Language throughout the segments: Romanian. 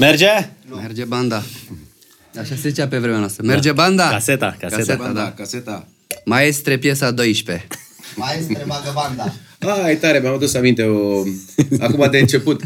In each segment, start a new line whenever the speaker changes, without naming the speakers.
Merge?
Merge banda. Așa se zicea pe vremea noastră. Merge
Da.
banda?
Caseta, caseta.
Caseta,
caseta.
da.
Banda, caseta.
Maestre, piesa 12.
Maestre Magabanda.
Ah, e tare, mi-am adus aminte o... acum de început.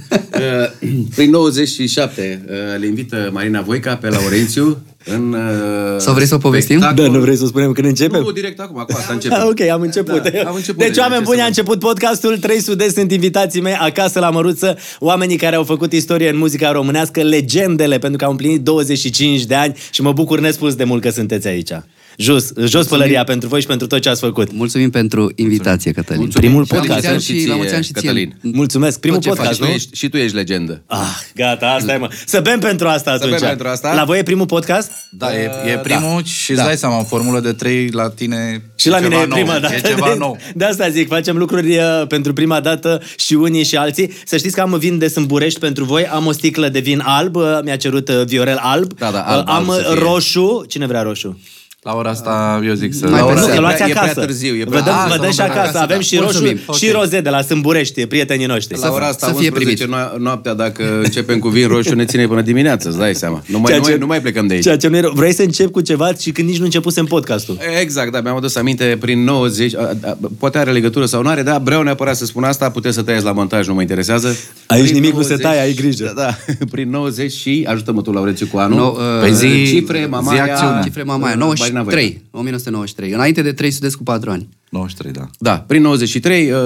Uh, Prin 97 uh, le invită Marina Voica pe Laurențiu în... uh,
Sau vrei să o povestim?
spectacol.
Da, nu vrei să spunem când începem?
Nu, direct acum, acum asta
Ah,
începem.
Ok, am început.
Da, am început
Deci,
deja,
oameni
ce
buni,
să
a
mai-
început podcastul 300 sunt invitații mei acasă la Măruță, oamenii care au făcut istorie în muzica românească, legendele, pentru că au împlinit 25 de ani și mă bucur nespus de mult că sunteți aici. Jos, jos pălăria pentru voi și pentru tot ce ați făcut.
Mulțumim pentru invitație, Cătălin.
Primul
Și la
podcast.
mulți ani
Și la mulți ani și ție. Da,
Cătălin.
Mulțumesc. Primul
Tot ce
Și
podcast,
tu,
nu?
ești, și tu ești legendă.
Ah, gata, asta e mă. Să bem pentru asta atunci.
bem pentru asta.
La voi e primul podcast?
Da,
Uh,
e, e primul da. și îți dai seama, o formulă de trei la tine
Și la
ceva
mine e
nou,
prima dată.
E ceva
de,
nou.
de asta zic, facem lucruri uh, pentru prima dată și unii și alții. Să știți că am vin de Sâmburești pentru voi, am o sticlă de vin alb, uh, mi-a cerut uh, Viorel alb.
Da, da,
Uh,
alb,
am
alb să fie.
roșu, cine vrea roșu?
La ora asta, eu zic să...
Mai
la
pe
ora...
nu,
seară.
că luați
E prea- e
acasă.
prea târziu, e
vă
prea-
dăm,
Ah,
vă
să
dăm
luăm
și
de la
acasă,
acasă,
avem
da.
și roșu
Mulțumim.
și roze de la Sâmburești, prietenii noștri.
La ora asta,
să fie
11 no- noaptea, dacă începem cu vin roșu, ne ține până dimineață, îți dai seama. Nu mai,
Ceea
nu mai, nu mai plecăm de aici.
Ceea ce nu e rău. Vrei să încep cu ceva și când nici nu începusem podcastul.
Exact, da, mi-am adus aminte prin 90, a, a, poate are legătură sau nu are, dar vreau neapărat să spun asta, puteți să tăiați la montaj, nu mă interesează.
Aici
Prin
nimic nu se taie, ai grijă.
Da, da, prin 90 și, ajută-mă tu, Laurențiu, cu anul.
No,
Păi zi- cifre, mamaia,
zi acțiuni. Cifre, mamaia.
Marina Voica.
93. 1993. Înainte de 300 cu 4 ani.
93, da.
Da, prin 93 uh,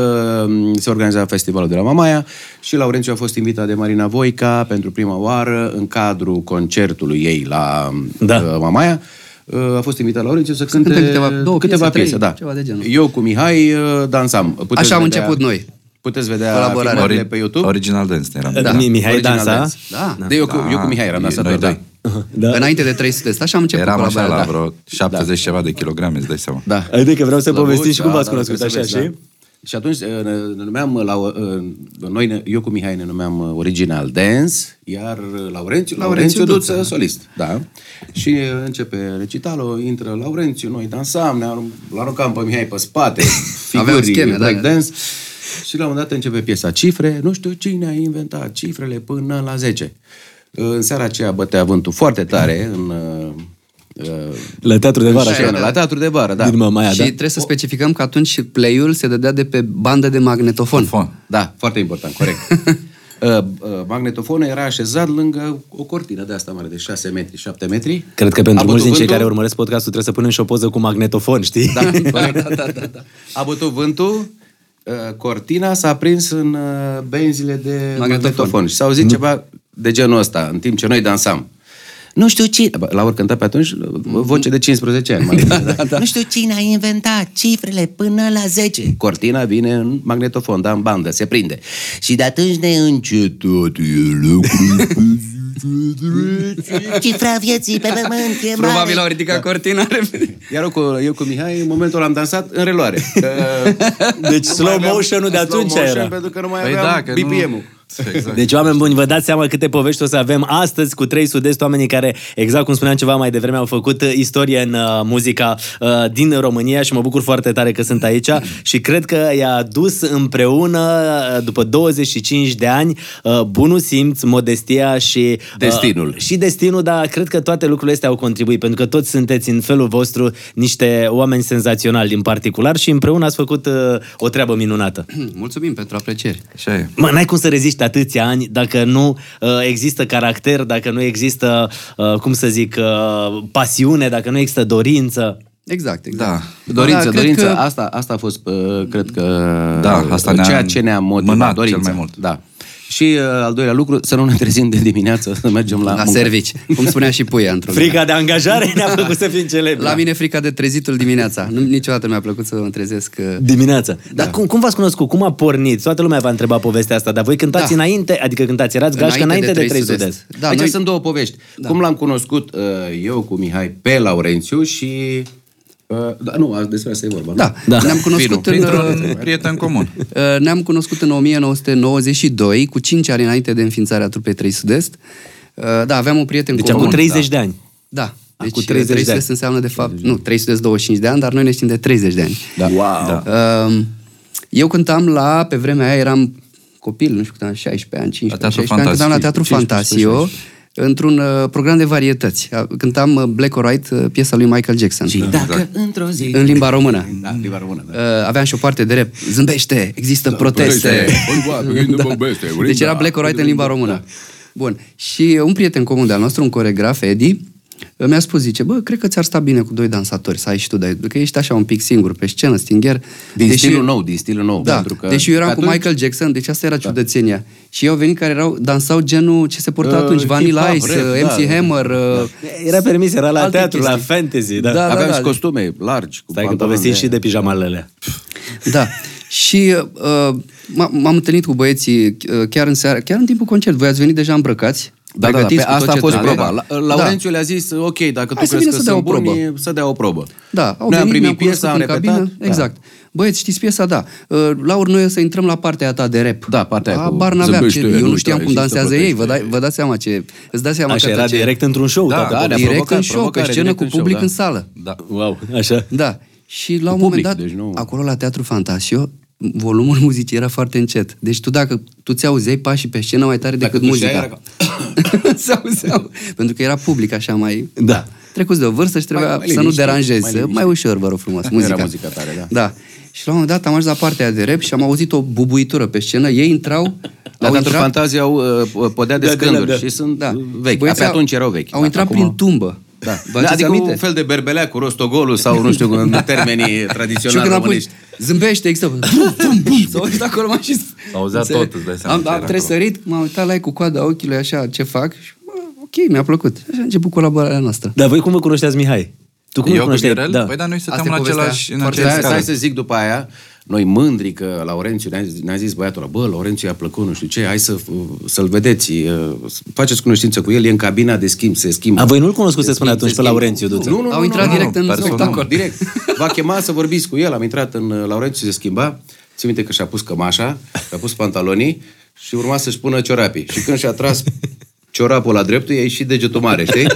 se organiza festivalul de la Mamaia și Laurențiu a fost invitat de Marina Voica pentru prima oară în cadrul concertului ei la
Da.
da. uh, Mamaia. Uh, a fost invitat Laurențiu să cânte,
cânte câteva- două
câteva
piese, trei,
piese da.
ceva de genul.
Eu cu Mihai uh, dansam. Puteți
Așa am început noi.
Puteți vedea
Colaborarea.
colaborarea pe YouTube.
Original Dance eram.
Da. Mi- Mihai
Original
dansa?
Dance.
Da.
De eu, cu, eu cu Mihai eram
Noi
dansator, da.
doi.
Da.
Înainte de 300 asta și am început
Eram așa la
colaborarea, da.
vreo 70 ceva de kilograme, îți dai seama.
da.
Adică vreau să
Slăbuț,
povestim și cum
da,
v-ați
da,
cunoscut,
trebuie
așa,
să vezi,
și?
da. Și atunci eh, ne ne numeam, la, eh, noi, ne- eu cu Mihai ne numeam eh, Original Dance, iar eh, Laurențiu, Laurențiu Duță, solist. Da. Și eh, începe recitalul, intră Laurențiu, noi dansam, ne arun- aruncam pe Mihai pe spate,
Aveam
figurii,
scheme, da,
break
da.
dance. Și la un moment dat începe piesa Cifre, nu știu cine a inventat cifrele până la 10. Eh, În seara aceea bătea vântul foarte tare în... eh, eh,
La teatru de vară,
în scenă,
așa.
la teatru de vară, da.
Din Mamaia,
și
da.
trebuie să specificăm că atunci și play-ul se dădea de pe bandă de magnetofon.
Fon.
Da, foarte important, corect. Uh, uh, Magnetofonul era așezat lângă o cortină de asta mare, de 6 metri, 7 metri.
Cred că pentru
A
mulți din
bătut
cei care
vântul-
urmăresc podcastul trebuie să punem și o poză cu magnetofon, știi?
Da, corect. da, da, da. A bătut vântul, uh, cortina s-a prins în uh, benzile de magnetofon, și s-a auzit ceva de genul ăsta, în timp ce noi dansam. Nu știu cine... Bă, La ori cânta pe atunci uh, voce de 15 ani. Mai da, da, da. Nu știu cine a inventat cifrele până la 10. Cortina vine în magnetofon, da, în bandă, se prinde. Și de atunci ne încetat ele cu-
Cifra vieții pe pământ e mare.
Probabil au ridicat cortina repede.
Iar eu cu, eu cu Mihai, în momentul ăla am dansat în reloare.
Deci slow motion-ul de atunci era.
Pentru că nu mai
Păi
aveam
da, că nu-
BPM-ul.
Exact.
Deci, oameni buni, vă dați seama câte povești o să avem astăzi cu trei sudesti, oamenii care, exact cum spuneam ceva mai devreme, au făcut uh, istorie în uh, muzica uh, din România și mă bucur foarte tare că sunt aici și cred că i-a dus împreună, uh, după 25 de ani, uh, bunul simț, modestia și... uh,
Destinul.
și destinul, dar cred că toate lucrurile astea au contribuit, pentru că toți sunteți în felul vostru niște oameni senzaționali în particular și împreună ați făcut uh, o treabă minunată.
Mulțumim pentru aprecieri.
Așa e.
Mă, n-ai cum să reziști atâția ani dacă nu uh, există caracter, dacă nu există, uh, cum să zic, uh, pasiune, dacă nu există dorință.
Exact,
Da.
exact.
Dorință,
cred
dorință.
că-
Asta, asta a fost, uh, cred că,
Da, asta
uh,
ne-a
ceea ce ne-a motivat.
mânat
dorința.
cel mai mult.
Da. Și uh, al doilea lucru, să nu ne trezim de dimineață, să mergem
La,
la, muncă.
servici. Cum spunea și Puia într-un
Frica de angajare ne-a făcut să fim celebri.
La mine frica de trezitul dimineața. Nu, niciodată mi-a plăcut să mă trezesc. uh,
Dimineața. Dar cum, cum v-ați cunoscut? Cum a pornit? Toată lumea v-a întrebat povestea asta, dar voi cântați
Da.
înainte, adică cântați, erați gașcă înainte, de 300 de
sudest. Da,
Aici
noi-
sunt două povești.
Da.
Cum l-am cunoscut uh, eu cu Mihai pe Laurențiu și... Uh, da, nu, a- despre asta e vorba. nu?
Da, da. ne-am cunoscut în,
Printr-un prieten comun.
uh, ne-am cunoscut în 1992, cu 5 ani înainte de înființarea trupei 3 Sud-Est. Uh, Da, aveam un prieten
Deci
comun.
acum 30 de
da.
ani.
Da.
Acum
Deci 30
30 de
300
ani.
înseamnă de fapt, nu, 325 de ani, dar noi ne știm de 30 de ani.
Da. Wow.
Da.
Um, Eu cântam la, pe vremea aia eram copil, nu știu cât am, 16 ani, 15
La Teatru
16 ani, cântam la Teatru
Fantasio.
Fantasio într-un uh, program de varietăți. A- Cântam uh, Black or White, uh, piesa lui Michael Jackson.
Da,
Și dacă
exact.
într-o zi...
În limba română.
Da, în limba română, da.
Uh, aveam și o parte de rap. Zâmbește, există proteste.
proteste. Oi, oameni, nu
Da.
bombește, urinda.
Deci era Black or White în limba română. Bun. Și uh, un prieten comun de-al nostru, un coregraf, Edi, uh, mi-a spus, zice, bă, cred că ți-ar sta bine cu doi dansatori, să ai și tu, dai, că ești așa un pic singur pe scenă, stinger.
Din stilul nou, din stilul nou.
Da,
pentru că
deși eu eram
atunci- Da.
cu Michael Jackson, deci asta era ciudățenia. Și eu au venit care erau, dansau genul ce se porta
Uh,
atunci, Vanilla
hip-hop,
Ice,
rap,
uh, MC
da.
Hammer. uh,
Era permis, era la
alte
teatru, la
chestii.
fantasy, da.
Da,
Aveam
da,
și
da.
costume largi. Cu
Stai că
pantaloni
povestim și de pijamalele.
Da. Și uh, m- m-am întâlnit cu băieții uh, chiar în seară, chiar în timpul concert. Voi ați venit deja îmbrăcați?
Da, da, da, pe
pregătiți cu tot
asta a
ce
fost
trebuie. Da.
proba. La- Laurențiu le-a zis, ok, dacă tu
Hai să
crezi
vină să
că
dea
sunt
o probă.
buni, să dea o probă.
Da, au
Noi
venit,
am
ne-am
primit
cunoscut
piesa, am
în cabină.
repetat. da.
Exact. Băieți, știți piesa? Da. Uh, Laur, noi o să intrăm la partea ta de rap.
Da, partea aia
A,
cu
bar n-aveam.
zâmbește,
Ce, eu nu
nu-i
știam
tare,
cum
și să
dansează ei.
plătește.
Vă, dai, vă dați seama ce... Îți dați seama
Așa
că
era
atunci-
direct într-un show,
Da,
toată
da,
povestea.
ne-a
Direct
provocat,
în show, pe
provocare,
scenă
direct
cu
în show,
public
da.
în sală.
Da.
Wow, așa.
Da. Și la un
Cu
moment
public,
dat,
deci nu-
acolo la Teatru Fantasio, volumul muzicii era foarte încet. Deci tu dacă tu ți auzeai pașii pe scenă mai tare decât
tu știai,
muzica. Se auzeau. Pentru că era public așa mai...
Da.
Trecuți de o vârstă și trebuia
Mai- mai
să nu
liniștit,
deranjezi.
mai
Mai,
liniștit.
mai ușor, vă rog frumos,
Nu era
muzica.
muzica tare, da.
Da. Și la un moment dat am ajuns la partea de rap și am auzit o bubuitură pe scenă. Ei intrau...
La
au
Teatru
intrat-
Fantazia au uh, podea de
Da, da,
scânduri
da.
și sunt uh,
da.
vechi.
Băieții
Pe
au-
atunci erau vechi.
Au
da,
intrat
acum-
prin tumbă.
Da.
Vă aduceți
Adică
aminte?
un fel de berbelea cu rostogolul sau nu știu, în termenii
Și eu
tradiționali
când am pus,
românești.
zâmbește, există, bum, bum, bum, s-a auzit acolo, m-am și...
S-a auzit
Înțeleg.
tot, îți dai seama
Am,
ce
am
era
tresărit, m-am uitat la ei cu coada ochiului, așa, ce fac, și bă, ok, mi-a plăcut. Așa a început colaborarea noastră.
Dar voi cum vă cunoșteați, Mihai? Tu cum
Eu
îl
cu
cunoșteai?
Viorel?
Da.
Păi da, noi stăteam
Asta
la
e povestea
același, în
foarte
Stai,
aceeași
tare.
scară.
stai să zic după aia, noi mândri că Laurențiu ne-a, zis- ne-a zis băiatul ăla, bă, Laurențiu i-a plăcut, nu știu ce, hai să, să-l vedeți, uh, faceți cunoștință cu el, e în cabina de schimb, se schimbă.
A, voi nu-l cunoscuseți
Se
până atunci
schimb, se
pe
schimb.
Laurențiu
Păi
Duță?
Deci, Nu, nu, nu,
Au
nu,
intrat
nu,
direct
nu,
în
personal.
spectacol.
Direct. V-a chemat să vorbiți cu el, am intrat în uh, Laurențiu, se schimba, țin minte că și-a pus cămașa, și-a pus pantalonii și urma să-și pună ciorapii. Și când și-a tras ciorapul la dreptul, i-a ieșit degetul mare, știi?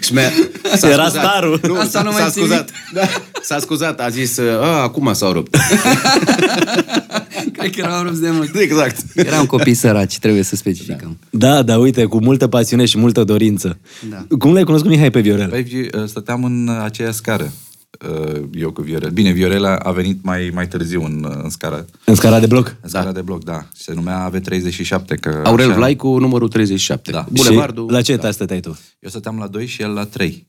Și mi-a- s-a
Era
scuzat.
starul.
Nu,
Asta
Asta
nu
nu
mai
s-a
țin
scuzat. Da. S-a scuzat, a zis, a, acum s-au rupt.
Cred că erau rupți de mult.
exact.
Eram copii săraci, trebuie să specificăm.
Da, da, uite, cu multă pasiune și multă dorință. Da. Cum l-ai cunoscut, Mihai, pe Viorel?
Păi, vi- uh, stăteam în uh, aceeași scară. Uh, Eu cu Viorel. Bine, Viorela a venit mai, mai târziu în, uh, în scara,
În scara de bloc?
în scara de bloc, da. Se numea AV37. Că
Aurel
așa-
Vlai cu numărul 37.
Da.
Bulevardul.
Și la ce etaj stăteai tu?
Eu stăteam la 2 și el la 3.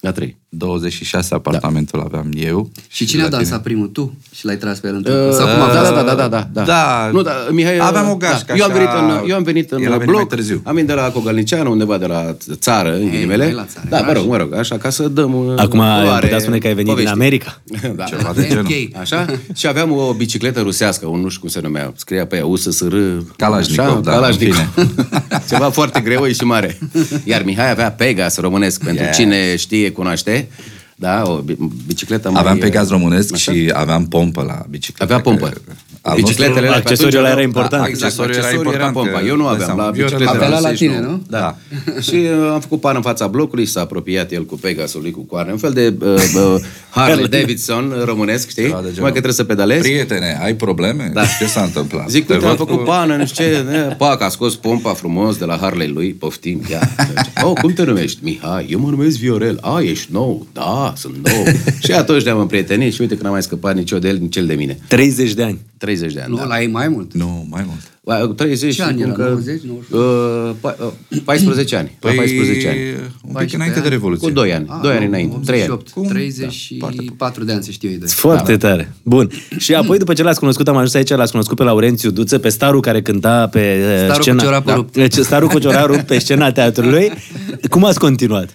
La 3.
26
Da.
apartamentul aveam eu.
Și cine a
la
dansat
tine.
primul? Tu? Și l-ai tras pe el într Sau
Da,
cum a
da,
fost?
da, da, da, da, da.
Ă, Da.
Nu, da, Mihai,
Aveam o gașcă,
Eu am
așa.
venit în, eu am venit în
El a venit
bloc,
mai târziu.
am venit de la Cogalniceanu, undeva de la țară, în
nu e
ghilimele.
la țară,
Da,
e
mă rog, mă rog, așa, ca să dăm uh,
Acum
culoare
putea spune că ai venit din
poveștii.
America.
da.
Ceva de genul.
Ok.
Așa? Și aveam o bicicletă rusească, un nu știu cum se numea, scria pe ea USSR,
Kalashnikov,
așa,
da,
Kalashnikov.
în
Ceva foarte greu și mare. Iar Mihai avea Pegas românesc, pentru
Yeah.
cine știe, cunoaște. Da, o bi- bicicletă mai...
Aveam pe gaz românesc și aveam pompă la bicicletă.
Avea pompă.
Că- Al
Bicicletele
nostru-
alea pe
accesoriul
atunci
ăla era
erau-
important.
Da, exact,
Accesoriul era
accesoriul era
important,
pompa.
că-
Eu nu
dai
aveam
seama,
la
Viorel
bicicletă.
avea la
rusești,
tine, nu?
Da. și uh, am făcut pană în fața blocului și s-a apropiat el cu Pegasul lui cu coarne. Un fel de uh, uh, Harley Davidson românesc, știi?
Ceva de genul.
Mai că trebuie să pedalezi.
Prietene, ai probleme? Da. Ce s-a întâmplat?
Zic,
Te
uite, am
văd
făcut
cu-
pană, nu știu ce, ne, pac, a scos pompa frumos de la Harley lui, poftim, ia. Oh, cum te numești? Mihai, eu mă numesc Viorel. A, ești nou? Da, sunt nou. și atunci ne-am împrietenit și uite că n-am mai scăpat nici eu de el, nici cel de mine.
30 de ani.
30 de ani,
Nu,
da.
la ei mai mult.
Nu, mai mult.
La... 30
Ce ani era?
încă,
90, 91?
uh, pa- uh, 14 ani.
Păi,
la 14 ani.
un pic
14
înainte de
ani.
Revoluție.
Cu 2 ani,
Ah,
2 ani înainte, 3 ani.
88,
Cum? Da,
34 de ani se știu ei doi.
Foarte da. tare. Bun. Și apoi, după ce l-ați cunoscut, am ajuns aici, l-ați cunoscut pe Laurențiu Duță, pe starul care cânta pe eh,
Starul cu
scena...
ciorapul rupt.
Deci, Starul cu ciorapul rupt pe scena teatrului. Cum ați continuat?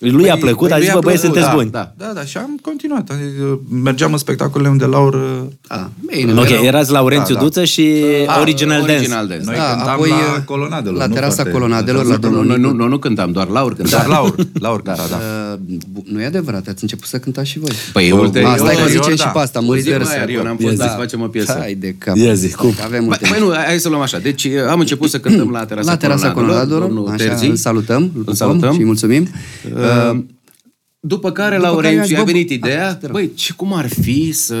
Lui a plăcut,
Păi,
a zis,
lui
bă,
a
băieți,
plăcut,
sunteți
da,
buni.
Da, da, da, și am continuat. Adică, Mergeam în spectacole unde Laur...
Da, bine,
Ok,
erau-
erați Laurențiu
Da, da.
Duță și Original Dance.
Ah, Original Dance.
Noi
Da,
cântam
apoi,
la
uh,
Colonadelor.
la
nu
terasa
foarte-
Colonadelor,
Terasa
la domnul
Nu, nu, nu, nu cântam, doar Laur cânta.
Da, Laur, Laur cânta, da.
Uh, bu- nu e adevărat, ați început să cântați și voi.
Păi,
A,
ulterior,
stai că
ulterior,
zicem
da.
și pe asta, am
Zic,
murit de
bă,
râs.
iar eu n-am fost să facem o piesă.
Hai de cap.
Ia zi, cum?
Avem
Bă,
multe.
Băi, nu, hai să luăm așa. Deci eh, am început să cântăm la terasa
la terasa Colorador,
domnul
așa,
Terzi.
îl salutăm, îl
Îl
salutăm
salutăm.
și îi mulțumim.
Uh, După care,
Ehm, după
la
care mi-a-
Laurențiu, a
bă,
venit
bă,
ideea,
ah, te rog.
băi, ce cum ar fi să...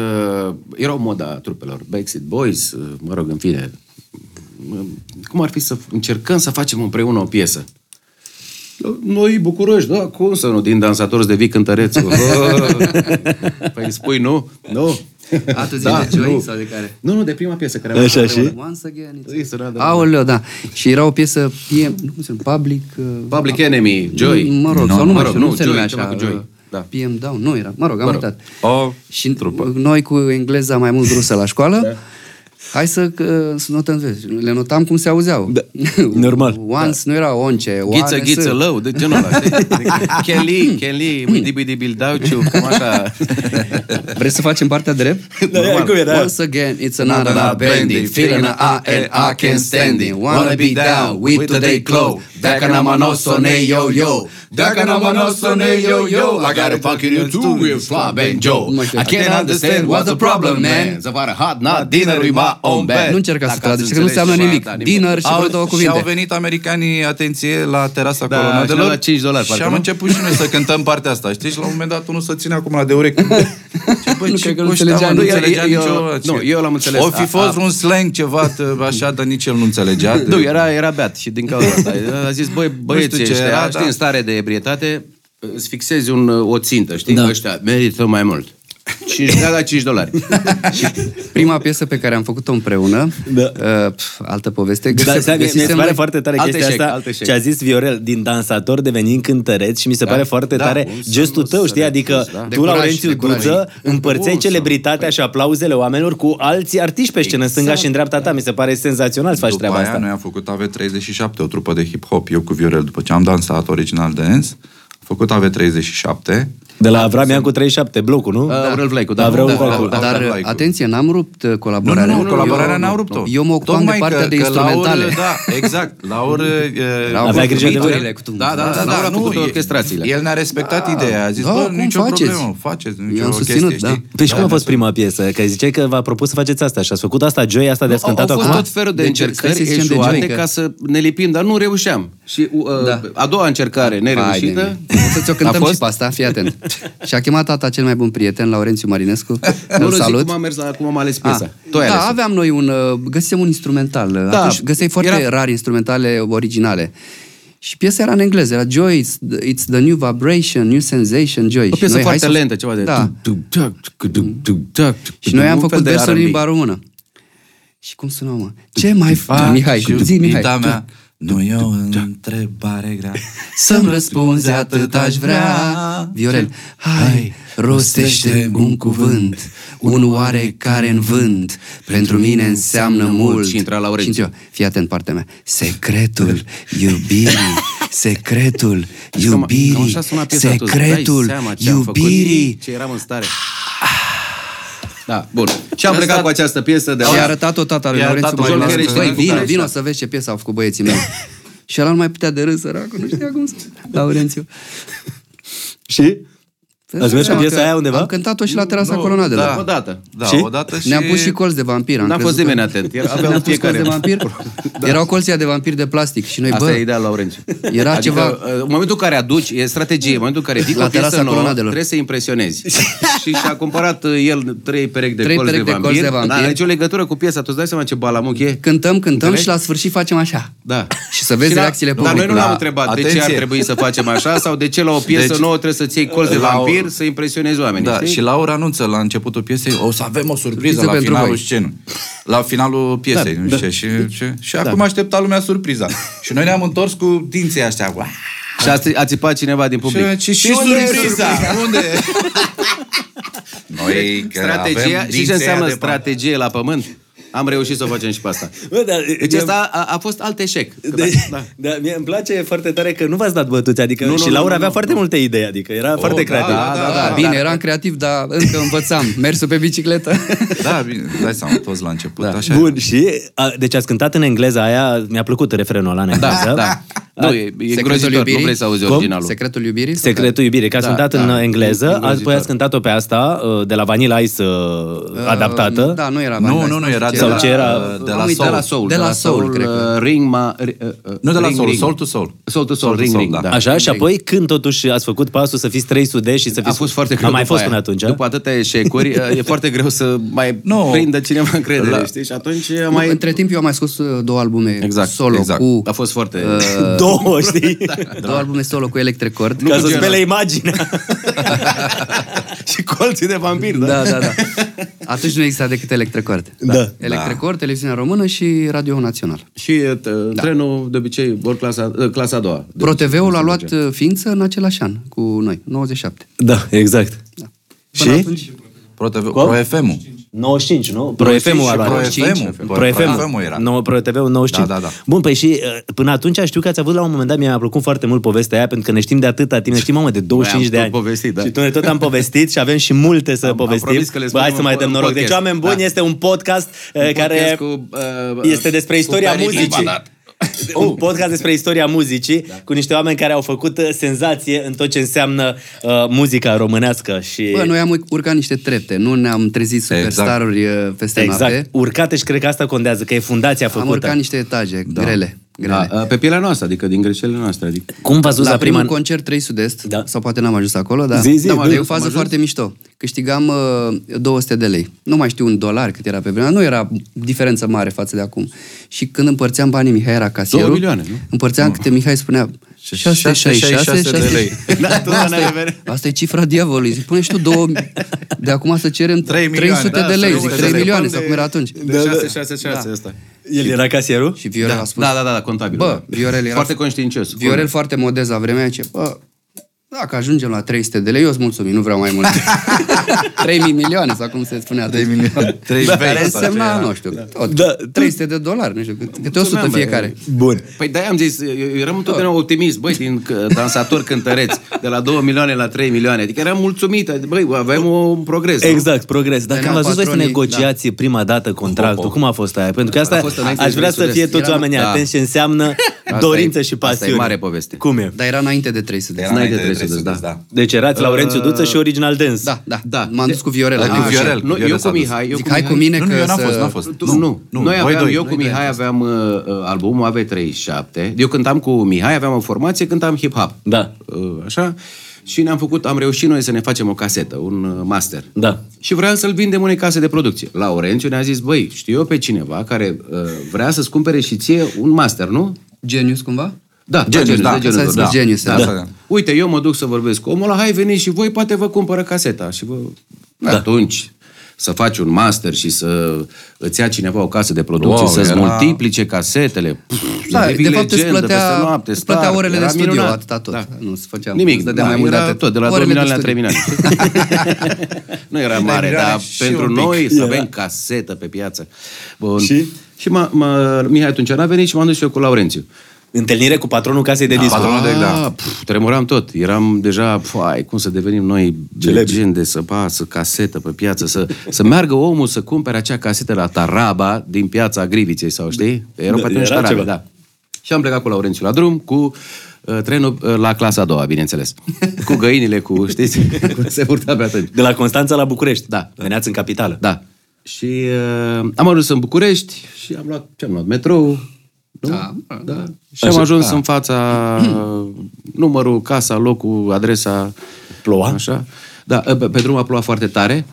Erau moda trupelor Backstreet Boys, eh, mă rog, în fine, cum ar fi să încercăm să facem împreună o piesă? Noi bucuroși, da, cum să nu, din dansatori să devii cântărețul. păi îmi spui nu? Nu. Da,
Atât zici de Joy sau de care?
Nu, nu, de prima piesă care am
Așa și?
Once again.
Îi suna, da.
Aoleo, da. Și era o piesă, e, nu cum se numește, public... uh,
Public Enemy, Joy.
Mă rog, sau nu mai
mă rog,
știu, nu
nu,
se
Joy,
numea
ceva
așa.
cu Joy.
uh,
Da.
PM Down, nu era, mă rog, am
Mă rog.
uitat.
O
Și
trupă.
noi cu engleza mai mult rusă la școală, hai să, că, să notăm, vezi, le notam cum se auzeau.
Da. Normal.
Once nu era once,
Ghiță,
oane,
ghiță,
să-
lău, de genul ăla, știi? Adică, Kelly, Kelly, mă, dibi, dibi, îl dau ciu, cam așa.
Vrei să facem partea drept?
Da, ia, cum era?
Once again, it's another
Another
bendy, feeling a and I can't stand it. Wanna be down with today glow. Dacă n-am anoso ne yo yo. Dacă n-am anoso ne yo yo. I got a fucking you too with Flab and Joe. I can't understand what's the problem, man.
Zăvară hot, not dinner with my own band.
Nu încerca să
Dacă
traduci,
ați
că nu
înțeles
înseamnă
ceva,
nimic.
da,
Dinner și vreo
Au-
două
Și au
cuvinte.
venit americanii, atenție, la terasa
Da,
colonadelor.
și la 5 dolari,
Și
parcă,
am
nu?
început și noi să cântăm partea asta. Știi? Și la un moment dat unul să ține acum la de urechi. Și băi,
Nu,
ce
cred că nu
cu ăștia,
înțelegea
mă, nu
nici-
înțelegea
eu-
nicio...
nu,
ce-
eu l-am înțeles.
O fi
A-
fost
a-
un slang ceva t- așa, dar nici el nu înțelegea.
Nu, era, era beat și din cauza asta. A zis, băi, băieții
știu ce
ăștia,
era,
știi,
da.
în stare de ebrietate, îți fixezi un, o țintă, știi,
Da.
da. ăștia merită mai mult. 5, da, da, 5 dolari.
Prima piesă pe care am făcut-o împreună,
Da.
uh, pf, altă
Da,
poveste, găsisem-
stai, mi se
găsisem
pare
noi-
foarte tare
alt
chestia
eșec,
asta
alt eșec.
ce a zis Viorel, din dansator devenind cântăreț și mi se pare foarte
da,
tare
cum să
gestul
nu
tău,
se
știi? Adică
refuzi, da.
De
tu,
curaj,
Laurențiu
de curaj.
Duță, împărțeai celebritatea și aplauzele oamenilor cu alții artiști pe scenă, în stânga și în dreapta ta. Mi se pare senzațional să faci
după
treaba
aia
asta.
noi am făcut AV37, o trupă de hip-hop, eu cu Viorel, după ce am dansat original dance, am făcut AV37,
De la Avram cu 37, blocul, nu?
Aurel Vlaicu, da.
da. Aurel
Da,
Vlaicu.
da,
Dar, uh,
like-ul.
atenție, n-am rupt uh,
Nu, nu,
colaborarea.
nu, colaborarea
Eu-
n-a rupt-o.
Eu mă ocupam de
Tocmai
partea
că-
de
că
instrumentale.
Laur, da, exact. Laur... e,
Au
Avea grijă de voi.
vorbitorile cu tu.
Da, da, da,
Da,
da,
da,
a făcut
e-
orchestrațiile.
El ne-a respectat ideea, a zis,
da,
bă,
cum
nicio
faceți?"
problemă, faceți,
Eu
nicio
am
chestie,
susținut, da.
știi?
Păi și cum a fost prima piesă? Că ziceai că v-a propus să faceți asta și ați făcut asta joy, asta de ați
Au, au
cântat
fost
acum?
tot felul de
Deci,
încercări
hai să zicem de
eșuate
joică.
ca să ne lipim, dar nu reușeam. Și uh,
Da.
a doua încercare nereușită
Haide, mă. Să ți-o
a
cântăm
fost-
și pe asta, fii atent. Și a chemat tata cel mai bun prieten, Laurențiu Marinescu.
Nu,
Îl
nu, zic
salut.
cum am mers la, cum am ales
Ah,
piesa. Tu ai
da,
ales-o.
aveam noi un... uh, Găsisem un instrumental. Da,
Da,
Atunci găseai foarte era...
era-
rar instrumentale originale. Și piesa era în engleză, era Joy, it's the, it's the new vibration, new sensation, Joy.
O
Și
piesă
noi, hai
foarte
să-
lentă, ceva de...
Da. Și
Și
noi am făcut versuri în limba română. Și cum sunau, mă? Ce mai faci?
Faci
Mihai,
și
zi, Mihai.
iubita mea, Nu e o întrebare grea.
Să-mi răspunzi atât aș vrea Viorel, hai, rostește un cuvânt Un oarecare în vânt Pentru mine înseamnă mult
Și intra la urechi.
Și eu, Fii atent partea mea Secretul iubirii Secretul
Cam- Cam
iubirii
așa suna piesa atunci. Dai
Secretul
seama ce am făcut,
iubirii
Ce eram în stare. Da, bun. Și am plecat
asta-
cu această piesă de
Și a
la...
arătat-o tata lui
I-a
Laurențiu
arătat-o
Marinescu.
lui Laurențiu
Băi, vino,
Marinescu.
vino să vezi ce piesă au făcut băieții mei. și ăla nu mai putea de râs, săracul, nu știa cum să... Laurențiu.
Și? Ați mers cu piesa aia undeva?
Am cântat-o și la terasa
Nu,
colonadelor.
O dată.
Da,
Și?
odată și...
Ne-am pus și colți de vampir. am
N-a
crezut
fost
că-
nimeni atent. Era- Aveam
Ne-am pus
fiecare. Da.
colți de vampir? Erau colții de vampir de plastic și noi,
Asta
Păi bă,
e ideea Laurențiu.
Era
adică,
ceva-
uh, În momentul în care aduci, e strategie, în momentul în care vii cu
La
o piesă
terasa
nouă,
colonadelor.
trebuie să impresionezi. și și-a cumpărat uh, el trei perechi de
Trei
colți de
perechi de colți
vampir.
de vampir.
N-are nicio legătură cu piesa, tu îți dai seama ce balamuc e?
cântăm, cântăm
Înțelegi?
și la sfârșit facem așa.
Da.
Și să vezi
la-
reacțiile
Dar noi nu
publicului.
l-am întrebat de ce ar
Atenție.
trebui să facem așa sau de ce la o piesă
Deci-
nouă trebuie să-ți iei colț de
La o-
vampir să impresionezi oamenii.
Da,
știi?
și Laura anunță la începutul piesei, o să avem o surpriză
Surpriză
la
pentru
finalul
voi."
scenei. La finalul
Da,
piesei, nu știu, și, și, și acum aștepta lumea surpriza. și noi ne-am întors cu dinții așa. Uah!
Și a, stri- a țipat cineva din public.
Și, și, și
unde e
surpriza! Unde? Noi că
Strategia, și
avem
ce
dinții
înseamnă
aia de pa-
strategie la pământ? Am reușit să o facem și pe asta.
Bă, dar-
Deci asta a, a fost alt eșec. Că
De,
dacă-
da. da, mie îmi place foarte tare că nu v-ați dat bătuți, adică
Nu,
nu,
nu,
și
nu,
Laura
nu,
avea
nu, Oh,
foarte multe idei, adică era foarte
da,
creativă.
da, da,
Da, bine, eram creativ, dar încă învățam. Mersul pe bicicletă.
Da, bine, dai seama, toți la început, da. așa.
Bun, și a, deci ați cântat în engleza aia, mi-a plăcut refrenul ăla în engleză.
da. Nu, e, e grozitor, nu vrei să auzi
Cum?
originalul.
Secretul iubirii? sau
Secretul iubirii, că a
Da,
cântat în
da,
engleză,
îngrozitor.
apoi ați cântat-o pe asta, uh, de la Vanilla Ice uh,
care?
adaptată.
Da, nu era
Nu,
Vanilla
nu,
Ice,
nu, era
știu
de
Sau
la,
ce era?
de la
Am uitat
Soul.
la Soul.
De Uh, la Soul,
cred
cred
că.
Ring ma, ri- uh, uh,
Nu de la
Ring,
Soul,
Ring.
Soul to Soul.
Soul to Soul,
Soul to
Ring,
Soul,
Ring,
da.
da.
Așa, și apoi când totuși ați făcut pasul să fiți trei sudești și să
A
Deci
fiți...
fost foarte greu.
A mai
după
fost
aia.
până atunci?
După atâtea eșecuri, uh, e foarte greu să mai
Nu.
prindă cineva încredere,
La-
știi? Și atunci uh,
Nu,
mai...
Între timp eu am mai scos uh, două albume
Exact,
solo
exact.
cu... uh,
A fost foarte...
Două, știi?
Da.
Două albume solo cu Electric Cord.
Ca să spele imaginea.
și colții de vampir, da?
Da, da, da. Atunci nu exista decât Electric Cord.
Da.
Electric Cord, televiziunea română și Radio Național.
Și uh, da. trenul, de obicei, ori clasa, uh, clasa a doua. De-
ProTV-ul a luat uh, ființă în același an cu noi, 97.
Da, exact.
Până
Și?
atunci,
Pro, TV, Pro FM-ul.
95, nu? Pro FM-ul
și
a luat.
Pro
95.
FM-ul.
Pro FM
FM-ul era.
No, Pro TV 95.
Da, da, da.
Bun, păi și uh, până atunci știu că ați avut la un moment dat, mi-a plăcut foarte mult povestea aia, pentru că ne știm de atâta timp, ne știm, mamă, de 25
am
de
tot
ani.
povestit, da.
Și tu ne tot am povestit și avem și multe să povestim.
promis că le
Bă, hai
spunem
să mai
în-
dăm
în
noroc. Deci,
podcast.
oameni buni,
Da.
este un podcast, uh, care
cu, uh,
este despre istoria
Tariq
muzicii.
Ibadat.
Un podcast despre istoria muzicii da. cu niște oameni care au făcut uh, senzație în tot ce înseamnă uh, muzica românească și
bă, noi am urcat niște trepte, nu ne-am trezit superstaruri exact. peste
exact,
noapte.
urcate și cred că asta contează, că e fundația făcută.
Am urcat niște etaje da. grele. grele. Da.
Da, uh, pe pielea noastră, adică din greșelile noastre. Adică.
Cum v-ați dus la,
La primul
prima...
concert 3 Sud-Est,
Da.
da. sau poate n-am ajuns acolo, dar
Zi, zi,
da, mă,
nu,
e o
am
fază
ajuns.
foarte mișto. Câștigam uh, 200 de lei. Nu mai știu un dolar cât era pe vremea, nu era diferență mare față de acum. Și când împărțeam banii, Mihai era casierul.
Două milioane, nu?
Împărțeam câte Mihai spunea 666
666 de lei.
Da, Asta e cifra diavolului. Zic, pune și tu două... De acum să cerem
Trei
300
milioane, da,
de
să
lei,
nu
zic,
mai
3
scăpăm
milioane,
de-
sau cum era atunci.
De 666 da. asta.
El era casierul?
Și Viorel a spus...
Da, da, da, da, contabil.
Bă,
da.
Viorel era...
Foarte conștiincios.
Viorel foarte modest la vremea aceea, bă, dacă ajungem la 300 de lei, eu sunt mulțumit, nu vreau mai mult. 3000 milioane, sau cum se spunea. 3 milioane.
30
Care
vei,
însemna, nu știu, tot,
Da.
300 de dolari, nu știu, cât- câte 100 fiecare.
Bun.
Păi de-aia am zis, eu eu eram întotdeauna optimist, băi, din că- dansatori cântăreți, de la 2 milioane la 3 milioane, adică eram mulțumit, adică, băi, aveam un progres. nu?
Exact, progres. Dar când
Veneau
v-ați dus voi să
patronii,
negociați da. prima dată contractul, cum a fost aia? Pentru că asta
A fost înainte
aș
de
vrea să
Sud-Est.
fie toți
Eram-
oamenii
da.
atenți ce înseamnă dorință
e-
și
asta e
pasiune.
mare poveste.
Cum e?
Dar era înainte de 300 de
Era
lei.
Înainte de
Înainte de
300, da.
300, da.
Deci erați Laurențiu Duță și Original Dance.
Da, da,
Da.
da. M-am dus cu Viorel.
Cu
Ah,
Viorel.
așa.
Nu,
Viorel
eu
s-a
cu
dus.
Mihai, eu
Zic,
cu
hai
Mihai-
cu mine
Nu,
că
nu, eu n-am
să-
fost, n-am fost.
Tu, nu, nu. Noi
nu, voi
aveam,
doi,
eu
noi
cu Mihai aveam uh, uh, albumul AV37. Eu cântam cu Mihai, aveam o formație, cântam hip-hop.
Da.
Uh, așa. Și ne-am făcut, am reușit noi să ne facem o casetă, un uh, master.
Da.
Și vreau să-l vindem unei case de producție. Laurențiu ne-a zis, băi, știu eu pe cineva care uh, vrea să-ți cumpere și ție un master, nu?
Genius cumva?
Da,
Genius,
Genius,
da.
de Genius,
Asta a zis
da.
Genius,
da.
da.
da. Uite, eu mă duc să vorbesc cu omul ăla, hai veniți și voi, poate vă cumpără caseta. Și vă... da. Atunci, să faci un master și să îți ia cineva o casă de producție,
Wow,
wow, să-ți
era-
multiplice casetele, pf, să
Da,
devii
de fapt îți
legendă
plătea,
peste noapte,
îți plătea
star,
orele
era
de studio,
minunat.
atâta tot.
Da.
Nu se făcea
Nimic,
îți dădea
da,
mai
mai
mult de
era
atât.
tot, de la 2
Orele de
milioane la 3
studiu.
milioane. nu era mare,
milioane
dar
și
pentru
un pic.
noi să avem casetă pe piață. Bun. Și? Și m-a, m-a, Mihai atunci n-a venit și m-am dus și eu cu Laurențiu.
Întâlnire cu patronul casei de disco.
patronul de- da.
pf, tremuram tot. Eram deja, fai, cum să devenim noi Celebri. legende, să pa, să casetă pe piață, să, să meargă omul să cumpere acea casetă la Taraba din piața Griviței sau știi? Erau
Da,
pe atunci
era
Tarabe,
ceva.
da. Și am plecat cu Laurențiu la drum, cu uh, trenul uh, la clasa a doua, bineînțeles. Cu găinile, cu, știți, cum se purta pe atunci.
De la Constanța la București.
Da.
Veneați în capitală.
Da. Și uh, am ajuns în București și am luat, ce am luat, metrou, nu?
Da,
da. Și am ajuns
Ah.
da. în fața, uh, numărul, casa, locul, adresa.
Ploua?
Așa. Da, uh, pe, pe drum a plouat foarte tare.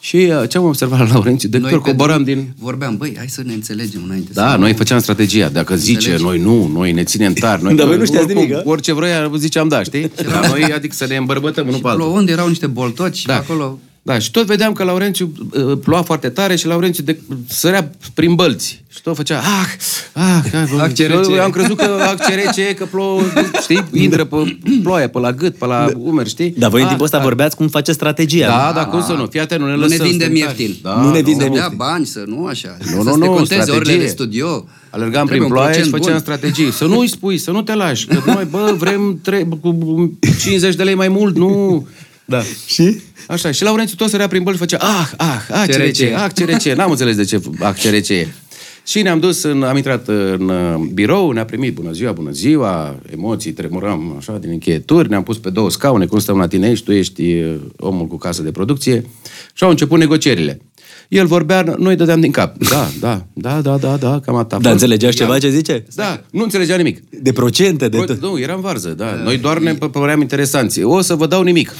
Și uh, ce am observat la Laurențiu, de câte ori
pe
coboram
drum
din...
Vorbeam, băi, hai să ne înțelegem înainte. să
Da,
nu-
noi făceam strategia. Dacă zice,
Înțelegi?
noi nu, noi ne ținem tari. Noi,
Dar voi nu știați
oricum,
nimic, a?
Orice vroia, ziceam da, știi? Dar noi, adică să ne îmbărbătăm unul pe altul.
Acolo unde erau niște boltoci, da. acolo...
Da, și tot vedeam că Laurențiu uh, ploua foarte tare și Laurențiu de, sărea prin bălți. Și tot făcea, ah, ah, ah bă,
Ac ce
eu,
rece e."
am crezut că ac ce rece e, că plouă, știi, intră pe ploaie, pe la gât, pe la umeri, știi?
Dar voi în
Ah,
timpul ăsta
da.
vorbeați cum faceți strategia.
Da, dar cum să nu? Fii atent, nu ne
Nu ne
lăsăm.
vindem
suntem
ieftin.
tari. Da,
Nu ne vindem
Să
ieftin.
dea bani, să nu așa.
nu,
să
nu,
te conteze
strategie.
orele de studio. Trebuie
Alergam prin
un
ploaie și
procent
făceam
bun.
strategii. Să nu-i spui, să nu te lași. Că noi, bă, vrem tre- cu 50 de lei mai mult, nu... Da.
Și?
Așa, și Laurențiu tot sărea prin băl și făcea, ah, ah, ah, ce,
Ce
rece,
rece
e,
e."
ah, ce rece e. N-am înțeles de ce ah, ce rece e. Și ne-am dus, în, am intrat în uh, birou, ne-a primit bună ziua, bună ziua, emoții, tremuram așa din încheieturi, ne-am pus pe două scaune, cum stăm la tine aici, tu ești uh, omul cu casă de producție. Și au început negocierile. El vorbea, noi dădeam din cap. Da, da, da, da, da, da, cam atât.
Dar înțelegeai ceva ce zice?
Da, nu înțelegea nimic.
De procente, de
Pro-
tot.
Nu, eram varză, da. Noi doar ne păream interesanți. O să vă dau nimic.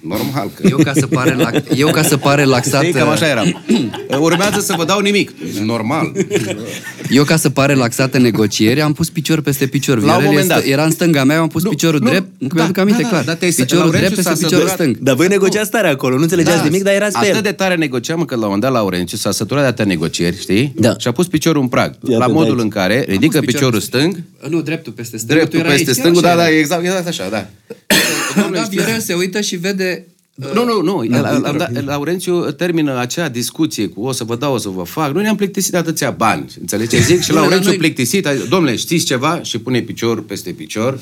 Normal că...
Eu ca să par, relax, eu ca să par relaxat...
Știi, cam așa eram. Urmează să vă dau nimic. Normal.
Eu ca să par relaxat în negocieri, am pus picior peste picior.
La un
Viorel
moment
este-
dat.
era în stânga mea, eu am pus
Nu,
piciorul
nu,
drept,
da,
mi-aduc aminte
da, da,
clar.
dar te-ai-
piciorul
Laurențiu
drept
s-a
peste piciorul
săturat.
stâng.
Dar voi negociați tare acolo, nu înțelegeați nimic, dar erați pe
Atât
el.
Da. de tare negociam că la un moment dat Laurențiu s-a săturat de atâtea negocieri, știi?
Da.
Și a pus piciorul în prag.
Ia
la
te
modul
dai.
în care ridică
pus piciorul
piciorul stâng,
Uh, Nu, dreptul peste stâng.
dreptul
tu erai
peste
aici,
stângul,
chiar
da,
așa
da,
era.
exact, exact așa, da.
Da, Viorel se uită și vede...
Nu, nu, nu. el- el- am dat- Laurențiu termină acea discuție cu o să vă dau, o să vă fac. Noi ne-am plictisit de atâția bani. Înțelegi ce zic? Și
Bine, dar
Laurențiu
noi-
plictisit, a zis, domnule, știți ceva? Și pune picior peste picior.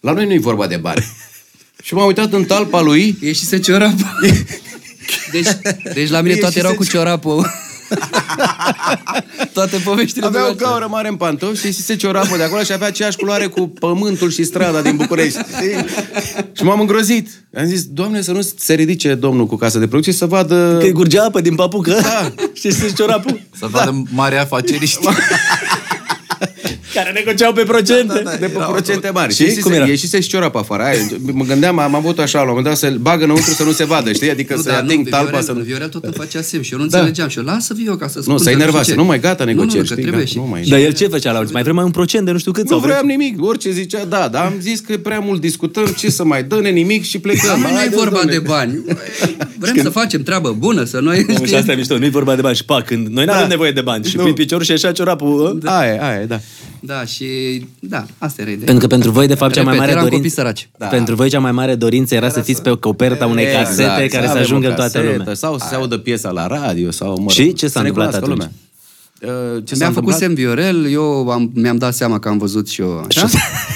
La noi nu-i vorba de bani. Și m-am uitat în talpa lui
Ieșise ciorapul. Deci, deci la mine toate
Ieșise
erau cu ciorapul. toate poveștile
Avea o
de la-
gaură mare în pantofi și se ciorapă de acolo și avea aceeași culoare cu pământul și strada din București. știi? și m-am îngrozit. Am zis, doamne, să nu se ridice domnul cu casa de producție să vadă...
Că-i curgea apă din papucă
Da.
și se ciorapul.
Să vadă mare afaceriști.
Care negociau pe procente.
de pe procente mari.
Și cum era?
Ieșise și ciorapă afară. Aia, mă gândeam, am avut așa la un moment dat să-l bag înăuntru să nu se vadă, știi? Adică să
dar
ating
pe
talpa,
Viorel,
să...
Viorel tot îmi facea semn și eu nu înțelegeam. Și eu, lasă-vi eu ca să spun.
Da. Nu, s-a
dar
enervat.
știu
să
ce.
Nu mai gata negocieri,
Nu, nu, că
știi?
trebuie
gata,
și...
nu mai...
Dar el ce făcea la urmă? Mai vrem un procent de nu știu cât?
Nu
sau vrem-
vreau nimic, orice zicea, da, dar am zis că e prea mult discutăm, ce să mai dă, ne nimic și
Dar
plecăm.
nu e
Haideți,
vorba
domne.
de bani. Vrem să facem treabă bună, să noi...
Mamă, Și asta e mișto, nu-i vorba de bani. Și pac, când noi nu avem
Da.
nevoie de bani. Și
Nu.
pui piciorul și așa ciorapul. ă?
Aia, e, aia, e, da.
Da, și... Da, asta era ideea.
Pentru că pentru voi, de fapt, cea mai
Repet,
mare
eram
dorință...
copii săraci.
Da. Pentru voi, cea mai mare dorință era să fiți pe coperta unei
Exact,
casete care să
avem
ajungă
o
în toată
casetă,
lumea.
Sau să se audă piesa la radio sau mă rog,
Și ce s-a
să ne
întâmplat
cunoască
atunci?
lumea. Uh, Ce s-a
Mi-am făcut
întâmplat?
semn Viorel, eu am, mi-am dat seama că am văzut și eu așa.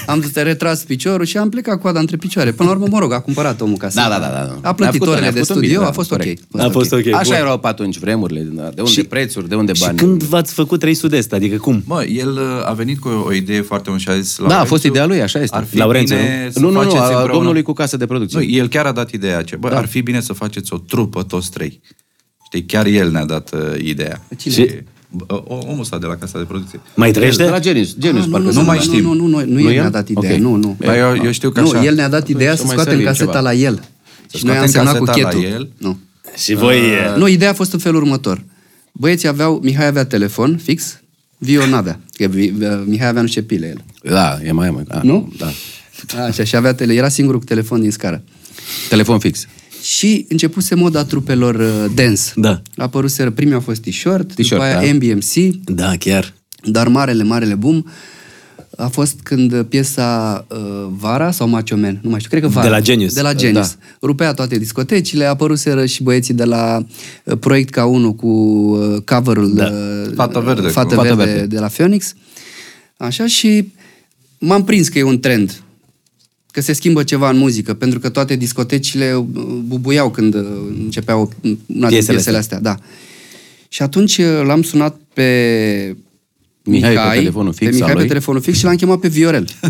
am dus- retras piciorul și am plecat coada între picioare. Până la urmă, mă rog, a cumpărat omul casa.
Da, da, da, da.
A plătit
Ne-a făcut-
orele
ne-a
de
făcut un
studio,
bine,
a fost
da,
ok.
corect.
A fost ok.
Așa
bun.
erau pe atunci vremurile, da. de unde
Și-
prețuri, de unde
Și
bani.
când v-ați făcut 300 de adică cum?
Mă, el uh, a venit cu o idee foarte bună și a zis...
Da, a fost ideea lui, așa este.
Ar fi
Laurențiu,
bine să
nu, nu, nu,
faceți
a
împreună-
domnului cu casă de producție.
Nu, el chiar a dat ideea aceea. Bă, da. ar fi bine să faceți o trupă toți trei. Știi, chiar el ne-a dat uh, ideea. Cine? Și... Bă, o- omul ăsta de la casa de producție.
Mai
De la
trăiește?
Genius, Genius,
Ah,
parcă
nu
se
mai
nu,
știm.
Nu, nu, nu, nu,
Nu
el
el?
ne-a dat ideea,
Ok.
nu, nu.
Dar Păi eu- eu știu că
nu,
așa.
el ne-a dat ideea
Atunci
să
mai
scoatem
servim
caseta
ceva.
la el. Și noi am
scoatem
semnat cu
caseta la
chetul.
el. Uh.
Nu.
Și voi... e-
Uh.
Nu, ideea a fost în felul următor. Băieții aveau, Mihai avea telefon fix, Vio n-avea. Că Vi- Mihai avea niște pile el.
Da, e mai, mai. a,
Nu?
Da.
Așa, și avea tele, era singurul cu telefon din scară.
Telefon fix.
Și începuse moda trupelor uh, dance.
Da.
Apăruseră, primii au fost t-shirt,
T-shirt,
după aia
da.
MBMC,
Da, chiar.
dar marele, marele boom a fost când piesa uh, Vara sau Macho Man, nu mai știu, cred că Vara.
De la Genius.
De la Genius. Da. Rupea toate discotecile, apăruseră și băieții de la uh, Proiect ca 1 cu uh, cover-ul da. Fata
Fata Verde, cu-
Verde,
Fata
Verde
Verde.
de la Phoenix. Așa și m-am prins că e un trend. Că se schimbă ceva în muzică, pentru că toate discotecile uh, bubuiau când uh, începeau uh, una din
Piesele
piesele astea. Da. Și atunci uh, l-am sunat pe
Mihai pe telefonul fix
pe
al
Mihai pe
lui.
telefonul fix și l-am chemat pe Viorel. la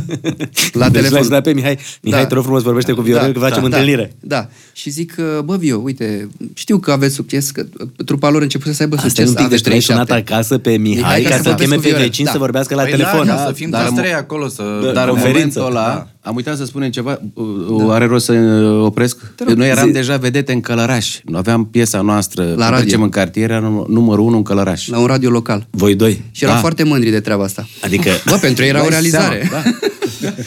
La deci
telefon.
telefon. Da pe Mihai. Mihai,
Da.
te rog frumos, vorbește cu Viorel, că facem întâlnire.
Da, da. Și zic, că, bă, Vio, uite, știu că aveți succes, că uh, trupa lor începuse să aibă
Asta e
succes.
un pic de
aveți
trei sunat
37.
acasă pe Mihai, ca să
vorbească
cheme
cu
pe
Viorel.
vecini
Da.
să vorbească la
Păi
telefon.
Da, ca să fim
Dar-
toți trei acolo, să...
Da,
dar
Dar în
conferință.
momentul ăla, am uitat să spunem ceva, da. are rost să uh, opresc? Noi eram
Zi.
deja vedete în Călăraș. Noi aveam piesa noastră,
La
trecem
radio.
în cartier, era num- numărul unu în Călăraș.
La un radio local.
Voi doi.
Și erau foarte mândri de treaba asta.
Da. Adică...
Bă, pentru ei era o
Dai
realizare.
seama, da.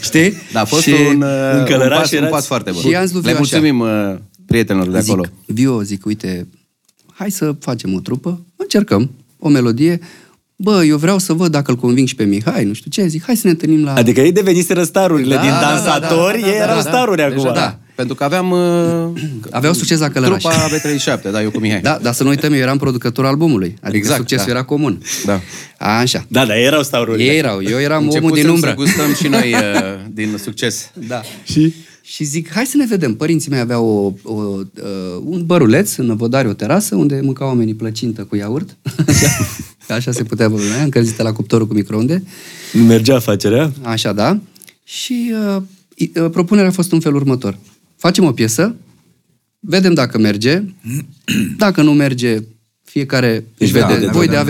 Știi?
Da, a fost
Și
un, uh,
în
un,
Călăraș
pas, un
erați-
pas foarte bun.
și i-am zis lui
Le
Viu așa.
mulțumim uh, prietenilor de acolo.
Zic, Vio, zic, uite, hai să facem o trupă, încercăm o melodie. Bă, eu vreau să văd dacă îl conving și pe Mihai, nu știu ce, zic, hai să ne întâlnim la...
Adică ei deveniseră starurile din
da, da,
dansatori,
da, da,
ei
da,
erau
da.
staruri
Deja,
acum.
da.
Pentru că aveam... Uh,
Aveau succes la Călăraș.
Trupa B37, da, eu cu Mihai.
Da, dar să nu uităm, eu eram producător albumului. Adică
Exact,
exact, succesul
da.
da. era comun.
Da.
A, așa.
Da, da, ei erau starurile.
Ei erau, eu eram
Începusem
omul din
să
umbră.
gustăm și noi uh, din succes.
Da. Și? Și zic, hai să ne vedem. Părinții mei aveau o, o, uh, un băruleț în Năvodari, o terasă, unde mâncau oamenii plăcintă cu iaurt. Așa. Așa se putea vremea, încălzită la cuptorul cu microunde.
Mergea afacerea?
Așa, da. Și uh, i- uh, propunerea a fost în felul următor. Facem o piesă, vedem dacă merge, dacă nu merge, fiecare își
vede
vede,
de
Deci voi de
da,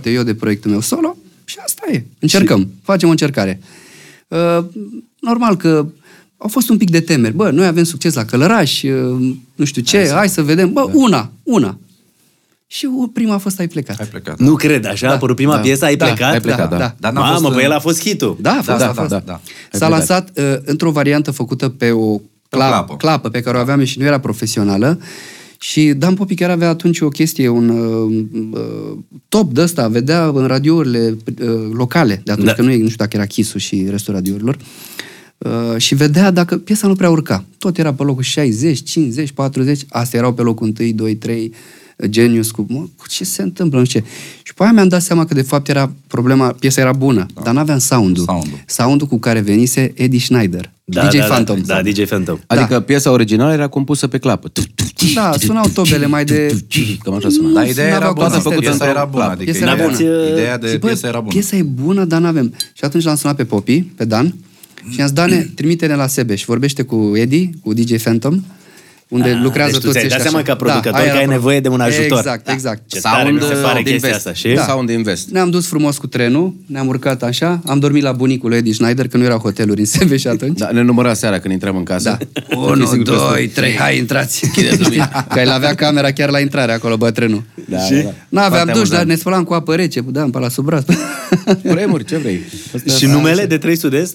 AV37, eu de proiectul meu solo și asta e. Încercăm, facem o încercare. Uh, normal că au fost un pic de temeri. Bă, noi avem succes la Călăraș, uh, nu știu ce, hai să, Da. vedem. Bă, una, una. Și uh, prima a fost Ai plecat.
Ai plecat.
Nu cred, așa, a apărut prima piesă, ai plecat?
ai plecat, da.
Dar n-a
Mamă,
fost,
păi
uh,
el a fost hitul.
Da, a fost,
da,
a
da,
fost.
da, da.
S-a lansat uh, într-o variantă făcută pe o clapă, clapă.
clapă.
clapă pe care o aveam și nu era profesională. Și Dan Popi chiar avea atunci o chestie, un uh, uh, top de ăsta, vedea în radiourile uh, locale de atunci,
Da.
da. că nu, e, nu știu dacă era Chisu și restul radiourilor, uh, și vedea dacă piesa nu prea urca. Tot era pe locul 60, 50, 40, astea erau pe locul 1, 2, 3, uh, Genius cu, mă, cu ce se întâmplă, nu știu ce. Și pe aia mi-am dat seama că de fapt era problema, piesa era bună, da. dar n-aveam sound-ul.
Sound-ul.
Sound-ul cu care venise Eddie Schneider,
Da,
DJ
da, da,
Phantom.
Da, DJ Phantom.
Adică piesa originală era compusă pe clapă. Tu, tu, tu,
Da,
tu,
sunau
tu,
tobele mai de-
tu, tu, tu, Cam așa sună.
Dar
Nu,
ideea era
n-aveau
bună,
toată
făcută
făcută
piesa
într-o
era bună,
clapă.
adică
Piesa
ideea,
era
bună.
ideea de
Zic, bă,
piesa era bună.
Piesa e bună, dar n-avem. Și atunci l-am sunat pe Popi, pe Dan, și i-am zis, Dane, trimite-ne la Sebe și vorbește cu Eddie, cu DJ Phantom, unde
Da,
Ah,
lucrează
deci tu
toți
ți-ai dat
ăștia
seama
așa. Da,
ca producător
aia
că
era
ai
pro-
nevoie de un ajutor.
Exact,
Da.
exact. Da.
Ce tare mi se pare
din
chestia
vest.
asta, și?
Sound invest.
Ne-am dus frumos cu trenul, ne-am urcat așa, am dormit la bunicul lui Eddie Schneider, că nu erau hoteluri în Sebe și atunci.
Da, ne număra seara când intram în casă.
Da. 1, 2, 3, hai, intrați. Că el avea camera chiar la intrare acolo, bă, trenul.
Da, și? da, da.
N-aveam
Foarte
duș,
amuzant.
dar ne spălam cu apă rece, da, în pala sub braț.
Vremuri, ce vrei?
Și numele de 3 sud-est?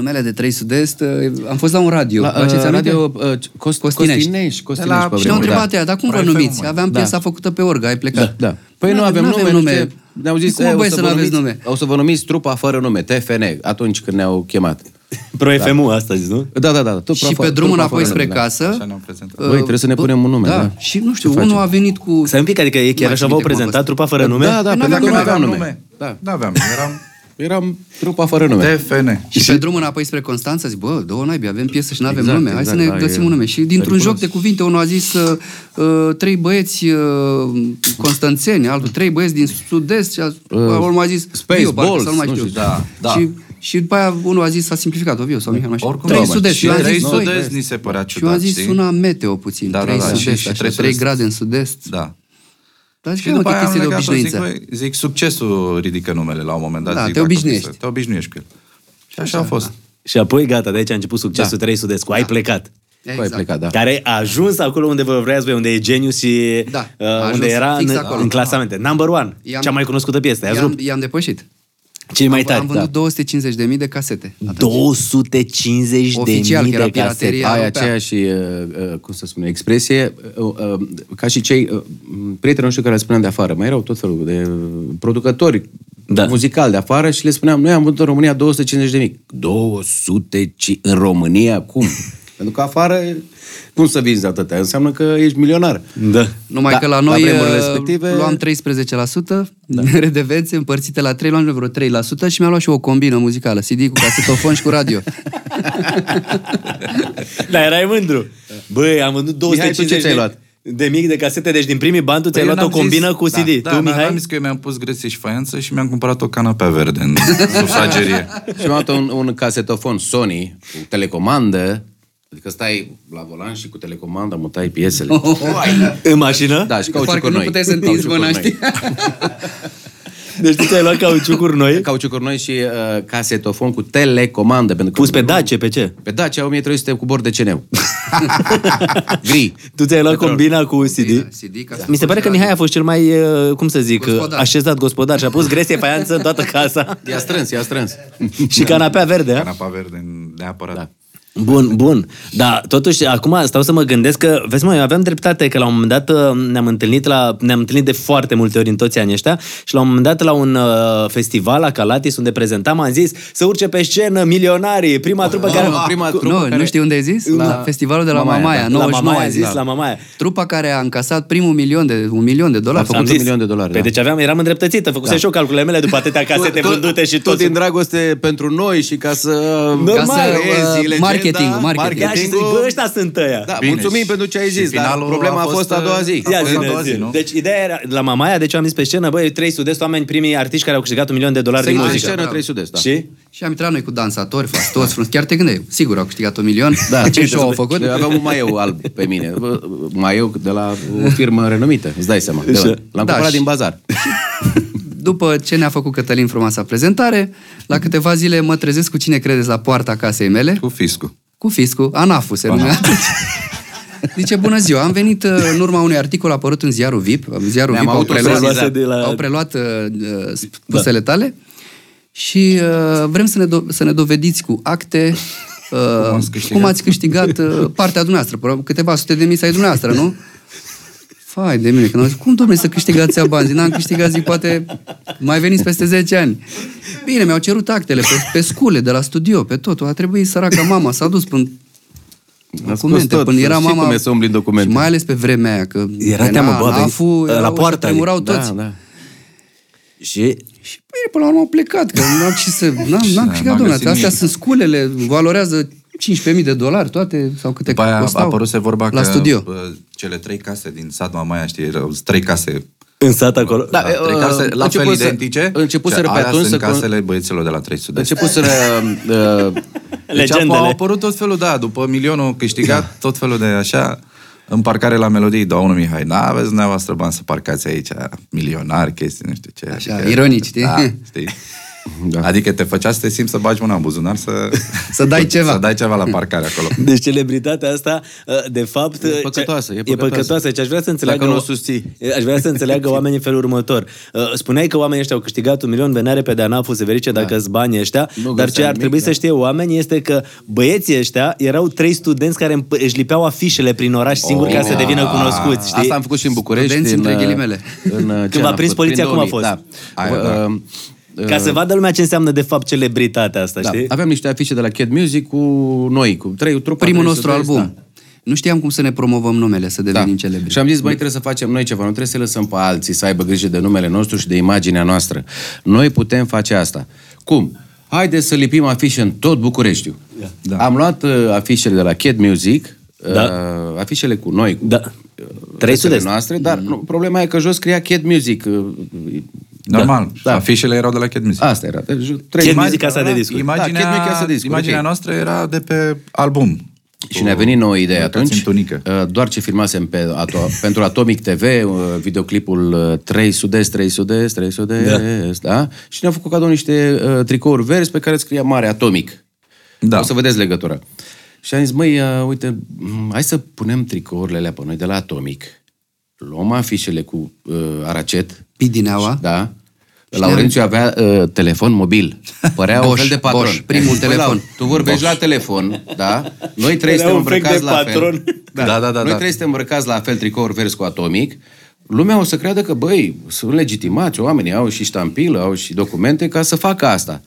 Numele de 3 Sud-Est, eh, am fost la un radio.
La,
Vă faceți
uh,
aminte?
radio uh, Cost,
Costinești.
Costinești. Costinești pe
De la-
și ne-au
vremuri,
întrebat
da.
ea, dar cum vă
Proiect
numiți?
Feumă.
Aveam
Da.
piesa făcută pe orga, ai plecat.
Da. Păi nu avem nume, nume. Ne-au zis,
cum
"E,
mă,
o
băi
să
să
vă
nu aveți
numiți-
nume?
O să vă numiți trupa fără nume, TFN, atunci când ne-au chemat.
Pro FMU, asta zis, nu?
Da, da, da. Tot da.
Și pe drumul înapoi spre casă,
Așa ne-am prezentat.
uh,
Băi, trebuie să ne
bă,
punem un nume, da.
Și nu știu,
Ce facem?
unul a venit cu...
Să un pic, adică ei chiar
mai
așa
țin
v-au
minte cum a
prezentat
fost.
trupa fără nume?
Da, da,
Păi
pentru
n-aveam
că nu
nume,
aveam nume. Da.
Da, nu aveam. Eram
Eram trupa fără nume.
TFN.
Și pe drumul înapoi spre Constanța zic, bă, două naibii, avem piesă și nu avem
Exact,
nume, hai
exact,
să ne
da,
găsim
e
un nume. Și dintr-un joc de cuvinte, unul a zis uh, uh, trei băieți uh, constanțeni, altul trei băieți din sud-est și a, uh, urmă a zis
Space
Viu, parcă,
Balls,
sau nu mai
nu
știu.
știu, da,
da.
Și, și după aia unul a zis, a simplificat, o Viu sau Mihai, nu mai știu.
Oricum,
trei
da, bă,
sud-est.
și
eu am
trei
zis, doi.
sud-est ni se părea
Și eu am
ciudat,
zis,
știi?
sună meteo puțin,
Da, da,
trei
da, și-
sud-est,
și
așa,
trei
trei
sud-est.
grade în sud-est.
Da.
Dar
Și
și
după
că
aia am
chestie de
legat-o, zic,
obișnuință.
băi, zic, succesul ridică numele la un moment dat.
Da,
zic,
te
dacă
obișnuiești. da.
vrei să- Te obișnuiești cu el. Și așa a fost.
Și apoi gata, de aici a început succesul 3 sud-est cu Ai plecat.
Exact.
Ai plecat, da.
Care a ajuns acolo unde vă vreați voi, unde e genius și
Da,
uh,
a ajuns
unde era
fix
în,
acolo.
în clasamente. Number one,
I-am-
cea mai cunoscută piesă, ai
I-am,
rupt.
i-am depășit.
Cei mai
Am-
tari.
Am
da.
vândut 250.000 de casete. atunci.
250
Oficial,
de mii
că era
de casete.
piraterie.
Ai
europea.
aceeași, uh, uh, cum să spune, expresie, uh, uh, ca și cei uh, prietenii noștri care le spuneam de afară. Mai erau tot felul de uh, producători
Da.
da. muzicali de afară și le spuneam, noi am vândut în România 250 de mii. 200 în România? Cum? Pentru că afară, cum să vinzi atâtea? Înseamnă că ești milionar.
Da.
Numai da,
Da,
că la
la
noi
vremurile
eh,
respective-
luam 13%, da. redevențe împărțite la 3, luam vreo 3% și mi-am luat și eu o combină muzicală, CD cu casetofon și cu radio.
Dar erai mândru. Băi, am vândut
Mihai,
250
tu ce ți-ai
de-
luat?
de mii de casete, deci din primii bani tu ți-ai
Păi eu
luat o
n-am
combină
zis-
cu CD.
Da,
tu,
da,
Mihai?
am zis că eu mi-am pus grețe și faianță și mi-am cumpărat o canapea verde în sufragerie.
Și mi-am luat un, un casetofon Sony cu telecomandă, adică stai la volan și cu telecomanda mutai piesele.
În mașină?
Da, și
Că
cauciucuri
Oh. parcă nu
noi.
puteai să întinzi
Cauciucuri
mâna,
noi.
știi?
Deci tu ți-ai luat cauciucuri noi,
Cauciucuri noi și uh, casetofon cu telecomandă. Pentru că
pus pe da. Dace, pe ce?
Pe da, Dacia 1300 cu bord de ceneu. Gri.
Tu ți-ai luat combina cu CD?
CD, ca să
Mi se pare
faci
că
radio.
Mihai a fost cel mai, uh, cum să zic,
Gospodar.
uh, așezat gospodar și a pus gresie faianță în toată casa
I-a strâns, i-a strâns.
și canapea verde, a?
Canapa verde, în- neapărat. Da.
Bun, bun. Da, totuși, acum stau să mă gândesc că, vezi mă, eu aveam dreptate că la un moment dat uh, ne-am întâlnit, la, ne-am întâlnit de foarte multe ori în toți anii ăștia și la un moment dat la un uh, festival la Calatis unde prezentam, am zis să urce pe scenă milionarii, prima trupă care...
Mamă, prima
Nu,
trupă care-
nu știi unde ai zis? La, festivalul de la Mamaia,
Mamaia,
Mamaia
da.
la
99
Mamaia,
ai
zis, la Mamaia.
Trupa care a încasat primul milion de, un milion de dolari.
făcut
Am
un
zis.
milion de dolari,
Păi
da.
deci aveam, eram îndreptățită, făcusem și eu calculele mele după atâtea casete vândute și
tot
tot.
din dragoste pentru noi și ca să...
Normal,
Ca să,
Ca
uh,
zilele
mari Marketingul, marketing.
Ia și zic, bă, ăștia sunt ăia.
Da,
Bine,
mulțumim
și-
pentru ce ai
și
zis, dar
finalul
problema
a
a fost
fost,
a doua zi.
a
Ia
fost
zi,
a doua
zi,
zi, nu?
Deci ideea era, la Mamaia, deci am zis pe scenă, băi, 300 de oameni, primii artiști care au câștigat un milion de dolari
Să-i
din
mai
muzică.
scenă 300, da.
Și?
Și am intrat noi cu dansatori, fastoți, frunzi. Chiar te gândeai, sigur au câștigat un milion. Da, ce show au făcut?
Eu aveam un maieu alb pe mine. Bă, Maieu de la o firmă renumită, îți dai seama. De la- L-am
Da,
cumpărat
și-
din bazar.
După ce ne-a făcut Cătălin frumoasa prezentare, la câteva zile mă trezesc cu cine credeți la poarta casei mele,
Cu fiscul.
cu fiscul, Anafu se numea. Zice, bună ziua, am venit uh, în urma unui articol apărut în ziarul VIP. Ziarul
Ne-am
VIP au preluat,
autosesizat. De la-
au preluat uh, spusele tale și uh, vrem să ne, do- să ne dovediți cu acte uh, cum,
ați câștigat.
cum ați câștigat uh, partea dumneavoastră. Probabil câteva sute de mii să ai dumneavoastră, nu? Fai de mine, când am zis, cum domnule să câștigați ea bani? Zic, N-am câștigat, zic, poate mai veniți peste 10 ani. Bine, mi-au cerut actele pe, pe scule, de la studio, pe tot. A trebuit săraca mama, s-a dus până
N-a scos
documente.
tot,
Până era
știi
mama...
cum e să umbli în documente.
Și mai ales pe vremea aia, că
Era teamă, bă, vei-
AFU,
la poartă,
Tremurau
adică.
toți.
Da, da.
Și?
Și bine, până la urmă au plecat, că n-am ce să... N-am, n-am câștigat,
n-am
domnule,
găsit
astea
nimic.
sunt sculele, valorează 15.000 de dolari toate, sau câte
După aia a
costau.
apărut vorba
La
că
studio.
bă, cele trei case din sat Mamaia, știi, erau trei case
În sat acolo.
Da,
Da, trei case la
început
fel
să-
identice.
începuseră
și
pe
alea
atunci
sunt
să-
casele băieților de la 300 de
Început să... Uh,
Deci
Legendele.
au apărut tot felul, da, după milionul câștigat, tot felul de așa, în parcare la melodii, domnul Mihai, n-aveți dumneavoastră bani să parcați aici, milionari, chestii, nu știu ce.
Așa, ironic, știi?
Da, știi? Da. Adică te făcea să te simți să bagi mâna în buzunar să...
Să dai ceva.
Să dai ceva la parcare acolo.
Deci celebritatea asta, uh, de fapt... uh,
păcătoasă, e
E
păcătoasă.
păcătoasă. Deci aș vrea să înțeleagă...
Dacă nu o
susții. Aș vrea să înțeleagă oamenii în felul următor. Uh, Spuneai că oamenii ăștia au câștigat un milion, venare pe Danafu, se verice dacă sunt banii ăștia,
Da. Nu
dar ce
găseai
ar trebui
nimic, da.
să știe oamenii este că băieții ăștia erau trei studenți care împ- își lipeau afișele prin oraș singuri ca să devină cunoscuți, știi?
Oh. Asta am făcut și în București.
Studenți între
în, uh,
ghilimele.
În, uh, ce
v-a
am
prins
făcut?
poliția,
Prin
cum a
2000,
fost?
Da.
Aia,
Uh,
da.
uh,
Ca să vadă lumea ce înseamnă de fapt celebritatea asta,
da,
știi?
aveam niște afișe de la Cat Music cu noi, cu trei trupa.
Primul
300,
nostru album.
Da.
Nu știam cum să ne promovăm numele, să
Da.
devenim celebri.
Și am zis, băi, trebuie să facem noi ceva, nu trebuie să lăsăm pe alții să aibă grijă de numele nostru și de imaginea noastră. Noi putem face asta. Cum? Haideți să lipim afișe în tot Bucureștiul. Da. Am luat uh, afișele de la Cat Music,
Da.
uh, afișele cu noi, cu
Da. Mm. Trei
piesele
sudest.
noastre, dar nu, problema e că jos scria Cat Music. uh,
Normal.
Da.
Da. Afișele erau de la Kid Music.
Asta era. Deci, trei
Kid
mari-
Music, casa de discuri.
Da,
Imaginea,
Kid Music, casa de discuri,
imaginea
ok.
noastră era de pe album.
Și ne-a venit nouă idee
Urcați
atunci.
în tunică.
Uh, Doar ce filmasem pe ato- pentru Atomic TV, uh, videoclipul uh, 3 sudest, 3 sudest, 3 sudest, da. da? Și ne-au făcut cadou niște uh, tricouri verzi pe care scria mare Atomic.
Da.
O să vedeți legătura. Și am zis, măi, uh, uite, m, hai să punem tricourile alea pe noi de la Atomic. Luăm afișele cu uh, aracet,
Pidineaua.
da? Laurențiu avea uh, telefon mobil. Părea un
Bosch,
fel de patron.
Bosch, primul
Băi,
telefon.
Lau, Tu vorbești la telefon, da? Noi trei
Era
suntem
un fel de
îmbrăcați la
patron.
fel.
Da, da, da, da.
Noi trei suntem îmbrăcați la fel tricouri verzi cu atomic. Lumea o să creadă că, băi, sunt legitimați, oamenii au și ștampilă, au și documente ca să facă asta.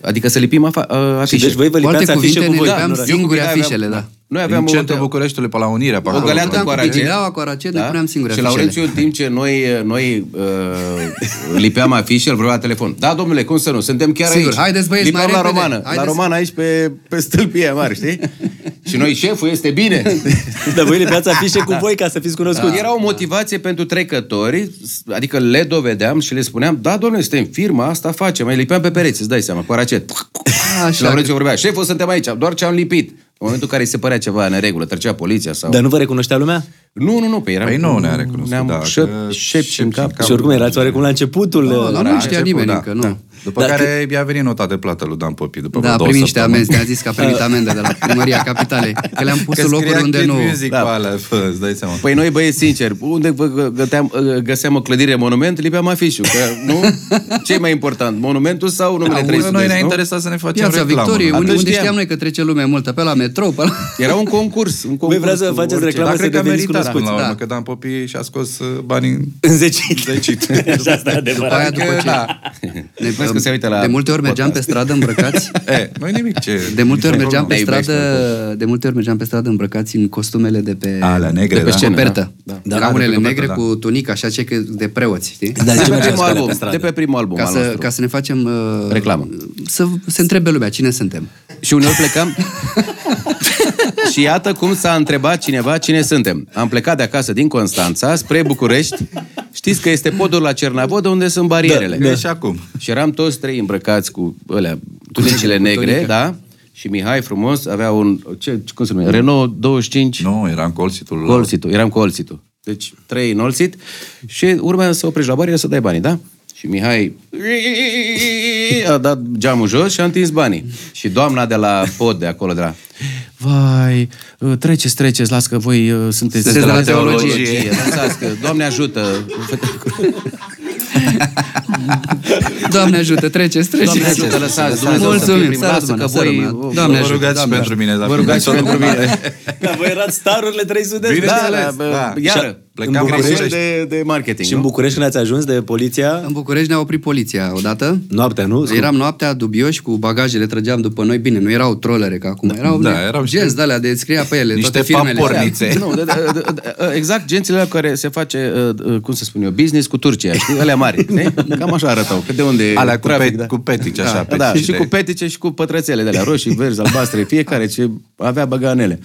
Adică să lipim afa- uh,
Și
afișe.
deci voi vă
Cu alte
lipeați afișe
cuvinte,
cu voi. Da.
ne
în oraș.
lipeam singur. singure
eu cu Pidaia
afișele,
aveam-
da.
Noi
Din
aveam o-
centrul Bucureștiului, pe la Unirea, pe
o
acolo.
găleată
Puneam
cu
cu
aracet.
pidineaua, cu aracet, ne puneam singuri
Și
afișele.
Laurențiu, în timp ce noi, noi uh, lipeam afișe, el vorbea la telefon. Da, domnule, cum să nu? Suntem chiar
Sigur,
aici.
haideți, băieți,
Lipeam
mai
la
repede,
romană. La
haideți.
romană aici pe, pe stâlpie mare, știi? și noi, șeful, este bine.
Dar Da, voi lipeați afișe cu voi ca să fiți cunoscuți.
Da. Era o motivație pentru trecători, adică le dovedeam și le spuneam, da, domnule, suntem firma, asta facem. Mai lipeam pe pereți, îți dai seama, cu aracet. Și
Așa.
la Laurențiu vorbea, șeful, suntem aici, doar ce am lipit. În momentul în care îi se părea ceva în regulă, trecea poliția sau...
Dar nu vă recunoștea lumea?
Nu, nu, nu, pe eram...
Păi nu ne-a recunoscut,
Ne-am
da,
șep,
că
șep,
șepci în
în cap.
cap.
Și oricum erați oarecum la începutul...
Nu,
uh,
dar nu știa nimeni
da,
încă, nu.
După
Dar
care i-a venit nota de plată lui Dan Popi după
Da, a
vreo două
primit niște
săptămâni.
amenzi, ne-a zis că a primit amendă de la Primăria Capitalei, că le-am pus
Că
în
scria
locuri unde
Kid
nu...
Music da. pe alea, fă, îți dai seama.
Păi noi, băieți, sincer, unde vă gă- găteam, găseam o clădire monument, lipeam afișul. Că, nu? ce e mai important, monumentul sau numele
Auzi,
300?
noi ne-a
nu?
interesat să ne facem
Piața
reclamă.
Victoriei,
Atunci
unde, unde
știam.
știam noi că trece lumea multă, pe la metrou, pe la...
Era un concurs. Un concurs
Voi vreați să
cu
faceți
orice.
reclamă
Dar
să
Da, cred că a
deveniți
meritat până
cunoscuți.
la urmă,
Da.
că Dan Popi și-a scos uh, banii...
Înzecit. Așa asta e
După
adevărat.
aia, după ce...
Da. Vezi că se uită la
De multe ori mergeam pe
podcast.
stradă îmbrăcați
E, nu Eh, nimic ce...
De multe ori
nicio
mergeam pe
problemă.
stradă, de multe ori mergeam pe stradă îmbrăcați în costumele de pe
Alea negre,
de pe
da.
scopertă.
Da, da.
Erau
Da,
unele
de pe
negre
copertă, da.
cu tunica și aceea de preoți, știi?
Dar de
De
ce
pe
mergeați
primul
cu alea
album,
pe
de
stradă?
pe primul album
Ca
al
să,
nostru.
ca să ne facem uh,
Reclamă.
Să se întrebe lumea cine suntem.
Și uneori plecam... și iată cum s-a întrebat cineva cine suntem. Am plecat de acasă din Constanța spre București. Știți că este podul la Cernavodă unde sunt barierele.
Da, da. Și acum.
Și eram toți trei îmbrăcați cu alea, tunicile negre, da? Și Mihai frumos avea un, ce, cum se numește, Renault 25
Nu, eram colțitul la...
Colsitul, eram cu Olsitul. Deci trei în Olsit și urmea să oprești la barieră să dai banii, da? Și Mihai a dat geamul jos și a întins banii. Și doamna de la pod de acolo, de la... Vai, treceți, treceți, las că voi uh, sunteți
Sunteți de la teologie.
Lăsați că, Doamne ajută!
Doamne ajută, treceți, treceți.
Doamne ajută, lăsați, Dumnezeu să fie
Mulțumim,
prim, lasă că voi...
Doamne
Vă
ajută.
rugați și pentru mine, dar
Vă rugați și
fiind
pentru
totul
mine.
mare.
Dar voi erați starurile 300 de
Da,
Bineînțeles,
da,
da.
iară,
Plecam
în București
București.
de, de marketing,
Și în
nu?
București când ați ajuns de poliția?
În București ne-a oprit poliția odată.
Noaptea, nu?
Eram noaptea dubioși cu bagajele, trăgeam după noi. Bine, nu erau trolere ca acum, erau
da,
de-
erau și-
genți de alea de scria pe ele,
Niște
toate firmele.
paporniți.
Da,
Nițe.
Nu, da, da, da, da, exact gențile alea care se face, uh, uh, cum să spun eu, business cu Turcia, știi? Alea mari, știi? Cam așa arătau, că de unde e
Alea cu,
trafic,
pe,
da.
cu petici, așa,
da, da,
petici
și
de-
cu petice și cu pătrățele de alea roșii, verzi, albastre, fiecare ce avea băganele.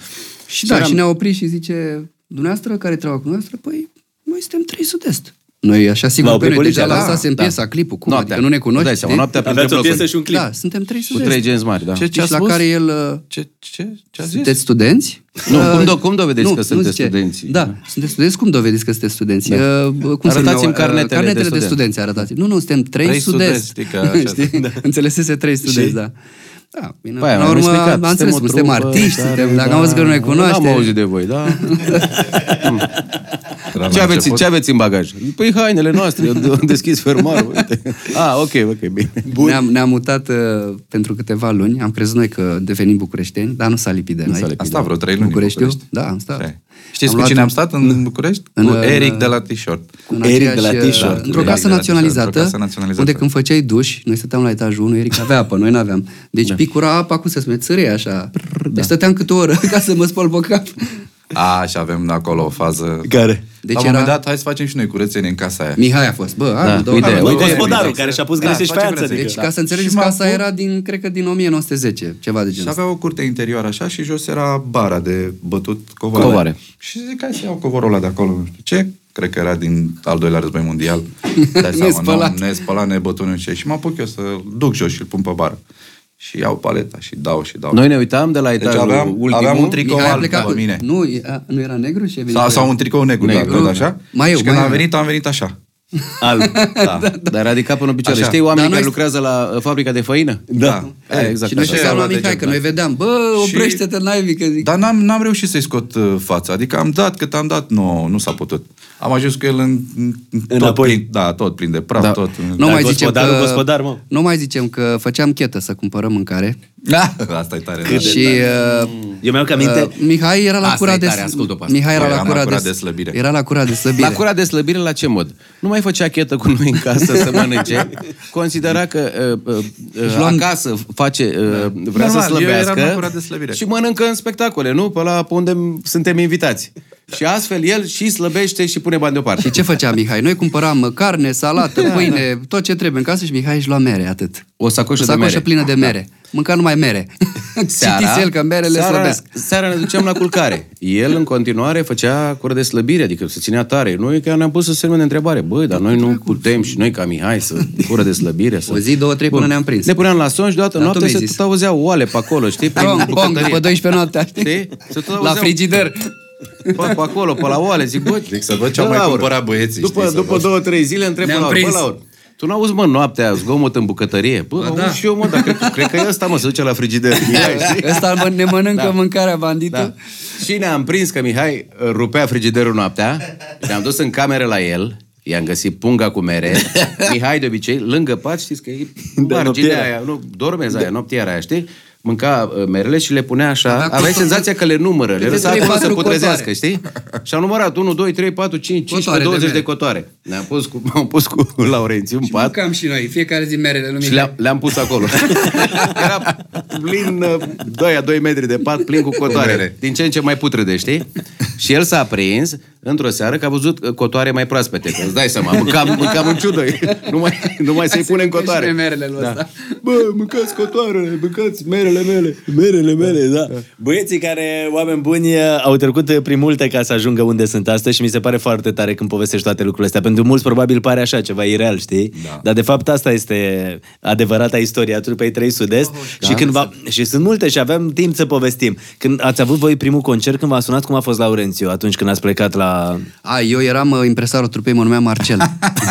Și da, și ne-a oprit și zice, dumneavoastră, care treaba cu dumneavoastră? Păi, noi suntem trei sud-est. Noi așa sigur
V-au
pe noi,
oprit
deja
poliția, da,
lansasem
da.
piesa, clipul, cum,
Noaptea.
adică nu ne cunoști.
Îți dai seama,
știi?
noaptea prin
Aveați o piesă
blocuri.
și un clip.
Da, suntem trei
Cu
sud-est.
trei genți mari, da.
Ce, ce a
Deci la
spus?
care el... uh,
Ce, ce, ce a zis?
Sunteți studenți?
Nu,
Uh,
cum do- cum dovedeți
nu,
că
nu
sunteți
zice.
studenți? Da.
Da, sunteți studenți, cum dovediți că sunteți studenți? Uh, Cum se
Arătați-mi
numeau? Uh,
carnetele de
carnetele de
student.
studenți. arătați Nu, nu, suntem trei,
Trei
studenți.
studenți, știi că
adică
așa-
Știi? Înțelesese trei studenți, da. Da, bine,
da.
până
Păi,
la
mi-am
urmă,
explicat.
am înțeles,
o
suntem
trupă
artiști,
care,
suntem, dacă
da,
am auzit că nu ne cunoaște.
N-am auzit de voi, da.
Era
Ce
la
aveți,
început?
ce aveți în bagaj? Păi hainele noastre, eu am deschis fermarul. Uite. Ah, ok, ok, bine.
Ne-am, ne-am mutat uh, pentru câteva luni, am crezut noi că devenim bucureșteni, dar nu s-a lipit de noi.
s-a lipit.
Am stat vreo trei luni în
Bucureștiul?
București.
Da, am stat.
Așa e. Știți
Am
cu
luat
cine
un-
am stat în București?
În,
Cu
uh,
Eric de la T-shirt.
În
Eric de la
aceeași, uh,
T-shirt.
Într-o
Eric
casă
de la T-shirt, într-o
naționalizată,
casă naționalizată.
unde când făceai duș, noi stăteam la etajul 1, Eric avea apă, noi n-aveam. Deci picura apa, cum se spune, țârea așa. Deci stăteam câte o oră ca să mă spăl pe cap.
A, și avem acolo o fază.
Care?
Deci
Deci
la un moment
era-
dat, hai să facem și noi curățenie în casa aia.
Mihai a fost, bă, da, două
uite,
uite,
Băi,
uite,
gospodarul
uite,
care și-a pus
da,
greșe și
face
pe ață,
grețe.
adică.
Deci, ca să înțelegeți,
Și m-am
casa
pus-
era din, cred că din 1910, ceva de
Și
genul ăsta.
avea o curte interioară așa și jos era bara de bătut covare.
Covare.
Și zic, hai să iau covorul ăla de acolo, nu știu ce. Cred că era din al doilea război mondial. Dai
Nespălat.
Nu, nespălat, nebătut, nu știu ce. Și mă apuc eu să duc jos și îl pun pe bară. Și iau paleta și dau și dau.
Noi ne uitam de la
deci
etajul
aveam,
ultimul.
aveam un tricou
Mihai a
alb
plecat
pe
cu
mine.
Nu, e- nu era negru și a venit
Sau,
cu el.
sau un tricou negru,
Negru.
negru. Da, tot așa.
Mai eu,
și când
mai
am
eu.
venit, am venit așa.
Alb.
Da.
Dar a ridicat până în picioare.
Așa.
Știi oamenii
Dar noi-
care lucrează la uh, fabrica de făină?
Da.
Da, exact.
Și noi
așa.
știam la
Așa.
Mihai, că noi vedeam, bă,
Și- Da,
oprește-te, naibii, că zic.
Dar n-am, n-am reușit să-i scot uh, fața. Adică am dat cât am dat, nu, nu s-a putut. Am ajuns cu el în, în tot,
Înapoi.
plin, da, tot plin de praf,
Da.
da. tot.
Nu
Dar
mai zicem
gospodarul,
că...
gospodar, mă.
Nu mai zicem că făceam chetă să cumpărăm mâncare.
Da, asta e tare. da.
și uh,
Eu mi-am că aminte...
uh, Mihai era la
Asta
cura
e
de
tare, ascult-o pe asta.
Mihai era
Eu
la
eram la
cura
cura
de,
de slăbire.
Era la cura de slăbire.
La cura de slăbire, la ce mod? Nu mai făcea chetă cu noi în casă să mănânce. Considera că uh, uh, uh,
luam-
acasă face, uh, vrea să
Normal, eu eram
slăbească
la cura de slăbire.
și mănâncă în spectacole, nu? Pe la pe unde suntem invitați. Și astfel el și slăbește și pune bani deoparte.
Și ce făcea Mihai? Noi cumpăram uh, carne, salată,
Da.
pâine, tot ce trebuie în casă și Mihai își lua mere, atât.
O sacoșă
o
de
sacoșă
mere. Da.
plină de mere. Mânca numai mere. Citise el că merele
seara,
slăbesc.
Seara ne duceam la culcare. El în continuare făcea cură de slăbire, adică se ținea tare. Noi că ne-am pus să semne de întrebare. Băi, dar noi nu putem și noi ca Mihai să cură de slăbire. Să...
O zi, două, trei, până ne-am prins.
Ne puneam la son și deodată
Dar tu
noaptea
mi-ai
se
zis.
tot auzeau oale pe acolo, știi? Prin
Pong, pong,
Păi, bucătărie.
după 12 noaptea, știi?
Știi? Se tot
La
auzeau-
frigider.
Bă, pe acolo, pe la oale, zic, bă,
Zic să văd ce-au
bă,
mai
Laur,
cumpărat băieții,
După,
știi, să
după
văd.
două, trei zile întreb pe
Ne-am
Laur, bă,
prins.
Laur, tu n-auzi, mă, noaptea zgomot în bucătărie? Bă, auzi
da.
și eu, mă, dar cred, cred că e ăsta, mă, se duce la frigider. Mihai, Da, știi? Da.
Ăsta mă- ne mănâncă mâncarea bandită.
Și ne-am prins că Mihai uh, rupea frigiderul noaptea, ne-am dus în cameră la el, i-am găsit punga cu mere. Mihai, de obicei, lângă pat, știți că e marginea
noptiera.
aia, nu, dormez aia, noptiera aia, știi? Mânca uh, merele și le punea așa,
Avea
aveai
cotoare.
senzația că le numără,
Da.
le
Câte
lăsa
trei,
acolo să
patru
putrezească,
cotoare.
știi? Și am numărat 1, 2, 3, 4, 5, 15,
Cotoare de
20 de
mere.
cotoare. Ne-am pus cu, am pus cu Laurențiu în pat
Mâncam și noi, fiecare zi merele lui
și
Mihai.
le-am, le-am pus acolo. Era plin, uh, doi, 2 metri de pat, plin cu
Cu
cotoare.
mere.
Din ce în ce mai putrede, știi? Și el s-a prins, într-o seară că a văzut uh, cotoare mai proaspete. Că îți dai seama, mâncam, mâncam în ciudă. Nu mai, nu mai să-i pune în cotoare. Da.
merele lui ăsta.
Bă, mâncați cotoarele, mâncați merele mele.
Merele mele, da. Băieții care, oameni buni, au trecut prin multe ca să ajungă unde sunt astăzi și mi se pare foarte tare când povestești toate lucrurile astea. Pentru mulți probabil pare așa, ceva ireal, știi? Da. Dar de fapt asta este adevărata istoria trupei 3 Sud-Est și, când va... și sunt multe și avem timp să povestim. Când ați avut voi primul concert, când v-a sunat, cum a fost Laurențiu atunci când ați plecat la...
A, eu eram uh, impresarul trupei, mă numeam Marcel.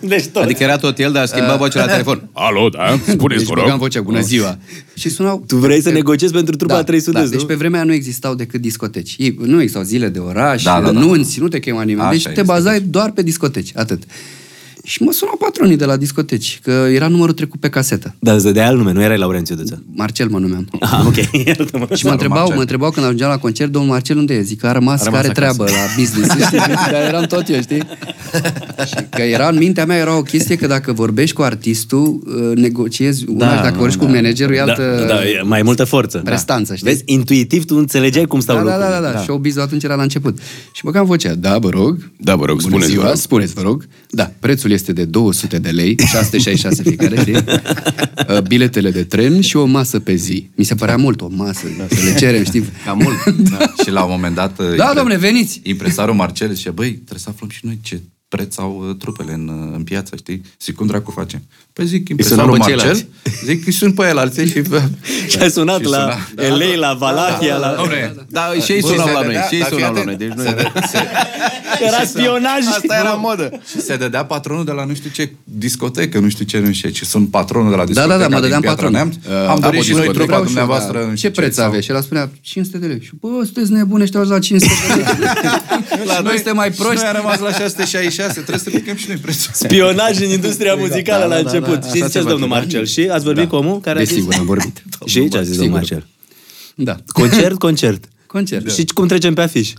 deci tot.
Adică era tot el, dar schimba vocea la telefon. Alo, da? Spuneți,
deci
vă
băgam
rog.
vocea, bună ziua. Și sunau...
Tu vrei să negociezi pentru trupa
da,
3 Sud-Est,
da. Deci
nu?
pe vremea aia nu existau decât discoteci. Ei, nu existau zile de oraș,
Da,
da,
da,
da,
da.
nunți, nu te chema nimeni.
Așa
deci te
este,
bazai doar pe discoteci, atât. Și mă sunau patronii de la discoteci, că era numărul trecut pe casetă.
Dar Da, îți dădea alt nume, nu erai Laurențiu Duță.
Marcel mă numeam.
Ah, ok, iartă-mă.
Și mă întrebau,
Marcel.
mă întrebau când ajungeam la concert, domnul Marcel unde e? Zic că a rămas,
A
a
rămas
rămas care
acasă.
treabă la business, știi? Dar eram tot eu, știi? Și că era în mintea mea era o chestie că dacă vorbești cu artistul, uh, negociezi da, una și dacă vorbești da, cu managerul, e altă...
Da, da, e mai multă forță. da.
Prestanță, știi?
Vezi, intuitiv tu înțelegeai cum stau
da, da,
lucrurile.
da, da, da, da. Showbiz-ul atunci era la început. Și băgam vocea, da, vă rog.
Da, vă rog,
Bună
spuneți,
ziua,
vă rog.
Spuneți, vă rog. Da, prețul este de 200 de lei, 666 fiecare, știi? Uh, Biletele de tren și o masă pe zi. Mi se părea mult o masă, să le cerem, știi?
Da. Cam mult. Da. și la un moment dat...
Da, domnule, veniți!
Impresarul Marcel zice, băi, trebuie să aflăm și noi ce preț au uh, trupele în, uh, în piață, știi? Zic, cum dracu facem? Păi zic, impresarul
sunăm pe
Marcel,
ceilalți.
zic, îi sun pe el alții și...
Și ai sunat
da, Și
la
suna.
Elei, la Valahia, la...
Da, și ei
Bă,
sunau
se
la noi,
dădea-
și ei
dar
sunau
fii
la
atent.
noi, deci nu
Se
era.
dă- se-
Era spionaj.
Asta era modă.
Și se dădea patronul de la nu știu ce discotecă, nu știu ce, nu știu ce. Sunt patronul de la
Da,
discotecă.
da, da, mă dădeam Uh, patron.
Am, am dorit și noi trupa dumneavoastră.
da.
nu știu
Ce preț
sau-
aveți? Și el spunea 500 de lei. Și bă, sunteți nebune, ăștia au la 500 de lei.
La
noi suntem mai proști.
Noi am rămas la 666, trebuie să picăm și noi prețul.
Spionaj în industria muzicală la început. Și
Așa
ziceți,
ceva
domnul
ceva.
Marcel, și ați vorbit cu omul care a zis?
Desigur, am vorbit.
Și ce a zis domnul
Sigur.
Marcel?
Da.
Concert, concert.
Concert.
Și cum trecem pe afiș?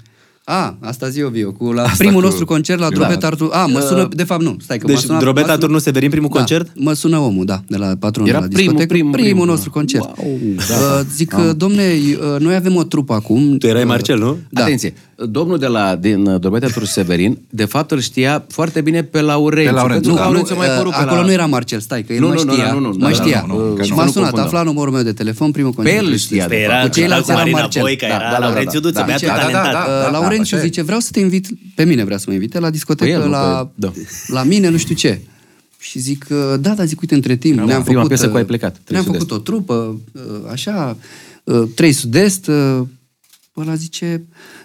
A, asta zi eu, viu, cu la primul
cu-
nostru concert la Drobeta Artur. A, mă sună, de fapt nu, stai că
Da. Deci
mă sună...
Drobeta
mă sună-
Turnul Severin, primul
da,
concert?
mă sună omul, da, de la patronul
Era
de la
primul,
discotecă.
primul, primul,
nostru
da.
concert.
Wow,
Uh, zic, uh, domne, uh, noi avem o trupă acum.
da. Tu erai
Uh,
Marcel, nu?
Da.
Atenție, domnul de la, din uh, Dormetea Tur Severin, de fapt îl știa foarte bine pe Laurențiu.
Pe Laurențiu,
Pentru că
da.
Laurențiu mai
uh,
părut
acolo nu era Marcel, stai, că el
Nu,
mă
nu, nu,
știa.
nu, nu, nu,
mă
da,
știa.
da, nu, că
și
nu-
m-a
nu
sunat,
confundăm.
afla numărul meu de telefon, primul
Pe
concert.
el îl știa, de
Păi Era
fapt.
cu ceilalți
cu
era
Marina
Marcel.
Boica,
Da,
era
da, da,
Laurențiu
da,
Duță,
da.
băiatul
Da, da, da,
talentat.
da.
Uh, Laurențiu
așa e. Păi
zice, vreau să te invit, pe mine vrea să mă invite la discotecă,
Pe el, nu,
la,
pe- da.
la mine, nu știu ce. Și zic, uh, da, da, zic, uite, între timp ne-am
prima
făcut,
piesă
uh,
cu ai plecat, Trei
ne-am
Sud-Est.
făcut o trupă, uh, așa, uh, trei sud-est, uh, ăla zice,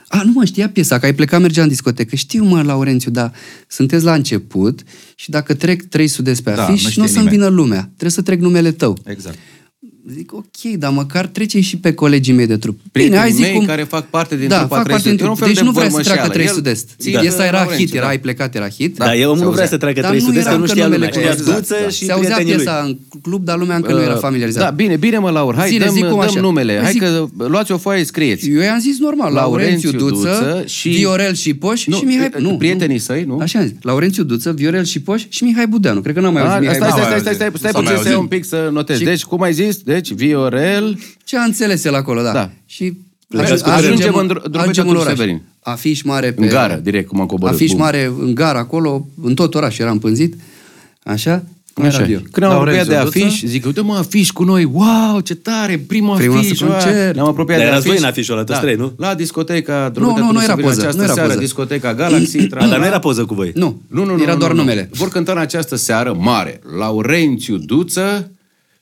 a, nu mă, știa piesa, că ai plecat, mergea în discotecă. Știu, mă, Laurențiu, dar sunteți la început și dacă trec trei sud-est pe
Da,
afiș,
nu
nu,
știe
o să-mi
nimeni.
vină lumea. Trebuie să trec numele tău.
Exact.
Zic, ok, dar măcar trece și pe colegii mei de trup.
Prietenii
Bine, hai zic
mei
cum...
care fac parte din
da,
trupa
fac parte
300.
din
E un
trup.
fel
Deci
de
nu vrea să
vârmășeală.
treacă 3
El-
sud-est.
Ține
Da.
de
Piesa era
Laurențiu,
hit, era
da.
ai plecat, era hit.
Da, eu omul nu vrea să treacă
Dar
300 de
era
că nu
încă
știa lumea.
numele
Știa
cunoscut.
Duță și
Se auzea
prietenii lui.
piesa în club, dar lumea încă nu era familiarizată.
Da, bine, bine mă, Laur, hai,
Zine,
dăm,
zic cum
dăm
așa.
numele.
Păi
Hai
zic-
că luați o foaie, scrieți.
Eu i-am zis normal, Laurențiu,
Laurențiu
Duță,
Duță și-
și... Viorel și Poș
Nu,
și Mihai...
pri- prietenii săi, nu?
Așa am zis. Laurențiu Duță, Viorel și Poș și Mihai Budeanu. Cred că n-am mai auzit
A, Stai,
Mihai
stai,
Budeanu.
stai,
mai
stai,
auzit.
stai, stai
S-a mai
puțin să
auzit.
iau un pic să notez.
Și-
Deci, cum ai zis? Deci, Viorel,
Ce a înțeles el acolo, da.
Da.
Și
Plecați cu trenul. Ajungem în Dro- Drobeta
ajungem în
Turcu
oraș.
Severin.
Afiș mare pe...
În gara, direct, cum am coborât.
Afiș
Bum.
mare în gara acolo, în tot orașul eram pânzit. Așa? Cum
Așa.
era eu?
Când am apropiat de
Laurențiu
afiș, zic, uite mă, afiș cu noi, wow, ce tare, primul
Primul nostru
afiș. wow.
concert.
Ne-am apropiat
Dar
de
erați
afiș.
voi
Da.
în afișul ăla, toți trei, nu?
La discoteca
Nu,
Drobeta
nu, nu era
Turcu Severin,
poză,
această
nu era
seară,
poză.
discoteca Galaxy.
Ah, Dar nu
tra-la-la.
era poză cu voi.
Nu,
Nu, nu, nu.
era
nu,
doar
nu, nu.
numele.
Vor cânta în această seară mare Laurențiu Duță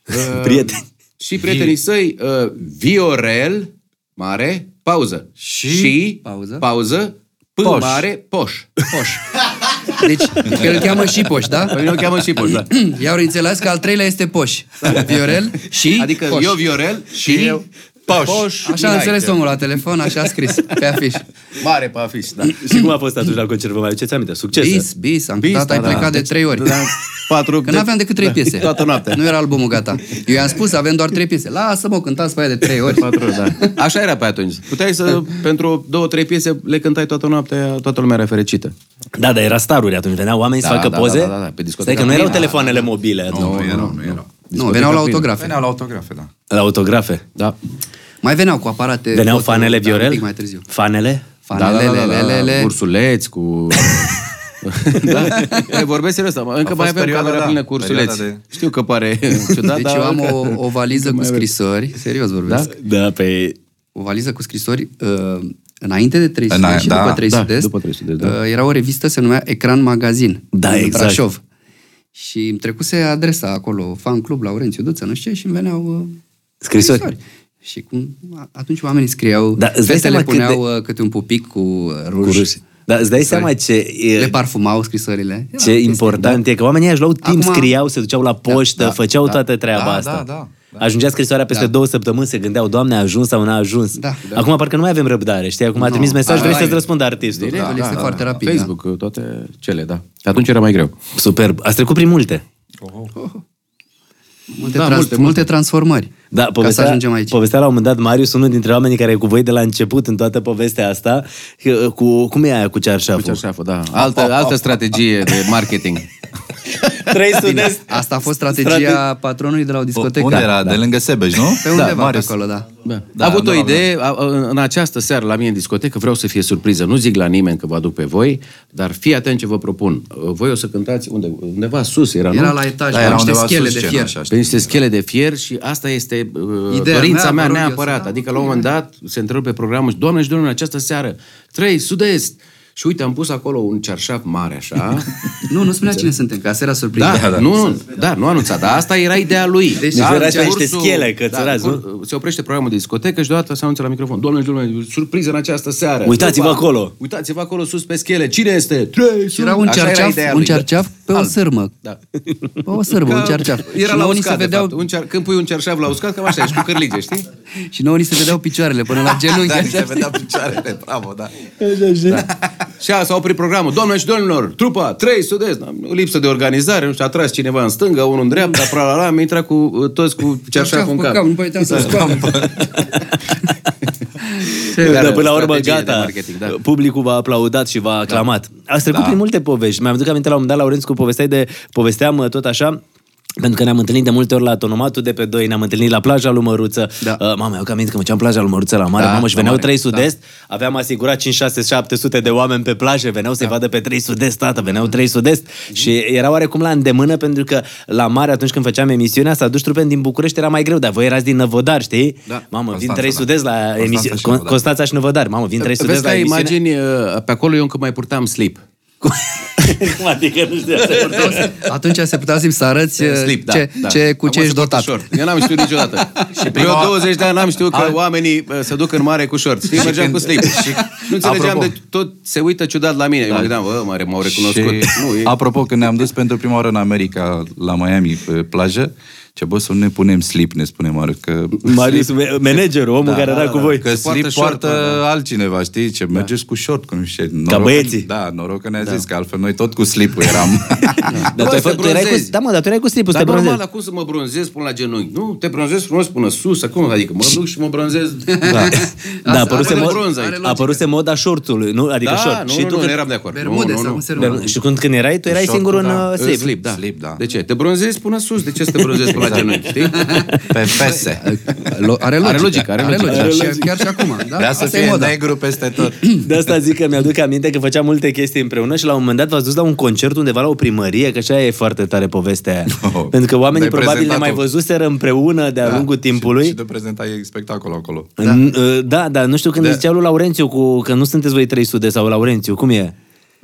uh,
Prieteni.
și prietenii săi uh, Viorel, mare, pauză. Și,
Pauză.
pauză, P
Poș.
mare, Poș. Poș.
Deci, că îl cheamă și Poș, da?
Păi nu cheamă și Poș, da.
Iar înțeles că al treilea este Poș. Viorel și
Adică
Poș.
eu Viorel și eu Poș. Poș
Așa a
Mihai.
înțeles omul la telefon, așa a scris pe afiș.
Mare pe afiș, da.
Și cum a fost atunci la concert? Vă mai aduceți aminte? Succes!
Bis, bis, am
Bis,
dat, ai
da,
plecat
da.
de trei ori.
Da, patru,
Că n-aveam decât trei piese.
Toată noaptea.
Nu era albumul gata. Eu i-am spus, avem doar trei piese. Lasă-mă, cântați pe aia de trei ori.
Patru, da. Așa era pe atunci. Puteai să, pentru două, trei piese, le cântai toată noaptea, toată lumea era fericită.
Da, da, era staruri atunci. Veneau oameni să
Da,
facă
da,
poze.
da, da, da, pe discoteca
Stai că nu erau
Prima.
telefoanele mobile atunci.
Nu, nu erau, nu erau.
Nu, veneau la autografe.
Veneau la autografe, da.
La autografe.
Da.
Mai veneau cu aparate.
Veneau
foto,
fanele
dar un
Viorel?
pic mai târziu.
Fanele?
Da,
Fanelelelelele.
Ursuleți cu... da, Ei, vorbesc serios, dar încă mai
fost
avem
perioada,
camera
da,
plină cu ursuleți.
perioada
De... Știu că pare ciudat,
deci
dar...
eu am
încă-
o, o valiză cu scrisori, serios vorbesc, da?
Da, pe...
o valiză cu scrisori uh, înainte de 300
Înainte,
și
da,
după
da,
300, da,
după 300, da.
era o revistă, se numea Ecran Magazin,
Da,
în
exact.
Brașov. Și îmi trecuse adresa acolo, fan club Laurențiu Duță, nu știu ce, și îmi veneau uh,
Scrisori.
Și cum a- atunci oamenii scriau,
Da,
da,
îți dai
fetele
seama cât
puneau de... câte un pupic cu uh, ruj,
Cu ruși. Dar îți dai
Scrisori.
seama ce... e-
Exact. le parfumau scrisorile. Era
Ce
o chestie.
important e că oamenii își luau timp,
da. Acum-
scriau, se duceau la poștă,
da,
făceau
da.
toată treaba
Da,
asta.
da, da,
Ajungea scrisoarea peste
Da.
două săptămâni, se gândeau, Doamne, a ajuns sau n-a ajuns.
Da.
Acum parcă nu mai avem răbdare, știi? Acum a trimis mesaj,
Ai-
vrei să-ți răspundă artistul.
Direct, este foarte rapid. da.
Facebook, toate cele, da. Atunci era mai greu.
Superb. Ați trecut prin multe.
Multe,
Da,
trans-
multe,
multe,
multe.
multe transformări.
Da,
ca să
povestea,
ajungem aici.
povestea la un moment dat, Marius, unul dintre oamenii care e cu voi de la început în toată povestea asta, că- cu, cum e aia cu cearșaful?
Deci așa a fost, da. Altă, altă strategie de marketing.
Trei studenți.
Asta a fost strategia patronului de la o discotecă.
Unde era? De lângă Sebeș, nu?
Pe undeva da,
Marius.
acolo, da.
Da. A avut
nu
o
l-am
idee a, a, în această seară la mine în discotecă, vreau să fie surpriză. Nu zic la nimeni că vă aduc pe voi, dar fii atent ce vă propun. Voi o să cântați unde, undeva sus, era, nu?
Era la etaj,
Da,
da,
era
niște
undeva
schele
sus
de
scena,
fier.
așa.
Pe niște schele
da.
de fier și asta este uh,
Ideea
dorința
mea,
mea,
parodia
neapărat.
asta,
adică la un moment dat se întrerupe programul și doamne și domnule, în această seară, trei, sud-est. Și uite, am pus acolo un cearșaf mare așa.
Nu, nu spunea cine suntem, că asta era surpriză.
da, da, da, nu, nu, da, nu anunțat, dar asta era ideea lui. Deci da,
era pe niște schele, că țărați, nu?
Se oprește programul de discotecă și deodată se anunță la microfon. Doamne și domnule, surpriză în această seară.
Uitați-vă
Ceva.
acolo.
Uitați-vă acolo sus pe schele. Cine este? Trei,
Și era un
Așa
cerceaf,
ideea
un
lui.
cerceaf pe o
Alb.
sârmă.
Da.
Pe o sârmă, un
Că
cerceaf.
Era
și
la
nouă ni
uscat,
se
se
vedeau,
de fapt. Un cer... Când pui un cerșaf la uscat, cam așa, ești cu cârlige, știi?
și nouă ni se vedeau picioarele până la genunchi.
Da,
așa.
ni se vedea picioarele, bravo, da.
Și a, s-a oprit programul. Doamne și domnilor, trupa, trei sudest. Da, o lipsă de organizare, nu știu, a tras cineva în stânga, unul în dreapta, pra la la, am intrat cu uh, toți cu cerșaful în
pe
cap.
nu puteam să scoată.
Da, până la urmă,
Strategie de
gata.
marketing, da.
Publicul v-a aplaudat și v-a aclamat. Ați trecut prin multe povești. Mi-am aduc aminte la un moment dat, Laurențiu, cu povesteai de... Povesteam uh, tot așa, pentru că ne-am întâlnit de multe ori la tonomatul de pe 2, ne-am întâlnit la plaja lui Măruță. Da.
Da.
Uh, mamă, eu că aminte că mergeam plaja lui Măruță la mare, da, mamă, și
la
veneau
mare,
3 sud-est, da. aveam asigurat 5, 6, 700 de oameni pe plajă, veneau
Da.
să-i vadă pe 3 sud-est, tată, veneau 3 sud-est
Mhm.
și era oarecum la îndemână pentru că la mare atunci când făceam emisiunea, să aduci trupe din București era mai greu, dar voi erați din Năvodar, știi?
Da.
Mamă, vin
Constanța,
3
da.
sud-est la
Constanța
emisiune.
și Năvodar.
Constanța și Năvodar, mamă, vin 300
Vezi
de
că
la
ai
emisiune.
imagini uh, pe acolo, eu încă mai purtam slip.
Cum adică nu știu să vorbesc?
Atunci se putea să-mi să arăți uh,
Slip, da,
ce,
da.
ce, cu ce
Acum
ești
se poartă
dotat.
Short. Eu n-am știut niciodată. și
prima
Vreo
oară-
20 de ani n-am știut că oamenii uh, se duc în mare cu short. Știi, mergeam
când-
cu slip.
și-
nu înțelegeam,
Apropo.
de tot se uită ciudat la mine.
Da.
Eu mă gândeam, bă, mare, m-au recunoscut.
Și,
Nu, e...
apropo, când ne-am dus pentru prima oară în America, la Miami, pe plajă, ce bă, să nu ne punem slip, ne spune Marius, că...
Marius, me- managerul, omul care era cu voi.
da, Că slip
short,
poartă da. altcineva, știi? Ce mergeți cu short, cum știi? Noroc că-
băieții.
Da, noroc că ne-a zis, că altfel noi tot cu slip eram.
Dar tu ai
Bă,
fost,
te
tu erai cu,
bronzezi.
da, mă, dar tu erai cu slipul, să
Dar
te
normal,
bronzezi.
acum Păi să mă bronzez până la genunchi. Nu, te bronzezi frumos până sus, acum, adică mă duc și mă bronzez.
Da, da
Asta
apăruse,
are
mod,
bronz aici.
Are logică.
apăruse moda shortului, nu? Adică
Da,
short.
nu,
și
nu,
tu
nu,
când,
nu eram de acord.
Bermude
nu, nu,
sau
nu.
cum se
Dar-
numește?
și când, când erai, tu erai
Shortul,
singur în
da.
uh,
Slip,
slip.
slip, da.
Slip, da.
De ce? Te bronzezi până sus, de ce să te bronzezi până la genunchi, știi?
Pe fese.
Lo- Are logică,
logică, are logică.
logică.
Are
Și
logică.
Chiar și acum. Da?
Vrea să
Asta e
fie
moda.
negru peste tot.
De asta zic că mi-aduc aminte că făceam multe chestii împreună și la un moment dat v-ați dus la un concert undeva la o primărie, că așa e foarte tare povestea aia.
Oh,
Pentru că oamenii
ne-ai
probabil ne
prezentat-o.
mai văzuseră împreună de-a lungul timpului.
Da. Și, și de prezentai spectacol acolo.
Da. da, dar nu știu când da. zicea lui Laurențiu cu, că nu sunteți voi 300 sau Laurențiu, cum e?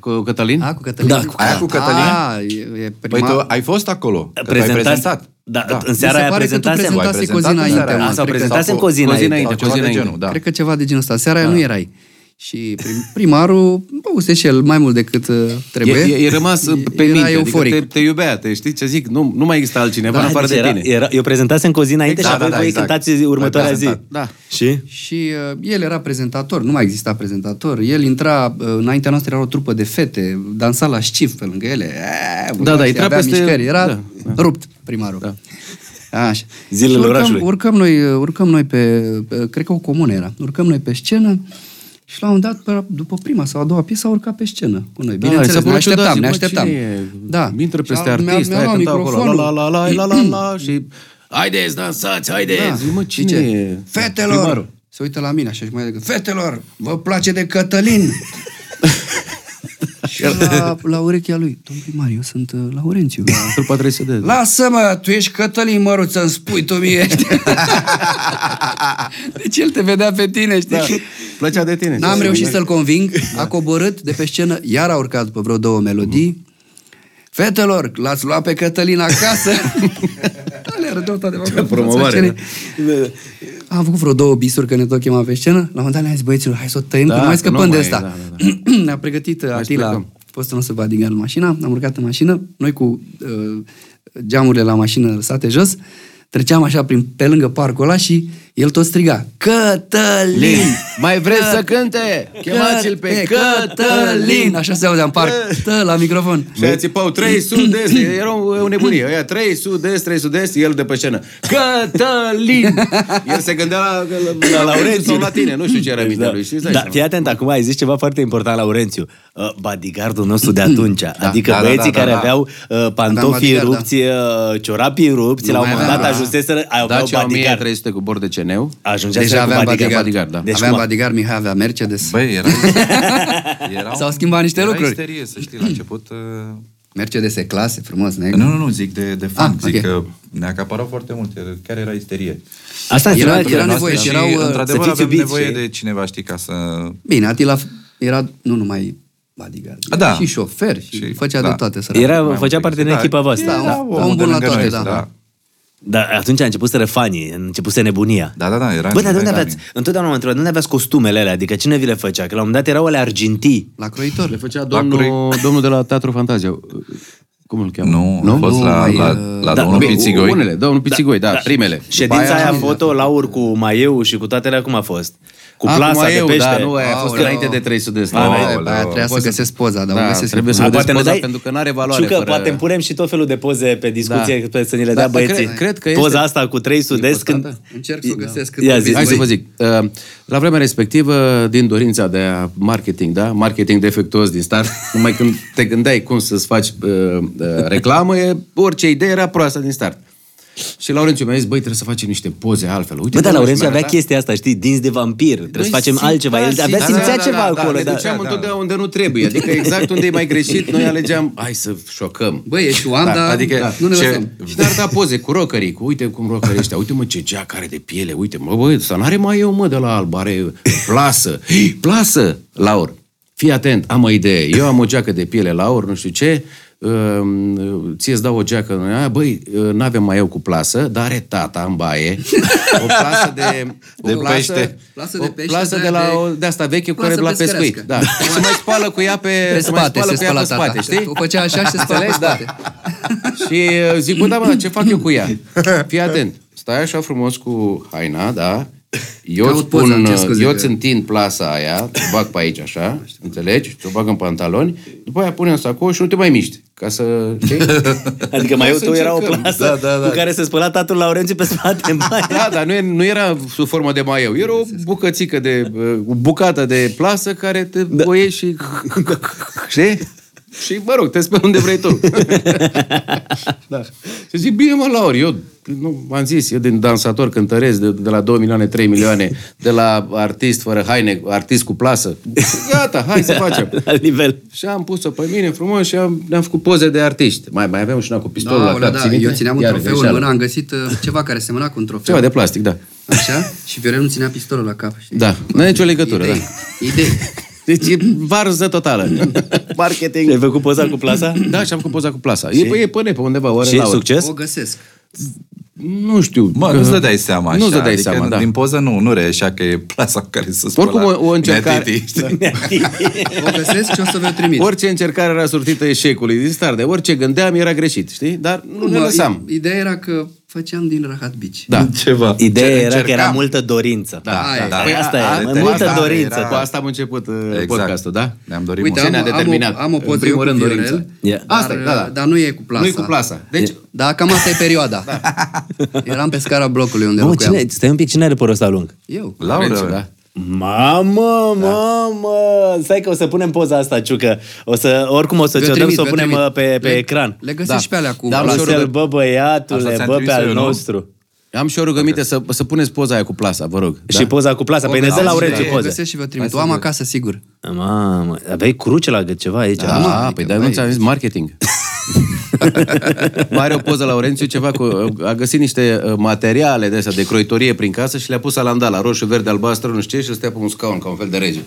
Cu Cătălin?
A, cu Cătălin.
Da, cu-
Aia cu Cătălin?
A, e, e prima...
Păi tu ai fost acolo, că tu ai
Prezentați-
prezentat.
Da, în seara
Mi se
aia
pare că tu
prezentasem.
Tu
prezentase
ai prezentat
cozina
în seara
Inter,
aia.
mă,
A, sau
cred că-
prezentat în cozina
cozina
Inter.
Inter.
Sau ceva de
Cozina
genul, da.
Cred că ceva de genul ăsta. Seara aia nu erai. Și prim- primarul băuse și el mai mult decât uh,
E,
trebuie.
e, e rămas uh, pe
Era
minte,
euforic. Da,
adică te, te iubea, te știi ce zic? Nu, nu mai există altcineva în afară
deci
de
era,
tine.
era, eu prezentasem cozina înainte
Exact,
și aveai
da,
voi
exact.
cântați următoarea
Ai
zi.
prezentat,
da.
Și?
Și uh, el era prezentator, nu mai exista prezentator. El intra, uh, înaintea noastră era o trupă de fete, dansa la șcif pe lângă ele. Eee,
Da, da, intra
avea
peste-
Mișcări. Era
da,
da,
da.
da. rupt primarul. Da. Așa.
Zilele
Și urcăm,
orașului.
Urcăm noi, uh, urcăm noi pe, pe, cred că o comună era, urcăm noi pe scenă și la un moment dat, pe- după prima sau a doua piesă, a urcat pe scenă cu noi.
Da,
Bineînțeles,
s-a
ne
părut ciudat,
așteptam,
zic,
ne
bă,
așteptam.
cine e?
Da.
Intră
Și
peste
a- mi-a-
artist,
mi-a
aia
luat
cântau acolo, la
microfonul. mm.
la la la la la la și haideți, dansați, haideți. Zic, mă, cine
Da, Zice,
e?
Fetelor,
Primarul.
se uită la mine așa și mai decât, fetelor, vă place de Cătălin! și la, la urechea lui, domnul primar, eu sunt uh, Laurențiu. La...
Trupa 300 de...
Lasă-mă, tu ești Cătălin Măruță, îmi spui tu mie. deci el te vedea pe tine, știi?
Da. Plăcea de tine.
N-am reușit să-l conving, a coborât de pe scenă, iar a urcat pe vreo două
Mhm.
melodii. Fetelor, l-ați luat pe Cătălin acasă? Alea rădeau toate acolo, în fața
promovare,
scenei. Am făcut vreo două bisuri că ne tot chema pe scenă. La un moment dat ne-am zis, băieților, hai să o tăiem,
Da,
că nu mai
că nu
scăpăm de
mai-
asta.
da,
Ne-a pregătit uh, Atila,
plecăm.
postul nostru Vadigan în mașina, am urcat în mașină, noi cu uh, geamurile la mașină lăsate jos, treceam așa prin, pe lângă parcul ăla și el tot striga, Cătălin!
Mai vreți să cânte? Chemați-l pe
Cătălin!
Cătălin!
Așa se auzea în parc, tă, la microfon.
Și aia țipau 3 sud-est, era o, o nebunie. Aia 3 sud-est, 3 sud-est, el de pe scenă. Cătălin! El se gândea la, la, la, Laurențiu sau la tine, nu știu ce era mintea lui. Știi? Îți dai
Da,
seama.
fii atent, acum ai zis ceva foarte important, Laurențiu. Uh, bodyguardul nostru de atunci, adică
da, da,
băieții
da, da,
care
da.
aveau uh, pantofii
bodyguard, da.
rupți, uh, ciorapii rupți, la un moment dat
da.
ajunseseră, ai aveau
Dacia
bodyguard.
1300 cu bord de ceneu.
Ajungea
Deja
să
aveam bodyguard.
bodyguard, da.
Deci
aveam
cum?
bodyguard, Mihai avea Mercedes.
Băi, era... erau-
S-au schimbat niște
era
lucruri.
isterie, să știi, la început... uh,
Mercedes e clase, frumos, negru.
Nu, nu, nu, zic de, de funk,
Ah,
ah, zic
ok.
că ne acaparau foarte mult, era- chiar era isterie.
Asta
Era-
înseamnă că
era
noastră
nevoie și erau, uh,
într-adevăr,
să fiți
avem
iubiți
nevoie
și-
de cineva, știi, ca să...
Bine, Atila f- era nu numai bodyguard,
A, da.
și șofer și,
Și-
făcea
da.
de toate. Sărat.
Era, făcea parte din
Da,
echipa voastră.
Da,
era
om
omul
bun
de
la
lângă
toate,
noi,
da.
da.
Dar atunci a început să răfanii, a început să nebunia.
Da, da, da, era
Bă, dar de unde
nivel,
aveați, întotdeauna mă întreb, de unde aveați costumele alea? Adică cine vi le făcea? Că la un moment dat erau ale argintii.
La croitor. Le făcea
Cea domnul, domnul de la Teatru Fantazia. Cum îl cheamă?
Nu, nu, a fost
Nu,
la,
mai,
la,
uh,
la
da,
domnul
bine,
Pițigoi.
Unele, domnul Pițigoi, da, primele.
Ședința aia, foto, Laur cu maieu și cu toate alea, cum a fost? Cu
Acum
plasa de
eu,
pește. Ah,
Da, nu, aia a fost
Aoleu.
înainte de 300 de
Da,
stare.
aia trebuia să găsesc poza, dar o
Da,
găsesc
trebuie
eu.
să o
Sau
vedeți
poate ne
poza
dai...
pentru că n-are valoare.
Știu că
fără-
poate îmi punem și tot felul de poze pe discuție, da. să ni le
Da,
dea
dar
băieții.
cred- cred că este
Poza asta cu 300 de când...
postată.
Încerc să o găsesc cât
Ia
mai
zi,
bine.
Hai să
Zi.
vă zic. uh, La vremea respectivă, din dorința de a marketing, da? Marketing defectuos din start, numai când te gândeai cum să-ți faci uh, uh, reclamă, e, orice idee era proastă din start. Și Laurențiu mi-a zis, băi, trebuie să facem niște poze altfel. Uite,
Bă, dar
domnule,
Laurențiu
mi-a
avea
arătat.
chestia asta, știi, dinți de vampir. Trebuie să
da, Noi da,
facem
simțeam,
altceva. El avea
simțeam.
simțea ceva acolo.
Ne
da.
duceam întotdeauna unde nu trebuie. Adică exact unde e mai greșit, noi alegeam, hai să șocăm.
Băi, eșuam,
Da,
dar
adică
nu ne
ce-
lăsăm.
Și ne arăta poze cu rocării, cu uite cum rocării ăștia, uite mă ce geac are de piele, uite mă, băi, să n-are mai eu mă de la alb, are plasă. Hei, plasă, Laur, fii atent, am o idee, eu am o geacă de piele, Laur, nu știu ce, um, ție-ți dau o geacă, a, băi, eh, n-avem mai eu cu plasă, dar are tata în baie, o plasă de... O
De
plasă,
pește.
Plasă de pește,
o plasă de,
de-aia
la,
de-
o- de asta veche cu
Plasă
care la pescuit.
pescărească.
Da. Se mai spală cu ea pe,
Pe
se mai
spate,
spală
se
cu ea
spăla
pe
tata.
spate, știi? da.
O făcea așa și se spăla pe
Înțelegi?
spate.
Și uh, zic, bă, da, bă, dar ce fac eu cu ea? Fii atent. Stai așa frumos cu haina, da? Eu
Caut
îți pun,
poza, îmi cer
uh,
scuze
eu
că-
îți întind plasa aia, te bag pe aici așa, înțelegi? Te bag în pantaloni, după aia pune în sacou și nu te mai miști, ca să... știi?
Adică mai eu
Să
tu era o
încercăm.
plasă cu care se spăla tatul Laurențiu pe spate în baie.
Da, dar nu, e- nu era sub formă de maieu, era o bucățică de, uh, o bucată de plasă care te da. o iei și... Știi? Și, mă rog, te speli unde vrei tu. da. Și zic, bine mă, Laur, eu nu, am zis, eu din dansator cântăresc de, de la 2 milioane, 3 milioane, de la artist fără haine, artist cu plasă. Gata, hai să facem.
La nivel.
Și am pus-o pe mine frumos și am, ne-am făcut poze de artiști. Mai, mai aveam și una cu pistolul
Da,
la
da,
cap. ții
da,
minte?
eu țineam un
Iar,
trofeu în
greșeală.
mână, am găsit uh, ceva care semăna cu un
Ceva
trofeu.
de plastic, da.
Așa? Și Viorel nu ținea pistolul la cap. știi?
Da, nu are nicio legătură,
Idei,
da.
Idei.
Deci e varză totală. Marketing.
Ai făcut poza cu plasa?
Da, și am făcut poza cu plasa. E, e pe nepe undeva, ori
Și
la ori.
succes?
O găsesc.
Nu știu.
Mă,
că-
nu-ți dădeai seama așa.
Nu-ți dădeai
adică
seama, da.
Din poză nu, nu reieșea că e plasa cu care se spăla.
Oricum, o- o încercare-
Netiti, știi?
O găsesc și o să vă trimit.
Orice încercare era sortită eșecului din start. De orice gândeam era greșit, știi? Dar nu ne
Mă,
lăsam.
i- Ideea era că făceam din Rahat Beach.
Da.
Ceva.
Ideea era că era
Încercam.
multă dorință.
Aia e.
Păi asta
a-
e,
a-
mai multă
asta
dorință.
Era... Cu asta am început exact. podcastul, da?
Ne-am dorit
Uite,
mult.
am,
ne-a
am,
determinat.
o, am o
În
poză eu
primul
cu
rând,
Viorel,
dorința.
Yeah.
dar,
Asta e, da, da.
dar nu e cu plasa.
Nu e cu plasa. Deci,
Da, cam asta e perioada. Da. Eram pe scara blocului unde
Mamă,
locuiam.
cine, stai un pic, cine are părul ăsta lung?
Eu.
Laura,
Laurențiu, da.
Mamă, mamă! Stai că o să punem poza asta, Ciucă. O să, oricum o să
Vi-o
ți-o dăm
trimit,
să o
vi-o
punem
trimit.
uh, pe, pe
Le-
ecran.
Le găsești și pe alea cu
Da,
da,
mă,
plasa.
Marcel,
rugăm.
bă băiatule,
Asta ți-am
bă pe
trimis eu,
al
nu?
nostru.
Am și o rugăminte să, să puneți poza aia cu plasa, vă rog. da?
Și poza cu plasa. Păi ne dă
găsesc-
Laurențiu
o
poze.
Găsesc și vă trimit. O am acasă, sigur.
Mamă, aveai cruce la gât ceva aici.
Da,
Da.
da păi dar nu ți-am zis marketing. Mai are o poză Laurențiu, ceva cu... A găsit niște uh, materiale de astea, de croitorie prin casă și le-a pus alandala, roșu, verde, albastru, nu știu ce, și stea pe un scaun, ca un fel de rege.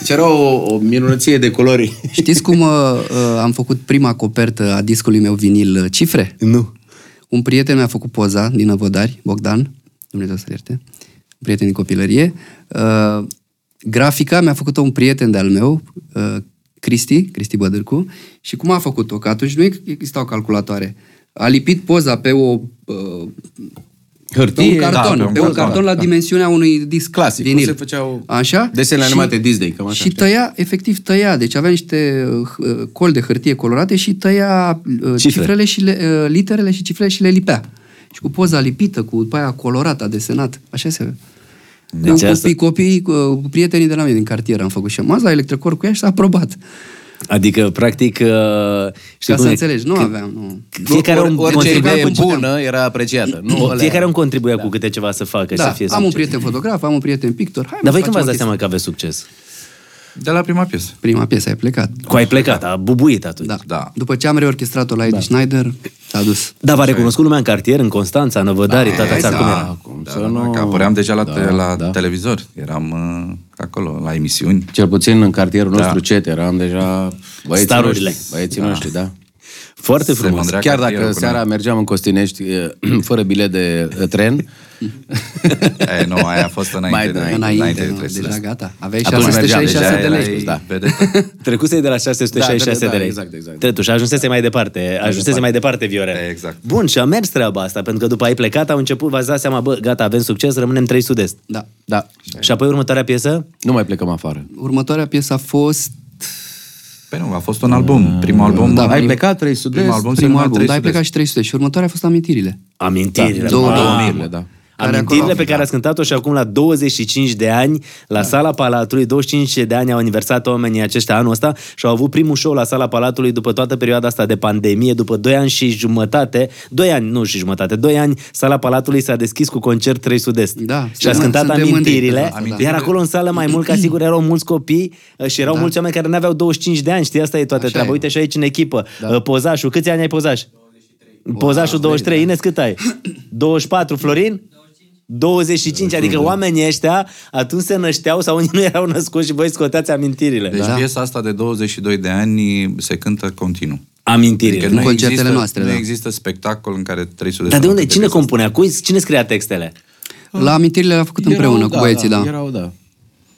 Deci era o, o minunăție de culori.
Știți cum uh, uh, am făcut prima copertă a discului meu vinil uh, cifre? Nu. Un prieten mi-a făcut poza din Năvodari, Bogdan, Dumnezeu să-l ierte, un prieten din copilărie. Uh, grafica mi-a făcut-o un prieten de-al meu, uh, Cristi, Cristi Bădârcu, și cum a făcut-o? Că atunci nu existau calculatoare. A lipit poza pe o uh, pe un carton, da, pe un carton la dimensiunea unui disc
Clasic, cum
vinil.
se făceau
așa?
desenele animate Disney, cam așa,
Și
știi?
tăia, efectiv tăia, deci avea niște uh, col de hârtie colorate și tăia uh,
Cifre.
cifrele și le, uh, literele și cifrele și le lipea. Și cu poza lipită, cu după aia colorat, a desenat, așa se...
Deci
Deci
asta-
copii, copii, uh, prietenii de la mine din cartier am făcut și am azi la electrocor cu ea și s-a aprobat.
Adică, practic, uh, știi
Ca
cum
să
e?
înțelegi, nu aveam, nu.
Fiecare
Or-
un
orice
contribuia
idee
cu ce-
bună era apreciată. Nu alea-
Fiecare un contribuia cu câte ceva să facă și
Da,
să fie
am un
succes.
prieten fotograf, am un prieten pictor. Hai, mă,
Dar voi
facem
când v-ați dat
o
seama
chestie.
că aveți succes?
De la prima piesă.
Prima piesă ai plecat.
Cu ai plecat, a bubuit atunci.
Da.
Da.
După ce am reorchestrat-o la Ed
Da.
Schneider, s-a dus.
Dar v-a recunoscut lumea în cartier, în Constanța, în Năvădare, da, toată țara, cum era?
Acum,
Da,
să
da,
nu-
da, că apăream deja la,
Da,
da, la
da.
da. televizor. Eram uh, acolo, la emisiuni.
Cel puțin în cartierul nostru cet, eram deja băieții
Da. Starurile.
noștri, băieții da. noștri, da.
Foarte frumos.
mândrea
Chiar
cartierul
dacă
cu
seara mergeam în Costinești eh, fără bilet de eh, tren,
E, nu, aia a fost înainte.
Mai
de,
înainte, da,
Înainte, nu,
de
deja
trecerea.
gata. Aveai
Atunci mergeam,
666 de
deja
lei.
erai-
erai
da.
vedetă.
Trecuse de la 666
Da,
de
da,
lei.
exact, exact. Da,
Totuși, ajunsese mai departe, ajunsese mai departe Viorel.
Exact.
Bun, și a mers treaba asta, pentru că după ai plecat, au început, v-ați dat seama, bă, gata, avem succes, rămânem 3 sud-est.
Da.
da,
Și apoi următoarea piesă?
nu mai plecăm afară.
Următoarea piesă a fost
Păi nu, a fost un
Mm.
album. Primul album.
da,
Da,
Ai plecat, trei sud-est,
primul album se
primul
numea
album,
300
dar ai
de
plecat și 300 și următoarea a fost Amintirile.
Amintirile.
două
mamă.
amintirile, da.
Care
Amintirile
acolo- Da.
pe care ați cântat-o și acum la 25 de ani, la Sala Palatului, 25 de ani au aniversat oamenii aceștia anul ăsta și au avut primul show la Sala Palatului după toată perioada asta de pandemie, după 2 ani și jumătate, 2 ani, nu și jumătate, 2 ani, Sala Palatului s-a deschis cu concert 3 Sud-Est.
Da,
și ați
suntem-
cântat
suntem mândri
amintirile,
de asta, da.
iar acolo în sală mai mult ca sigur erau mulți copii uh, și erau mulți oameni care nu aveau 25 de ani, știi, asta e toată
Așa
treaba.
e.
Uite și aici în echipă, uh, Pozașul, câți ani ai Pozaș? Pozașul 23, Ines cât ai? 24, Florin? 25, adică oamenii ăștia atunci se nășteau sau unii nu erau născuți și voi scoteați amintirile.
Deci
Da.
piesa asta de 22 de ani se cântă continuu.
Amintirile.
În concertele noastre,
nu
da.
există spectacol în care 300 de
Dar de
sonate
unde? Cine
piese.
compunea? Cui, cine scria textele?
La Amintirile le-a făcut împreună cu băieții, da.
Erau, da.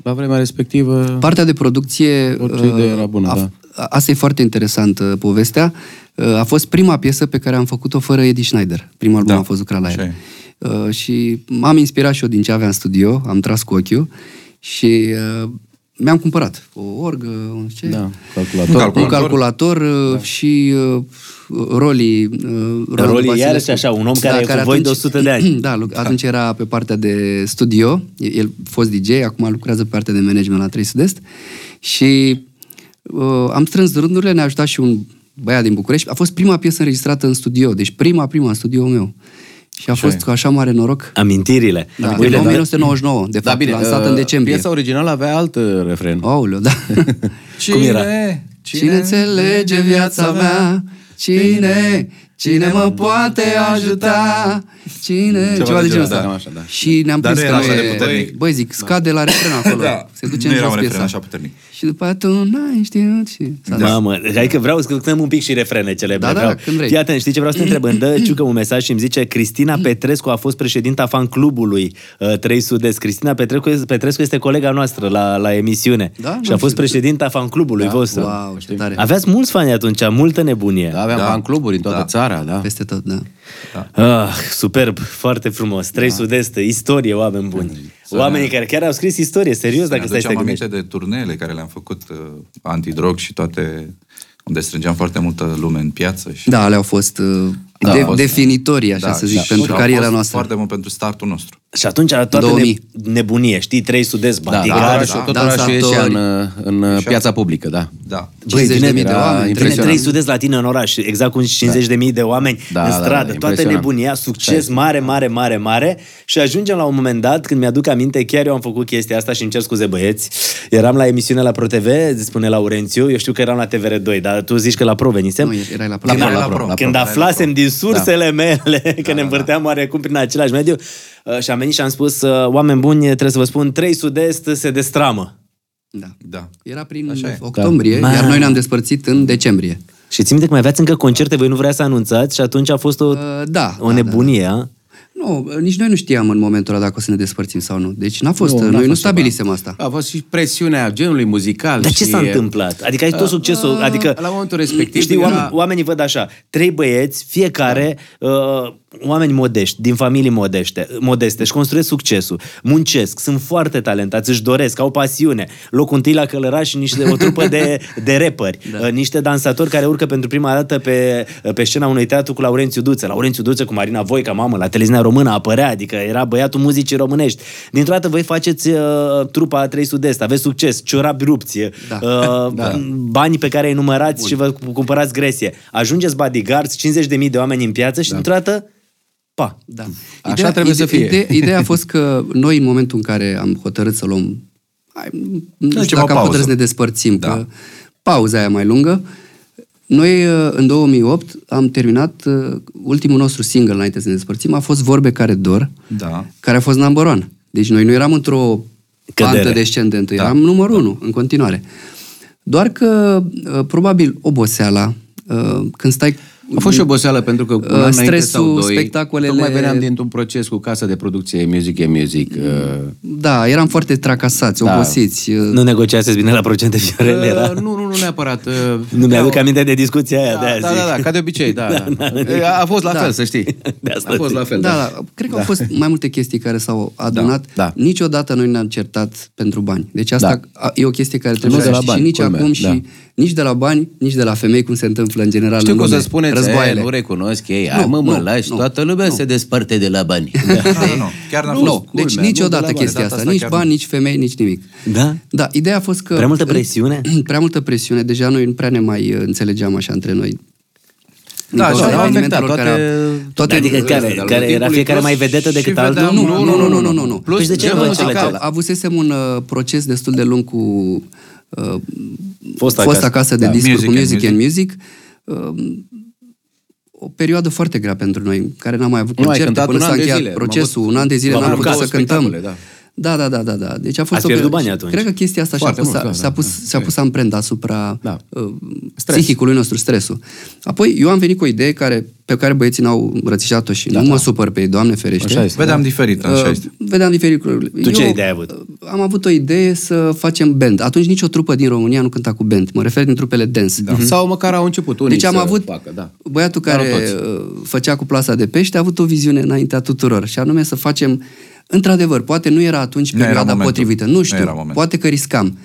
La vremea respectivă...
Partea de producție... uh,
Orice idee era bună,
a,
da.
a- Asta e foarte interesantă povestea. Uh, A fost prima piesă pe care am făcut-o fără Eddie Schneider. Primul album
Da.
a fost lucrat la
Așa
el.
e.
Uh, și m-am inspirat și eu din ce aveam în studio, am tras cu ochiul și uh, mi-am cumpărat o orgă, un ce...
Da,
Un
calculator. Da.
calculator, un calculator uh, și uh, rolii... Uh, Roland
Roli,
Vasilescu.
iarăși așa, un om care e cu voi de 100 de ani.
Da, lu- atunci era pe partea de studio, el- el fost DJ, acum lucrează pe partea de management la 3 Sud-Est și uh, am strâns rândurile, ne-a ajutat și un băiat din București. A fost prima piesă înregistrată în studio, deci prima, prima în studio meu. Și a fost cu așa mare noroc.
Amintirile.
Da,
Uite,
în
dar-
1999, de fapt,
Da, bine,
lansată
eh,
în decembrie.
Piesa originală avea alt eh, refren.
Aoleu, da.
Cum era?
Cine, cine înțelege viața mea? Cine? Cine mă poate ajuta? Cine? Ceva, de genul ăsta.
da, așa, da.
Și ne-am
Dar
prins
nu
că
era
nu
așa
e-
de puternic.
Băi, zic, scade la refren acolo.
Da.
Se duce
Nu
în
era
jos
un refren
piesa.
așa puternic. Da.
Și după aia tu n-ai știut și... s-a dus.
Mamă, hai că vreau să cântăm un pic și refrene celebre.
Da, da,
vreau.
da, când vrei.
Fii atent, știi ce vreau să te întreb? Îmi dă Ciucă un mesaj și îmi zice Cristina Petrescu a fost președinta fan clubului uh, 3 Sud-Est. Cristina Petrescu, Petrescu este colega noastră la, la emisiune
Da,
și a
nu
fost
știu. Da,
președinta fan clubului vostru.
Wow, ce tare.
Aveați mulți fani atunci, multă nebunie.
Da, aveam
Da.
da. cluburi în toată
Da.
țara, da.
Peste tot, da.
Ah, superb, foarte frumos. 3 Sud-Est, istorie, oameni buni. Oamenii care chiar au scris istorie, serios, dacă
Ne
stai să te
aduceam
gândești.
aminte de turneele care le-am făcut uh, antidrog și toate unde strângeam foarte multă lume în piață și
Da, alea au fost, uh,
Da,
de,
au fost-
definitorii, așa
da,
să zic,
și
pentru
au
cariera
fost
noastră.
Foarte mult pentru startul nostru.
Și atunci era toată
2000.
ne- nebunie, știi? Trei sudezi,
Da, da,
Batigar.
da,
Da,
orașul,
da,
tot
da,
orașul ieșea în, în uh, piața publică, da.
Da.
Băi, 50.000 de oameni,
Vine
impresionant.
3 sudezi la tine în oraș, exact cu 50.000 de mii de oameni
Da,
în
da, da,
stradă, toată
impresionant.
nebunia, succes mare, mare, mare, mare și ajungem la un moment dat, când mi-aduc aminte, chiar eu am făcut chestia asta și îmi cer scuze băieți, eram la emisiune la ProTV, spune Laurențiu, eu știu că eram la TVR2, dar tu zici că la Pro venisem.
Nu, erai la Pro.
Când,
Erai
Da, la Pro, la Pro,
când
erai la
aflasem
Pro.
din sursele mele că ne învârteam oarecum prin același mediu uh, și am venit și am spus, uh, oameni buni, trebuie să vă spun, 3 sud-est se destramă.
Da.
Da.
Era prin
Așa e.
octombrie,
Da.
iar noi ne-am despărțit în decembrie.
Și ți minte că mai aveați încă concerte, voi nu vrea să anunțați și atunci a fost o,
Uh, da,
o
da,
nebunie. a?
Nu, nici noi nu știam în momentul ăla dacă o să ne despărțim sau nu. Deci n-a fost, noi
n-a
nu
fost ceva. Da.
stabilisem asta.
A fost și presiunea genului muzical.
Dar ce
și,
s-a
uh,
întâmplat? Adică ai tot succesul.
a,
Adică,
la momentul respectiv
Știi,
era-
oameni, oamenii văd așa, trei băieți, fiecare uh, oameni modești, din familii modește, modeste, își construiesc succesul, muncesc, sunt foarte talentați, își doresc, au pasiune. Locul întâi la Călăraș și niște, o trupă de, de repări, da. uh, niște dansatori care urcă pentru prima dată pe, uh, pe scena unui teatru cu Laurențiu Duță. Laurențiu Duță cu Marina Voica, mamă, la televiziunea română apărea, adică era băiatul muzicii românești. Dintr-o dată voi faceți uh, trupa 3 Sud-Est, aveți succes, ciorabi rupție,
Da.
Uh, da. banii pe care îi numărați și vă cu- cumpărați gresie. Ajungeți bodyguards, 50.000 de oameni în piață și da. dintr-o dată, pa.
Da.
Așa trebuie
ide-
să fie.
Ide- ideea a fost că noi, în momentul în care am hotărât să luăm... Hai, nu știu
Facem
dacă
o
am
pauză.
hotărât să ne despărțim, da. că pauza aia mai lungă. Noi, uh, în 2008, am terminat uh, ultimul nostru single înainte să ne despărțim, a fost Vorbe care dor,
Da.
care a fost number one. Deci noi nu eram într-o
Cădere.
pantă
Da.
descendentă, eram numărul unu în continuare. Doar că, uh, probabil, oboseala, uh, când stai...
A fost și oboseală pentru că cu un an
Uh,
înainte
stresul,
sau doi,
spectacolele-
Tocmai veneam dintr-un proces cu casa de producție Music e Music. Uh,
Da, eram foarte tracasați,
Da.
obosiți. uh,
Nu negociați bine la procente Fiorel era.
uh, nu, nu, nu neapărat. Uh,
Nu mi-aduc
da,
aminte de discuția aia, de
Da,
aia
da,
zic.
da, da, ca de obicei, da. E, A a fost la fel, să știi.
De asta
A fost
zic.
la fel,
Da,
da.
da, cred că au fost mai multe chestii care s-au adunat.
da.
Niciodată noi nu ne-am certat pentru bani. Deci asta a- e o chestie care trebuie
de
să
la
știi și
bani,
nici
culmea,
acum și
da.
nici de la bani, nici de la femei, cum se întâmplă în general
Știu
în
că o să
lume.
spuneți,
Războaiele.
"E, nu recunosc ei,
Nu,
hai mă, mă
nu,
lași,
nu,
toată lumea se desparte de la bani.
Da, nu, nu. Chiar n-a
nu,
fost.
nu, deci
culmea, nu de la
niciodată
bani,
chestia
data
asta.
asta
Nici
chiar
bani,
nu.
nici femei, nici nimic.
Da?
Da, ideea a fost că...
Prea multă presiune?
Prea multă presiune. Deja noi nu prea ne mai uh, înțelegeam așa între noi. Din
Da,
Da,
așa,
cauza
ne-au afectat
evenimentelor
toate- da,
au- toate
Adică care,
de-a
care
lungul
era
timpului,
fiecare
plus
mai vedetă
și
decât
vedeam-
altul?
Nu, nu, nu, nu, nu, nu, nu, Deci nu.
Plus, de ce
Genul
vă
ăsta
înțelegeți?
că Avusesem un uh, proces destul de lung cu uh,
Fost acasă.
acasă de
Da,
discuri, cu
Music and
Music and Music. Uh, o perioadă foarte grea pentru noi, care n-am mai avut
Nu, ai
concerte
cântat
până
un
s-a
an de
încheiat
zile. M-am
procesul,
avut-
un an de zile
m-am
n-am putut
apucat
să
la
cântăm.
spectacole,
Da, da, da, da, da. Deci a fost
Ați pierdut
o perioadă-
banii atunci.
Cred că chestia asta și-a
Foarte
pus,
mult, da,
a,
da,
s-a pus,
da.
și-a pus amprenta asupra
Da.
uh, psihicului nostru, stresul. Apoi eu am venit cu o idee care, pe care băieții n-au rățișat-o și nu mă supăr pe ei, Doamne ferește.
Da, Așa este.
Vedeam diferit, așa este.
Uh, Vedeam diferit lucrurile.
Tu ce idee ai avut?
uh, Am avut o idee să facem band. Atunci nicio trupă din România nu cânta cu band. Mă refer din trupele dance. Da.
Sau măcar au început unii
Deci am
să
avut
facă, da.
băiatul
Dar nu
care
toți.
uh, făcea cu plasa de pește a avut o viziune înaintea tuturor și anume să facem, într-adevăr, poate nu era atunci
Nu era
perioada
momentul.
potrivită, nu
Nu
știu,
era momentul.
poate că riscam.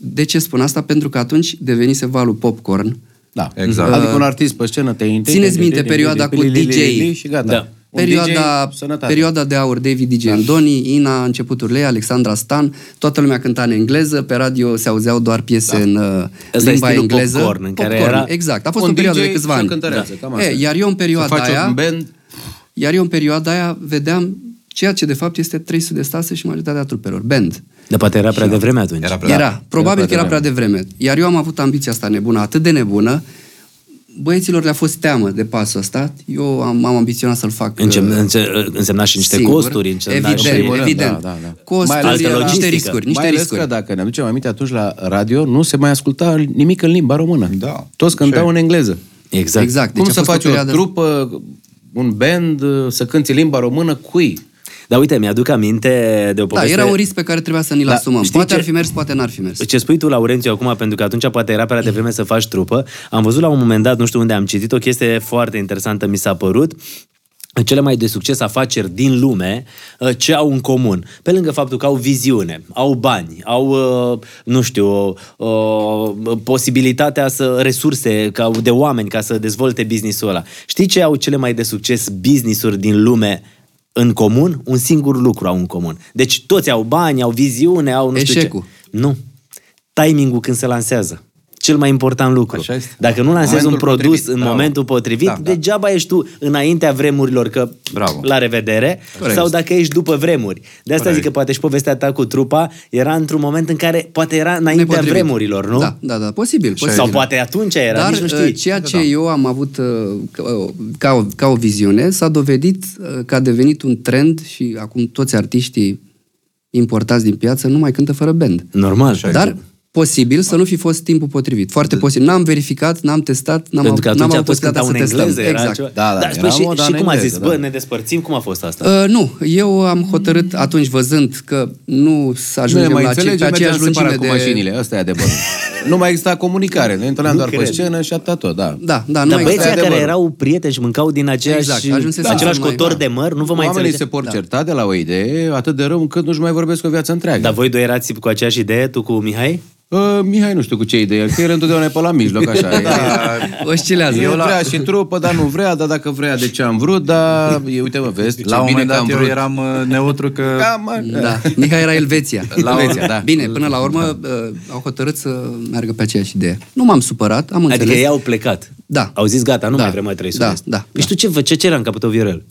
De ce spun asta? Pentru că atunci devenise valul popcorn,
Da,
Exact.
Adică un artist pe scenă te intri.
Țineți minte perioada cu DJ-ii.
Și gata.
Da.
Un
Perioada,
DJ, sănătate.
perioada de aur, David Digendoni, da. Ina, începutul ei, Alexandra Stan, toată lumea cânta în engleză, pe radio se auzeau doar piese da. în uh,
Ăsta e
limba
stilul
engleză.
popcorn, în care era
Exact, a fost
un
o perioadă
DJ
de câțiva
și o
ani. Da.
cântăreață, cam asta.
E, iar eu în
Să
perioada
faci
aia,
un band,
iar eu în perioada aia vedeam ceea ce de fapt este 300 de stase și majoritatea trupelor, band.
Dar poate era prea devreme atunci.
Era prea...
Era, probabil
Era
că era prea devreme. Iar eu am avut ambiția asta nebună, atât de nebună, băieților le-a fost teamă de pasul ăsta, eu am, am ambiționat să-l fac...
Înce-
uh,
înce- însemna și niște
Singur.
costuri, însemna
Evident,
și...
primul rând,
evident.
da, da, da.
Costuri,
Mai ales că
erau niște
logistică.
riscuri, niște
mai ales
riscuri.
că dacă ne aducem aminte atunci la radio, nu se mai asculta nimic în limba română.
Da.
Toți cântau
Așa e.
în engleză.
Exact. exact.
Exact.
Cum
deci a
să
fost
faci o,
perioadă-
trupă, un band, să cânti limba română, cui?
Dar uite, mi-aduc aminte de o
Da,
poveste...
era un risc pe care trebuia să ni-l
Da,
asumăm.
știi
Poate
ce-
ar fi mers, poate n-ar fi mers.
Ce spui tu, Laurențiu, acum, pentru că atunci poate era prea devreme să faci trupă, am văzut la un moment dat, nu știu unde am citit, o chestie foarte interesantă mi s-a părut, cele mai de succes afaceri din lume, uh, ce au în comun? Pe lângă faptul că au viziune, au bani, au, uh, nu știu, uh, posibilitatea să resurse ca de oameni ca să dezvolte businessul ăla. Știi ce au cele mai de succes business-uri din lume în comun, un singur lucru au în comun. Deci toți au bani, au viziune, au nu
Eșecul.
știu ce. Nu. Timingul când se lansează. Cel mai important lucru.
Așa este.
Dacă nu lansezi un
Momentul
produs
potrivit,
în
bravo.
momentul potrivit,
Da,
da,
da.
degeaba ești tu înaintea vremurilor, că
Bravo.
la revedere,
Corect.
sau dacă ești după vremuri. De asta
Corect.
zic că poate și povestea ta cu trupa era într-un moment în care poate era înaintea
Nepotrivit.
vremurilor, nu?
Da, da, da, posibil. posibil.
Sau poate atunci era,
Dar
nici nu
uh,
știi. Da,
ceea ce eu am avut uh, ca- ca, o- ca o viziune s-a dovedit uh, că a devenit un trend și acum toți artiștii importați din piață nu mai cântă fără band.
Normal.
Dar posibil să nu fi fost timpul potrivit.
Da.
Foarte posibil. N-am verificat, n-am testat, n-am,
Pentru că
n-am
atunci
avut
toți cântau
posibilitatea
în
să
engleză,
testăm.
era
exact.
ceva.
Da, da,
Dar,
era
spui, și,
moda
și
în
cum a
engleză,
zis,
da.
bă, ne despărțim, cum a fost asta?
Uh, nu, eu am hotărât atunci văzând că nu să ajungem
mai
la ce, pe
înțelegem,
aceeași
mergeam
lungime
separat
de...
cu mașinile, asta e adevărul. nu mai exista comunicare, ne întâlneam
Nu
doar pe
cred.
scenă și atâta tot, da.
Da, da, nu
Dar
mai
băieții
exista-
aia care
adevărul.
erau prieteni și mâncau din aceeași,
Exact, ajunsese
da, același
să nu mai-
cotor
da.
de măr, nu vă mai
Oamenii
înțelege.
se
Da.
por certa de la o idee atât de rău încât nu-și mai vorbesc o viață întreagă.
Da,
Dar voi doi erați cu aceeași idee, tu cu Mihai?
Uh, Mihai nu știu cu ce idee, că el întotdeauna e pe la mijloc, așa. da.
Oscilează.
Eu vrea și trupă, dar nu vrea, dar dacă vrea, de ce am vrut, dar e, uite mă, vezi,
La
ce
un
bine
moment
că
dat
am
eu
vrut.
eram uh, neutru că...
Cam,
Da, Mihai era Elveția.
La Elveția, da.
Bine, până la urmă uh, au hotărât să meargă pe aceeași idee. Nu m-am supărat, am înțeles.
Adică ei au plecat.
Da.
Au zis, gata, nu
Da.
mai vrem mai 300.
Da, da,
Deci tu ce, vă- ce cerea în capătul Viorel?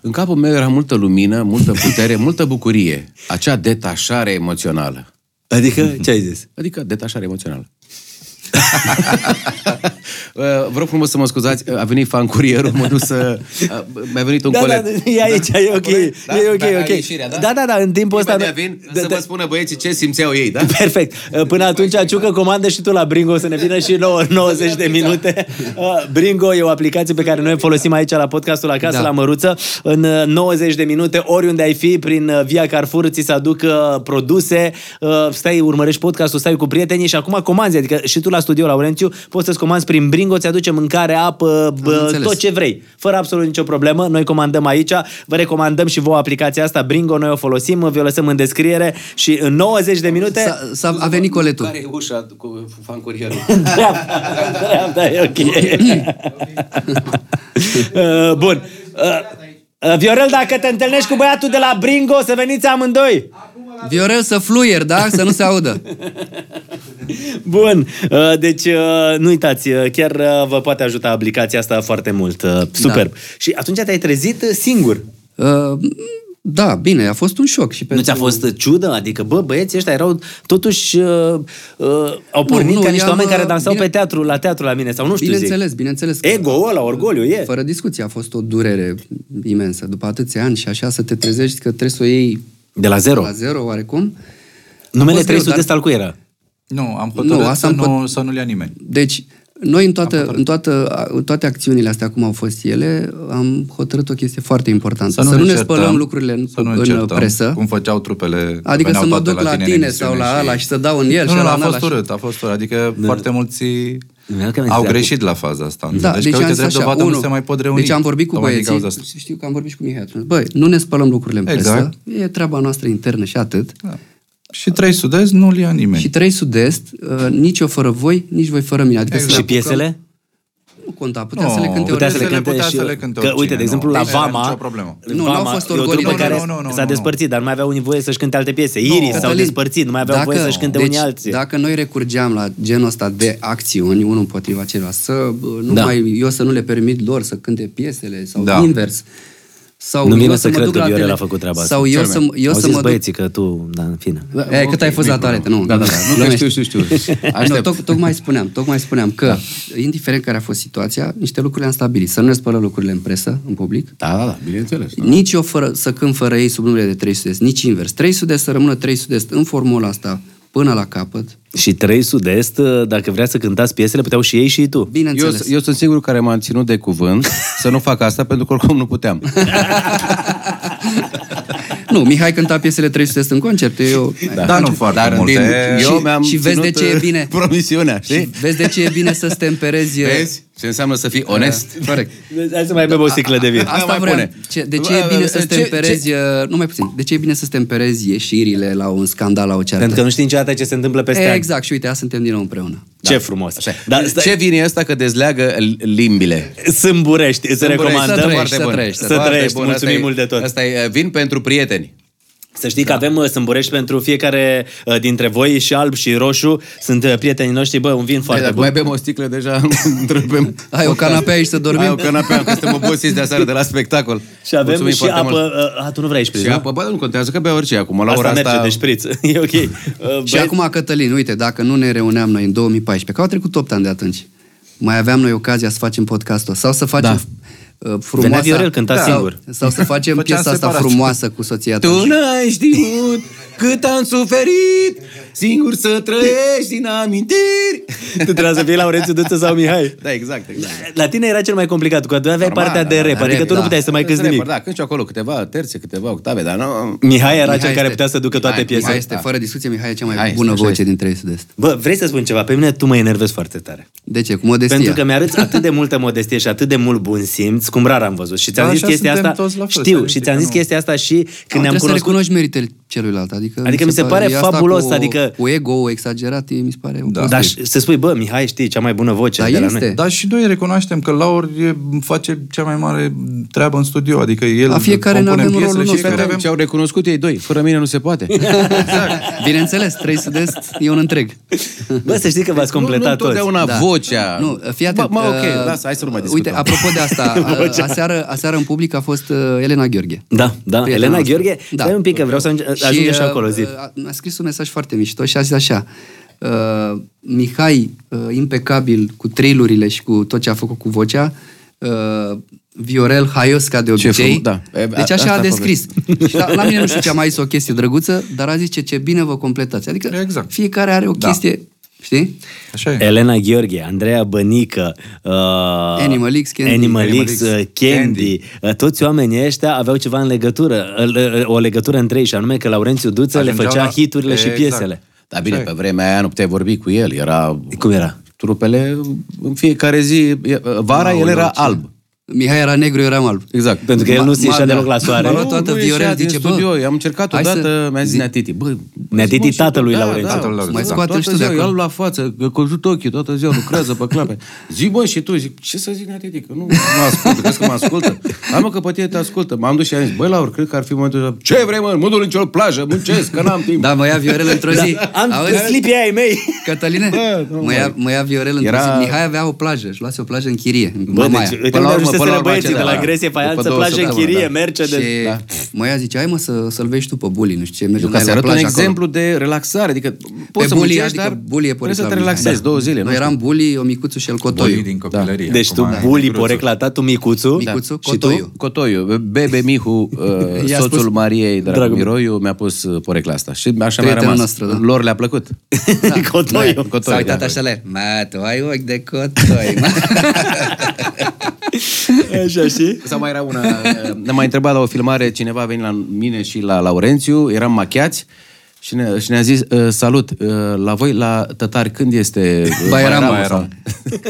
În capul meu era multă lumină, multă putere, multă bucurie. Acea detașare emoțională.
Adică, ce ai zis?
Adică detașare emoțională. Uh, Vreau frumos să mă scuzați, uh, a venit fan curierul, mă duc să... a, Mi-a venit un
Da, da,
coleg.
e aici, e ok,
Da,
e ok,
da,
ok.
la ieșirea, da?
Da, da, da, în timpul ăsta...
Imediat vin să vă spună băieții ce simțeau ei, da?
Perfect. Uh, Până atunci, Ciucă, comandă și tu la Bringo să ne vină și nouă 90 de minute. Uh, Bringo e o aplicație pe care noi o folosim aici la podcastul Acasă
Da.
la Măruță. În uh, 90 de minute, oriunde ai fi, prin uh, Via Carrefour, ți se aduc uh, produse, uh, stai, urmărești podcastul, stai cu prietenii și acum comanzi. Adică și tu la studio, Laurențiu, poți să-ți comanzi prin Bringo, ți aduce mâncare, apă, bă,
înțeles.
tot ce vrei. Fără absolut nicio problemă, noi comandăm aici. Vă recomandăm și vouă aplicația asta, Bringo, noi o folosim, vi-o lăsăm în descriere și în 90 de minute...
S-a, s-a, a venit coletul.
Care e ușa cu fan curierul?
Dreapta, dreapta, Da, e ok. Uh, Bun. Uh, uh, Viorel, dacă te întâlnești cu băiatul de la Bringo, să veniți amândoi.
Viorel să fluier, da? Să nu se audă.
Bun. Uh, Deci, uh, nu uitați, uh, chiar uh, vă poate ajuta aplicația asta foarte mult. Uh, Superb. Și atunci te-ai trezit uh, singur.
Uh, da, bine, a fost un șoc. Și
Nu
pentru...
ți-a fost uh, ciudă? Adică, bă, băieții ăștia erau totuși... Uh, uh, au pornit
nu,
ca niște
i-am,
oameni care
uh,
dansau
bine-
pe teatru, la teatru la mine, sau nu știu zic.
Bineînțeles, bineînțeles. că-
Ego-ul ăla, orgoliu, e.
Fără discuție, a fost o durere imensă. După atâția ani și așa să te trezești că trebuie să o iei
De la zero.
la zero oarecum. A
Numele
fost greu,
300 de
dar-
stal cu era.
Nu, am hotărât
Nu,
nu,
asta
să,
am
nu, să nu-l ia nimeni.
Deci, noi în, toată, în, toată, în toate acțiunile astea, cum au fost ele, am hotărât o chestie foarte importantă. Să nu, ne
certăm,
spălăm lucrurile în,
să nu
în
certăm,
presă.
Cum făceau trupele.
Adică
veneau
să mă
toate
duc la
în
tine
emisiune
sau la ăla și să dau în el
Nu,
și
nu,
ăla
a
în
fost
ăla și-
urât, a fost urât. Adică foarte mulți
mi-am zis
au
acum.
greșit la faza asta.
Da,
deci, că,
am
uite,
zis
drept
așa,
dovadă, nu
unu,
se mai pot reuni.
Deci am vorbit cu
Tocmai din
băieții,
cauza asta.
știu că am vorbit și cu Mihai atunci. Băi, nu ne spălăm lucrurile în presă,
Exact.
e treaba noastră internă și atât. Da.
Și trei sudezi nu-l ia nimeni.
Exact.
Și trei sud-est, uh, nici eu fără voi, nici voi fără mine. Adică
Exact.
să
Și
ne apucăm-
piesele?
Nu conta, putea
Nu,
să le
Oh.
cânte
Putea
ori.
să le
Piesele
cânte
putea
și...
să le cânte
că, uite,
oricine,
de exemplu,
nu.
la
Deci era nicio
Vama...
problemă.
Nu,
Vama
n-au fost
e o
orgolii,
trupă
nu,
care
nu, nu, nu,
s-a
nu.
despărțit, dar nu mai aveau unii voie să-și cânte alte piese. Iris s-au
Cătălin,
despărțit, nu mai aveau voie să-și cânte
deci,
unii alții.
Dacă noi recurgeam la genul ăsta de acțiuni, unul împotriva celuilalt, să bă, nu
Da.
da. mai, eu să nu le permit lor să cânte piesele sau
Da.
da. invers. Sau
Nu-mi
eu
vine să
mă
cred
duc
că
la
Viorel
tele-
a făcut treaba asta.
Sau eu să, eu
Au
să
zis
mă duc...
băieții că tu, da, în fine.
E, cât ai fost la toaletă, nu?
Da, da, da. Nu că
Glumești.
știu, știu, știu.
Nu,
Aștept. Da.
toc, tocmai spuneam, tocmai spuneam că, indiferent care a fost situația, niște lucruri le-am stabilit. Să nu ne spălăm lucrurile în presă, în public,
Da, da, da, bineînțeles. Da.
nici eu fără, să cânt fără ei sub numele de 300 nici invers. 300 să rămână 300 în formula asta până la capăt.
Și trei sud-est, dacă vrea să cântați piesele, puteau și ei și tu.
Eu,
Bineînțeles.
eu sunt singurul care m-am ținut de cuvânt să nu fac asta pentru că oricum nu puteam.
Nu, Mihai cânta piesele 300 în concert. Eu... Deci,
Da, Dar nu foarte
Dar
multe.
din, eu
Și-
mi-am
și vezi de
ținut,
ce e
uh,
bine.
promisiunea,
Și
știi?
vezi de ce e bine să-ți temperezi uh,
Vezi? Ce înseamnă să fii onest?
Corect.
Hai să mai bem o sticlă de vin.
Asta
mai
vreau.
pune.
Ce, de ce e bine să-ți
Ce-
temperezi, ce, nu mai puțin, de ce e bine să-ți temperezi ieșirile la un scandal, la o ceartă?
Pentru că nu știi niciodată ce se întâmplă peste ani.
Exact, și uite, azi suntem din nou împreună.
Ce frumos.
Dar
Dar stai,
Ce vine asta că dezleagă l- limbile?
Sâmburești, îți
Sunt
recomandăm.
bune, sunt
trăiești, să
bune.
trăiești, să
Foarte
trăiești.
bune.
Mulțumim
Asta e-
mult de tot.
Asta da. e uh, vin pentru prieteni.
Să știi că avem uh, Sâmburești pentru fiecare uh, dintre voi și alb și roșu. Sunt uh, prietenii noștri, bă, un vin
Păi,
foarte
dacă
bun.
mai bem o sticlă, deja întrepem.
Ai o canapea aici să dormim?
Ai o canapea, că suntem obosiți de aseară de la spectacol.
Și avem
Mulțumim
și
foarte
apă.
mult.
uh, A, tu nu vrei șpriț,
Și
nu?
apă, bă, nu contează că bea orice acum. La
Asta
ora
merge deci
asta...
de șpriț. E ok. Uh,
Și
băieți,
acum, Cătălin, uite, dacă nu ne reuneam noi în 2014, că au trecut 8 ani de atunci, mai aveam noi ocazia să facem podcastul sau să facem da. frumoasa... Da.
Venea Viorel, cânta singur.
Sau să facem
Făceam
piesa asta
separat.
frumoasă cu soția ta.
Tu n-ai știut cât am suferit Singur să trăiești din amintiri
Tu trebuia să fii Laurențiu Duță sau Mihai.
Da, exact, exact.
La tine era cel mai complicat, că tu aveai
Normal,
partea de
da,
rap,
da,
adică
rap,
tu nu
da.
puteai să mai cânti
Trebuie,
nimic.
Da, când și acolo câteva terțe, câteva octave, dar nu...
Mihai era
Mihai
cel care
este-
putea să ducă toate
da. Mihai-
Mai
piesele.
este, fără discuție, Mihai e cea mai
Hai,
bună
așa
voce
este.
din 300 de est.
Bă, vrei să spun ceva? Pe mine tu mă enervezi foarte tare.
De ce? Cu modestia.
Pentru că mi-arăți atât de multă modestie și atât de mult bun simț, cum rar am văzut. Și ți-am
Dar
zis
așa
chestia
suntem
asta.
toți la fel,
știu,
să
și
știi
ți-am
că
zis
nu-
chestia asta și când ne-am
trebuie să
cunoscut.
recunoști meritele celuilalt. Adică,
Adică mi se pare
e asta
fabulos,
cu,
adică-
Cu ego exagerat, e- mi se pare... Da.
Dar și- să spui, bă, Mihai, știi, cea mai bună voce
Dar
de la
este.
noi.
Dar și noi recunoaștem că Laur e, face cea mai mare treabă în studio, adică el
La fiecare ne
compune
avem
piesele
rolul
și
nostru. Deci,
fiecare
Avem ce au recunoscut ei doi. Fără mine nu se poate.
Da.
Bineînțeles, 300 de est e un întreg.
Bă, să știi că v-ați completat
nu, nu
toți.
întotdeauna Da. vocea.
Da. Nu, fii atent.
Mă, mă,
uh,
ok, lasă, hai să nu mai discutăm.
Uite, apropo de asta, uh, aseară, aseară în public a fost uh, Elena Gheorghe.
Da, da,
Prietena
Elena
noastră.
Gheorghe, stai un pic că vreau să ajung-
Și,
ajungem și acolo,
uh,
zi.
A, a scris un mesaj foarte mișto și a zis așa, uh, Mihai, uh, impecabil cu trailurile și cu tot ce a făcut cu vocea, uh, Viorel Haios, ca de obicei.
frum- da. E, a-
Deci
asta
așa a
a
descris. Și la, la mine nu știu ce am mai zis o chestie drăguță, dar a zis ce, ce bine vă completați. Adică
Exact.
fiecare are o
Da.
chestie, știi?
Așa e.
Elena Gheorghe, Andreea Bănică, uh,
Animal X, Candy.
Animal
Animal
X,
X,
uh, Candy.
Candy.
Uh, toți oamenii ăștia aveau ceva în legătură, uh, uh, o legătură între ei și anume că Laurențiu Duță le
Ajungeau
făcea
la-
hiturile și
Exact.
piesele.
Dar bine,
Așa
pe
e.
vremea aia nu puteai vorbi cu el. Era...
Cum era?
Trupele, în fiecare zi, e- vara, el era alb.
Mihai era negru, eu eram alb.
Exact.
Pentru că el
Ma-
nu se ieșea
ma-
deloc la soare.
M-a
Nu,
luat toată
nu ieșea
Viorel,
din
zice, bă,
studio. Eu am încercat
hai
odată,
să-
mi-a zis Nea Titi, bă...
Nea Titi,
zi, mă,
tatălui
și- da,
Laurențiu.
da,
Tatăl
da,
Laurențiu,
Mai
da.
scoate-l și
Toată
tu de
ziua, eu
acolo.
îl la față, că căjut ochii toată ziua, lucrează pe clape. Zic, bă, și tu, zic, ce să zic, Nea Titi, că nu mă ascultă, crezi că mă ascultă? Hai mă, că pe tine te ascultă. M-am dus și am zis, bă, Laur, cred că ar fi momentul ăsta. Ce vrei, mă, mă duc în cel plajă, muncesc, că n-am timp.
Da, mă ia Viorel într-o zi.
Am
Auzi?
slipii ai mei.
Cătăline,
Bă, nu
mă, ia, mă ia Viorel într-o
Era-
zi. Mihai avea o plajă, își luase o plajă în chirie, în
Bă,
Mamaia.
deci, uite
Până
unde
la
ajunseseră
urmă, până la urmă
băieții de
acela,
la
da.
Gresie,
După
Faianță,
două
plajă în
săptămâni,
chirie,
da.
merce
și
de...
mă ia zice, hai mă să, să-l vezi tu pe bully, nu știu ce, mergi
Eu ca
la
să arăt un
plajă
exemplu de relaxare, adică poți să
pe bully,
muncești,
adică
dar
bully e
trebuie să te
porecla lui Mihai.
relaxezi două zile.
Da. Noi
nu
eram bully, o micuțu și el
Bolii
cotoiu.
din copilărie.
Deci tu,
acum,
Buli,
Micruțu.
porecla ta, tu, Micuțu.
Da. Micuțu,
Și
cotoiu.
tu? Cotoiu. Bebe Mihu, uh,
I-a
soțul
spus-
Mariei
Dragă-
Dragomiroiu, mi-a pus uh, porecla asta. Și așa mi-a
Prietena
rămas.
noastră, da.
Lor le-a plăcut.
Cotoiu.
S-a uitat
da.
așa la el. Mă, tu ai ochi de cotoi, mă.
Așa, și?
Sau mai era una... uh, Ne mai întrebat la o filmare, cineva a venit la mine și la Laurențiu, eram machiați, și, ne, și ne-a zis, uh, salut, uh, la voi, la tătari, când este uh,
Bairamul?"
sau-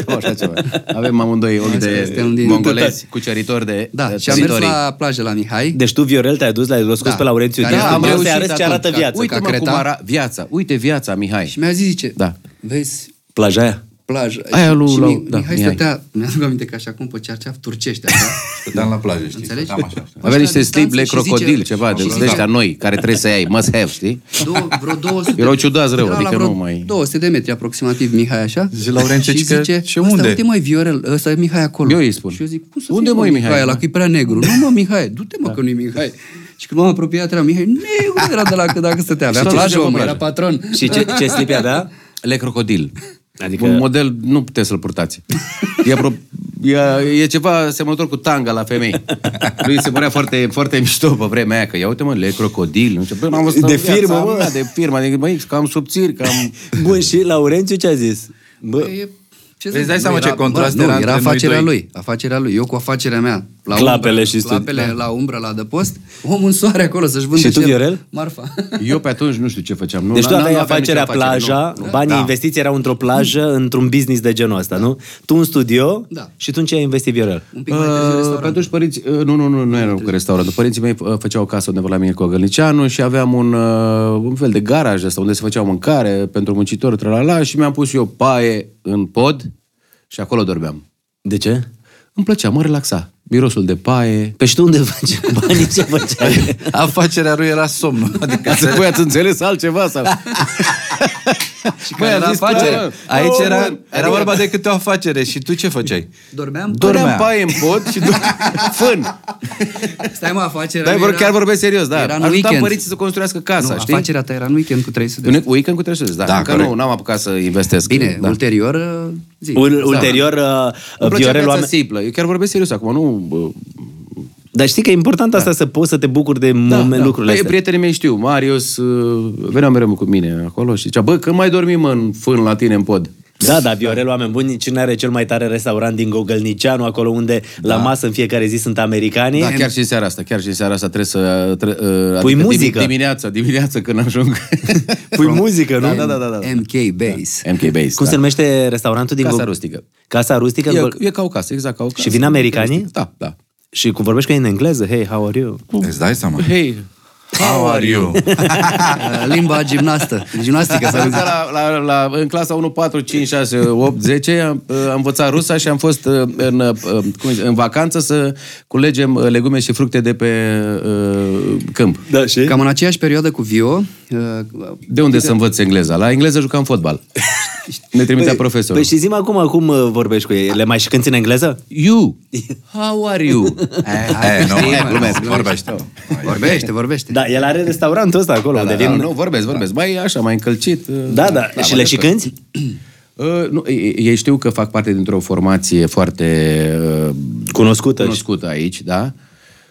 Cam Așa ceva. Avem amândoi ochi
suntem
de
din-
mongolezi, cuceritori de
Da,
de
și am mers
teritorii.
la plajă la Mihai.
Deci tu, Viorel, te-ai dus, l-ai scos
Da.
pe Laurențiu.
Care
Dea,
am
vreau să
reușit
arăți ce
atunci,
arată
ca-
viața.
ca
Uite-mă cum
creta.
ara viața, uite viața, Mihai.
Și mi-a zis, zice,
Da.
vezi,
Plaja aia.
plajă.
Aia
Și-
lui-
și
lui-
Mi-
da,
Mihai
Mihai.
stătea, mi-am aminte că așa cum pe cerceaf turcește, așa.
Stăteam la plajă, știi?
Înțelegi?
Stăteam așa.
Avea niște
Așa,
strible
distanță și
crocodil,
zice-
ceva, de
și
de
zice-
ăștia noi, care trebuie să ai, must have, știi?
Două, vreo 200.
Erau ciudați rău,
Era
adică
la vreo
nu mai-
200 de metri aproximativ Mihai așa.
Zice Laurențiu
și
că-
zice,
și
"Ăsta,
unde?"
uite mai Viorel, ăsta e Mihai acolo.
Eu îi spun.
Și eu zic, cum să
Unde,
fie,
mă, e Mihai?
Mihai, ăla că e prea negru. Nu mă, Mihai, du-te
Da.
mă că nu-i Mihai. Și când m-am apropiat era Mihai, negru era de la că dacă stătea. Avea
ce
plajă,
zice pe
om,
plajă?
era patron.
Și ce, ce slipia da? avea?
Le crocodil.
Adică-
Adică... Un model nu puteți să-l purtați. E, pro... e, e ceva asemănător cu tanga la femei. Lui se părea foarte, foarte mișto pe vremea aia, că ia uite mă, le crocodil. Nu știu, bă, n-am văzut
De
în viața
firmă, mă.
mea, De firmă, adică, măi, cam subțiri, cam...
Bun, și Laurențiu ce a zis? Bă,
E- ce
Îți
să
dai
zic,
seama
nu
ce contrast era
nu, era
între noi
afacerea
doi.
lui, afacerea lui, eu cu afacerea mea. la
Clapele
umbră,
și studii,
clapele la umbră, la adăpost, omul în soare acolo să-și vândă
Și tu,
el
Viorel?
Marfa.
Eu pe atunci nu știu ce făceam. Nu,
Deci tu
n-am-
aveai
n-aveam
afacerea
nicio afacere,
plaja,
nu, Da. nu.
banii investiții erau într-o plajă, într-un business de genul ăsta, nu? Tu un studio
Da.
și tu în ce ai investit, Viorel?
Un pic mai târziu
Pe
restaurant.
Uh, atunci părinți, uh, nu, nu, nu, nu eram cu restaurantul. Părinții mei uh, făceau o casă undeva la mine cu Ogălnicianu și aveam un, uh, un fel de garaj ăsta unde se făceau mâncare pentru muncitori, tralala, și mi-am pus eu paie în pod și acolo dormeam.
De ce?
Îmi plăcea, mă relaxa. Mirosul de paie.
Păi și tu unde faci cu banii ce făceai?
Afacerea lui era somnul. Adică
Să voi ați înțeles altceva sau...
Băi,
am
era
zis, bă, adică
afacere. Aici
bă,
era,
bă,
era vorba de câte o afacere și tu ce făceai?
Dormeam?
Dormeam
Dormea.
paie în pod și dormeam fân.
Stai mă, afacerea
Dar
mea
vor,
era-
chiar vorbesc serios, da.
Era în
Ajutam
weekend.
părinții să construiască casa,
nu,
știi?
afacerea ta era în weekend cu 300 de
În weekend cu 300, da.
Da,
Încă
corect.
nu, n-am apucat să investesc.
Bine,
da.
ulterior, uh, zi.
Ul- Ulterior, uh,
Îmi plăcea
Viorel...
Da. viața
oameni-
simplă. Eu chiar vorbesc serios acum, nu... bă,
Dar știi că e important asta să poți să te bucuri de momen, lucrurile
Da. Păi,
astea.
prietenii mei știu, Marius uh, venea mereu cu mine acolo și zicea, bă, când mai dormim în fân la tine în pod?
Da, da, Viorel, oameni buni, cine are cel mai tare restaurant din Gogălnicianu, acolo unde la masă în fiecare zi sunt americanii.
Da, chiar și în seara asta, chiar și în seara asta trebuie să... Tre- uh,
Pui
dimi-
muzică.
Dimineața, dimineața când ajung.
Pui muzică, nu?
Da, da, da. da, da.
MK Base.
MK Base,
Cum
da.
se numește restaurantul din
Casa
Gog-
Rustică.
Casa Rustică? în Gol-
E, e ca o casă, exact ca o casă.
Și vin americanii?
Da, da.
Și cum vorbești cu ei în engleză? Hey, how are you?
Îți dai seama?
Hei,
How are you? Eh,
Da.
Uh, Limba gimnastă, gimnastică.
Că
să zic.
la, la, la, în clasa 1, 4, 5, 6, 8, 10 am, uh, am învățat rusa și am fost uh, în, uh, cum zice, în vacanță să culegem uh, legume și fructe de pe uh, câmp.
Da, și?
Cam în aceeași perioadă cu Vio, uh,
De unde să învăț engleza? La engleză jucam fotbal. Ne trimitea profesorul.
Păi și zi acum cum uh, vorbești cu ei? Le mai și cânti în engleză?
You, how are you? Da,
Eh, nu,
Știi, mă,
glumește, vorbește.
vorbește, vorbește.
Da, el are restaurantul ăsta acolo,
Da,
unde
da,
vin...
da, nu, vorbesc, vorbesc. Mai așa, mai încălcit. uh,
Da, da, și
mă
le și
descurc.
cânti?
Uh, nu, ei, ei știu că fac parte dintr-o formație foarte uh,
Cunoscută.
cunoscută aici, da?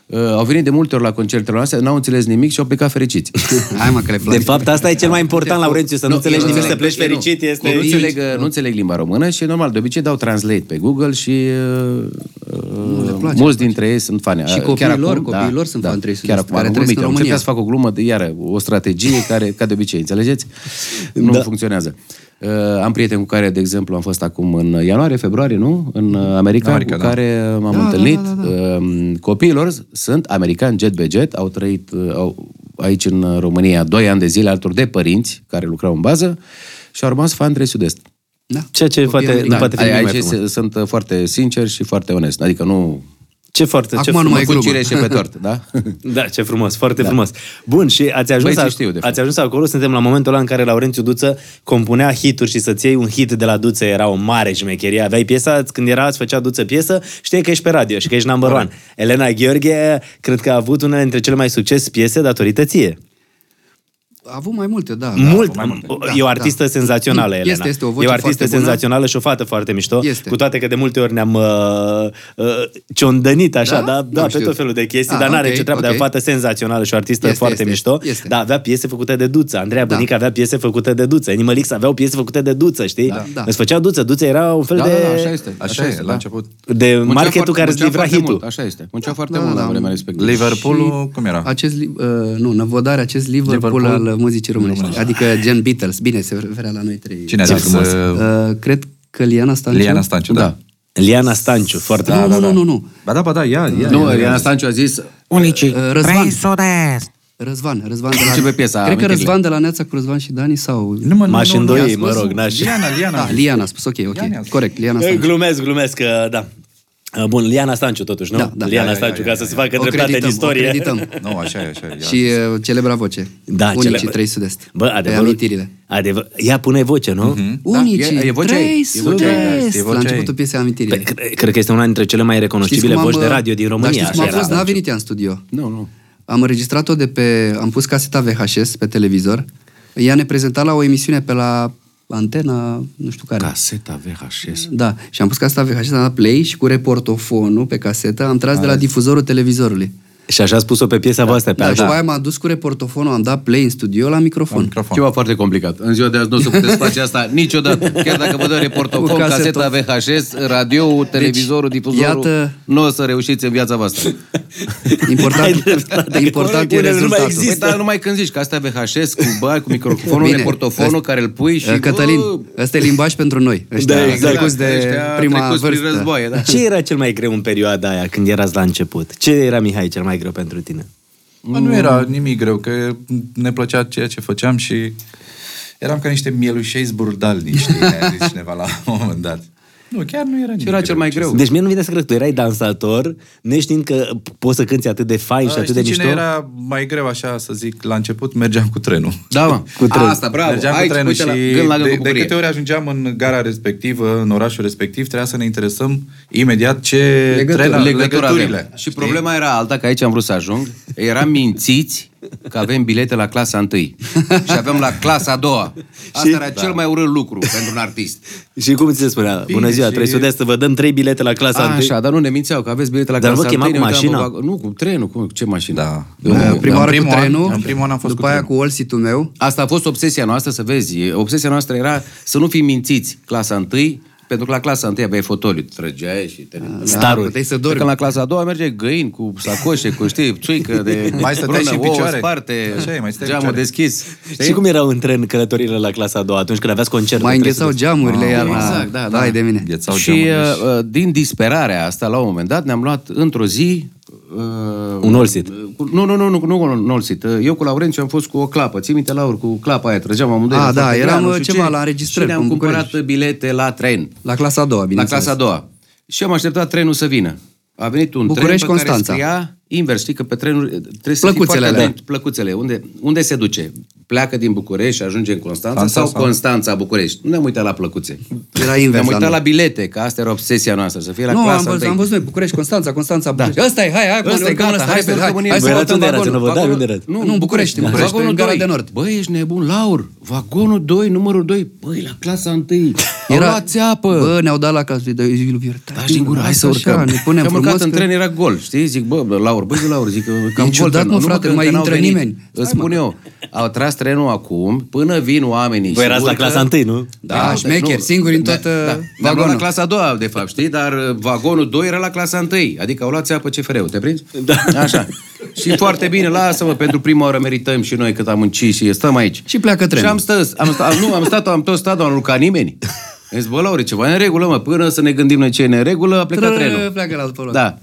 Uh, au venit de multe ori la concertele noastre, n-au înțeles nimic și au plecat fericiți.
Hai mă, că le plac.
Da. De fapt, asta e cel mai important, Laurențiu, să nu, înțelegi nimic, să pleci fericit, este...
Nu înțeleg, uh, nu înțeleg limba română și, normal, de obicei dau translate pe Google și uh, uh,
place,
mulți dintre ei sunt fani.
Și
Uh,
copiii
chiar
lor,
acum, da,
copiii lor sunt fani, trebuie să-
Chiar acum,
care
am
trăiesc
glumit,
în
am
România.
încercat să fac o glumă, de, iară, o strategie care, ca de obicei, înțelegeți? Nu da. funcționează. Uh, am prieteni cu care, de exemplu, am fost acum în ianuarie, februarie, nu? În uh, America, America
America,
cu
da.
care m-am da, întâlnit. Da, da, da. Copiilor sunt americani, jet be jet, au trăit uh, au, aici în uh, România 2 ani de zile alături de părinți care lucrau în bază și au rămas fan de sud-est.
Da.
Ceea ce
Copiii
poate-
americani.
poate- fi
Ai-
mult mai
aici se,
frumos.
sunt uh, foarte sinceri și foarte onesti. Adică nu...
Ce foarte... ce
Acum nu mai e
cu
glumă.
cireșe pe tort, da?
Da, ce frumos, foarte da. frumos. Bun, și ați ajuns, ac-
Băieții știu, de fapt.
ați ajuns acolo, suntem la momentul ăla în care Laurențiu Duță compunea hituri și să-ți iei un hit de la Duță era o mare șmecherie. Aveai piesa, îți- când era, îți făcea Duță piesă, știi că ești pe radio și că ești number one. Elena Gheorghe, cred că a avut una dintre cele mai succes piese datorită ție.
A avut mai multe, da. da.
Mult, e o artistă da. senzațională,
Este,
Elena.
este o voce
e o artistă
foarte bună.
senzațională și o fată foarte mișto,
Este.
cu toate că de multe ori ne-am uh, uh, ciondănit așa, da,
Da?
da,
N-am
da pe
știut.
tot felul de chestii,
Ah,
dar n-are
ok,
ce treabă, dar e o
ok.
fată senzațională și o artistă
Este,
foarte
este,
mișto,
este.
da, avea piese făcute de Duță, Andreea da. Bunică avea piese făcute de Duță, Animal X aveau piese făcute de Duță, știi? Da.
Da.
Îți făcea Duță, Duță era un fel
Da,
de...
da, da, așa este.
Așa e, la
da.
început.
De
Muncea
marketul
foarte-
care îți
muncea
livra
foarte
hitul.
mult, Așa este. Muncea
Da,
foarte mult la vremea respectivă.
Liverpool-ul, cum era?
Acest, li- uh, nu, năvodare, acest Liverpool,
Liverpool.
al muzicii românești. Adică gen Beatles. Bine, se referea la noi trei.
Cine a
Ce
zis?
frumos.
uh,
Uh, cred că Liana Stanciu. Da,
Liana Stanciu, da.
Liana Stanciu, foarte...
Nu, nu, nu, nu, nu.
Ba da, ba da, ia, ia.
Nu,
ia, ia.
Eliana Stanciu a zis...
Uh, Răzvan.
300.
Răzvan, Răzvan de la...
Începe piesa,
Cred că
amintirile.
Răzvan de la Neața cu Răzvan și Dani sau...
Nu, mă, nu,
M-aș
nu, nu,
îndoi,
i-a
mă
spus.
rog, n-aș-
Liana, Liana.
Da, Liana a spus, ok, ok.
Liana.
Corect, Liana Stanciu.
Glumesc, glumesc, că da. Bun, Liana Stanciu totuși, nu?
Da, da.
Liana
Da, da,
Stanciu,
da,
ca
da,
să se
da.
facă
O
dreptate în
credităm, o
istorie.
credităm.
Nu, așa e, așa e. ia.
Și uh, celebra voce.
Da,
Unicii
celebra-
300 est.
Bă,
Pe
adevărul.
amintirile.
Adevăr, ea pune voce, nu?
Mhm.
Mm-hmm.
Unicii,
e- e vocea ei, e
300
vocea ei,
est.
e
La
vocea
începutul
ei.
piesei amintirile.
Cred că este una dintre cele mai recunoscibile voci de radio din România.
Dar uh, Da, știți cum
așa
a fost?
era.
N-a venit ea în studio.
Nu, nu.
Am înregistrat-o de pe... Am pus caseta VHS pe televizor. Ea ne prezenta la o emisiune pe la antena, nu știu care.
Caseta VHS.
Da, și am pus caseta VHS, am dat play și cu reportofonul pe casetă am tras de la difuzorul televizorului.
Și așa a spus-o pe piesa voastră, pe
Da, și
alta.
pe aia m-a dus cu reportofonul, am dat play în studio la microfon.
Microfon.
Ceva foarte complicat. În ziua de azi nu o să puteți face asta niciodată. Chiar dacă vă dă
Cu
reportofon,
casetă.
caseta VHS, radio, televizorul, difuzorul,
iată-
nu o să reușiți în viața voastră.
Ai
Important,
dreptate,
important
că
e
unele nu mai
rezultatul.
există.
Păi, dar numai când zici că asta e VHS cu bani, cu microfonul,
Bine. Ă, Eh,
reportofonul care îl pui și...
Cătălin,
bă,
ăsta e limbaj pentru noi. Ăștia
Da, exact.
trecuți de
ăștia
prima
trecuți prin
vârstă.
războaie, da.
Ce era cel mai greu în perioada aia, când erați la început? Ce era, Mihai, cel mai greu pentru tine?
Bă, nu era nimic greu, că ne plăcea ceea ce făceam și eram ca niște mielușei zburdalni, știi, ne-a zis cineva la un moment dat. Nu, chiar nu era nimic
era cel mai
ce
greu?
să-
Deci mie nu vine să cred că tu erai dansator, neștiind că poți să cânti atât de fain și
A,
atât de
Da, știi cine
mișto.
era mai greu, așa să zic, la început mergeam cu trenul.
Da, mă.
Cu trenul.
Asta, bravo.
Mergeam
Aici,
cu trenul
uite,
și
la, gând la gând cu
de, de
bucurie.
câte ori ajungeam în gara respectivă, în orașul respectiv, trebuia să ne interesăm imediat ce
Legătura,
tren,
legătura
legăturile.
avem. Și problema era alta, că aici am vrut să ajung, eram mințiți că avem bilete la clasa 1 și avem la clasa a doua. Asta
Și-
era cel mai urât lucru pentru un artist.
Și cum ți se spunea? Bună ziua,
și-
trebuie să de să vă dăm trei bilete la clasa
A,
întâi.
așa, dar nu ne mințeau că aveți bilete la
Dar vă
clasa
chema
întâi,
cu
ne uitam
mașina?
pe vagon- Nu, cu trenul, cu ce mașină?
Da.
Eu-
Uh,
În
Prima oară cu
primul an-
trenul,
în primul an am fost
după
cu
aia cu
trenul.
olsitul meu.
Asta a fost obsesia noastră, să vezi. Obsesia noastră era să nu fim mințiți clasa întâi, pentru că la clasa întâi aveai fotoliu, te trăgeai și te...
Starul.
Da, puteai să
Dormi.
dormi.
Când la clasa a doua merge găini cu sacoșe, cu știi, țuică de
Mai stăteai și în
ouă
picioare.
sparte,
Așa e, mai stai în
geamul
picioare.
deschis.
Și cum erau în tren călătorile la clasa a doua atunci când aveați concert?
Mai înghețau geamurile
Ah,
iarna.
exact, da, da.
Vai de mine.
Înghețau
și
geamurile și-
uh, uh, din disperarea asta, la un moment dat, ne-am luat într-o zi... Uh,
Un All-Sit.
cu- Nu, nu, nu, nu, nu, nu, nu All-Sit. Eu cu Laurențiu am fost cu o clapă. Ții minte, Laur, cu clapa aia, trăgeam amândoi.
Ah,
la
da,
fortepian,
eram,
nu știu
ceva,
ce.
la înregistrări,
Și ne-am
în București.
cumpărat bilete la tren.
La clasa a doua,
la
bineînțeles.
clasa a doua. Și am așteptat trenul să vină. A venit un
București,
tren pe
Constanța.
care scria invers, știi că pe trenul trebuie să fii
Plăcuțele
foarte
alea.
atent. Plăcuțele, unde, unde se duce? Pleacă din București și ajunge în Constanța
Constanța
sau,
sau-
Constanța București? Nu ne-am uitat la plăcuțe.
Era invers
Ne-am
la
uitat
noi.
la bilete, că asta era obsesia noastră, să fie la
nu, am,
clasa
văzut,
întâi.
am văzut noi București, Constanța, Constanța, București. Ăsta e, hai, hai, acum
Ăsta
ne
e
urcăm
gata,
ăsta,
hai să ne
hai,
urcăm în
hai,
el.
să
Voi erați
mutăm
unde erați,
vagonul.
în Năvodari?
Vagonul-
Unde erați?
Nu, în București, în
da.
București, în
Vagonul
Gara
2.
de Nord.
Băi, ești nebun, Laur. Vagonul 2, numărul 2. Băi, la clasa 1. Era... Au luat țeapă.
Bă, ne-au dat la cazul de eu zic, Iubiu,
Da, și din gură, hai să urcăm.
Ne punem
că am mâncat
frumos
în
că-
tren, era gol, știi? Zic, bă, bă Laur, băi, Laur, zic că cam gol,
ciudat,
că
mă,
nu,
frate,
că
nu mai
încă n-au
intră
venit.
nimeni.
Îți spun eu, au tras trenul acum, până vin oamenii
Voi
și
erați la
urcă.
clasa întâi, nu?
Da, șmecheri, singuri în toată
Da, da.
vagonul.
la clasa a doua, de fapt, știi? Dar uh, vagonul 2 era la clasa a întâi. Adică au luat țeapă CFR-ul, te prinzi? Da. Așa. și foarte bine, lasă-mă, pentru prima oară merităm și noi cât am muncit și stăm aici.
Și pleacă trenul.
Și am stat, am stat, nu, am stat, am tot stat, am lucrat nimeni. Îmi zic, bă, Laure, ceva e în regulă, mă, până să ne gândim noi ce e în regulă, a plecat
Tră-
trenul.
pleacă la altă loc.
Da.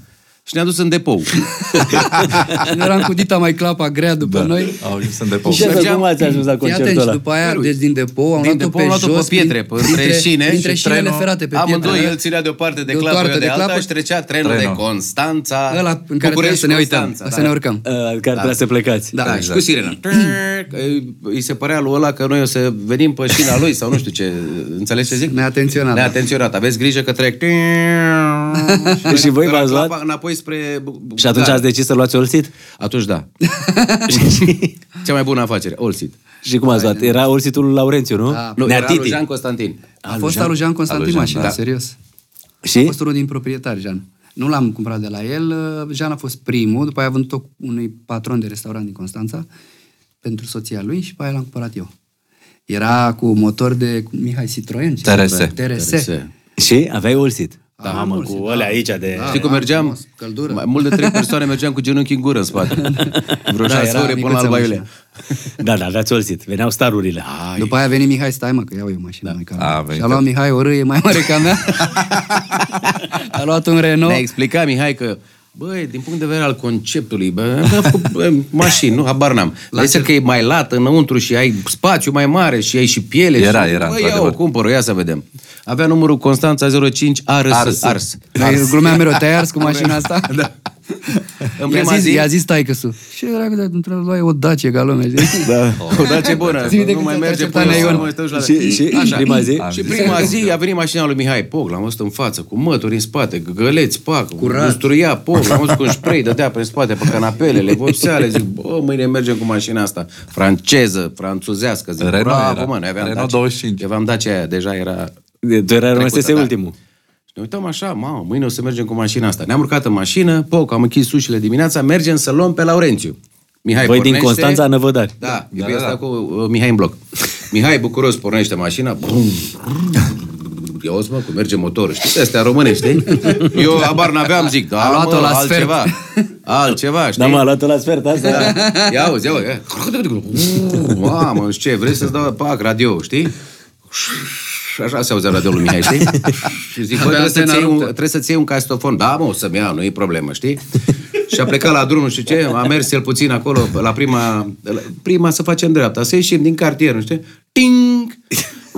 Și ne-a dus în depou.
Ne eram cu Dita mai clapa grea după noi.
Au, eu sunt de pop.
Și asta cum Da. ați ajuns la
Fii atent,
concertul
și
ăla?
după aia, deci din depou, am
Din
luat-o
depou
pe
am luat-o pe
jos,
pietre,
prin-
între
printre-
șine
Printre
și
șinele
trenul-
ferate, pe pietre.
Amândoi, el ținea de o parte de,
De o
clapă, eu
toartă
de,
de
alta
clapă.
și trecea trenul,
Trenul.
de Constanța.
Ăla în care trebuie
București,
să ne uităm,
Constanța,
să ne urcăm.
Uh, Care trebuia să plecați.
Da,
Da,
da și cu sirena. Că îi- Îi se părea lui ăla că noi o să venim pe șina lui sau nu știu ce. Înțelegi ce zic?
Neatenționat.
Neatenționat. Aveți grijă că trec.
Și voi v-ați
Era
luat?
clapa Înapoi spre... Bu- Bu-
Și atunci
Bulgaria.
ați decis să luați Olsit?
Atunci da. Cea mai bună afacere, Olsit.
Și cum ați luat? Era Olsitul lui Laurențiu, nu?
Da.
Nu, era lui
Neatiti.
Jean Constantin.
A fost al lui Jean Constantin
Jean,
mașina,
da.
serios. A
Și?
fost unul din proprietari, Jean. Nu l-am cumpărat de la el. Jean a fost primul, după aia a vândut-o unui patron de restaurant din Constanța pentru soția lui și pe aia l-am cumpărat eu. Era cu motor de cu Mihai Citroen. ce
TRS.
se numea? TRS.
TRS.
Și aveai Olsit.
Da,
Mamă,
am
cu
Olsit,
ălea
da.
aici de...
Da.
Știi cum mergeam?
frumos, căldură.
Mai mult de trei persoane mergeam cu genunchi în gură în spate. Vreo
Da,
șase
era
ore până la
micuță
Alba Iulia.
mașina.
Da, da, aveați Olsit. Veneau starurile.
După aia a venit Mihai, stai mă, că iau eu mașina
Da.
mai calmă.
A, venit
Și a luat Mihai o râie mai mare ca mea. a luat un
Ne-a
Renault.
explicat, Mihai, că Băi, din punct de vedere al conceptului, bă, am făcut bă, mașini, nu? Habar n-am. La zice că e mai lat înăuntru și ai spațiu mai mare și ai și piele.
Era,
și,
era,
Bă, ia o
într-adevăr.
cumpăr ia să vedem. Avea numărul Constanța 05 ARS. Ars.
Ars.
Ars.
Noi glumeam mereu, te-ai ars cu mașina asta? da.
În
I-a
prima
zis,
zi,
i-a zis taică-su. Și era că da, într-o luai o dacie ca lumea. știi?
O, da, ce bună,
Zi de
nu
când
mai
s-a
merge
interceptat
până
la
la
Ion.
urmă, stau la-
Și, și
Așa.
prima zi?
Și prima zi a venit mașina lui Mihai Pog, l-am văzut în față, cu mături în spate, găleți, pac, Curat. usturia Pog, l-am văzut cu un spray, dădea pe spate, pe canapelele, vopseale, zic, bă, mâine mergem cu mașina asta, franceză, franțuzească, zic,
Renault
bravo,
era.
mă, noi aveam
Renault
Dacia.
25.
Eu aveam Dacia aia, deja era
Tu era
trecută,
rămăsese
da.
ultimul.
ne uităm așa, mamă, mâine o să mergem cu mașina asta. Ne-am urcat în mașină, poc, am închis ușile dimineața, mergem să luăm pe Laurențiu. Mihai
Voi din
pornește.
Constanța, Năvădari.
Da, da, da, da. cu uh, Mihai în bloc. Mihai bucuros pornește mașina. Brum, brum, Ia auzi, mă, cum merge motorul. Știi, astea românești, Eu habar n-aveam, zic, da,
A luat-o
mă,
la sfert.
altceva. Altceva, știi?
Da, mă, a luat la sfert asta.
Da. Ia auzi, ia auzi. ia. Mamă, nu știu ce, vrei să-ți dau pac radio, știi? Și așa se auzea radioul lui Mihai, știi? Și zic, bă,
Avea
trebuie, să-ți
antena
iei un,
ruptă.
trebuie să-ți iei un castofon. Da, mă, o să-mi iau, nu e problemă, știi? Și a plecat la drum, nu știu ce, a mers el puțin acolo, la prima, la prima să facem dreapta, să ieșim din cartier, nu știu, ting!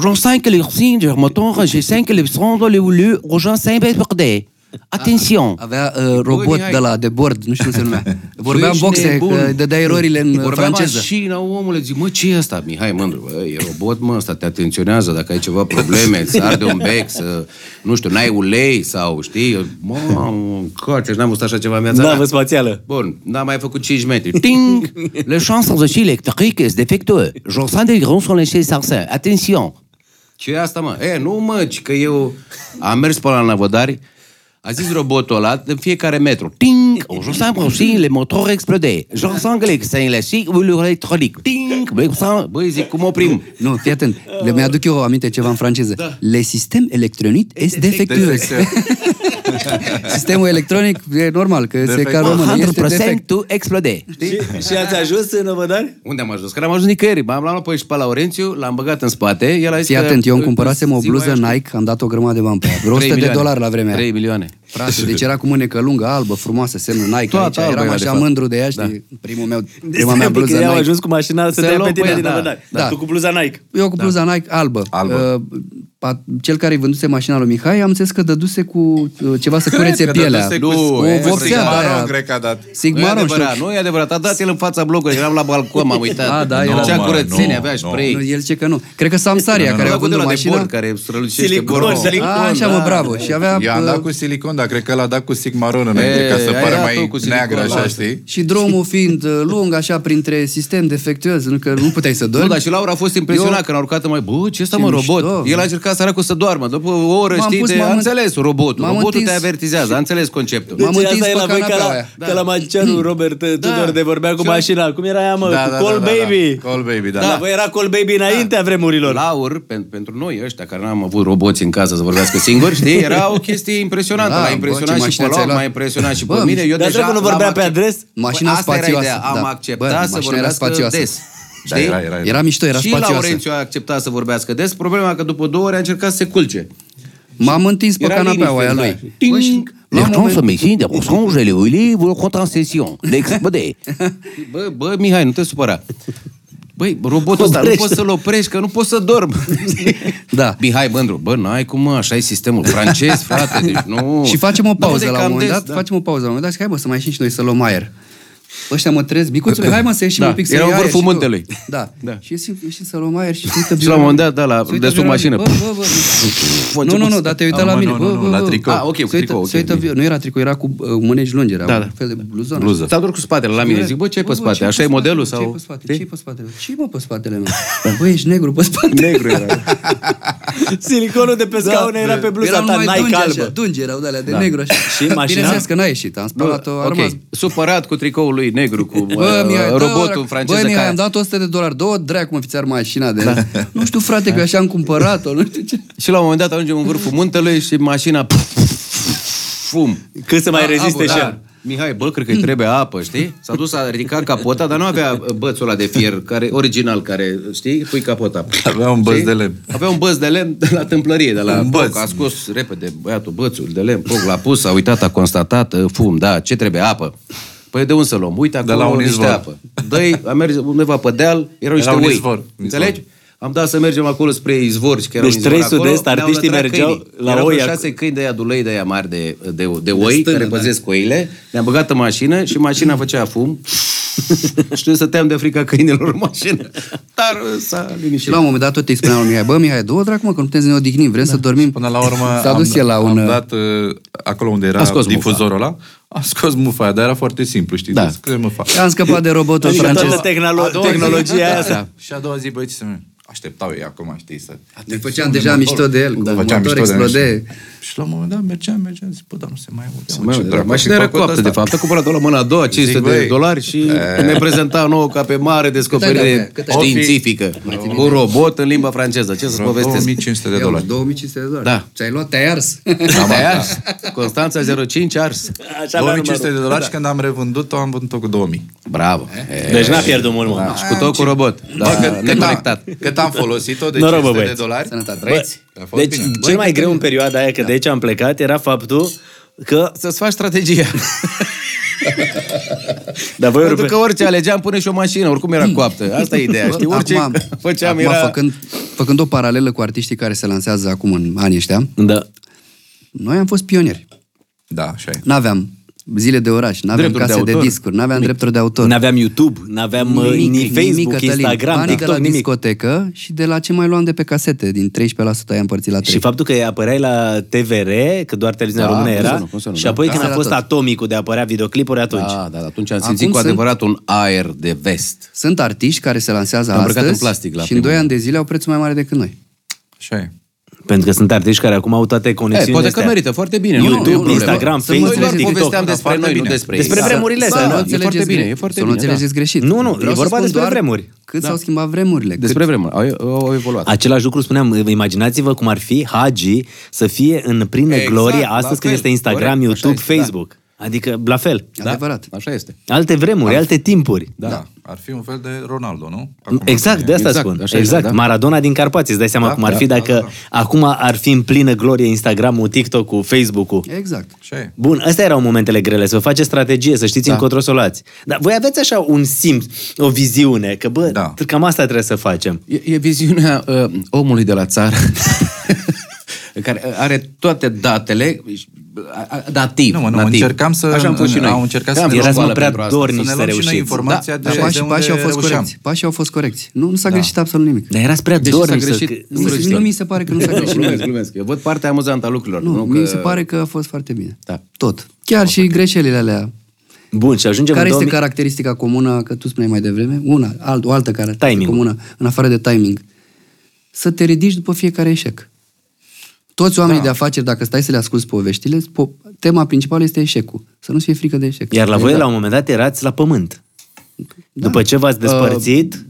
J'en que les signes, je m'attends, j'ai 5 les sons, les lieux, aux gens, c'est un peu bordé. Attention.
Avea uh, robot
Mihai.
de la de bord, nu știu cum se numea. Vorbea în
Ești
boxe,
nebun.
că dădea erorile în
Vorbeam
franceză.
și la omule, zic, mă, ce e asta? Mihai Mândru, bă, e robot, mă, ăsta te atenționează dacă ai ceva probleme, să arde un bec, să, nu știu, n-ai ulei sau, știi, mă, coace, n-am văzut așa ceva în viața
Navă
mea.
spațială.
Bun, n-am mai făcut 5 metri. Ting!
Ting Les champs sont aussi électriques et défectueux. J'en sens des grands sur les chez Sarcin. Attention.
ce e asta, mă? E, nu, mă, ci că eu am mers pe la Năvodari, a zis robotul ăla, în fiecare metru,
Ting J'en sens aussi les moteurs explodés. J'en sens que les signes électriques ou l'électronique. Ting Mais ça,
băi, zic, cum oprim?
Nu, fii atent. Le mi-aduc eu aminte ceva în franceză. Da. Le sistem electronic est defectueux. Sistemul electronic e normal, că se ca român. Este
100%
defect.
tout explodé.
Și, și ați ajuns în Năvădari?
Unde am ajuns? Că am ajuns nicăieri. M-am luat pe și pe Laurențiu, l-am băgat în spate. El a zis
Fii
că-
atent, eu îmi cumpărasem o
ziua
bluză
aia știu-
Nike, am dat o grămadă de bani pe ea. Vreo 100 de dolari la vremea
3
aia.
milioane.
Frate, deci era cu mânecă lungă, albă, frumoasă, semnul Nike
Toată
aici.
albă
Eram
era, de
așa
fapt. Da.
mândru de ea, știi? Primul meu, prima mea
Adică
bluză
ei au
Nike.
ajuns cu mașina să
Se
te ia
luau
pe
pe
tine
ea,
din
da,
Năvădari.
da.
Tu cu bluza Nike.
Eu cu bluza da. Nike albă.
Albă.
Uh, pa- cel care îi vânduse mașina lui Mihai, am înțeles că dăduse cu uh, ceva să curețe
că dăduse
pielea.
cu-
o
e, cu
vopsea Da, de
Sigmaron,
aia.
cred că a dat.
Nu e
Sigmaron, știu.
adevărat, nu e adevărat. A dat el în fața blocului, eram la balcon, m-am uitat.
deci. A, da, el-
Cea
Nu, mă,
curățenie,
nu,
avea
Nu,
nu.
spray.
el zice că nu. Cred că Samsaria, care a
Avea cu de
vândut
la de
mașina.
bord care strălucește
Silicon,
borul.
silicon.
A, așa, mă, bravo. Și avea...
Eu am
uh,
dat cu silicon, dar cred că l-a dat cu sigmaron înainte,
E,
ca să
ai
pară
dat tu
mai
cu silicon,
neagră, așa,
lasă.
știi?
Și drumul fiind uh, lung, așa, printre sistem defectuos, nu că nu puteai să dormi.
Nu, dar și Laura a fost impresionat că n-a urcat mai, bă, ce ăsta mă,
Ce
robot?
mișto,
El
bă.
a încercat săracul să doarmă, după o oră,
M-am
știi,
pus,
de,
m-am
a
în-
înțeles robotul,
m-am
robotul te
întins.
avertizează, a înțeles conceptul.
M-am
Deci
întins
asta e
pe
la voi ca
canapeaua
la,
aia.
ca la Manceanu Robert Tudor de vorbea cu mașina. Cum era ea, mă?
Da,
cu
da,
Call
da, da, da.
Baby.
Call Baby, da.
Da,
Da.
voi era Call Baby înaintea vremurilor.
Laur, pen, pentru noi ăștia care n-am avut roboți în casă să vorbească singuri, știi, era o chestie impresionantă.
Da,
l-a
bă, ce
impresionat și
mașină
pe Laur,
ți-ai
m-a
luat.
impresionat și pe
Bă,
mine. Eu
Dar
deja
trebuie că nu
l-am
vorbea pe
accept-
adres.
Mașina
Păi, asta era
spațioasă,
ideea, Am
da. Bă,
acceptat să
mașina era
vorbească
spațioasă.
des.
Da,
știi?
era, era, era.
Era mișto, era
și
spațioasă.
Laurențiu a acceptat să vorbească des. Problema că după două ori a încercat să se culce.
M-am întins pe
Era
canapeaua aia
liniște,
lui.
da.
Bă, și la
Les
un
gens
moment-
sont méfiants des mensonges et les huilés ou contraception. L'explodé.
Bă, bă, Mihai, nu te supăra. Băi, robotul ăsta, nu
Oprește.
poți să-l oprești, că nu poți să dorm.
Da.
Mihai Mândru, bă, n-ai cum, mă, așa e sistemul francez, frate, deci nu...
Și facem o
Da, uite,
pauză la un
cam
moment
des,
dat, facem o pauză la un moment dat și hai mă să mai ieșim și noi să luăm aer. Ăștia mă trez, bicuțule, hai mă să ieșim
Da,
un pic să
erau
iei aer
vârful
și tot.
muntelui.
Da.
Da.
Și ieșim, ieșim să luăm aer și se uită
Și la un moment dat, da, la,
Se uită
de sub
Viorel,
mașină.
Bă, bă, bă. Nu, nu, nu, dar te uita
Ah,
la
mă,
mine.
nu,
bă,
nu, nu,
bă,
la
bă.
tricou.
Ah, ok, cu
Se uită-
tricou,
se
ok,
uită
bine.
Viorel. Nu era tricou, era cu uh, mâneci lungi, era
Da, da.
un fel de bluzon.
Bluză.
S-a dus cu spatele la mine, zic, bă, ce ai pe spate? Așa e modelul sau... Da.
Ce ai pe spatele? Ce mă pe spatele meu? Băi, ești negru pe spate.
Negru era.
Siliconul de pe scaun era pe bluza
Erau
ta
numai dungi
Nike
așa,
albă.
Dungi erau de alea de negru așa.
Și mașina?
Bineînțeles că n-a ieșit, am spălat-o, a
Ok,
rămas
supărat cu tricoul lui negru, cu
Bă,
uh,
Mihai, da,
robotul
Bă,
francez
Mihai,
care...
am dat 100 de dolari. Două dracu, mă, fiți mașina de... Nu știu, frate, că așa am cumpărat-o, nu știu ce.
Și la un moment dat ajungem în vârful muntelui și mașina... Fum.
Cât să mai reziste
da.
și el.
Mihai, bă, cred că îi trebuie apă, știi? S-a dus, a ridicat capota, dar nu avea bățul ăla de fier, care, original, care, știi, pui capota.
Avea un băț
Știi?
de lemn.
Avea un băț de lemn de la tâmplărie, de la
Un băț.
Poc, A scos repede băiatul bățul de lemn, Poc l-a pus, a uitat, a constatat, "Ă, fum, da, ce trebuie, apă. Păi de unde să luăm? Uite acolo
la un
niște
izvor.
apă. Dă-i, a mers undeva pe deal, erau niște
un
oi.
izvor, un
Înțelegi?
izvor.
Am dat să mergem acolo spre izvor și că era
Deci
un izvor
trei
acolo,
sud-est,
ne-au
artiștii
lătrat
mergeau
câinii.
la
Erau
oi
vreo
ac-
șase câini de aia dulei de aia mari de, de, de oi, care păzesc oile. Ne-am băgat în mașină și mașina făcea fum. și noi stăteam de frica câinilor în mașină. Dar uh, s-a
Și
liniștit.
la un moment dat tot îi spuneam lui Mihai, bă, Mihai, două dracu, mă, că nu putem să ne odihnim, vrem să dormim.
Până la urmă
S-a dus
am,
el la un...
am dat, uh, acolo unde
A
era
scos
difuzorul ăla, a scos mufa aia, dar era foarte simplu, știi?
Da.
Da. Scrie mufa.
uh, Am scăpat de robotul
Adică
francez.
toată tehnolo-
A doua zi-
tehnologia aia
Da,
asta.
Și a doua zi, băi, ce se așteptau ei acum, știi, să...
Ne făceam deja mișto de el, cu
Da,
un
făceam
motor
mișto de noi
explode.
și- Și la un moment dat mergeam, mergeam, zic, bă, dar nu se mai aude. mă,
Mai
ce
uite,
dracu,
Mașina
fi
era
făcut
coaptă, de
ăsta?
fapt. A cumpărat-o la mâna a doua, 500 de
băi,
dolari și ne prezenta nouă ca pe mare
Cât ai de-
descoperire
cât
ai de-
științifică. Cu un robot în limba franceză. Ce să-ți
Vreo
povestesc?
2500 de
Ia uite,
dolari.
2500 de dolari.
Da.
Ți-ai luat, te-ai ars.
Te-ai ars. Constanța 05 ars.
Așa avea
2500 de
numărul.
dolari și când am revândut-o, am vândut-o cu 2000.
Bravo. da. E,
Deci n-a pierdut mult, mă.
Și Eh, cu tot cu robot.
Bă,
Da,
cât, cât, am,
neconectat.
cât am folosit-o de
Noroc, bă,
500 de
băieți.
dolari?
Sănătate.
Bă,
Trăiți.
A fost
Deci,
bine.
cel mai greu în perioada aia, că de aici am plecat, era faptul că...
Să-ți faci strategia.
Dar da, voi
Pentru
europe...
că orice alegeam, pune și o mașină, oricum era coaptă. Asta e ideea, știi?
Bă,
Orice făceam
Hm. acum
era...
făcând, făcând o paralelă cu artiștii care se lansează acum în anii ăștia,
Da.
noi am fost pionieri.
Da, așa e.
N-aveam zile de oraș, n-aveam
Drepturi de
case de,
autor.
discuri, n-aveam drepturi de autor.
N-aveam YouTube, n-aveam uh, ni Facebook,
Cătălin.
Instagram,
Banii
TikTok,
de la
nimic.
discotecă și de la ce mai luam de pe casete, din 13% i-am împărțit la 3.
Și faptul că apăreai la TVR, că doar televiziunea
Da,
română
cum
era,
sună, cum sună,
și
da.
apoi
Da,
când a
era
fost
tot.
atomicul de a apărea videoclipuri atunci.
Da, da, atunci am
Acum
simțit cu
sunt-
adevărat un aer de vest.
Sunt artiști care se lansează
Am îmbrăcat
astăzi
în plastic la
și în
primul
2 ani de zile au prețul mai mare decât noi.
Așa e.
Pentru că sunt artiști care acum au toate
E,
conexiunile
Eh, poate că
astea.
merită foarte bine.
YouTube,
nu, nu, e o problemă.
Instagram,
Să mă
Facebook,
înțelegeți,
TikTok.
povesteam
Da,
despre
foarte
noi, nu
bine.
despre ei.
Despre
Da.
vremurile
Să-
astea,
să
nu?
nu
E
înțelegeți
foarte bine,
gre-
e foarte
Să nu
bine,
înțelegeți
da.
greșit.
Nu, nu, e
Vreau să
vorba
spun
despre
doar
vremuri. da.
Cât s-au schimbat vremurile.
Despre vremuri, au, au au evoluat.
Același lucru spuneam, imaginați-vă cum ar fi Hagi să fie în plină
Exact,
glorie
la
astăzi
fel,
când este Instagram,
corect, așa
YouTube,
este, da.
Facebook. Adică, la fel.
Da? Adevărat.
Așa este.
Alte vremuri, alte timpuri.
Da. Ar fi un fel de Ronaldo, nu?
Exact, de asta
Exact,
spun.
așa e,
Exact,
da.
Maradona din Carpați, îți dai seama cum ar fi dacă acum ar fi în plină glorie Instagram-ul, TikTok-ul, Facebook-ul.
Exact.
Așa e.
Bun, astea erau momentele grele, să faceți strategie, să știți da. încotro să o luați. Dar voi aveți așa un simț, o viziune, că bă, da.
Da.
cam asta trebuie să facem.
E, e viziunea uh, omului de la țară, care uh, are toate datele, a- a- dativ,
Nu, mă, nu,
nativ.
încercam să-
Așa am fost și noi.
au încercat să
Că am
ne
fost
luăm
școală
prea
pentru asta.
dornici.
Să ne
să
luăm și noi
reușim.
informația
Da,
de
Dar
de
pașii,
unde
pașii au fost
reușeam.
corecți. Pașii au fost corecți. Nu, nu s-a greșit absolut nimic.
Dar erați prea
Deși s-a
dornici să...
greșit,
să-
Nu,
greșit.
nu mi se pare că nu s-a
Nu,
greșit
glumesc,
nimic.
glumesc. Eu văd partea amuzantă a lucrurilor.
Nu,
Nu,
mi
că-
se pare că a fost foarte bine.
Da.
Tot. Chiar și greșelile alea.
Bun, și ajungem
Care
în
este
2000...
caracteristica comună, că tu spuneai mai devreme, una, alt, o altă caracteristică
Timing.
comună, în afară de timing? Să te ridici după fiecare eșec. Toți oamenii de afaceri, dacă stai să le asculți poveștile, po- tema principală este eșecul. Să nu-ți fie frică de eșec.
Iar la voi, la un moment dat, erați la pământ. Da. După ce v-ați despărțit,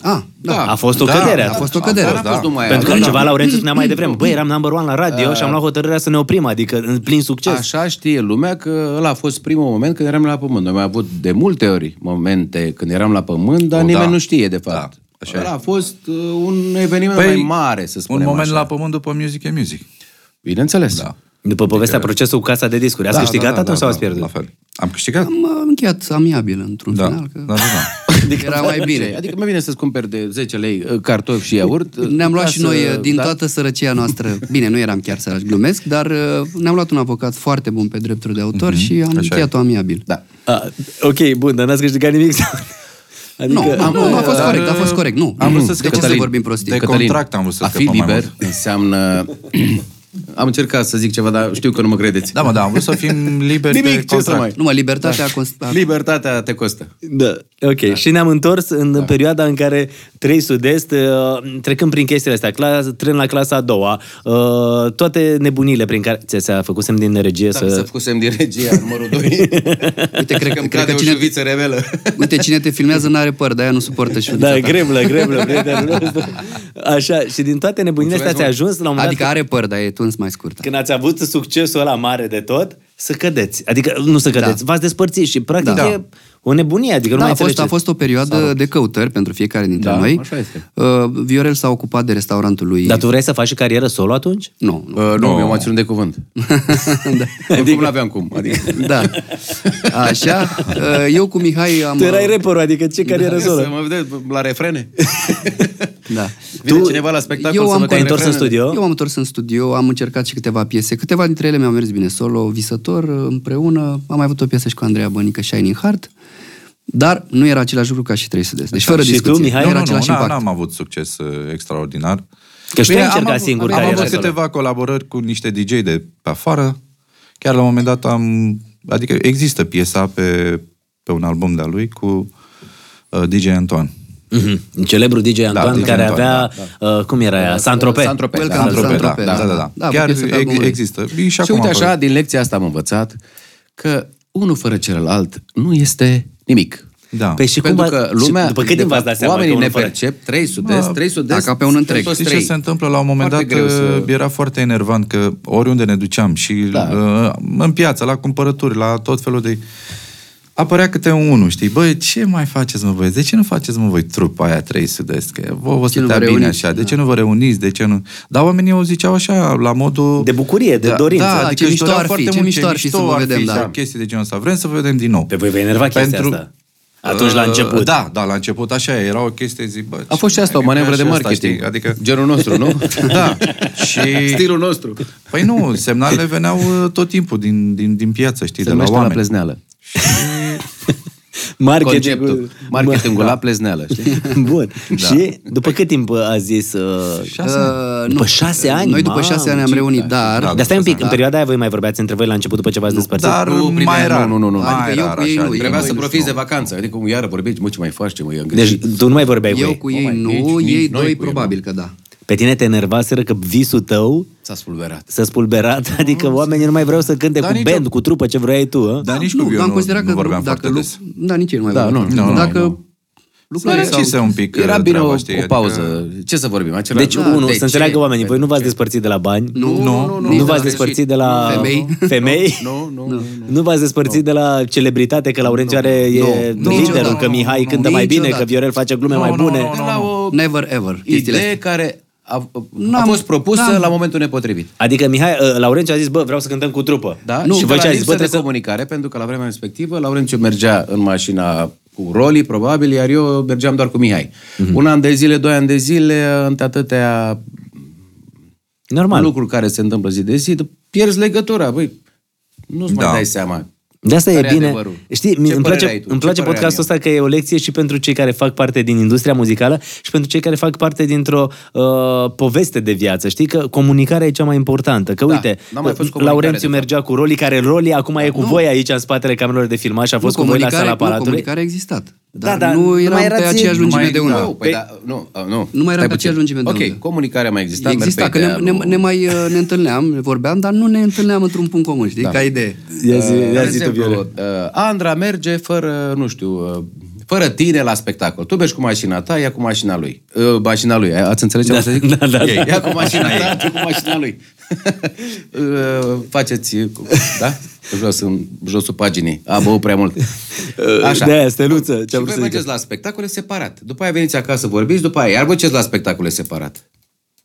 A, da.
a fost o cădere
A
atunci.
da,
fost o cădere.
Dar n-a fost numai aia.
Pentru că
Da,
ceva Laurențiu spunea mai devreme, băi, eram number one la radio și am luat hotărârea să ne oprim, adică în plin succes.
Așa știe lumea că ăla a fost primul moment când eram la pământ. Noi am avut de multe ori momente când eram la pământ, dar
O,
nimeni
da.
nu știe, de fapt.
Da, așa e. Păi,
ăla a fost uh, un eveniment mai mare, să spunem
Un moment
așa.
la pământ după Music e Music.
Bineînțeles.
Da.
După povestea procesului cu casa de discuri, ați câștigat atunci sau ați pierdut?
La fel. Am câștigat?
Am uh, încheiat amiabil într-un
Da.
final.
Da,
Că
da, da.
Era mai bine.
Adică mai bine să-ți cumperi de 10 lei uh, cartofi și iaurt. uh,
Ne-am luat
ca
și
să-
noi uh, din
da?
toată sărăcia noastră, bine, nu eram chiar săraci, glumesc, dar uh, ne-am luat un avocat foarte bun pe drepturi de autor și am
așa e.
încheiat-o amiabil.
Da.
A, Ah, ok, bun, dar n-ați câștigat nimic? sau- adică,
Nu, am- nu, a fost
Dar, uh,
corect, a fost corect, nu.
Am vrut
De
să
ce
scăpăm.
să vorbim prostii?
De
Cătălin,
contract am vrut să
A fi
scăpăm mai
liber
mult.
înseamnă... Am încercat să zic ceva, dar știu că nu mă credeți.
Da, mă, da, am vrut să fim liberi
Nimic,
de
ce să mai...
contract.
Nu, mă, libertatea a constat.
Libertatea te costă.
Da, ok. Da. Și ne-am întors în da. perioada în care trei sud-est, uh, trecând prin chestiile astea, clas, tren la clasa a doua, uh, toate nebunile prin care ți se făcusem din regie
Da,
să...
să făcusem din regia numărul 2. Uite,
cred-
cred că îmi
cred că
cade o
cine-
șuviță rebelă.
Uite, cine te filmează n-are păr, de aia nu suportă și
Da, greblă, greblă, prietenul nostru. Așa, și din toate nebunile astea
Mulțumesc
ți-a ajuns la un moment
Adică
dat,
are păr, dar e tuns mai scurt.
când ați avut succesul ăla mare de tot, să cădeți. Adică nu să cădeți, v-ați despărțit și practic
Da.
e o nebunie, adică nu
Da,
mai
a fost, a
înțelegeți.
fost o perioadă de căutări pentru fiecare dintre
Da,
noi.
așa este.
Uh, Viorel s-a ocupat de restaurantul lui.
Dar tu vrei să faci și carieră solo atunci?
Nu, nu.
Uh, nu, eu m-am ținut de cuvânt. da. Adică... Nu aveam cum. Adică...
Da. Așa. uh, Eu cu Mihai am...
Tu erai rapperul, adică ce carieră
Să
solo?
mă vedeți la refrene.
Da.
Vine cineva la spectacol
Eu
să
am
văd
Te-ai întors în
refrenele.
studio?
Eu am întors în studio, am încercat și câteva piese. Câteva dintre ele mi-au mers bine solo, visător, împreună. Am mai avut o piesă și cu Andreea Bănică, Shining Heart. Dar nu era același lucru ca și 300 de Deci fără
Și tu,
discuție.
Mihai?
nu
Nu,
era
nu, nu,
același
n-a-
impact.
n-am avut succes uh, extraordinar.
Că și tu ai
am
încercat
avut-
singur
Am
cariera
avut
solo.
câteva colaborări cu niște DJ de pe afară. Chiar la un moment dat am... Adică există piesa pe, pe un album de-a lui cu uh, DJ Antoine.
Mm-hmm. Celebrul DJ Antoine, da,
DJ
care
Antoine,
avea, uh, cum era ea, Saint-Tropez.
Saint-Tropez.
Welcome,
Da,
da. Saint-Tropez,
da, da, da, da.
Da,
Chiar
pe piesă pe
ex-
albumul
există. Și,
Și
acum
uite
apare.
așa, din lecția asta am învățat că unul fără celălalt nu este nimic.
Da.
Păi și cum
Pentru
va-
că
și
lumea,
după cât
de
timp v-ați
fapt,
dat seama
oamenii
că
ne
unul fără-
percep, trei sud-est, trei sud-est,
dacă pe un întreg.
toți
Știi ce
trei.
se întâmplă? La un moment
Foarte
dat uh,
greu
uh,
să-
era foarte enervant că oriunde ne duceam și da. în piață, la cumpărături, la tot felul de... Apărea câte unul, știi? Băi, ce mai faceți, mă, băieți? De ce nu faceți, mă, voi, trupa aia 300 Că vă, vă
nu
stătea
vă
bine
reuniți?
așa. De ce nu vă reuniți? De ce nu... Dar oamenii o ziceau așa, la modul...
De bucurie, de
da,
dorință.
Da,
Da,
adică
ce
își
mișto
doreau
ar fi,
foarte
ce
mult,
mișto ar fi să vă
ar
vedem,
fi,
da.
și chestii de genul ăsta. Vrem să vă vedem din nou.
Pe voi vă enerva chestia asta. Atunci, la
Uh,
început.
Da, da, la început așa e, era o chestie, zic, bă,
A fost și asta o
mai
manevră de
și asta,
marketing.
Adică știi? Adică,
Genul nostru, nu?
da, și...
Stilul nostru.
Păi nu, semnalele veneau uh, tot timpul din, din, din piață,
Se
știi, de la
numește la,
oameni.
plezneală.
Marketingul- Da.
Conceptul. Marketingul la plezneală, știi?
Bun.
Da.
Și după cât timp uh, a zis... Uh,
Șase
Uh,
După șase ani?
Noi după
Mamă,
șase ani am
ce
reunit, dar...
Da,
dar stai un pic,
da.
în perioada aia voi mai vorbeați între voi la început după ce v-ați despărțit?
Dar
Nu, primeai,
mai era.
nu, nu, nu, nu.
Mai
Adică eu
rar,
cu ei
așa,
nu,
adică
eu
Trebuia
cu
să
ei
profiți de vacanță. Adică, cum, iară vorbiți, mă, ce mai faci, ce mă, i-am
Deci
gândit.
tu nu mai vorbeai cu
Eu
ei.
cu
Nu
ei
mai, nici-
nu,
nici
ei
noi cu
doi
ei,
probabil că da.
Pe tine te enervaseră că visul tău
S-a spulberat.
s-a spulberat, adică oamenii nu mai vreau să cânte
Dar
cu
nici
band,
eu- Da,
cu trupă, ce vroiai tu, ă? hă?
Dar nici
nu,
cu eu
am
nu,
considerat
nu
că
vorbeam
dacă
foarte des.
Da, nici el nu mai
Da,
vorbea.
nu, nu, nu,
Dacă
nu.
lucrurile
Dar
erau...
și se un pic
Era
uh,
bine
treaba,
o,
știi,
o pauză. Ce să vorbim? Acela
Deci,
da,
unul,
de
să înțeleagă
ce?
oamenii, voi nu v-ați despărțit de la bani,
Nu,
nu,
nu v-ați despărțit de la
Femei.
femei?
Nu, nu, nu.
Nu v-ați despărțit de la celebritate, că Laurențiu are e
Nu,
liderul,
niciodată.
că Mihai
Nu,
cântă mai bine,
niciodată.
că Viorel face glume
Nu,
mai
nu,
bune.
nu, nu.
De la o
Never ever. Chestiile
idee
astea.
care a, a
N-am-
fost propusă
n-am.
la momentul nepotrivit.
Adică Mihai, uh, Laurențiu a zis, bă, vreau să cântăm cu trupă.
Da?
Nu,
și
și voi
de
ce
la
ați zis, bă,
lipsă
trebuie
de
să...
comunicare, pentru că la vremea respectivă Laurențiu mergea în mașina cu Roli, probabil, iar eu mergeam doar cu Mihai. Un an de zile, doi ani de zile, în atâtea
Normal.
lucruri care se întâmplă zi de zi, pierzi legătura, băi, nu-ți
Da.
mai dai seama.
De asta e
Care e
bine.
adevărul?
Știi,
Ce
mi- îmi
părere
place,
ai tu?
îmi
Ce
place
părere
podcastul
am eu?
ăsta că e o lecție și pentru cei care fac parte din industria muzicală și pentru cei care fac parte dintr-o uh, poveste de viață. Știi că comunicarea e cea mai importantă. Că
Da,
uite, uh,
n-a mai fost comunicare,
Laurențiu
de fapt.
mergea cu Roli, care Roli acum e cu voi aici în spatele camerelor de filmaj și a
Nu,
fost cu voi la
comunicare,
sala
nu,
aparatului.
comunicare a existat.
Da,
Dar
dar
nu
nu
eram
mai
pe
erați-
aceeași
nu
lungime
mai-
de
da.
undă.
Nu, păi, da, nu, a, nu.
Nu mai
Stai
era pe
puțin.
aceeași lungime de
Ok,
undă.
comunicarea mai exista, merg
Exista,
pe
că ne,
ideea
ne,
lui-
ne mai uh, ne întâlneam, ne vorbeam, dar nu ne întâlneam într-un punct comun, știi, da. ca idee.
Ia zi,
De
ia zi tu,
exemplu,
Viorel.
uh, Andra merge fără, nu știu, uh, fără tine la spectacol. Tu mergi cu mașina ta, ea cu mașina lui. Uh, Mașina lui, ați înțeles ce am
Da,
să zic?
da, da,
Ei,
da.
Ea cu mașina ta, tu cu mașina lui. Uh, Faceți, cu- da? Jos, în josul paginii. A, băut prea mult. Așa.
Uh, De-aia, steluță, ce
și
am
voi
să zic.
mergeți la spectacole separat. După aia veniți acasă, vorbiți, după aia iar vă duceți la spectacole separat.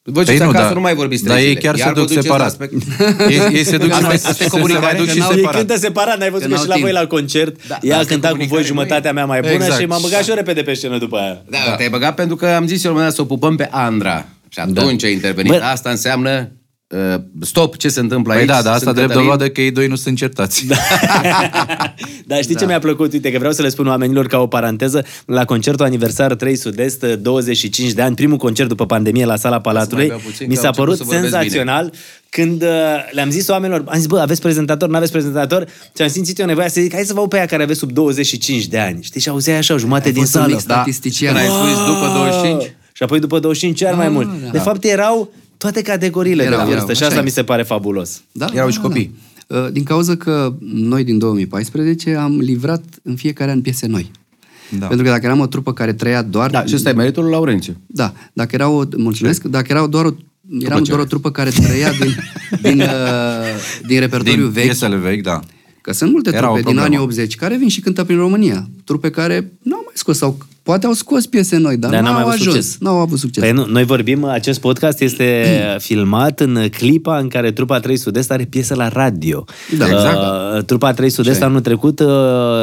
Vă duceți
Păi
acasă,
dar-
nu mai vorbiți
Dar
trei
ei
zile.
chiar se
Iar vă
duc
duceți la
separat.
spect-
Ei, ei se duc și
Asta-
mai,
asta e
se mai
comunicare,
duc
că
și
n-au-
Ei
separat.
cântă separat, n-ai văzut
Că
că
n-au
și la
timp.
voi la concert,
Da,
ea a
asta e
cântat cu voi
comunicare,
jumătatea mea mai bună
Exact.
și m-am băgat și eu repede pe scenă după aia.
Da, da. te-ai băgat pentru că am zis eu la un moment dat să o pupăm pe Andra. Și atunci da. a intervenit.
Bă-
Bă. Asta înseamnă uh, stop, ce se întâmplă
Păi
aici?
da, dar asta
Sunt
drept
Cătălin.
dovadă că ei doi nu sunt certați. Da.
Dar știi da. ce mi-a plăcut? Uite că vreau să le spun oamenilor ca o paranteză. La concertul aniversar 3 Sud-Est, 25 de ani, primul concert după pandemie la sala Palatului,
mai bea puțin,
mi
că
s-a
au început
părut
să vorbesc
senzațional când uh, le-am zis oamenilor, am zis, bă, aveți prezentator, nu aveți prezentator și am simțit eu nevoia să zic, hai să vă pe aia care aveți sub 25 de ani. Știi, și auzeai așa o jumate din
fost un
sală. da.
mix statistician.
Când ai spus după 25?
Și apoi după 25 chiar mai mult. De fapt erau toate categoriile de
Erau,
la vârstă
erau,
și
așa
asta
e.
mi se pare fabulos.
Da,
Erau
da,
și
da,
copii.
da. Uh, Din cauza că noi din 2014 am livrat în fiecare an piese noi. Da.
Da.
Pentru că dacă eram o trupă care trăia doar...
Da, și ăsta e meritul lui Laurențiu.
Da, dacă erau, o, mulțumesc, dacă erau doar o, eram doar o trupă care trăia din, din, uh, din repertoriu
Din
vechi,
piesele vechi, da.
că sunt multe
Era o
trupe din
problemă.
anii 80 care vin și cântă prin România. Trupe care n-au mai scos sau poate au scos piese noi, dar,
Dar n-au mai
n-au
avut
ajuns.
succes.
N-au avut succes. Mm.
Păi nu, noi vorbim, acest podcast este filmat în clipa în care Trupa 3 Sud-Est are piesă la radio.
Da, exact.
Uh, Trupa 3 Sud-Est anul trecut, uh,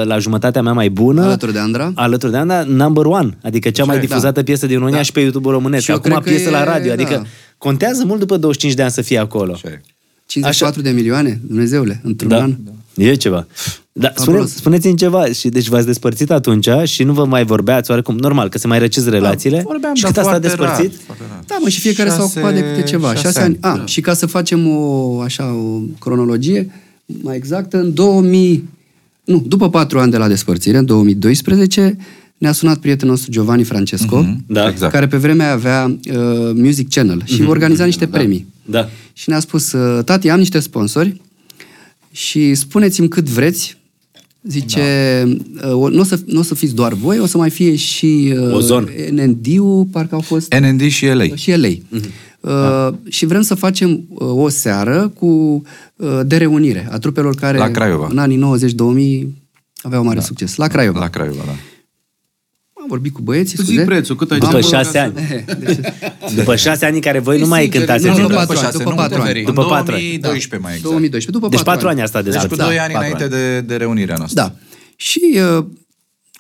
la jumătatea mea mai bună,
Alături de Andra.
alături de Andra, number one, adică cea mai
e,
difuzată
da.
piesă din România
Da.
și pe YouTube-ul românesc.
Și eu
Acum
cred că
piesă la
e-
radio,
da.
adică contează mult după 25 de ani să fie acolo.
Așa e.
54 de milioane, Dumnezeule, într-un
Da.
an.
E ceva. Da, spune,
Fabulos.
spuneți-mi ceva. Și, deci v-ați despărțit atunci și nu vă mai vorbeați oarecum. Normal, că se mai răcesc relațiile.
vorbeam,
și
dar
cât ați stat
foarte
despărțit?
rar, foarte rar.
Da, mă, și fiecare s-a
Șase-
ocupat de câte ceva. Șase, șase ani. A,
Da.
și ca să facem o, așa, o cronologie mai exactă, în 2000, nu, după patru ani de la despărțire, în 2012, ne-a sunat prietenul nostru Giovanni Francesco,
Da.
Exact.
care pe vremea aia avea uh, Music Channel și organiza niște premii.
Da.
Și ne-a spus, uh, tati, am niște sponsori și spuneți-mi cât vreți. Zice, da. nu o să, n-o să fiți doar voi, o să mai fie și uh,
Ozon.
NND-ul, parcă au fost...
NND și LA.
Păi Și elei.
Mhm.
Uh, și vrem să facem uh, o seară cu uh, de reunire a trupelor care
La Craiova.
în anii 90-2000 aveau mare da. succes. La Craiova.
La Craiova, da.
Am vorbit cu băieții,
Zi
scuze.
prețul, cât ai
După
dat?
șase ani.
Deci,
După șase ani în care voi nu mai cântați.
nu,
în
nu,
genul
după
ăsta.
patru ani, după patru ani. Da.
După
În
patru ani,
2012 mai exact.
2012, după
Deci patru ani
ani
asta
Deci
deja.
cu 2 ani
patru
înainte de, de reunirea noastră.
Da. Și, uh,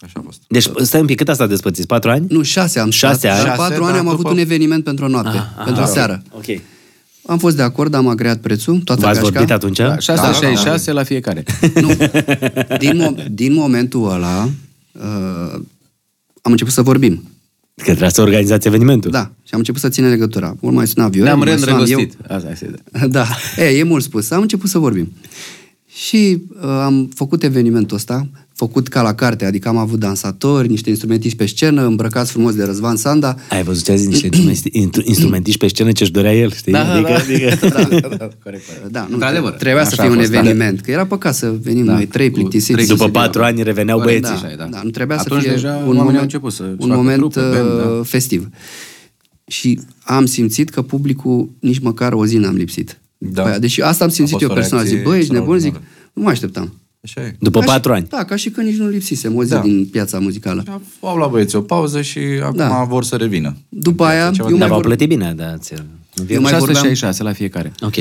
Așa a fost.
Deci stai un pic, cât asta despățiți? Patru ani?
nu, șase am
Șase
stat,
ani. Ah, da.
Dar
Șase,
patru ani
dar
da,
am avut
după-
un eveniment pentru o noapte, pentru o seară.
Ok.
Am fost de acord, am agreat prețul, toată
V-ați
gașca.
vorbit atunci?
Da, 666 la fiecare.
Nu. Din, mo- din momentul ăla uh, am început să vorbim.
Că trebuia să organizați evenimentul.
Da, și am început să ținem legătura. Mult mai suna Viorel,
Ne-am
mai sunam eu.
reîndrăgostit. Asta este, da.
Da, e, e mult spus. Am început să vorbim. Și uh, am făcut evenimentul ăsta, făcut ca la carte, adică am avut dansatori, niște instrumentiști pe scenă, îmbrăcați frumos de Răzvan Sanda.
Ai văzut ce a zis niște instrumenti- intru- instrumentiști pe scenă ce-și dorea el, știi?
Da, da,
adică,
da.
Adică...
Da, nu,
Într-adevăr.
Trebuia să
Așa
fie
a
un
fost, da.
eveniment, că era păcat să venim da, noi trei
cu
plictisiți.
După patru ani reveneau
Corect,
băieții.
da.
da, da, nu trebuia
Atunci
să fie
deja
un
oamenii au
moment,
început să-și
un
facă
moment
trupe, band,
uh,
da.
festiv. Și am simțit că publicul, nici măcar o zi n-am lipsit.
Da.
După Aia. Deci asta am simțit
fost
eu
o
personal. Zic,
reacție
băi, ești nebun? Zic,
extraordinară.
nu mă așteptam.
Așa e.
După
Ca și-
patru ani.
Da, ca și că nici nu lipsisem o zi
Da.
din piața muzicală.
Și Au luat băieții o pauză și acum
Da.
vor să revină.
După aia,
ceva
Dar
eu mai,
v-au
vor...
plătit bine, da. ți-
eu mai vorbeam...
666 la fiecare.
Ok.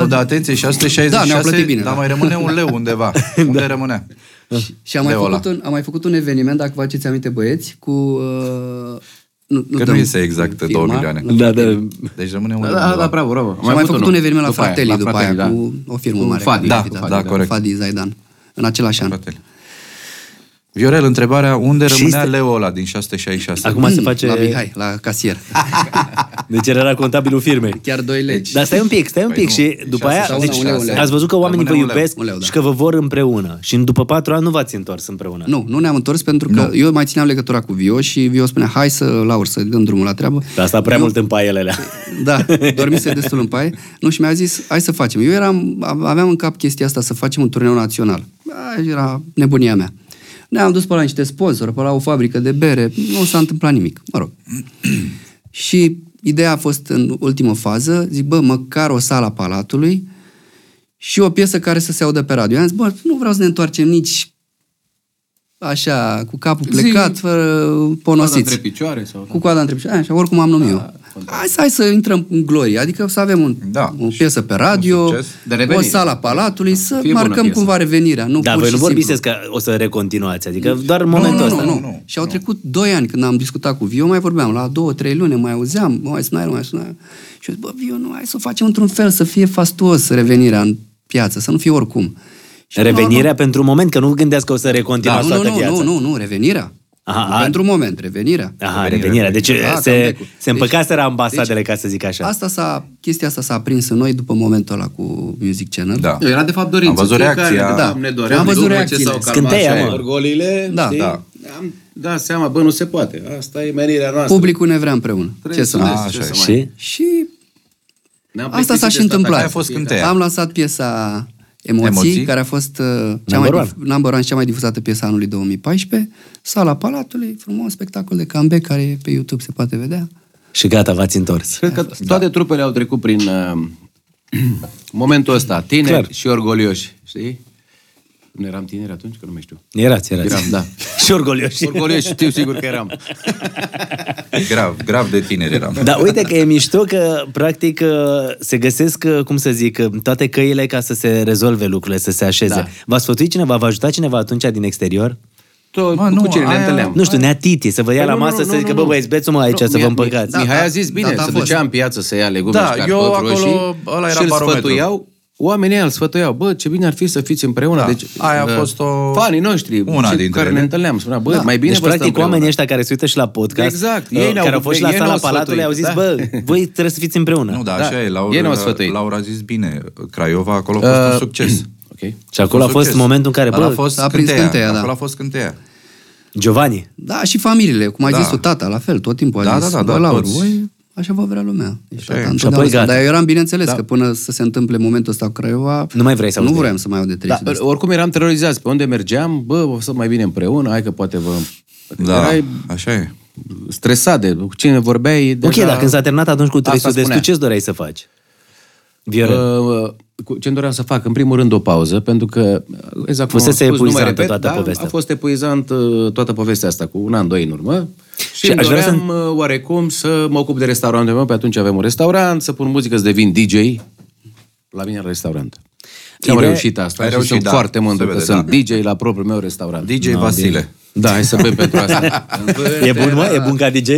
nu, dar atenție, 666,
Da, ne-au plătit bine,
dar
da.
mai rămâne un leu undeva. Unde rămânea?
Și am mai,
Leola.
făcut un, am mai făcut un eveniment, dacă vă aduceți aminte, băieți, cu... Uh, nu,
Că
dăm
nu este exact
firma,
2 milioane.
nu-
Da, da.
Deci rămâne un
Da,
leu
da,
undeva.
da, bravo, bravo. Am
Și am mai făcut un eveniment la
După aia,
Fratelli după aia,
Fratelli,
cu o firmă mare.
Fadi,
care a
da,
invitat,
da, corect.
Fadi Zaidan. În același an.
Fratele. Viorel, întrebarea, unde
Și
rămânea
este-
leu ăla din 666?
Acum se
Hmm, La
face...
Mihai, la casier.
Deci era contabilul firmei.
Chiar 2 lei.
Dar stai un pic, stai un
Păi
pic
nu,
și
deci
după
asta
aia
sau
deci,
un leu, un leu.
ați văzut că oamenii vă
Rămâne un leu.
iubesc
Un leu, da.
și că vă vor împreună și după patru ani nu v-ați întors împreună.
Nu, nu ne-am întors pentru că eu mai țineam legătura cu Vio și Vio spunea, hai să, Laur, să dăm drumul la treabă.
Dar asta prea
Eu-
mult în paiele alea.
Da, dormise destul în paie. Nu, și mi-a zis, hai să facem. Eu eram, aveam în cap chestia asta, să facem un turneu național. A, Era nebunia mea. Ne-am dus pe la niște sponsori, pe la o fabrică de bere. Nu s-a întâmplat nimic, mă rog. și ideea a fost în ultimă fază, zic, bă, măcar o sală a Palatului și o piesă care să se audă pe radio. Eu am zis, bă, nu vreau să ne întoarcem nici așa, cu capul plecat, fără
da.
ponosiți
între picioare sau...
cu coada între picioare, așa, oricum am numit eu. Hai să, hai să intrăm în glorie, adică să avem un,
Da.
o piesă pe radio,
succes.
De
o
revenire.
sală a Palatului, să
Fie bună
marcăm
piesă.
cumva revenirea. Nu
Dar
pur
voi
și
nu
simplu.
vorbiseți că o să recontinuați, adică doar în
nu,
momentul
nu,
ăsta.
nu, nu,
Nu,
Și au trecut doi ani când am discutat cu Viu, mai vorbeam, la două, trei luni mai auzeam, mă mai suna el, mă mai suna el. Și eu zic, bă, Viu, nu, hai să o facem într-un fel, să fie fastuos revenirea în piață, să nu fie oricum. Și până la urmă-
Revenirea pentru un moment, că nu gândeați că o să
Da,
recontinuați
nu,
toată
nu,
viața.
nu, nu, nu, revenirea.
Aha,
Nu
a-
pentru un moment, revenirea.
Aha, revenirea. Deci
Da, cam
se,
decul.
se împăcaseră ambasadele, ca să zic așa.
Asta s-a, chestia asta s-a aprins în noi după momentul ăla cu Music Channel.
Da.
Era de fapt dorință.
Am văzut
Fiecare
reacția.
dintre
Da.
oameni ne doream,
Am văzut
după ce
reacțiile.
s-au calmat
Scânteia,
și
mă.
orgolile,
Da.
știi?
Da.
Am dat seama, bă, nu se poate. Asta e menirea noastră.
Publicul ne vrea împreună.
Trebuie
Ce să
să
mai
vezi,
A,
ce
așa
să
e.
mai-
Și?
Și
Ne-am
asta s-a
plictisit
și
de stat
întâmplat.
Aia a
acasă.
fost cânteia.
Am lansat piesa Emoții,
Emoții.
care a fost uh, cea
Number
mai,
one.
dif- number one și cea mai difuzată piesă a anului 2014. Sala Palatului, frumos spectacol de comeback care pe YouTube se poate vedea.
Și gata, v-ați întors.
Cred că toate
Da.
trupele au trecut prin uh, momentul ăsta, tineri
Clar.
și orgolioși, știi? Nu eram tineri atunci, că nu mai știu.
Erați, erați.
Eram, da.
și orgolioși.
Orgolioși, știu sigur că eram.
Grav, grav de tineri eram.
Dar Da, uite că e mișto că, practic, uh, se găsesc, cum să zic, uh, toate căile ca să se rezolve lucrurile, să se așeze. Da.
Da.
V-a sfătuit cineva? V-a ajutat cineva atunci din exterior?
Tot,
Mă, nu,
cu cine ne
aia-
întâlneam?
Nu știu, nea Titi, să vă ia
Păi
la
nu,
masă
nu,
să
nu,
zică,
nu,
bă,
nu.
băieți, beți mă aici
Nu,
să vă
Mi-
împăcați.
Mi- Mihai a zis
Da,
bine,
da, a
se
fost.
ducea în piață să ia legume
Da,
și cartofi
eu acolo-
roșii
ăla era
și îl
barometru.
sfătuiau, oamenii îl sfătuiau, bă, ce bine ar fi să fiți împreună.
Da,
Deci,
aia a
uh,
fost o-
Fanii noștri,
una
cei cu
dintre
care
ele.
ne întâlneam, spunea, bă, mai bine
dine deci,
vă stăm
practic,
împreună.
oamenii ăștia care se uită și la podcast,
Exact,
uh,
ei
care
ne-au-
au fost și la
ei ne-au
sala
sfătuit,
Palatului, au zis,
da.
bă, voi trebuie să fiți împreună.
Nu, dar
Da.
așa e,
Ei ne-au
Laura,
sfătuit.
Laura a zis bine, Craiova acolo a fost un succes.
Ok.
Și acolo a
Un
fost
succes.
momentul în care, bă,
Ăla a fost
s-a aprins
cânteia,
cânteia, da.
acolo a fost cânteia.
Giovanni.
Da, și familiile, cum ai
Da.
da. zis-o, tata, la fel, tot timpul a
Da,
zis,
da, da, da,
"Bă, Laur,
toți." Păi,
voi, așa vă vrea lumea. Deci, tata,
Și
întotdeauna
apoi
asta.
gata.
Dar eu eram bineînțeles
Da.
da. că până să se întâmple momentul ăsta cu Craiova...
Nu mai vrei să auzi
Nu
de
vrem să mai aud de
Da,
300
deci-
de
oricum eram terorizați. Pe unde mergeam, bă, o să mai bine împreună, hai că poate vă...
Adică
Da,
Erai
așa e.
stresat de cu cine vorbeai.
Ok,
deja-
dacă s-a terminat atunci cu
Asta
300 de tu
spunea.
ce-ți doreai să faci? Viorel.
Uh, cu- ce doream să fac? În primul rând o pauză, pentru că uh, exact cum am
Fusese
spus, nu mai
epuizantă
repet,
toată
da,
povestea.
A fost epuizant uh, toată povestea asta, cu un an, doi în urmă. Și,
Și
și îmi
aș vrea
doream să... oarecum să mă ocup de restaurantul meu, pe atunci aveam un restaurant, să pun muzică, să devin DJ la mine la restaurant. Și am
Ideea-
reușit asta
Ai
și
reușit,
sunt
da,
foarte mândru
se
că
vede,
sunt
da.
DJ la propriul meu restaurant.
DJ Vasile.
Da, hai să bem pentru asta.
E bun, mă? E bun ca DJ?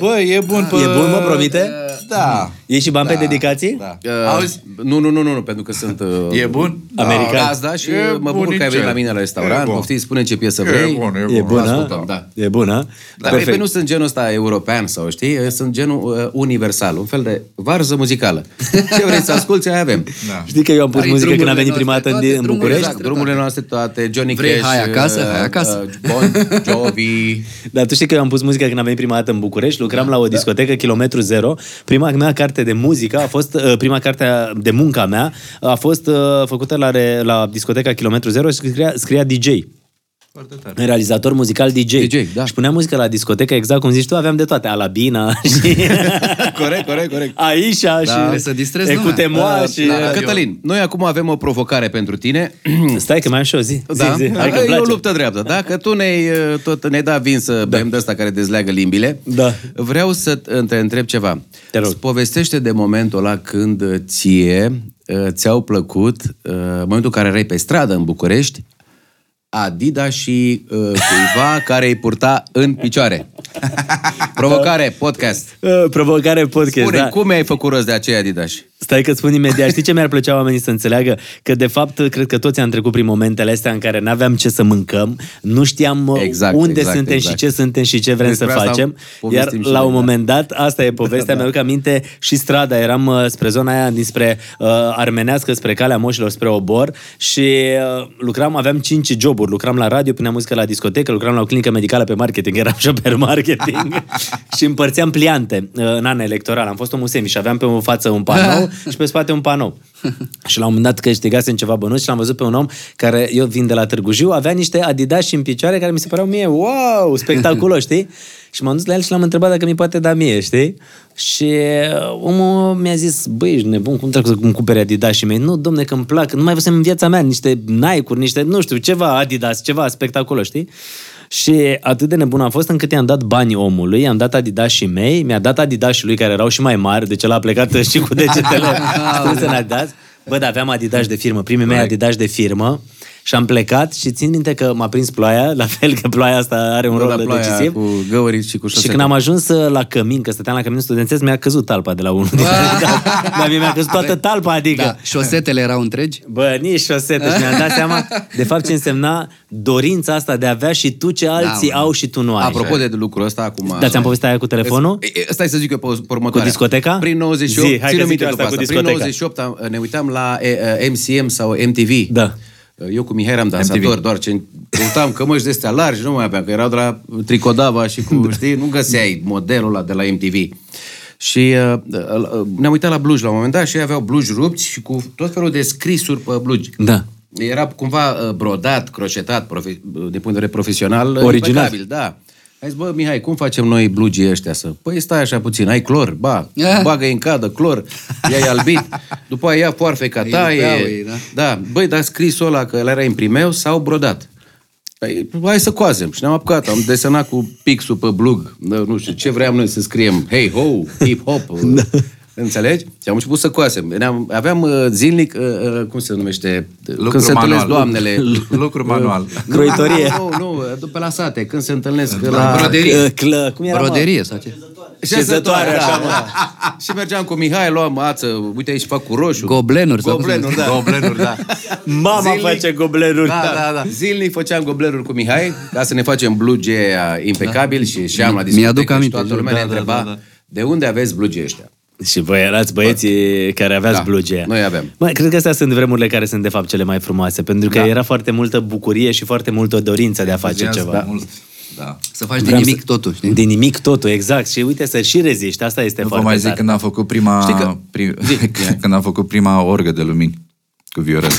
Bă, e bun pe...
E bun, mă, promite?
Da.
E și bani pe dedicații?
Da.
Uh, Auzi? Nu, nu, nu, nu, nu, pentru că sunt... Uh,
E bun?
American.
Gazda și
E
mă bucur că ai venit
bunicel.
la mine la
E
restaurant.
bun.
Poftim, spune ce piesă
E
vrei.
bun, e
E
bun.
bună?
ascultăm, da.
E bună?
Dar Perfect. nu sunt genul ăsta european sau știi, eu sunt genul uh, universal, un fel de varză muzicală. Ce vrei să asculti, aia avem. Da.
Știi că eu am pus
Are
muzică când am
drumurile
venit prima dată
noastre,
în,
toate
în
drumurile
București?
noastre.
Exact, drumurile noastre toate, Johnny
Vrei
Cash,
hai acasă,
uh,
hai acasă.
uh, Bon Jovi.
Dar Da, tu știi că eu am pus muzica când am venit prima dată în București, lucram la o
Da.
discotecă, kilometru zero. Prima mea carte de muzică a fost, uh, prima carte a- de munca mea a fost uh, făcută la, re, la discoteca kilometru zero și scria, scria DJ. Realizator muzical DJ.
DJ, da.
Și punea muzică la discotecă, exact cum zici tu, aveam de toate. Alabina și...
Corect, corect, corect.
Aisha
Da.
și...
Să distrezi lumea.
Ecutemoa
Uh,
și...
da, Cătălin, noi acum avem o provocare pentru tine.
Hmm. Stai că mai am și o zi.
Da,
zi, zi. Hai că
e
îmi place.
o luptă dreaptă. Dacă tu ne-ai, uh, tot, ne-ai dat vin să bem de asta care dezleagă limbile,
Da.
vreau să t- te întreb ceva.
Te rog.
Îți povestește de momentul ăla când uh, ție uh, ți-au plăcut, uh, în momentul în care erai pe stradă în București, Adidas și uh, cuiva care îi purta în picioare. Provocare, podcast.
Uh, Provocare podcast,
Spune,
da.
cum mi-ai făcut rost de aceia Adidas?
Stai că spun imediat. Știi ce mi-ar plăcea oamenii să înțeleagă? Că, de fapt, cred că toți am trecut prin momentele astea în care n-aveam ce să mâncăm, nu știam uh,
Exact,
unde
exact,
suntem
exact.
și ce suntem și ce vrem
Despre
să
asta
facem. Iar
povestim și
la
noi,
un
da.
moment dat, asta e povestea, mi-aduc aminte și strada. Eram uh, spre zona aia dinspre uh, Armenească, spre Calea Moșilor, spre Obor și uh, lucram, aveam cinci joburi. Lucram la radio, puneam muzică la discotecă, lucram la o clinică medicală pe marketing, eram shopper marketing și împărțeam pliante uh, în an electoral. Am fost o musemi și aveam pe o față un panou și pe spate un panou. și la un moment dat câștigasem ceva bănuți și l-am văzut pe un om care, eu vin de la Târgu Jiu, avea niște adidas și în picioare care mi se păreau mie, wow, spectaculos, știi? Și m-am dus la el și l-am întrebat dacă mi poate da mie, știi? Și uh, omul mi-a zis, băi, ești nebun, cum trebuie să-mi cumpere Adidas și mie? Nu, domne, că îmi plac, nu mai văzusem în viața mea niște Nike-uri, niște, nu știu, ceva Adidas, ceva spectaculos, știi? Și atât de nebun am fost încât i-am dat bani omului, i-am dat Adidas și mei, mi-a dat Adidas și lui care erau și mai mari, deci el a plecat și cu degetele strâns în Adidas. Bă, dar aveam Adidas de firmă, primii mei Adidas de firmă și am plecat și țin minte că m-a prins ploaia, la fel că ploaia asta are un
Bă,
rol
la ploaia
decisiv.
cu găuri și cu șosete.
Și când am ajuns uh, la cămin, că stăteam la cămin studențesc, mi-a căzut talpa de la unul. din Adidas. Dar mie mi-a căzut toată talpa, adică...
Da, șosetele erau întregi?
Bă, nici șosete și mi-am dat seama de fapt ce însemna dorința asta de a avea și tu ce alții
mă.
au și tu nu ai.
Da, Apropo de lucrul ăsta, acum...
Da, ți-am povestit aia cu telefonul?
E, e, Stai să zic eu pe pe următoarea.
Cu discoteca?
Prin
Zi,
98,
hai
ține
că zic
minte
eu
după
asta
asta,
cu
prin
discoteca.
98 am, uh, ne uitam la e, uh, e, MCM sau MTV.
Da.
Uh, Eu cu Mihai eram dansator,
MTV.
doar ce căutam cămăși de astea largi, nu mai aveam, că erau de la Tricodava și cu, Da. știi, nu găseai modelul ăla de la MTV. Și uh, uh, ne-am uitat la blugi la un moment dat și ei aveau blugi rupți și cu tot felul de scrisuri pe blugi.
Da.
Era cumva uh, brodat, croșetat, profe- uh, din punct de vedere profesional, uh,
Original.
impecabil, da. Ai zis, bă, Mihai, cum facem noi blugii ăștia să... Păi stai așa puțin, ai clor, ba, bagă în cadă clor, i-ai albit, după aia ia foarfeca ta,
Îi
e...
lupeau ei,
da.
da.
da. băi, dar scrisul ăla că era imprimeu sau brodat. Păi, hai să coazem. Și ne-am apucat, am desenat cu pixul pe blug, nă, nu știu, ce vreau noi să scriem, hey ho, hip hop, da. înțelegi? Și am început să coasem. Ne-am, aveam uh, zilnic, uh, uh, cum se numește,
Lucru
când se întâlnesc
manual.
doamnele. Ah,
Lucru manual.
Croitorie.
Nu, nu, nu, pe la sate, când se întâlnesc la...
Broderie.
Uh, Clă, cum era, mă?
Broderie sau ce?
Șezătoare, așa, mă.
Și mergeam cu Mihai, luam ață, uite aici fac cu roșu.
Goblenuri sau cum se
Goblenuri,
numește?
da.
Goblenuri, da.
Mama face goblenuri.
Da, da, da. Zilnic făceam gobleruri cu Mihai ca să ne facem bluge aia impecabil da. și ieșeam la discotecă
Mi-aduc aminte,
și toată lumea
da,
ne
da,
întreba da, da, da. de unde aveți bluge ăștia.
Și voi erați băieții care aveați
Da,
blugea.
noi aveam.
Mă, cred că astea sunt vremurile care sunt de fapt
Da.
cele mai frumoase, pentru că era foarte multă bucurie și foarte multă dorință de a face ceva.
Mult. Da.
Să faci din
Vreau
nimic
să-
totul, știi?
Din nimic totul, exact. Și uite, să și reziști, asta este
Nu vă
foarte
mai zic
tare.
când am făcut prima...
Știi că-
Prim, când am făcut prima orgă de lumini cu Viorel.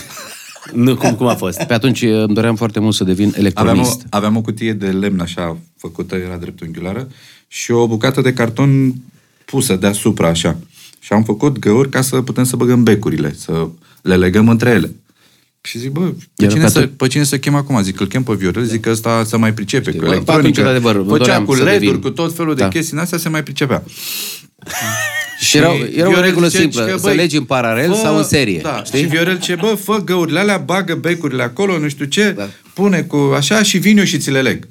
Nu, cum, cum a fost?
Pe atunci eh, îmi doream foarte mult să devin
Aveam o,
electronist.
aveam o cutie de lemn așa făcută, era dreptunghiulară, și o bucată de carton pusă deasupra așa. Și am făcut găuri ca să putem să băgăm becurile, să le legăm între ele. Și zic, bă, pe
Era
cine,
ca
să,
tot-
pe cine să chem acum? Zic, îl chem pe Viorel, zic că ăsta să mai pricepe cu
bă, atunci,
electronică.
într-adevăr, îmi
Făcea
doream
cu
să
LED-uri,
devin.
cu tot felul de
Da.
chestii în astea, se mai pricepea.
Și era, era o
Viorel
regulă
zice,
simplă,
zice,
că, să
băi,
legi în paralel
fă-
sau în serie.
Da,
Da.
știi? Și Viorel ce, bă, fă găurile alea, bagă becurile acolo, nu știu ce, da. pune cu așa și vin eu și ți le leg.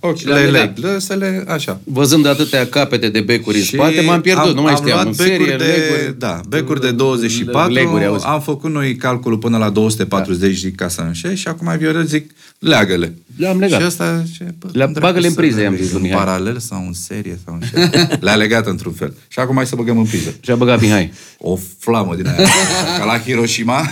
Ok,
Și
le
le-am
leg,
legat.
lă, să le, așa.
Văzând atâtea capete de becuri în
Și
spate, m-am pierdut, nu mai știam.
Am
În
luat
serie,
becuri de,
leguri.
da, becuri de 24,
Leguri, auzi.
am făcut noi calculul până la 240 da. ca să înșe și acum Viorel zic, leagă-le.
Le-am legat.
Și asta, ce, bă,
Le-am-
îmi trebuie
bagă-le în
să
priză,
le
i-am
leg
zis lui
În
Mihai.
paralel sau în serie sau în ce. Le-a legat într-un fel. Și acum hai să băgăm în priză
Și a băgat Mihai.
o flamă din aia, ca la Hiroshima.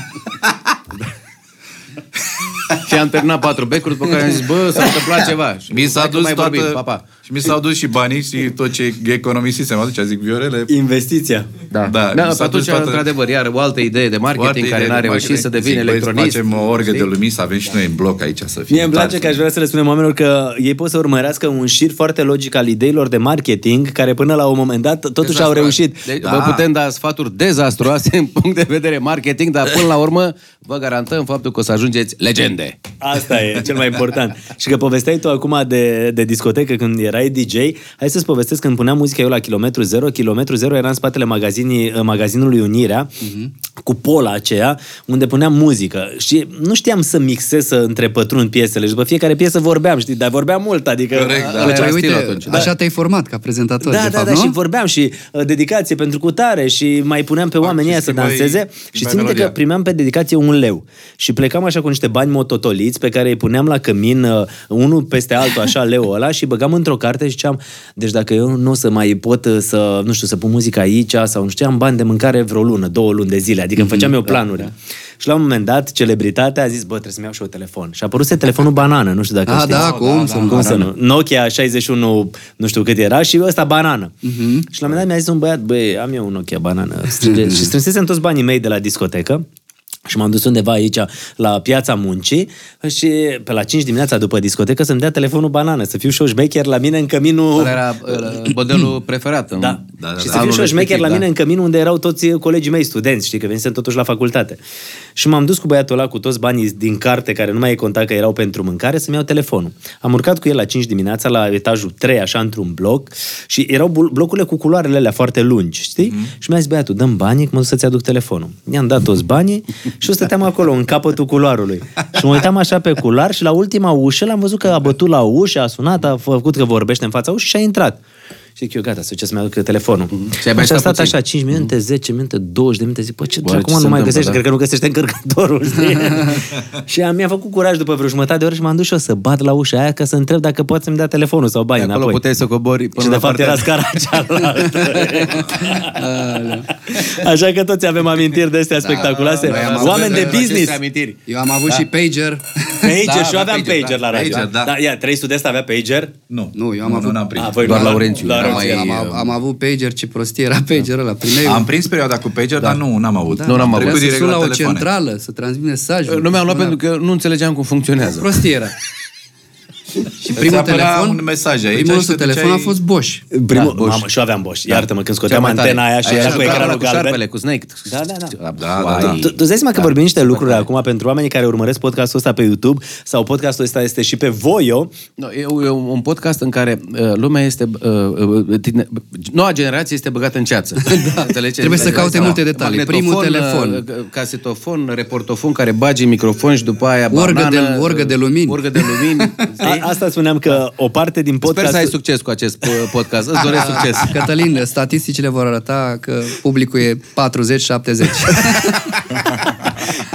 Și am terminat patru becuri, după care am zis, bă, s-a întâmplat ceva. Și
Mi s-a
hai că
dus
mai
toată...
vorbim, pa, pa.
Și mi s-au dus și banii și tot ce economisisem. Mă ducea, zic, Viorele,
Investiția.
Da,
Da,
da,
mi
da
s-a
pe
dus
atunci,
toată-
într-adevăr, iar o altă idee de
foarte
marketing care
idee
n-a
de
reușit
marketing.
să devină
Zic, băi,
electronist.
facem o orgă de lumini să avem și noi în bloc aici să fie.
Mie îmi place că aș vrea să le spunem oamenilor că ei pot să urmărească un șir foarte logic al ideilor de marketing care până la un moment dat totuși au
Dezastrat.
reușit.
Deci,
Da.
da. Vă putem da sfaturi dezastroase în punct de vedere marketing, dar până la urmă vă garantăm faptul că o să ajungeți legende.
Asta e cel mai important. Și că povesteai tu acum de, de discotecă când erai DJ, hai să-ți povestesc când puneam muzica eu la kilometru zero. Kilometru zero era în spatele magazinii, magazinului Unirea,
Mhm.
cu pola aceea, unde puneam muzică. Și nu știam să mixez, să întrepătrund piesele. Și după fiecare piesă vorbeam, știi, dar vorbeam mult, adică...
Corect, da.
făceam
Păi,
era
uite,
stilul atunci, da.
așa te-ai format ca prezentator,
da,
de
da,
fapt,
da,
nu?
și vorbeam și uh, dedicație pentru cutare și mai puneam pe oamenii
și
aia să
schimbai-
danseze și țin
schimbai
minte că
melodia.
primeam pe dedicație un leu și plecam așa cu niște bani mototoliți pe care îi puneam la cămin uh, unul peste altul așa leu ăla și băgam într-o carte și ziceam, deci dacă eu nu o să mai pot uh, să, nu știu, să pun muzica aici sau nu știu, am bani de mâncare vreo lună, două luni de zile, adică îmi
Mhm,
făceam eu
da,
planuri. Și la un moment dat, celebritatea a zis, bă, trebuie să-mi iau și eu telefon. Și a apăruse telefonul banană, nu știu dacă
Ah,
știți.
da, cum să nu,
cum să
banană.
nu. Nokia 61, nu știu cât era, și ăsta banană. Și la un moment dat mi-a zis un băiat, băi, am eu un Nokia banană. Strânge- și strânsesem toți banii mei de la discotecă. Și m-am dus undeva aici, la piața muncii, și pe la 5 dimineața după discotecă să-mi dea telefonul banană, să fiu și eu șmecher la mine în căminul...
Ăla era uh, modelul preferat. în-
Da.
Da, da,
și să
da.
fiu
Anul
și eu șmecher
respectiv,
la
da.
mine în cămin unde erau toți colegii mei studenți, știi, că venisem totuși la facultate. Și m-am dus cu băiatul ăla cu toți banii din carte care nu mai e contat că erau pentru mâncare să-mi iau telefonul. Am urcat cu el la 5 dimineața la etajul 3, așa, într-un bloc și erau bul- blocurile cu culoarele alea foarte lungi, știi?
Mhm.
Și mi-a zis băiatul, dăm banii, că mă duc să-ți aduc telefonul. I-am dat toți banii și eu stăteam acolo, în capătul culoarului. Și mă uitam așa pe culoar și la ultima ușă l-am văzut că a bătut la ușă, a sunat, a făcut că vorbește în fața ușii și a intrat. Și zic eu, gata, să ce să-mi aduc telefonul.
Mhm. Și ai mai
Mm-hmm. Și a
stat
stat
puțin.
așa 5 minute, 10 minute, 20 de minute, zic, păi ce
Oare
dracu,
Mm. ce
mă,
se
nu mai
întâmplă,
găsești,
da?
cred că nu găsește încărcătorul, știi? și a, mi-a făcut curaj după vreo jumătate de oră și m-am dus și eu să bat la ușa aia ca să întreb dacă poate să-mi dea telefonul sau bani
Acolo
înapoi.
puteai să cobori până
Și de
la
fapt
partea-
era scara cealaltă. Așa că toți avem amintiri de astea
Da,
spectaculoase.
noi am avut
Oameni de
aceste
business.
amintiri.
Eu am avut și pager.
Pager,
Da,
și eu
avea
aveam
pager,
pager
da.
la radio.
Pager, da.
da. ia, 300 de asta avea pager.
Nu,
Nu, eu am avut-
Nu, n-am prins.
A, voi
Doar
nu.
Laurențiu.
La
Da,
Am,
Laurențiu.
am, am avut pager, ce prostie era pager ăla. Primeai
Am prins perioada cu pager, da. dar nu, n-am avut.
Nu, n-am avut.
Trecut
Trebuia să
direct
sun la, o
telefoane.
centrală, să transmit mesajul.
Nu mi-am luat
Una
pentru că nu înțelegeam cum funcționează.
Prostie era. și
Îți
primul
apărea
telefon,
un mesaj aici
primul
și
nostru
te
telefon
duceai-
a fost Bosch.
Primul, da, mamă, și eu aveam Bosch. Iartă-mă, când scoteam antena aia și era cu ecranul
cu șarpele,
galben.
cu snake.
Da, da, da.
Da, da, da.
Tu, tu îți dai seama că vorbim niște lucruri acum pentru oamenii care urmăresc podcastul ăsta pe YouTube sau podcastul ăsta este și pe Voio.
No, e, un- e un podcast în care uh, lumea este... Uh, uh, tine, noua generație este băgată în ceață. da. uh,
Trebuie să caute multe detalii. Primul telefon.
Casetofon, reportofon care bagi în microfon și după aia
Orgă de-
banană,
orgă de lumini.
Orgă de lumini.
A,
știi?
asta spuneam că o parte din
Sper să ai
podcast...
succes cu acest uh, podcast. Îți doresc succes.
Cătălin, statisticile vor arăta că publicul e 40-70.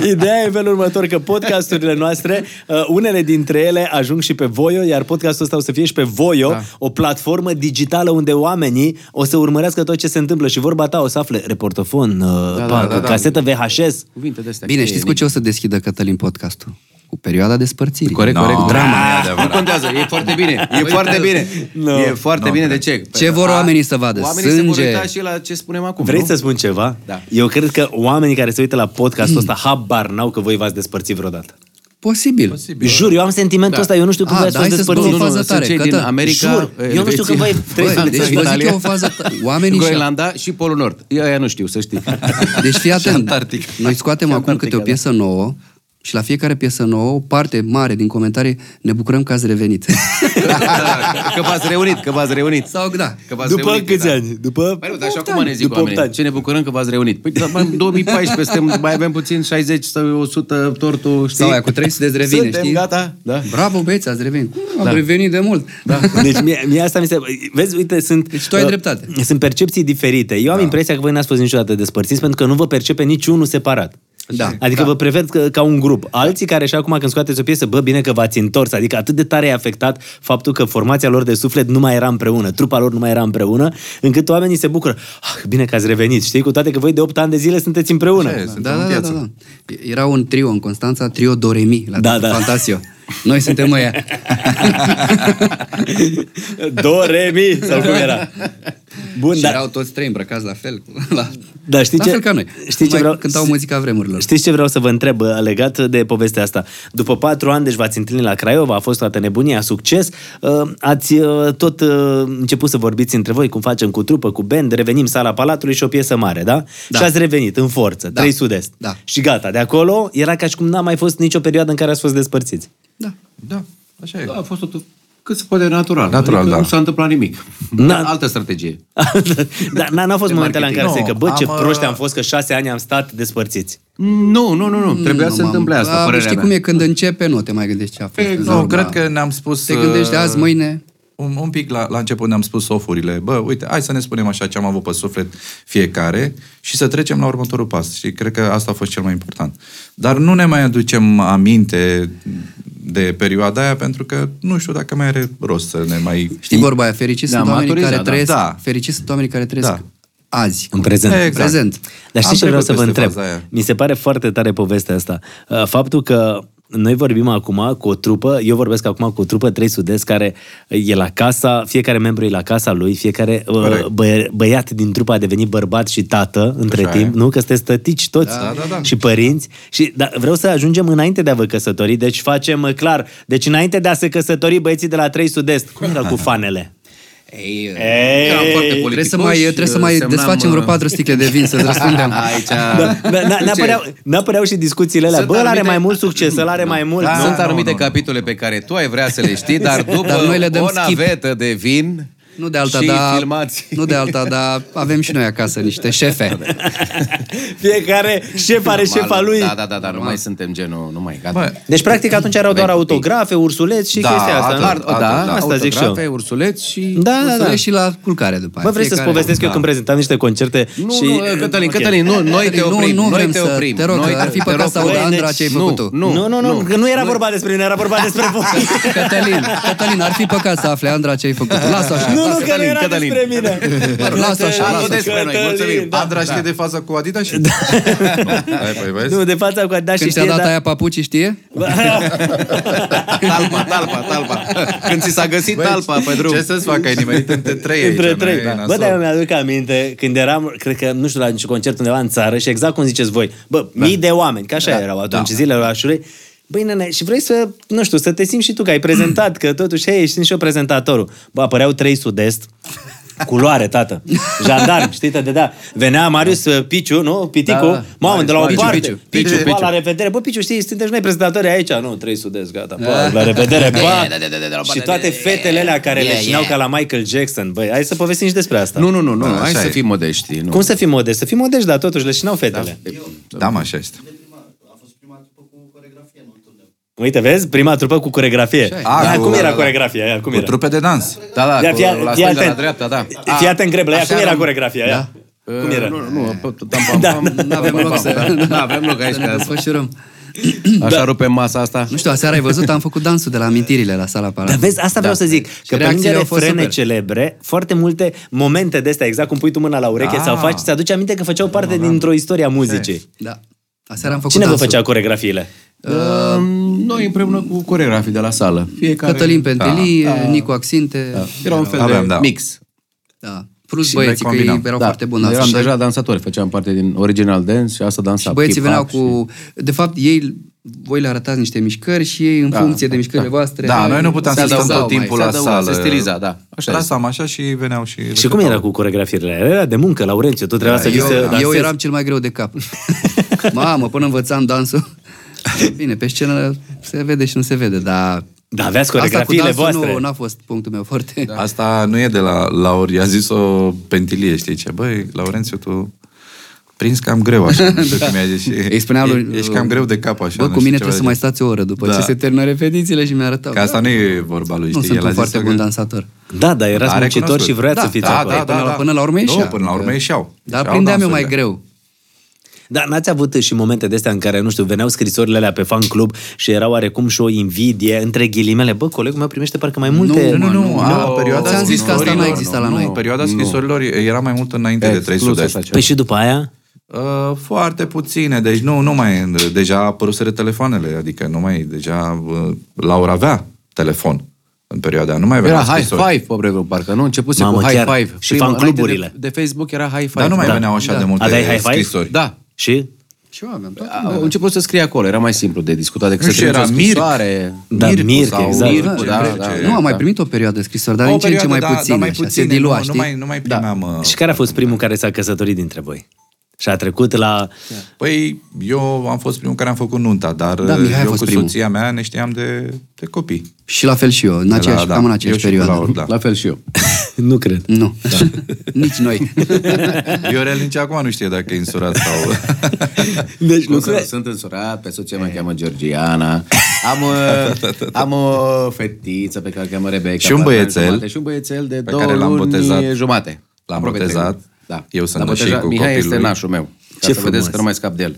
Ideea e în felul următor că podcasturile noastre, uh, unele dintre ele ajung și pe Voio, iar podcastul ăsta o să fie și pe Voio, da. o platformă digitală unde oamenii o să urmărească tot ce se întâmplă și vorba ta o să afle reportofon, da, da, da,
da.
casetă VHS.
Cuvinte de astea.
Bine, știți cu ce o să deschidă Cătălin podcastul? Cu cu perioada despărțirii.
Corect,
No.
corect.
Drama.
Ah, Nu contează, e foarte bine.
Păi,
E foarte bine.
Nu.
E foarte bine. De ce?
Ce vor oamenii să vadă?
Oamenii se
Sânge.
vor uita și la ce spunem acum.
Vrei
nu?
să spun ceva?
Da.
Eu cred că oamenii care se uită la podcastul ăsta habar n-au că voi v-ați despărțit vreodată.
Posibil.
Jur, eu am sentimentul ăsta, eu nu știu cum
Ah,
voi ați
da,
fost
hai să-ți
despărțiți.
spun o fază
sunt
tare,
cei
că
din
da.
America,
Jur, eu nu știu că voi-
Băi,
Franța,
deci vă zic
Italia,
eu o fază... ta- Oamenii și
Groenlanda și Polul Nord. Eu aia nu știu, să știi.
Deci fii atent.
Antarctica.
Noi scoatem acum câte o piesă nouă și la fiecare piesă nouă, o parte mare din comentarii, ne bucurăm că ați revenit.
Da, că v-ați reunit, că v-ați reunit.
Sau da.
Că v-ați
După
reunit,
câți
da.
ani? După
Păi nu, dar și
opt
acum ne
ani,
zic
după opt
oamenii,
ani.
ce ne bucurăm că v-ați reunit. Păi dar în 2014 suntem, mai avem puțin 60 sau 100 tortul, știi?
Sau aia cu 300 de revine,
Suntem
știi?
gata, da.
Bravo, băieți, ați revenit. Cum, Am revenit de mult. Da.
Deci mie, mie asta mi se... Vezi, uite, sunt... uh,
Deci tu ai dreptate.
Sunt percepții diferite.
Da.
Eu am impresia că voi n-ați fost niciodată despărțiți pentru că nu vă percepe niciunul separat.
Da.
Adică da. vă preved că, ca un grup. Alții care și acum când scoateți o piesă, bă, bine că v-ați întors. Adică atât de tare a afectat faptul că formația lor de suflet nu mai era împreună, trupa lor nu mai era împreună, încât oamenii se bucură. Ah, bine că ați revenit, știi? Cu toate că voi de 8 ani de zile sunteți împreună.
Ce? Suntem
Da,
în
da, da,
viață.
da, da. Era un trio în Constanța, trio Doremi, la
Da, da.
Fantasio. Noi suntem ăia.
Do, re, mi, sau cum era. Bun,
și
dar
erau toți trei îmbrăcați la fel. La,
Da, știi
la
ce-
fel ca noi.
știi ce
Numai
vreau-
Cântau muzica vremurilor.
Știți ce vreau să vă întreb uh, legat de povestea asta? După patru ani, deci v-ați întâlnit la Craiova, a fost toată nebunia, succes. uh, Ați uh, tot uh, început să vorbiți între voi, cum facem cu trupă, cu band, revenim sala Palatului și o piesă mare, da?
Da.
Și ați revenit în forță,
Da.
trei sud-est.
Da.
Și gata, de acolo era ca și cum n-a mai fost nicio perioadă în care ați fost despărțiți.
Da.
Da, așa e.
Da, a fost totul cât se poate natural.
Natural,
adică
da.
Nu s-a întâmplat nimic.
Na-
Altă strategie.
Dar Da, n-a, n-a fost momentele în care se
marketing.
că, bă, ce
Nu, am, uh,
proști am fost că șase ani am stat despărțiți.
Nu, nu, nu, nu. Trebuia să se
Mm, Mamă,
întâmple asta,
da,
părerea
Știi
mea.
cum e când începe, nu te mai gândești ce a fost.
Păi, Nu, no, cred că ne-am spus...
da. Te gândești
uh,
azi, mâine?
Un, un pic la, la început ne-am spus sofurile. Bă, uite, hai să ne spunem așa ce am avut pe suflet fiecare și să trecem la următorul pas. Și cred că asta a fost cel mai important. Dar nu ne mai aducem aminte de perioada aia pentru că nu știu dacă mai are rost să ne mai...
Știi vorba aia, fericiți
Da,
sunt oamenii
maturizat,
care
da.
trăiesc,
Da.
fericiți sunt oamenii care trăiesc
Da.
azi.
În prezent.
Exact. Prezent.
Dar știi
Am
ce vreau să vă
trecut
întreb?
peste faza aia.
Mi se pare foarte tare povestea asta. Uh, Faptul că noi vorbim acum cu o trupă, eu vorbesc acum cu o trupă, trei sudezi, care e la casa, fiecare membru e la casa lui, fiecare uh,
Corect.
bă, băiat din trupă a devenit bărbat și tată între
Așa
timp,
e.
nu? Că sunteți tătici toți
Da, da, da.
și părinți. Și da, vreau să ajungem înainte de a vă căsători, deci facem uh, clar, deci înainte de a se căsători băieții de la trei sudest, cum era cu fanele?
Ei,
Eram foarte
trebuie să
politicoși,
mai, trebuie să mai
semnam,
desfacem vreo patru sticle de vin să răspundem.
Aici...
Da, da, da, n-apăreau, n-apăreau și discuțiile alea.
Sunt
Bă, ăla are
anumite-
mai mult succes, ăla are mai mult.
Da,
nu?
sunt
nu,
anumite
nu, nu.
capitole pe care tu ai vrea să le știi, dar după
Dar noi le dăm
o
skip.
navetă de vin
Nu de alta,
și
dar
filmați.
nu de alta, dar avem și noi acasă niște șefe.
Da, Fiecare șef are
Normal,
șefa lui.
Da, da, da, dar nu mai suntem genul, nu mai, gata.
Bă,
Deci, practic, atunci erau doar
Vei copii.
autografe, ursuleți și
Da,
chestia asta.
atât,
nu?
Ar,
atât,
da,
asta zic și eu.
autografe, ursuleți și...
Da, da, da.
Da. Și la culcare după aia.
Bă, vrei să-ți
Fiecare-
povestesc eu când prezentam niște concerte
Da. Nu,
și...
și, nu, ă, Cătălin,
Ok.
Cătălin, nu, noi te
Nu,
oprim,
nu
noi
vrem
te
să-
oprim.
te rog,
noi,
că ar fi
te
păcat
rog,
să audă
noi-
Andra ce ai
nu,
făcut tu.
Nu,
Nu, nu, nu, că nu era vorba despre mine, era vorba despre voi.
Cătălin, Cătălin, ar fi păcat să afle Andra ce ai făcut. Lasă așa.
nu, nu,
lasă.
că nu era
Cătălin.
despre mine.
Lasă
Cătălin,
așa, lasă așa.
despre noi, mulțumim.
Cătălin, da.
Andra știe de faza cu Adidas și... Da. Hai, păi, vezi?
Nu, de fața cu... Da, și
Când ți-a
știe,
dat
da.
aia papuci, știe?
Talpa, talpa, talpa. Când ți s-a găsit talpa pe drum.
Ce să-ți fac, ai nimerit între trei aici.
Între trei. da.
nu e nasol.
Bă, dar eu mi-aduc aminte când eram, cred că, nu știu, la niște concert undeva în țară și exact cum ziceți voi, bă,
Da.
mii de oameni, că așa erau atunci, zilele orașului, Băi, nene, și vrei să, nu știu, să te simți și tu că ai prezentat, că totuși, hei, ești și eu prezentatorul. Bă, apăreau trei sud-est, culoare, tată, jandarm, știi, te da. Venea Marius uh, Piciu, nu? Piticu,
Da,
da, mamă, de la o
Marius,
parte.
Piciu,
Piciu,
Piciu,
Piciu,
Piciu.
pa, la revedere. Bă, Piciu, știi, suntem și noi prezentatori aici. Nu, trei sud-est, gata, pa, la revedere, pa. Și toate fetele alea care le leșinau ca la Michael Jackson. Băi, hai să povestim și despre asta.
Nu, nu, nu, nu, hai
așa
să
e.
fim modești. Nu.
Cum să fii modești? Să fii modești, dar totuși leșinau fetele.
Da, mă, așa este.
Uite, vezi? Prima trupă cu coregrafie.
ai.
Dar
Cu-
cum era
da, da.
coregrafia aia? Cum
Cu
era?
trupe de dans.
Da, da,
Ia,
cu,
fii-
la
fii
stânga, la
atent.
dreapta, da.
Fii atent, greblea aia.
așa
Cum era
eram- Da? Ă,
coregrafia aia? Cum era?
Nu, nu, nu,
Da,
nu avem loc să... Nu avem loc aici,
Să ne
că
desfășurăm.
Da.
așa rupem masa asta.
Nu știu, aseară ai văzut, am făcut dansul de la amintirile la sala
Dar
Palatului.
vezi, asta vreau să zic, că pe lângă
reacțiile au fost
refrene
super.
celebre, foarte multe momente de astea, exact cum pui tu mâna la ureche
Da.
sau faci, ți aduce aminte că făceau parte dintr-o istorie a muzicii.
Da. Aseară am făcut
Cine vă
dansul.
făcea coregrafiile?
Uh, noi împreună cu coreografii de la sală. Fiecare...
Cătălin Pentelie, Nicu Axinte.
Da. Era un fel
Aveam,
de
da.
mix. Da.
Da. Plus
Și
băieții,
noi
că ei
combinam.
Da.
erau foarte buni. la
Eram
asta.
deja dansatori, făceam parte din original dance și asta dansa.
Și băieții
hip-hop
veneau cu... De fapt, ei, voi le arătați niște mișcări și ei, în
Da,
funcție de
da,
mișcările voastre...
Da, noi nu puteam
se
să stăm
adăugau
tot
mai.
timpul
se
la
adăuga,
sală.
se stiliza, da. Așa este.
Așa Trasam așa și ei veneau și...
Și cum era cu coregrafiile alea? Era de muncă, Laurențiu, tu trebuia să vii să
Da, Eu, eu
dansezi.
eram cel mai greu de cap. Mamă, până învățam dansul. Bine, pe scenă se vede și nu se vede, dar...
Da, aveați
Asta cu
coregrafiile
dansul
voastre.
nu, n-a fost punctul meu foarte... Da.
Asta nu e de la Laur, i-a zis-o Pentilie, știi ce? Băi, Laurențiu, tu prins cam greu așa, nu știu cum i-a zis și...
Da. Îi spuneam lui...
Ești cam greu de cap așa.
Bă,
nu
cu
știu
mine
ceva
trebuie să
de-
mai stați o oră după
Da.
ce se termină repetițiile și mi-arătau.
Că asta nu e vorba lui,
nu
știi?
sunt
El a
un
zis
foarte
că-
bun dansator.
Da, dar erați
A
muncitor
recunoscut.
și vreați
Da,
să fiți
da,
acolo.
da, da. Până la urmă ieșea.
Nu, până la urmă
Că-
ieșeau.
Dar
Ieșeau
prindeam eu mai
dansurile.
greu.
Dar Da, n-ați avut și momente de astea în care, nu știu, veneau scrisorile alea pe fan club și era oarecum și o invidie între ghilimele. Bă, colegul meu primește parcă mai multe...
Nu, nu, nu, nu, a,
Nu,
perioada
ți-am zis că asta
scrisorilor,
n-a existat la
nu,
noi.
perioada scrisorilor era mai mult înainte de 3
Exclus
sud
asta ceva.
Păi și după aia?
Uh, foarte puține, deci nu, nu mai, e- deja apăruseră telefoanele, adică nu mai, deja uh, Laura avea telefon în perioada aia, nu mai avea
Era
la
high
scrisori.
five, pe vremuri, parcă, nu? Începuse
Mamă,
cu high
chiar.
five.
Și
Prima-
fancluburile.
înainte De, de Facebook era high five.
Dar nu mai
Da.
veneau așa
Da.
de multe
Aveai high five?
scrisori.
Da.
Și?
Și eu aveam
Da.
toată
Au început să scrie acolo, era mai simplu de discutat decât
Nu
să
știu,
trimiți o
era Mirc.
scrisoare.
Da,
Mircu
Mirc,
sau
exact.
Mircu,
da, da, da.
Nu, am mai primit o perioadă de scrisori, dar
O
din ce în ce mai
perioadă, da,
puțin,
dar mai
așa, se
puține,
dilua,
nu,
știi? Da.
Nu mai, nu mai primeam... uh,
Și care a fost primul care s-a căsătorit dintre voi? Și a trecut la...
Păi, eu am fost primul care am făcut nunta, dar
Da, Mihai a
eu
fost
cu
primul.
soția mea ne știam de, de copii.
Și la fel și eu, în aceeași,
da,
cam în
eu
aceeași
și cu
perioadă.
Laura, da.
La fel și eu.
nu cred.
Nu, nici noi.
Viorel nici acum nu știe dacă e însurat sau...
Deci
Nu
lucrurile...
Sunt însurat, pe soția mea cheamă Georgiana, am, uh, am o fetiță pe care o cheamă Rebecca.
Și un
patru ani
băiețel.
jumate, Și un băiețel de
Pe
două
care l-am
luni
botezat.
jumate.
L-am
Aproape
botezat.
trei luni. Da.
Eu sunt
L-am
nășic
botezat.
cu
Mihai
copilul
este
lui.
nașul meu.
Ce
Ce să
frumos.
vedeți că nu mai scap de el.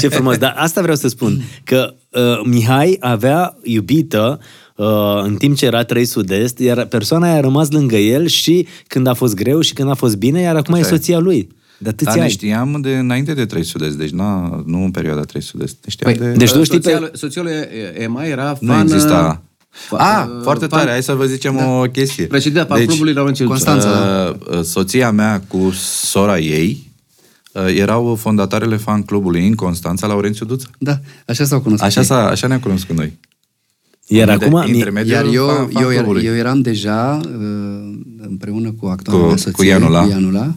Ce frumos, dar asta vreau să spun, că uh, Mihai avea iubită uh, în timp ce era 3 sud-est, iar persoana aia a rămas lângă el și când a fost greu și când a fost bine, iar acum e soția lui. De
Dar
atâția
ne
ani.
știam de înainte de 3 sud deci na, nu în perioada 3 sud Ne știam
Păi,
de...
deci tu știi pe-
Soția- Soțiul Ă, e- Ema era fan...
nu exista...
fa-
ah,
uh,
foarte
fan-
tare, hai să vă zicem
Da.
o chestie. Deci,
Președinte al clubului Român Circuit.
Constanța,
uh, uh, Soția mea cu sora ei uh, erau fondatarele fan clubului în Constanța, Laurențiu Duță.
Da, așa s-au cunoscut.
Așa, s-a, așa ne-a cunoscut noi.
Iar
De-
acum, mi-
intermediul
Iar eu,
fan- fan
eu, eu,
clubului.
eu eram deja uh, împreună cu actorul
Cu-
mea soție,
cu Ianula.
Ianula.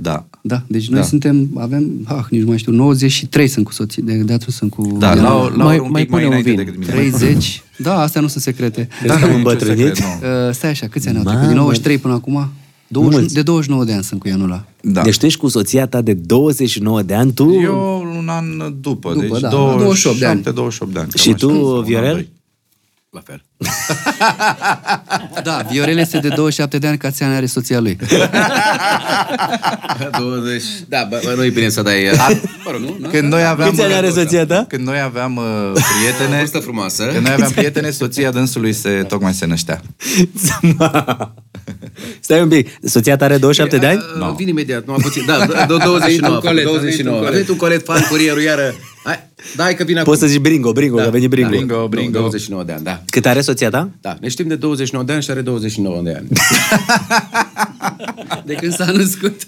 Da.
Da, deci noi
Da.
suntem, avem, ah, nici nu mai știu, 93 sunt cu soții, de, de atunci sunt cu
Da,
Ianula.
la,
Mai-
la mai, un
mai
pic
pune
mai
un
înainte
vin.
decât mine.
30, da, astea nu sunt secrete.
Da.
Crezi că am îmbătrânit?
Uh, stai așa, câți ani au
Mamă.
trecut? Din 93 până acum? 20,
Mulți.
de 29 de ani sunt cu Ianula.
Da.
Deci tu ești cu soția ta de 29 de ani, tu...
Eu un an după,
După,
deci
da,
28
28 de ani.
28 de ani. cam
Și
așa.
tu,
Un an,
Viorel?
doi.
La fel.
Da, Viorel este de 27 de ani, ca ani are soția lui.
20. Da, bă, bă, nu e bine să dai... uh,
Da.
Mă rog, nu? da. nu?
Când noi aveam... uh,
Câți ani are soția ta?
Când noi aveam
O
uh, prietene...
vârstă frumoasă.
Când noi aveam prietene, soția dânsului se, tocmai se năștea.
Stai un pic, soția ta are 27 de ani?
Uh, Vin imediat, numai puțin. Da, d- d- 29. a făcut, 29. A venit un colet fan curierul iară. Hai, dai că vin acum.
Poți să zici bringo, bringo,
Da,
că a venit bringo.
Bringo, bringo.
29 de ani, da.
Cât are soția ta?
Da, ne știm de 29 de ani și are 29 de ani.
De când s-a născut.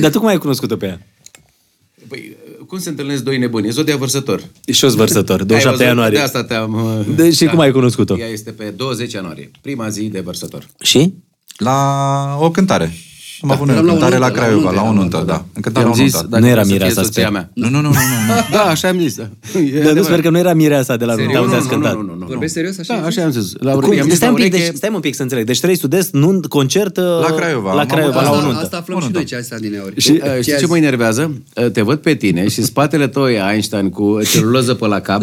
Dar tu cum ai cunoscut-o pe ea?
Păi, cum se întâlnesc doi nebuni? E zodia vărsător.
Și o vărsător, 27
Ai văzut?
ianuarie.
De asta te-am... uh,
Deci, și cum ai cunoscut-o?
Ea este pe 20 ianuarie, prima zi de vărsător.
Și?
La o cântare. Am avut noi o
eram la o
cântare la
nuntă, la o
Craiova,
nuntă
la o
eram,
nuntă,
da,
da.
da.
În cântare la o
I-am
nuntă.
Nu era
să fie
mireasa,
soția
sper.
mea.
Nu, nu, nu, nu, nu.
Da, așa am zis. Da,
Dar nu sper că nu era mireasa de la
Nu,
nuntă,
nu,
auzi, ați
nu,
cântat.
nu, nu, nu.
Vorbești serios așa?
Da, așa am zis. La
Cum?
ureche, am
Deci,
zis
stai,
la
un pic, deci,
ureche,
stai un pic să înțeleg. Deci 3 sud-est, nu, concert uh,
La Craiova.
la,
Am
Craiova,
avut-
la o
Asta,
nuntă.
asta aflăm și noi ce ai să din ori.
Și, uh, știi ce mă enervează? Uh, Te văd pe tine și în spatele tău e Einstein cu celuloză pe la cap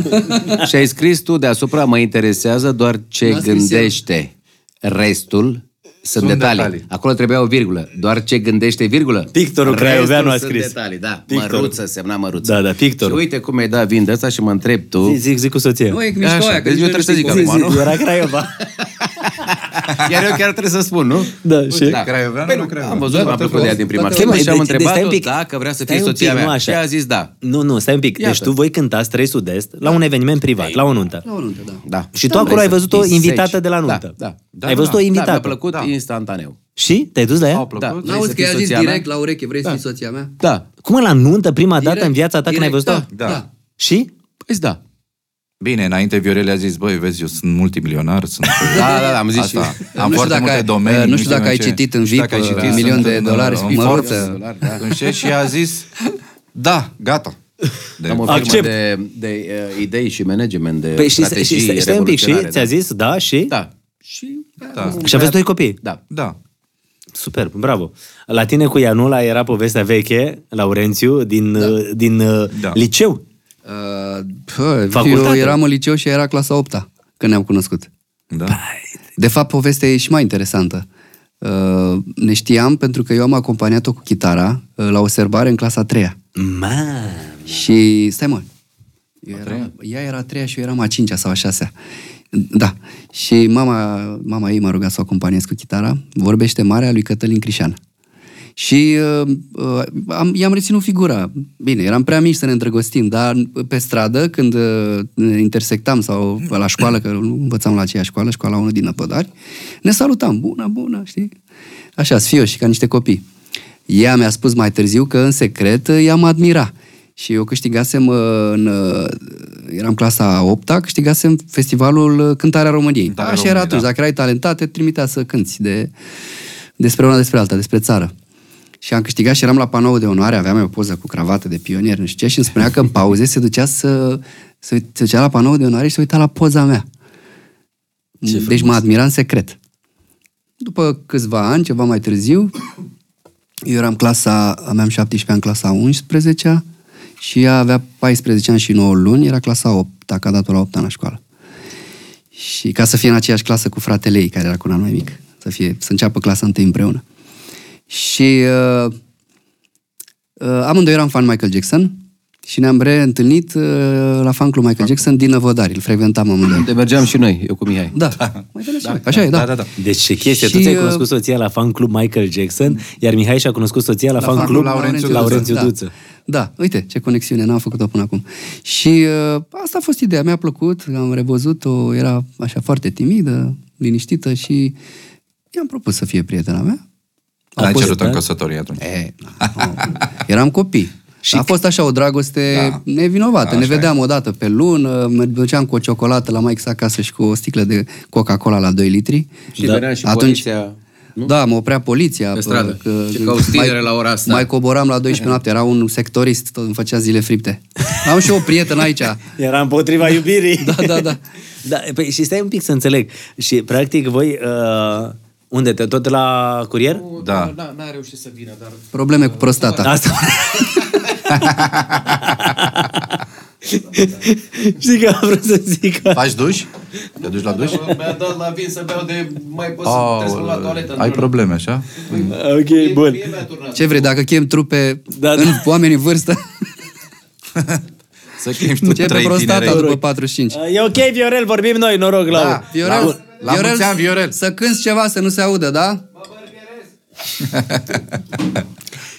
și ai scris tu deasupra, mă interesează doar ce
N-a scris
gândește. Restul sunt,
Sunt
detalii.
detalii.
Acolo trebuia o virgulă. Doar ce gândește virgulă.
Pictorul
Restul
Craioveanu a
sunt
scris.
detalii, da.
Pictorul.
Măruță semna măruță.
Da, da, pictorul.
Și uite cum mi-ai dat vin de asta și mă întreb tu.
Zic, zic, zic cu soția.
Nu, e mișto aia, că
deci eu
nici
trebuie să
noi nu
zic
știm
acum,
Zi,
nu?
era Craiova.
Iar eu chiar trebuie să spun, nu?
Da, și-
Craioveanu,
Păi
nu
nu,
Craioveanu.
Am văzut,
Da,
m-a
toată
plăcut de ea din prima
toată
filmă
lumea.
și am
Deci- deci stai
întrebat-o
un pic.
dacă vrea să
Stai
fie
un pic,
soția
nu
mea.
așa.
Și a zis da.
Nu, nu, stai un pic. Deci
Iată.
tu voi cântați trei sud-est la un eveniment privat, la o nuntă.
La o nuntă, da.
Da.
Și tu
Da,
acolo
vrei
ai
să
văzut-o
fii
invitată
seci.
de la nuntă.
Da, da.
Ai văzut-o
Da, mi-a
invitată.
plăcut instantaneu.
Și? Te-ai dus la ea?
Au plăcut?
Da.
Da.
Vrei
Auzi
să
că
fii
i-a zis
soția
direct
mea?
la ureche, vrei să
Da.
fii soția mea?
Da.
Cum la nuntă, prima dată
Direct,
în viața ta când ai
direct,
văzut-o?
Da, da.
Și?
Păi da.
Bine, înainte Viorel a zis, băi, vezi, eu sunt multimilionar, sunt...
Da, da, da, am zis și
Asta.
Nu
Am
știu
foarte
dacă
multe
ai-
domenii.
nu știu dacă ai
ce.
citit în
Nu știu
VIP,
dacă ai citit,
un milion
sunt
de
în,
dolari,
uh,
scris
un
pe
forț.
roță.
Atunci și a zis, da, gata. De,
Am o firmă
Accept.
de, de uh, idei și management, de
Păi și,
strategii
și, și stai un pic și
revoluționare,
ți-a zis, da, și?
Da. da. Și,
da,
Și aveți doi copii.
da.
da.
Superb, bravo. La tine cu Ianula era povestea veche, Laurențiu, din, uh, din uh,
Da.
liceu.
Uh, pă, eu
Facultate.
eram în liceu și era clasa 8 când ne-am cunoscut.
Da.
De fapt, povestea e și mai interesantă. Uh, ne știam pentru că eu am acompaniat-o cu chitara uh, la o serbare în clasa 3
Ma.
Și stai mă, eu era, ea era a treia și eu eram a cincea sau a șasea. Da. Și mama, mama ei m-a rugat să o acompaniez cu chitara. Vorbește marea lui Cătălin Crișan. Și uh, uh, am, i-am reținut figura. Bine, eram prea mici să ne îndrăgostim, dar pe stradă, când uh, ne intersectam sau la școală, că nu învățam la aceeași școală, școala 1 din Năpădari, ne salutam. Bună, bună, știi? Așa, sfioși, ca niște copii. Ea mi-a spus mai târziu că în secret uh, i-am admira. Și eu câștigasem uh, în... uh, Eram clasa 8 câștigasem festivalul uh, Cântarea României.
Cântarea
Așa era
României,
atunci.
da.
Dacă erai talentat, te trimitea să cânti de, despre una, despre alta, despre țară. Și am câștigat și eram la panoul de onoare, aveam eu o poză cu cravată de pionier, nu știu ce, și îmi spunea că în pauze se ducea să... Se, uit- se ducea la panoul de onoare și se uita la poza mea. deci mă admira în secret. După câțiva ani, ceva mai târziu, eu eram clasa, aveam 17 ani, clasa 11 și ea avea 14 ani și 9 luni, era clasa 8, dacă a dat la 8 ani la școală. Și ca să fie în aceeași clasă cu fratele ei, care era cu un an mai mic, să, fie, să înceapă clasa întâi împreună. Și uh, uh, amândoi eram fan Michael Jackson și ne-am reîntâlnit uh, la fan club Michael Jackson din Năvodari, îl frecventam amândoi.
De mergeam și noi, eu cu Mihai.
Da, mai vedeți și voi. așa e, da.
Da, da, da.
Deci ce chestie,
Și,
tu ți-ai
uh,
cunoscut soția la fan club Michael Jackson, iar Mihai și-a cunoscut soția la, fan club
Laurențiu Duță.
Laurențiu
da.
Duță.
Da, uite ce conexiune, n-am făcut-o până acum. Și uh, asta a fost ideea, mi-a plăcut, am revăzut-o, era așa foarte timidă, liniștită și i-am propus să fie prietena mea. Au
L-ai
fost- da.
cerut în căsătorie atunci.
E, na, o- Eh, eram copii. Și a fost așa o dragoste da. nevinovată.
Așa
ne
e.
vedeam o dată pe lună, mă duceam cu o ciocolată la Mike acasă și cu o sticlă de Coca-Cola la 2 litri.
Și venea și poliția, nu?
Da, mă oprea poliția.
Pe stradă.
că-
Ce cauți tinere la ora asta?
Mai coboram la 12 noapte, era un sectorist, tot îmi făcea zile fripte. Am și o prietenă aici.
Era împotriva iubirii.
Da, da, da.
da păi, și stai un pic să înțeleg. Și practic voi... Uh, unde te? Tot la curier? Da,
Da.
N-a reușit să vină, dar...
Probleme cu prostata.
Asta. Știi că am vrut să zic
da.
că...
Faci duș? Te duci la duș?
Mi-a dat la vin să beau de... Mai pot
Aoleu, ai probleme, așa?
Ok, bun.
Ce vrei, dacă chem trupe
Da,
da,
da.
da. în oameni în vârstă,
Să chemi tu
ce pe
trei
prostata
tineri.
după 45.
Uh, E ok, Viorel, vorbim noi, noroc la...
Da.
Viorel,
La- la mulți ani, Viorel.
să cânți ceva să nu se audă, da?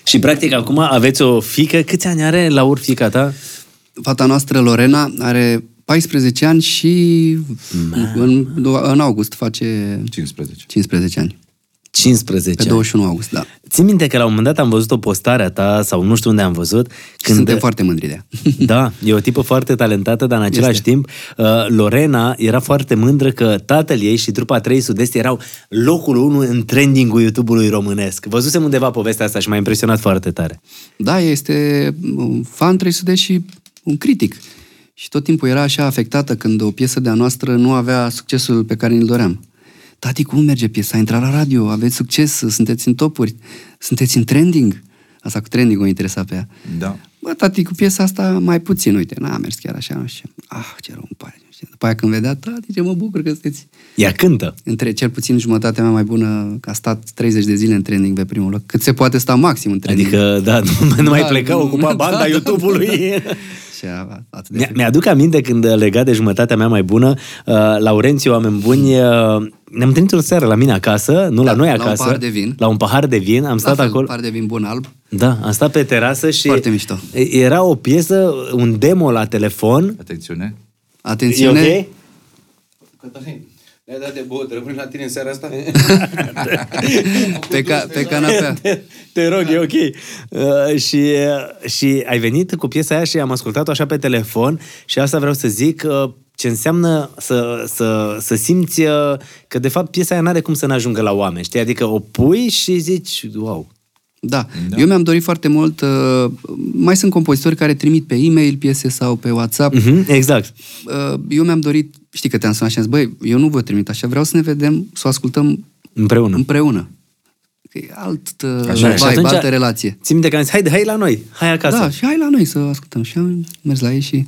Și practic acum aveți o fică, câți ani are la ur fica ta?
Fata noastră, Lorena, are 14 ani și în, în august face
15.
15 ani.
15
Pe 21 august, da.
Țin minte că la un moment dat am văzut o postare a ta sau nu știu unde am văzut.
Când
Când
Suntem foarte mândri de ea.
Da, e o tipă foarte talentată, dar în același
Este.
timp uh, Lorena era foarte mândră că tatăl ei și trupa 3 Sud-Est erau locul 1 în trending-ul YouTube-ului românesc. Văzusem undeva povestea asta și m-a impresionat foarte tare.
Da, este un fan 300 și un critic. Și tot timpul era așa afectată când o piesă de-a noastră nu avea succesul pe care ne-l doream. Tati, cum merge piesa? A intrat la radio, aveți succes, sunteți în topuri, sunteți în trending. Asta cu trending o interesa pe ea.
Da.
Bă, tati, cu piesa asta mai puțin, uite, n-a mers chiar așa, nu știu. Ah, ce rău îmi pare. nu știu. După aia când vedea, tati, ce mă bucur că sunteți
Ea cântă.
între cel puțin jumătatea mea mai bună, că a stat 30 de zile în trending pe primul loc, cât se poate sta maxim în trending.
Adică, da, nu, nu mai
Da,
pleca,
nu,
ocupa
da,
banda
da,
YouTube-ului.
da, da. Și a- atât de
Mi- Mi-aduc aminte când, legat de jumătatea mea mai bună, uh, Laurențiu, oameni buni, uh, ne-am întâlnit o seară la mine acasă, nu
Da,
la noi
la un
acasă.
pahar de vin.
La un pahar de vin, am stat
fel,
acolo.
Par de vin bun alb.
Da, am stat pe terasă și
Foarte mișto.
era o piesă, un demo la telefon.
Atențiune.
Atențiune.
E ok?
Cătălin, ne-ai dat de băut, rămâi la tine în seara asta?
Pe, ca, pe canapea.
Te, te rog, e ok. Uh, și, și ai venit cu piesa aia și am ascultat-o așa pe telefon și asta vreau să zic uh, ce înseamnă să, să, să simți uh, că de fapt piesa aia n-are cum să n-ajungă la oameni, știi? Adică o pui și zici, wow,
Da. da. Eu mi-am dorit foarte mult... Uh, mai sunt compozitori care trimit pe e-mail piese sau pe WhatsApp.
Mhm, exact.
Uh, eu mi-am dorit... Știi că te-am sunat și am zis, băi, eu nu vă trimit așa, vreau să ne vedem, să o ascultăm
Împreună.
împreună. Că e alt uh,
Așa
vibe,
e.
Și atunci-
altă relație.
Țin minte că am zis, haide, hai la noi, hai acasă.
Da, și hai la noi să ascultăm. Și am mers la ei și,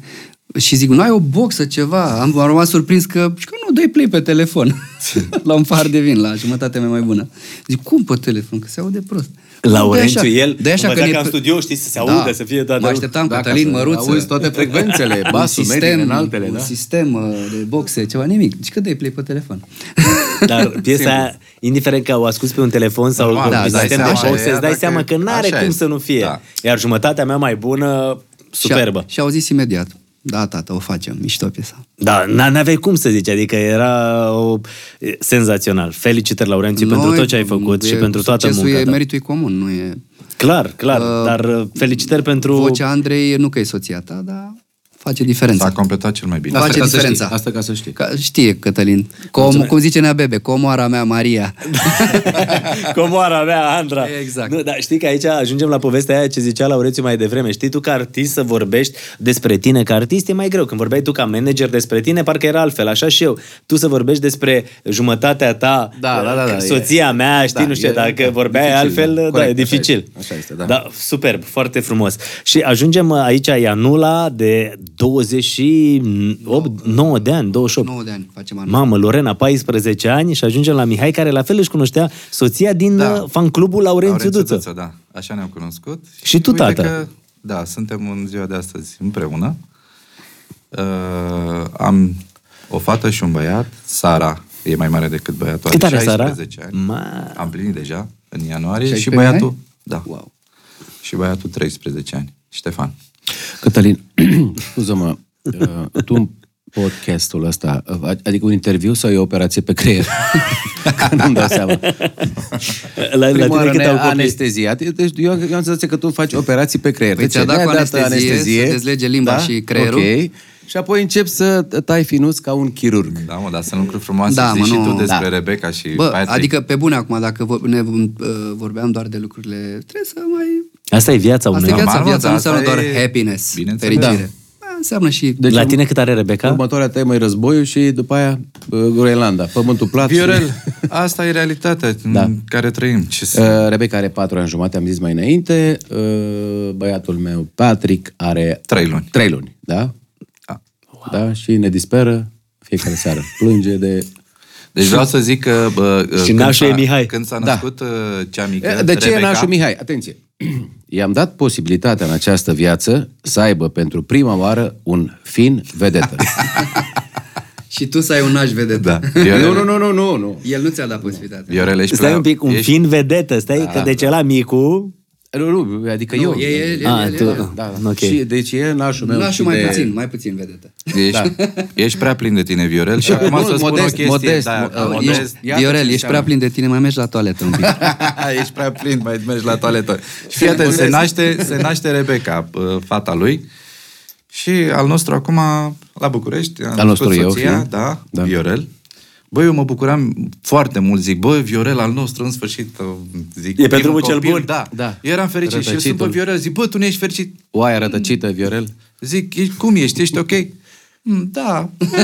și zic, nu ai o boxă, ceva? Am, am rămas surprins că, și că nu, dai play pe telefon. la un par de vin, la jumătatea mea mai bună. Zic, cum pe telefon? Că se aude prost.
Laurențiu, el
de așa că
învăța
ne- Da.
ca în studio, știi, să se audă, să fie toată-
Mă așteptam,
Da, ca
Cătălin
să
Măruță.
auzi toate frecvențele,
Un
basul, mediile, înaltele,
un
da?
sistem uh, de boxe, ceva, nimic. Deci cât de play pe telefon?
Dar piesa aia, indiferent că o asculti pe un telefon sau
Normal,
pe
da,
un
îți dai
sistem de
seama,
boxe,
e,
îți dai
dacă-
seama că n-are
așa
cum
e.
să nu fie.
Da.
Iar jumătatea mea mai bună, superbă.
Și, și au zis imediat, da, tata, o facem, mișto piesa.
Da, n- n-aveai cum să zici, adică era o... e, senzațional. Felicitări, Laurențiu, pentru
Noi-
tot ce ai făcut și
e-
pentru toată
succesul
munca
e
ta.
meritul e comun, nu e...
Clar, clar,
Uh,
dar uh, felicitări pentru...
Vocea Andrei nu că e soția ta, dar face diferența.
S-a completat cel mai bine.
Da. Face
ca să
diferența.
știi, asta ca să știi.
Ca, știe Cătălin. Com, cum zice Nea Bebe, comoara mea Maria.
Da. Comoara mea, Andra.
Exact.
Nu, dar știi că aici ajungem la povestea aia ce zicea Laurețiu mai devreme. Știi tu ca artist să vorbești despre tine ca artist e mai greu. Când vorbeai tu ca manager despre tine, parcă era altfel, așa și eu. Tu să vorbești despre jumătatea ta,
Da, da, da, da,
soția
e-
mea, știi,
da,
nu știu,
e-
dacă
da,
vorbeai
dificil,
altfel,
da,
da,
corect,
e
așa
dificil.
este, așa este, da.
da, superb, foarte frumos. Și ajungem uh, aici, Ianula, de 28, 9 de ani, 28.
9 de ani facem anul.
Mamă, Lorena, 14 ani și ajungem la Mihai, care la fel își cunoștea soția din
Da.
da. fan clubul Laurențiu Duță.
Da, așa ne-am cunoscut.
Și tu,
uite
tată.
Că, da, suntem în ziua de astăzi împreună. Uh, am o fată și un băiat. Sara e mai mare decât băiatul.
Cât are Sara? Mm.
16 ani.
Ma-
Am plinit deja în ianuarie. Și
16
băiatul...
ani?
Da.
Wow.
Și băiatul 13 ani. Ștefan.
Cătălin, scuză-mă, uh, tu în podcastul ăsta, uh, adică un interviu sau e o operație pe creier? Că nu-mi dau seama.
La, la
Prima
tine
oară
cât
ne-
au copii?
anesteziat. Deci eu, eu am senzația că tu faci operații pe creier.
Păi ți-a dat
ne-ai
cu anestezie, să dezlege limba și creierul.
Da? Ok. Și apoi încep să tai finuț ca un chirurg.
Da, mă, dar sunt lucruri frumoase.
Da,
Da,
mă,
și
nu.
tu despre
Da.
Rebecca și
Bă,
Patrick.
adică pe bune acum, dacă vo- ne uh, vorbeam doar de lucrurile, trebuie să mai...
Asta e viața
Asta
unui
e
om.
normal,
viața,
mă,
viața
dar
nu înseamnă
asta
doar
e-
happiness,
Bineînțeles.
fericire. Da. Înseamnă și...
Deci, la
Deci-
tine cât are Rebecca?
Următoarea ta e mai războiul și după aia uh, Groenlanda, pământul plat.
Viorel,
Și...
asta e realitatea da. în care trăim. Ce să-
Uh, Rebecca are patru ani jumate, am zis mai înainte. Uh, Băiatul meu, Patrick, are...
Trei luni.
Trei luni, da?
Da.
Da? Și ne disperă fiecare seară. Plânge de...
Deci vreau să zic că... Bă,
Și
când
nașul
s-a-
e Mihai.
Când s-a
Da.
născut da. cea mică,
E, De ce e
Rebecca,
nașul Mihai? Atenție! I-am dat posibilitatea în această viață să aibă pentru prima oară un fin vedetă.
Și tu să ai un naș vedetă.
Da.
nu,
Viorel,
nu, nu, nu, nu, nu.
El nu ți-a dat posibilitatea.
Viorel ești
Stai
prea,
un pic, un
ești, Da,
fin vedetă, stai, că de ce la micu...
Nu, nu, adică
Nu,
eu.
e el, el,
Ah,
el,
tu-
el, el.
Da,
Ok.
da. Și, deci e nașul meu.
Nașul
și
mai
de-
puțin, mai puțin vedetă.
ești, da. ești prea plin de tine, Viorel, și acum
nu,
să spun
modest,
o chestie.
modest,
da,
mo-
da,
modest.
modest.
Ești,
Iată ce
Viorel, ești
înseamnă.
prea plin de tine, mai mergi la toaletă un pic.
Ești prea plin, mai mergi la toaletă. Și fii atent, se naște, se naște Rebecca, uh, fata lui. Și al nostru acum, la București, am
Al nostru
născut
eu,
soția,
fiu.
da,
Da.
da, Viorel. Băi, eu mă bucuram foarte mult, zic, băi, Viorel al nostru, în sfârșit, uh, zic,
E pe
primul
drumul cel
copil,
bun.
Da,
Da.
da. Eu eram fericit și eu sunt, bă,
Rătăcitul.
Viorel, zic, bă, tu nu ești fericit.
Oaia rătăcită, Viorel.
Zic, "Ești- cum ești? Ești ok? "Mm, Da. E,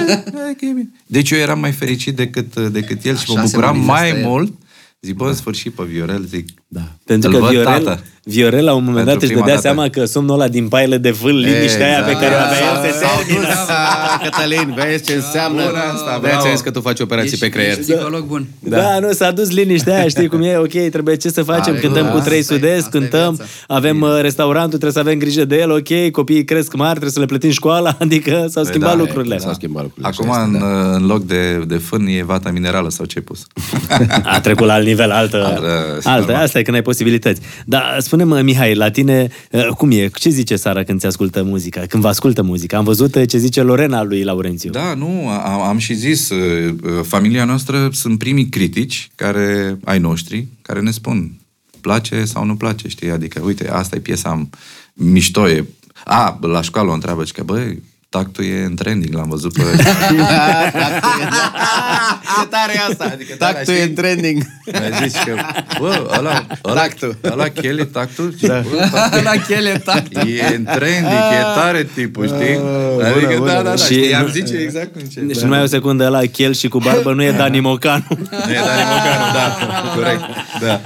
e, că e bine." Deci eu eram mai fericit decât, decât el și
Așa
mă
se
bucuram
manifestă
mai
el.
mult Zic, bă, în sfârșit pe Viorel, zic, da.
Pentru
îl
că
văd
Viorel,
tată.
Viorel la un moment
Pentru
dat își
prima
dădea
dată.
seama că somnul ăla din paiele de vâl, liniștea aia pe
Exact.
care o avea
Exact.
el, se
S-au
termină.
dus.
Da, Cătălin, vezi ce înseamnă?
bună asta,
de
bravo.
aceea că tu faci operații pe creier.
Ești psiholog bun.
Da. da, nu, s-a dus liniștea aia, știi cum e, ok, trebuie ce să facem,
Are
cântăm
cum,
cu
asta
trei
e,
sudezi,
asta e
cântăm,
viața.
avem uh, restaurantul, trebuie să avem grijă de el, ok, copiii cresc mari, trebuie să le plătim școala, adică s-au schimbat
da,
lucrurile.
S-au schimbat lucrurile.
Acum,
așa
în,
este, da.
în loc de, de fân, e vata minerală sau ce ai pus.
A trecut la alt nivel, altă,
Altă,
altă
normal.
asta e când ai posibilități. Dar spune-mă, Mihai, la tine, uh, cum e? Ce zice Sara când ți ascultă muzica? Când vă ascultă muzica? Am văzut uh, ce zice Lorena lui Laurențiu.
Da, nu, am, am și zis, uh, uh, familia noastră sunt primii critici care ai noștri, care ne spun place sau nu place, știi? Adică, uite, asta e piesa m- mișto, e... A, la școală o întreabă și că, băi, tactul e în trending, l-am văzut pe...
Ce tare e asta! Adică Tactul
tare,
e
știi?
în trending.
Mi-a zis că, bă, ăla, ăla,
Tactul.
ăla chele, tactul? Da. Bă,
La chele, tac.
E în trending, e tare tipul, știi? Adică,
bună,
da, da,
bună.
da,
Și-
știi, am zice exact cum ce.
Deci nu mai e o secundă la chel și cu barbă, nu e Dani Mocanu.
Nu e Dani Mocanu, da, corect, da.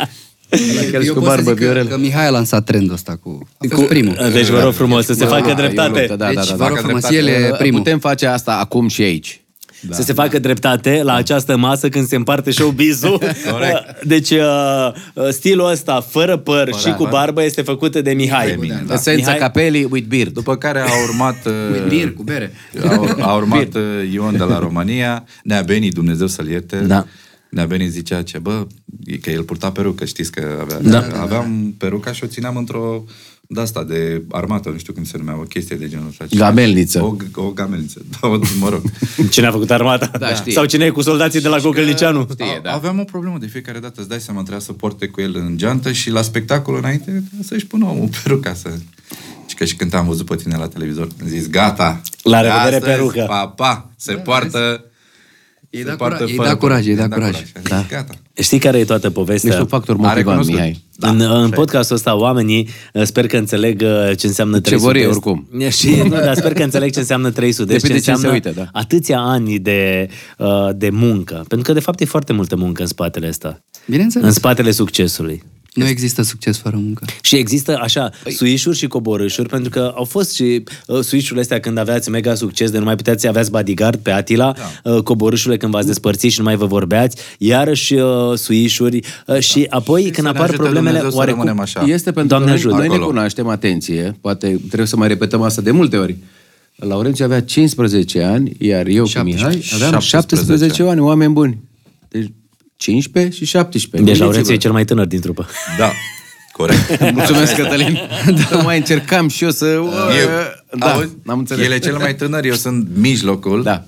Eu pot să zic că, că Mihai a lansat trendul ăsta cu... A fost primul.
Deci vă rog frumos să se
Da,
facă
e
dreptate.
luptă, Da, da,
Deci,
da,
vă
da.
rog frumos,
dreptate,
el e primul.
Putem face asta acum și aici.
Da. Să se facă dreptate la această masă când se împarte showbiz-ul. deci uh, stilul ăsta, fără păr și cu barbă, este făcut de Mihai.
De mine, da.
Esența
Mihai-
capelii with beard.
După care a urmat... uh,
Bir, cu bere.
A, ur- a urmat uh, Ion de la România, Nea Beni, Dumnezeu să-l ierte.
Da.
Nea Beni zicea ce, bă, e că el purta perucă, știți că avea, da. aveam peruca și o țineam într-o de asta, de armată, nu știu cum se numea, o chestie de genul ăsta.
Gamelniță.
O, o gamelniță, da, o, mă rog.
Cine a făcut armata?
Da, știi.
Sau cine e cu soldații de la Gogălnicianu?
Știe, da.
Aveam o problemă de fiecare dată, îți dai seama, trebuia să porte cu el în geantă și la spectacol înainte trebuia să-și pună omul peruca să... Și că și când am văzut pe tine la televizor, am zis, gata,
La revedere,
astăzi,
perucă."
Pa, pa, se poartă...
Da, Ei
se
da
poartă
curaj, ei
fără
da curaj,
perucă,
ei da curaj.
Am zis, Gata.
Știi care e toată povestea?
Deci un factor motivant,
recunoscut.
Mihai.
Da, în, în podcastul ăsta oamenii uh, sper că înțeleg uh, ce înseamnă
Ce
300.
vor ei, oricum.
Și, nu, dar sper că înțeleg ce înseamnă 300.
Depinde
ce
de cine
înseamnă
se uită, da.
atâția ani de, uh, de muncă. Pentru că, de fapt, e foarte multă muncă în spatele ăsta.
Bineînțeles.
Da.
În spatele succesului.
Nu există succes fără muncă.
Și există așa
Păi-
suișuri și coborâșuri, pentru că au fost și uh, suișurile astea când aveați mega succes, de nu mai puteați, aveați bodyguard pe Atila, da. uh, coborâșurile când v-ați despărțit și nu mai vă vorbeați, iarăși uh, suișuri uh, și apoi
Da. Și să
când
ne
apar
ajute
problemele,
Dumnezeu să rămânem
oarecum...
Da.
așa.
Este pentru
Doamne
că noi,
ajută.
noi ne
Acolo.
cunoaștem, atenție, poate trebuie să mai repetăm asta de multe ori. Laurențiu avea 15 ani, iar eu cu Mihai aveam 17,
17
ani, oameni buni. Deci 15 și 17.
Deci Laurențiu
Gândiți-vă.
e cel mai tânăr din trupă.
Da, corect.
Mulțumesc, Cătălin. da. Mai încercam și eu să... uh,
Eu,
da,
auzi,
am înțeles.
El e cel mai tânăr, eu sunt mijlocul.
Da.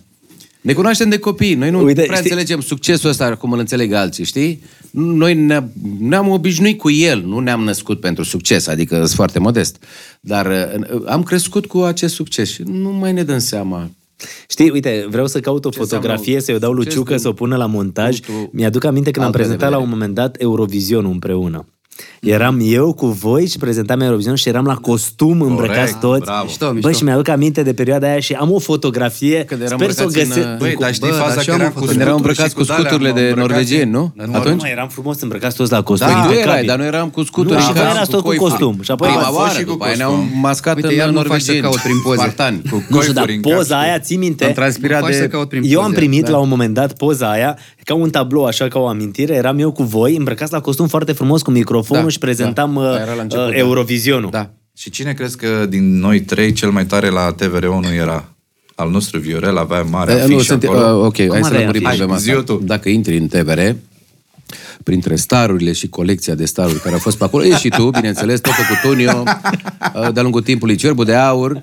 Ne cunoaștem de copii, noi nu
Uite,
Uite, prea
știi-
știi... înțelegem succesul ăsta cum îl înțeleg alții, știi? Noi ne- ne-am obișnuit cu el, nu ne-am născut pentru succes, adică sunt foarte modest. Dar uh, am crescut cu acest succes și nu mai ne dăm seama.
Știi, uite, vreau să caut o fotografie,
înseamnă-
să-i o dau
ce
lui Ciucă,
este
să o pună la montaj.
punctul
Mi-aduc aminte când am
altă de
prezentat la
vedere?
un moment dat Eurovizionul împreună.
Mm.
Eram eu cu voi și prezentam Eurovision și eram la costum îmbrăcați toți.
bravo.
Mișto,
Bă,
mișto.
și mi-aduc aminte de perioada aia și am o fotografie.
Când eram
Sper să o
îmbrăcați în,
găsesc.
uh,
Băi, dar știi
Bă, dar
faza
și
că
eu am
eram
o
cu
fotografie.
Când eram îmbrăcați
scuturi și
cu
dalea,
scuturile
mă,
de
îmbrăcați-
norvegieni, nu?
Da,
Atunci?
Nu, mă, eram frumos îmbrăcați toți la costum.
Da, tu
impecabil.
erai, dar noi eram cu scuturi.
Nu, și
în
voi
casă,
erați tot cu
coifuri.
costum. Și apoi
Prima
v-ați
fost
oară,
și cu
după aia
costum.
ne-am mascat
Uite,
în
iar nu faci să
norvegieni.
caut prin poze.
Spartani.
Cu
Nu știu, dar
coifuri în casă.
poza aia, ții minte?
Am transpirat
Nu faci
de...
să caut prin
Eu am
poze,
primit
da.
la un moment dat poza aia, ca un tablou, așa, ca o amintire, eram eu cu voi, îmbrăcați la costum foarte frumos cu microfonul
Da,
și prezentam
da.
uh,
Era la început,
uh,
da.
Eurovizionul.
Da.
Și cine crezi că din noi trei cel mai tare la TVR1 era? Al nostru Viorel avea mare
Eh, Nu,
afiș
sunt, uh,
acolo.
ok, hai să
avea
lămurim
afiș?
problema
Hai, zi-o
asta.
tu.
Dacă intri în TVR, printre starurile și colecția de staruri care a fost pe acolo, ești și tu, bineînțeles, tot cu Tunio, uh, de-a lungul timpului, Cerbul de Aur,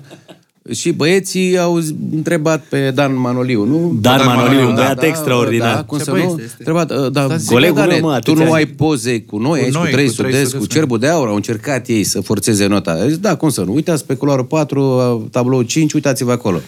și băieții au z- întrebat pe Dan Manoliu, nu?
Dar
Dar
Manoliu,
Manoliu,
un
da,
băiat extraordinar.
Da, cum
Ce
să
băieți
nu? Întrebat, uh, da,
colegul
colegul
meu, mă,
tu
atâția
nu
ani.
ai poze cu noi, aici cu
noi,
trei
cu trei
sudezi, cu
sudezi,
cerbul de aur, au încercat ei să forțeze nota. A Zis, da, cum să nu? Uitați pe culoarul 4, tablou 5, uitați-vă acolo.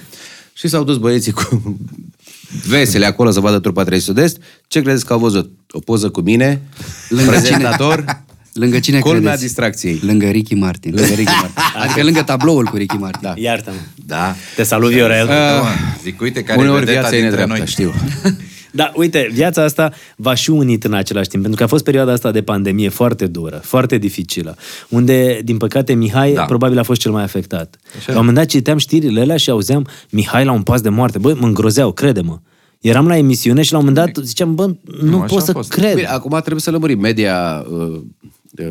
Și s-au dus băieții cu vesele acolo să vadă trupa 3 sud-est. Ce credeți că au văzut? O poză cu mine,
Lângă cine?
prezentator,
Lângă cine
colmea
credeți?
distracției.
Lângă Ricky Martin. Lângă Ricky Martin. adică lângă tabloul cu Ricky Martin. Da.
Iartă-mă.
Da.
Te salut, Viorel.
Da, mă. Zic, uite care e
Uneori
vedeta
viața e
dintre
nedreaptă,
noi.
știu.
Dar Da, uite, viața asta va și unit în același timp, pentru că a fost perioada asta de pandemie foarte dură, foarte dificilă, unde, din păcate, Mihai da.
Da.
probabil a fost cel mai afectat. La un moment dat citeam știrile alea și auzeam Mihai la un pas de moarte. Băi, mă îngrozeau, crede-mă. Eram la emisiune și la un moment dat ziceam, bă, nu,
Nu,
nu
așa
pot
a
să
fost.
cred.
Bine, acum trebuie să lămurim. Media uh, uh,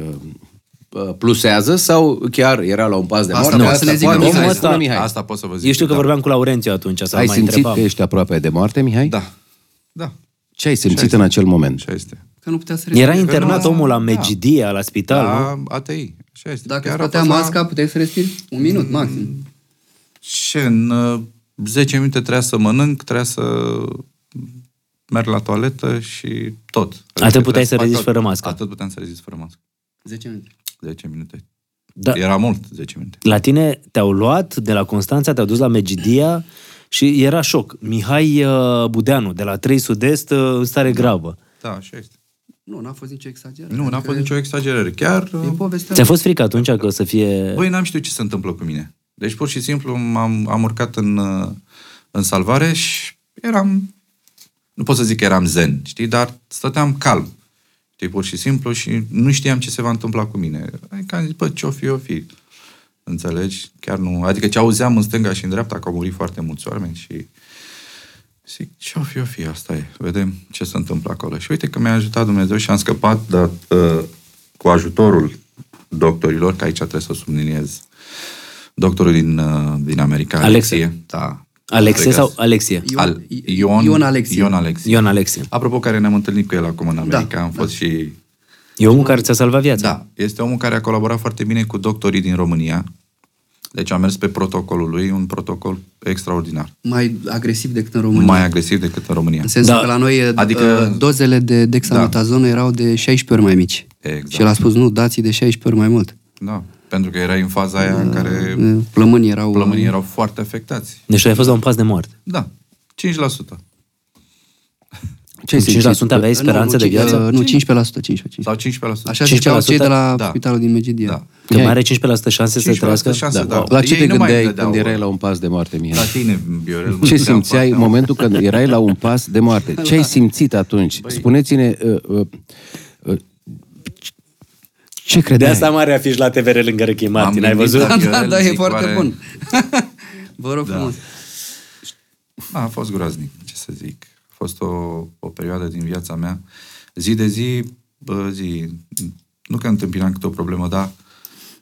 uh, plusează sau chiar era la un pas de
Asta
moarte?
vreau să le zic
poate
lui
omul
Mihai.
ăsta-
Asta-
Mihai.
Asta pot să vă zic.
Eu știu că
da.
vorbeam cu Laurențiu atunci sau
Ai
mai
simțit
întrebam.
că ești aproape de moarte, Mihai?
Da, da,
Ce ai simțit în acel moment?
așa este.
Că nu putea să
Era
respire.
internat
nu-
omul la
da.
Megidia, la spital, Da, nu?
La ATI, așa este.
Dacă
Chiar
îți
a
bătea
fost la-
masca, puteai să respiri un minut maxim.
Ce, în uh, 10 minute trebuia să mănânc, trebuia să merg la toaletă și tot.
puteai
trebuia
să
fac
rezisti
tot.
fără mască.
Atât puteam să rezist fără mască.
10 minute.
10 minute.
Da.
Da. Era mult, 10 minute.
La tine te-au luat de la Constanța, te-au dus la Megidia și era șoc. Mihai uh, Budeanu, de la 3 Sud-Est, uh, în stare gravă.
Da, așa este.
Nu, n-a fost nicio exagerare.
Nu, n-a
Adică
fost nicio exagerare. Chiar,
E
uh,
povestea.
Ți-a fost frică atunci că o să fie...
băi, n-am știut ce se întâmplă cu mine. Deci, pur și simplu, am, am urcat în, uh, în salvare și eram... Nu pot să zic că eram zen, știi? Dar stăteam calm. Știi, pur și simplu și nu știam ce se va întâmpla cu mine. Adică am zis, bă, ce-o fi, o fi. Înțelegi? Chiar nu... Adică ce auzeam în stânga și în dreapta, că au murit foarte mulți oameni și... Zic, ce-o fi, o fi, asta e. Vedem ce se întâmplă acolo. Și uite că mi-a ajutat Dumnezeu și am scăpat, dar uh, cu ajutorul doctorilor, că aici trebuie să subliniez doctorul din, uh, din America,
Alexe.
Da.
Alexie
Cred că-
sau Alexie?
Ion-
Al, Ion,
Ion, Ion Alexie.
Ion Alexie.
Ion Alexie.
Apropo, care ne-am întâlnit cu el acum în America, da, am fost da. și
E omul care ți-a salvat viața.
da, este omul care a colaborat foarte bine cu doctorii din România. Deci am mers pe protocolul lui, un protocol extraordinar.
Mai agresiv decât în România.
România. Mai agresiv decât în România.
În sensul
Da.
da. că la noi
Adică-
adică... dozele de dexametazonă da. erau de 16 ori mai mici.
Exact.
Și el a spus, nu, dați de 16 ori mai mult. Uh,
Da, pentru că erai în faza aia în care
Mm.
Plămânii erau...
plămânii erau foarte afectați.
Deci tu ai fost la un pas de moarte.
Da, 5%.
Ce ai simțit?
5% aveai speranță
nu,
de
uh,
viață?
Nu, 15%, 15%. 15%.
Sau 15%.
Așa ziceau
15%?
cei de la
Da.
spitalul din Megidia.
Da.
Că mai are 15% șanse să
15%
trăiască?
șanse, da.
La ce
Ei
te
nu mai
gândeai
dădeau,
când erai
bă.
la un pas de moarte,
La
Mihai?
tine, Viorel. mă
Ce
gândeam,
simțeai în
poate,
momentul când erai la un pas de moarte? Ce ai simțit atunci? Spuneți-ne uh, uh, uh, ce
De
credeai?
asta mare afiș la TVR lângă Ricky Martin,
Am
ai
gândit
văzut?
la-
da,
Viorel
da, e
zic,
foarte
oare-
bun. Vă rog da. frumos.
Da, a fost groaznic, ce să zic. A fost o, o perioadă din viața mea. Zi de zi, bă, zi, nu că întâmpinam câte o problemă, dar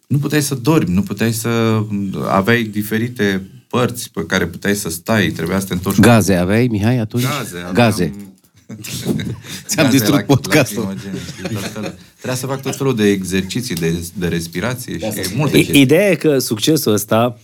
nu puteai să dormi, nu puteai să... Aveai diferite părți pe care puteai să stai, trebuia să te întorci.
Gaze aveai, Mihai, atunci?
Gaze. aveam-
Gaze. Ți-am
Gaze
distrug
lac-
podcastul.
lacrimogene, știi, tot felul. Trebuia să fac tot felul de exerciții, de, de respirație și multe
I-
chestii.
Păi, Ideea e că succesul ăsta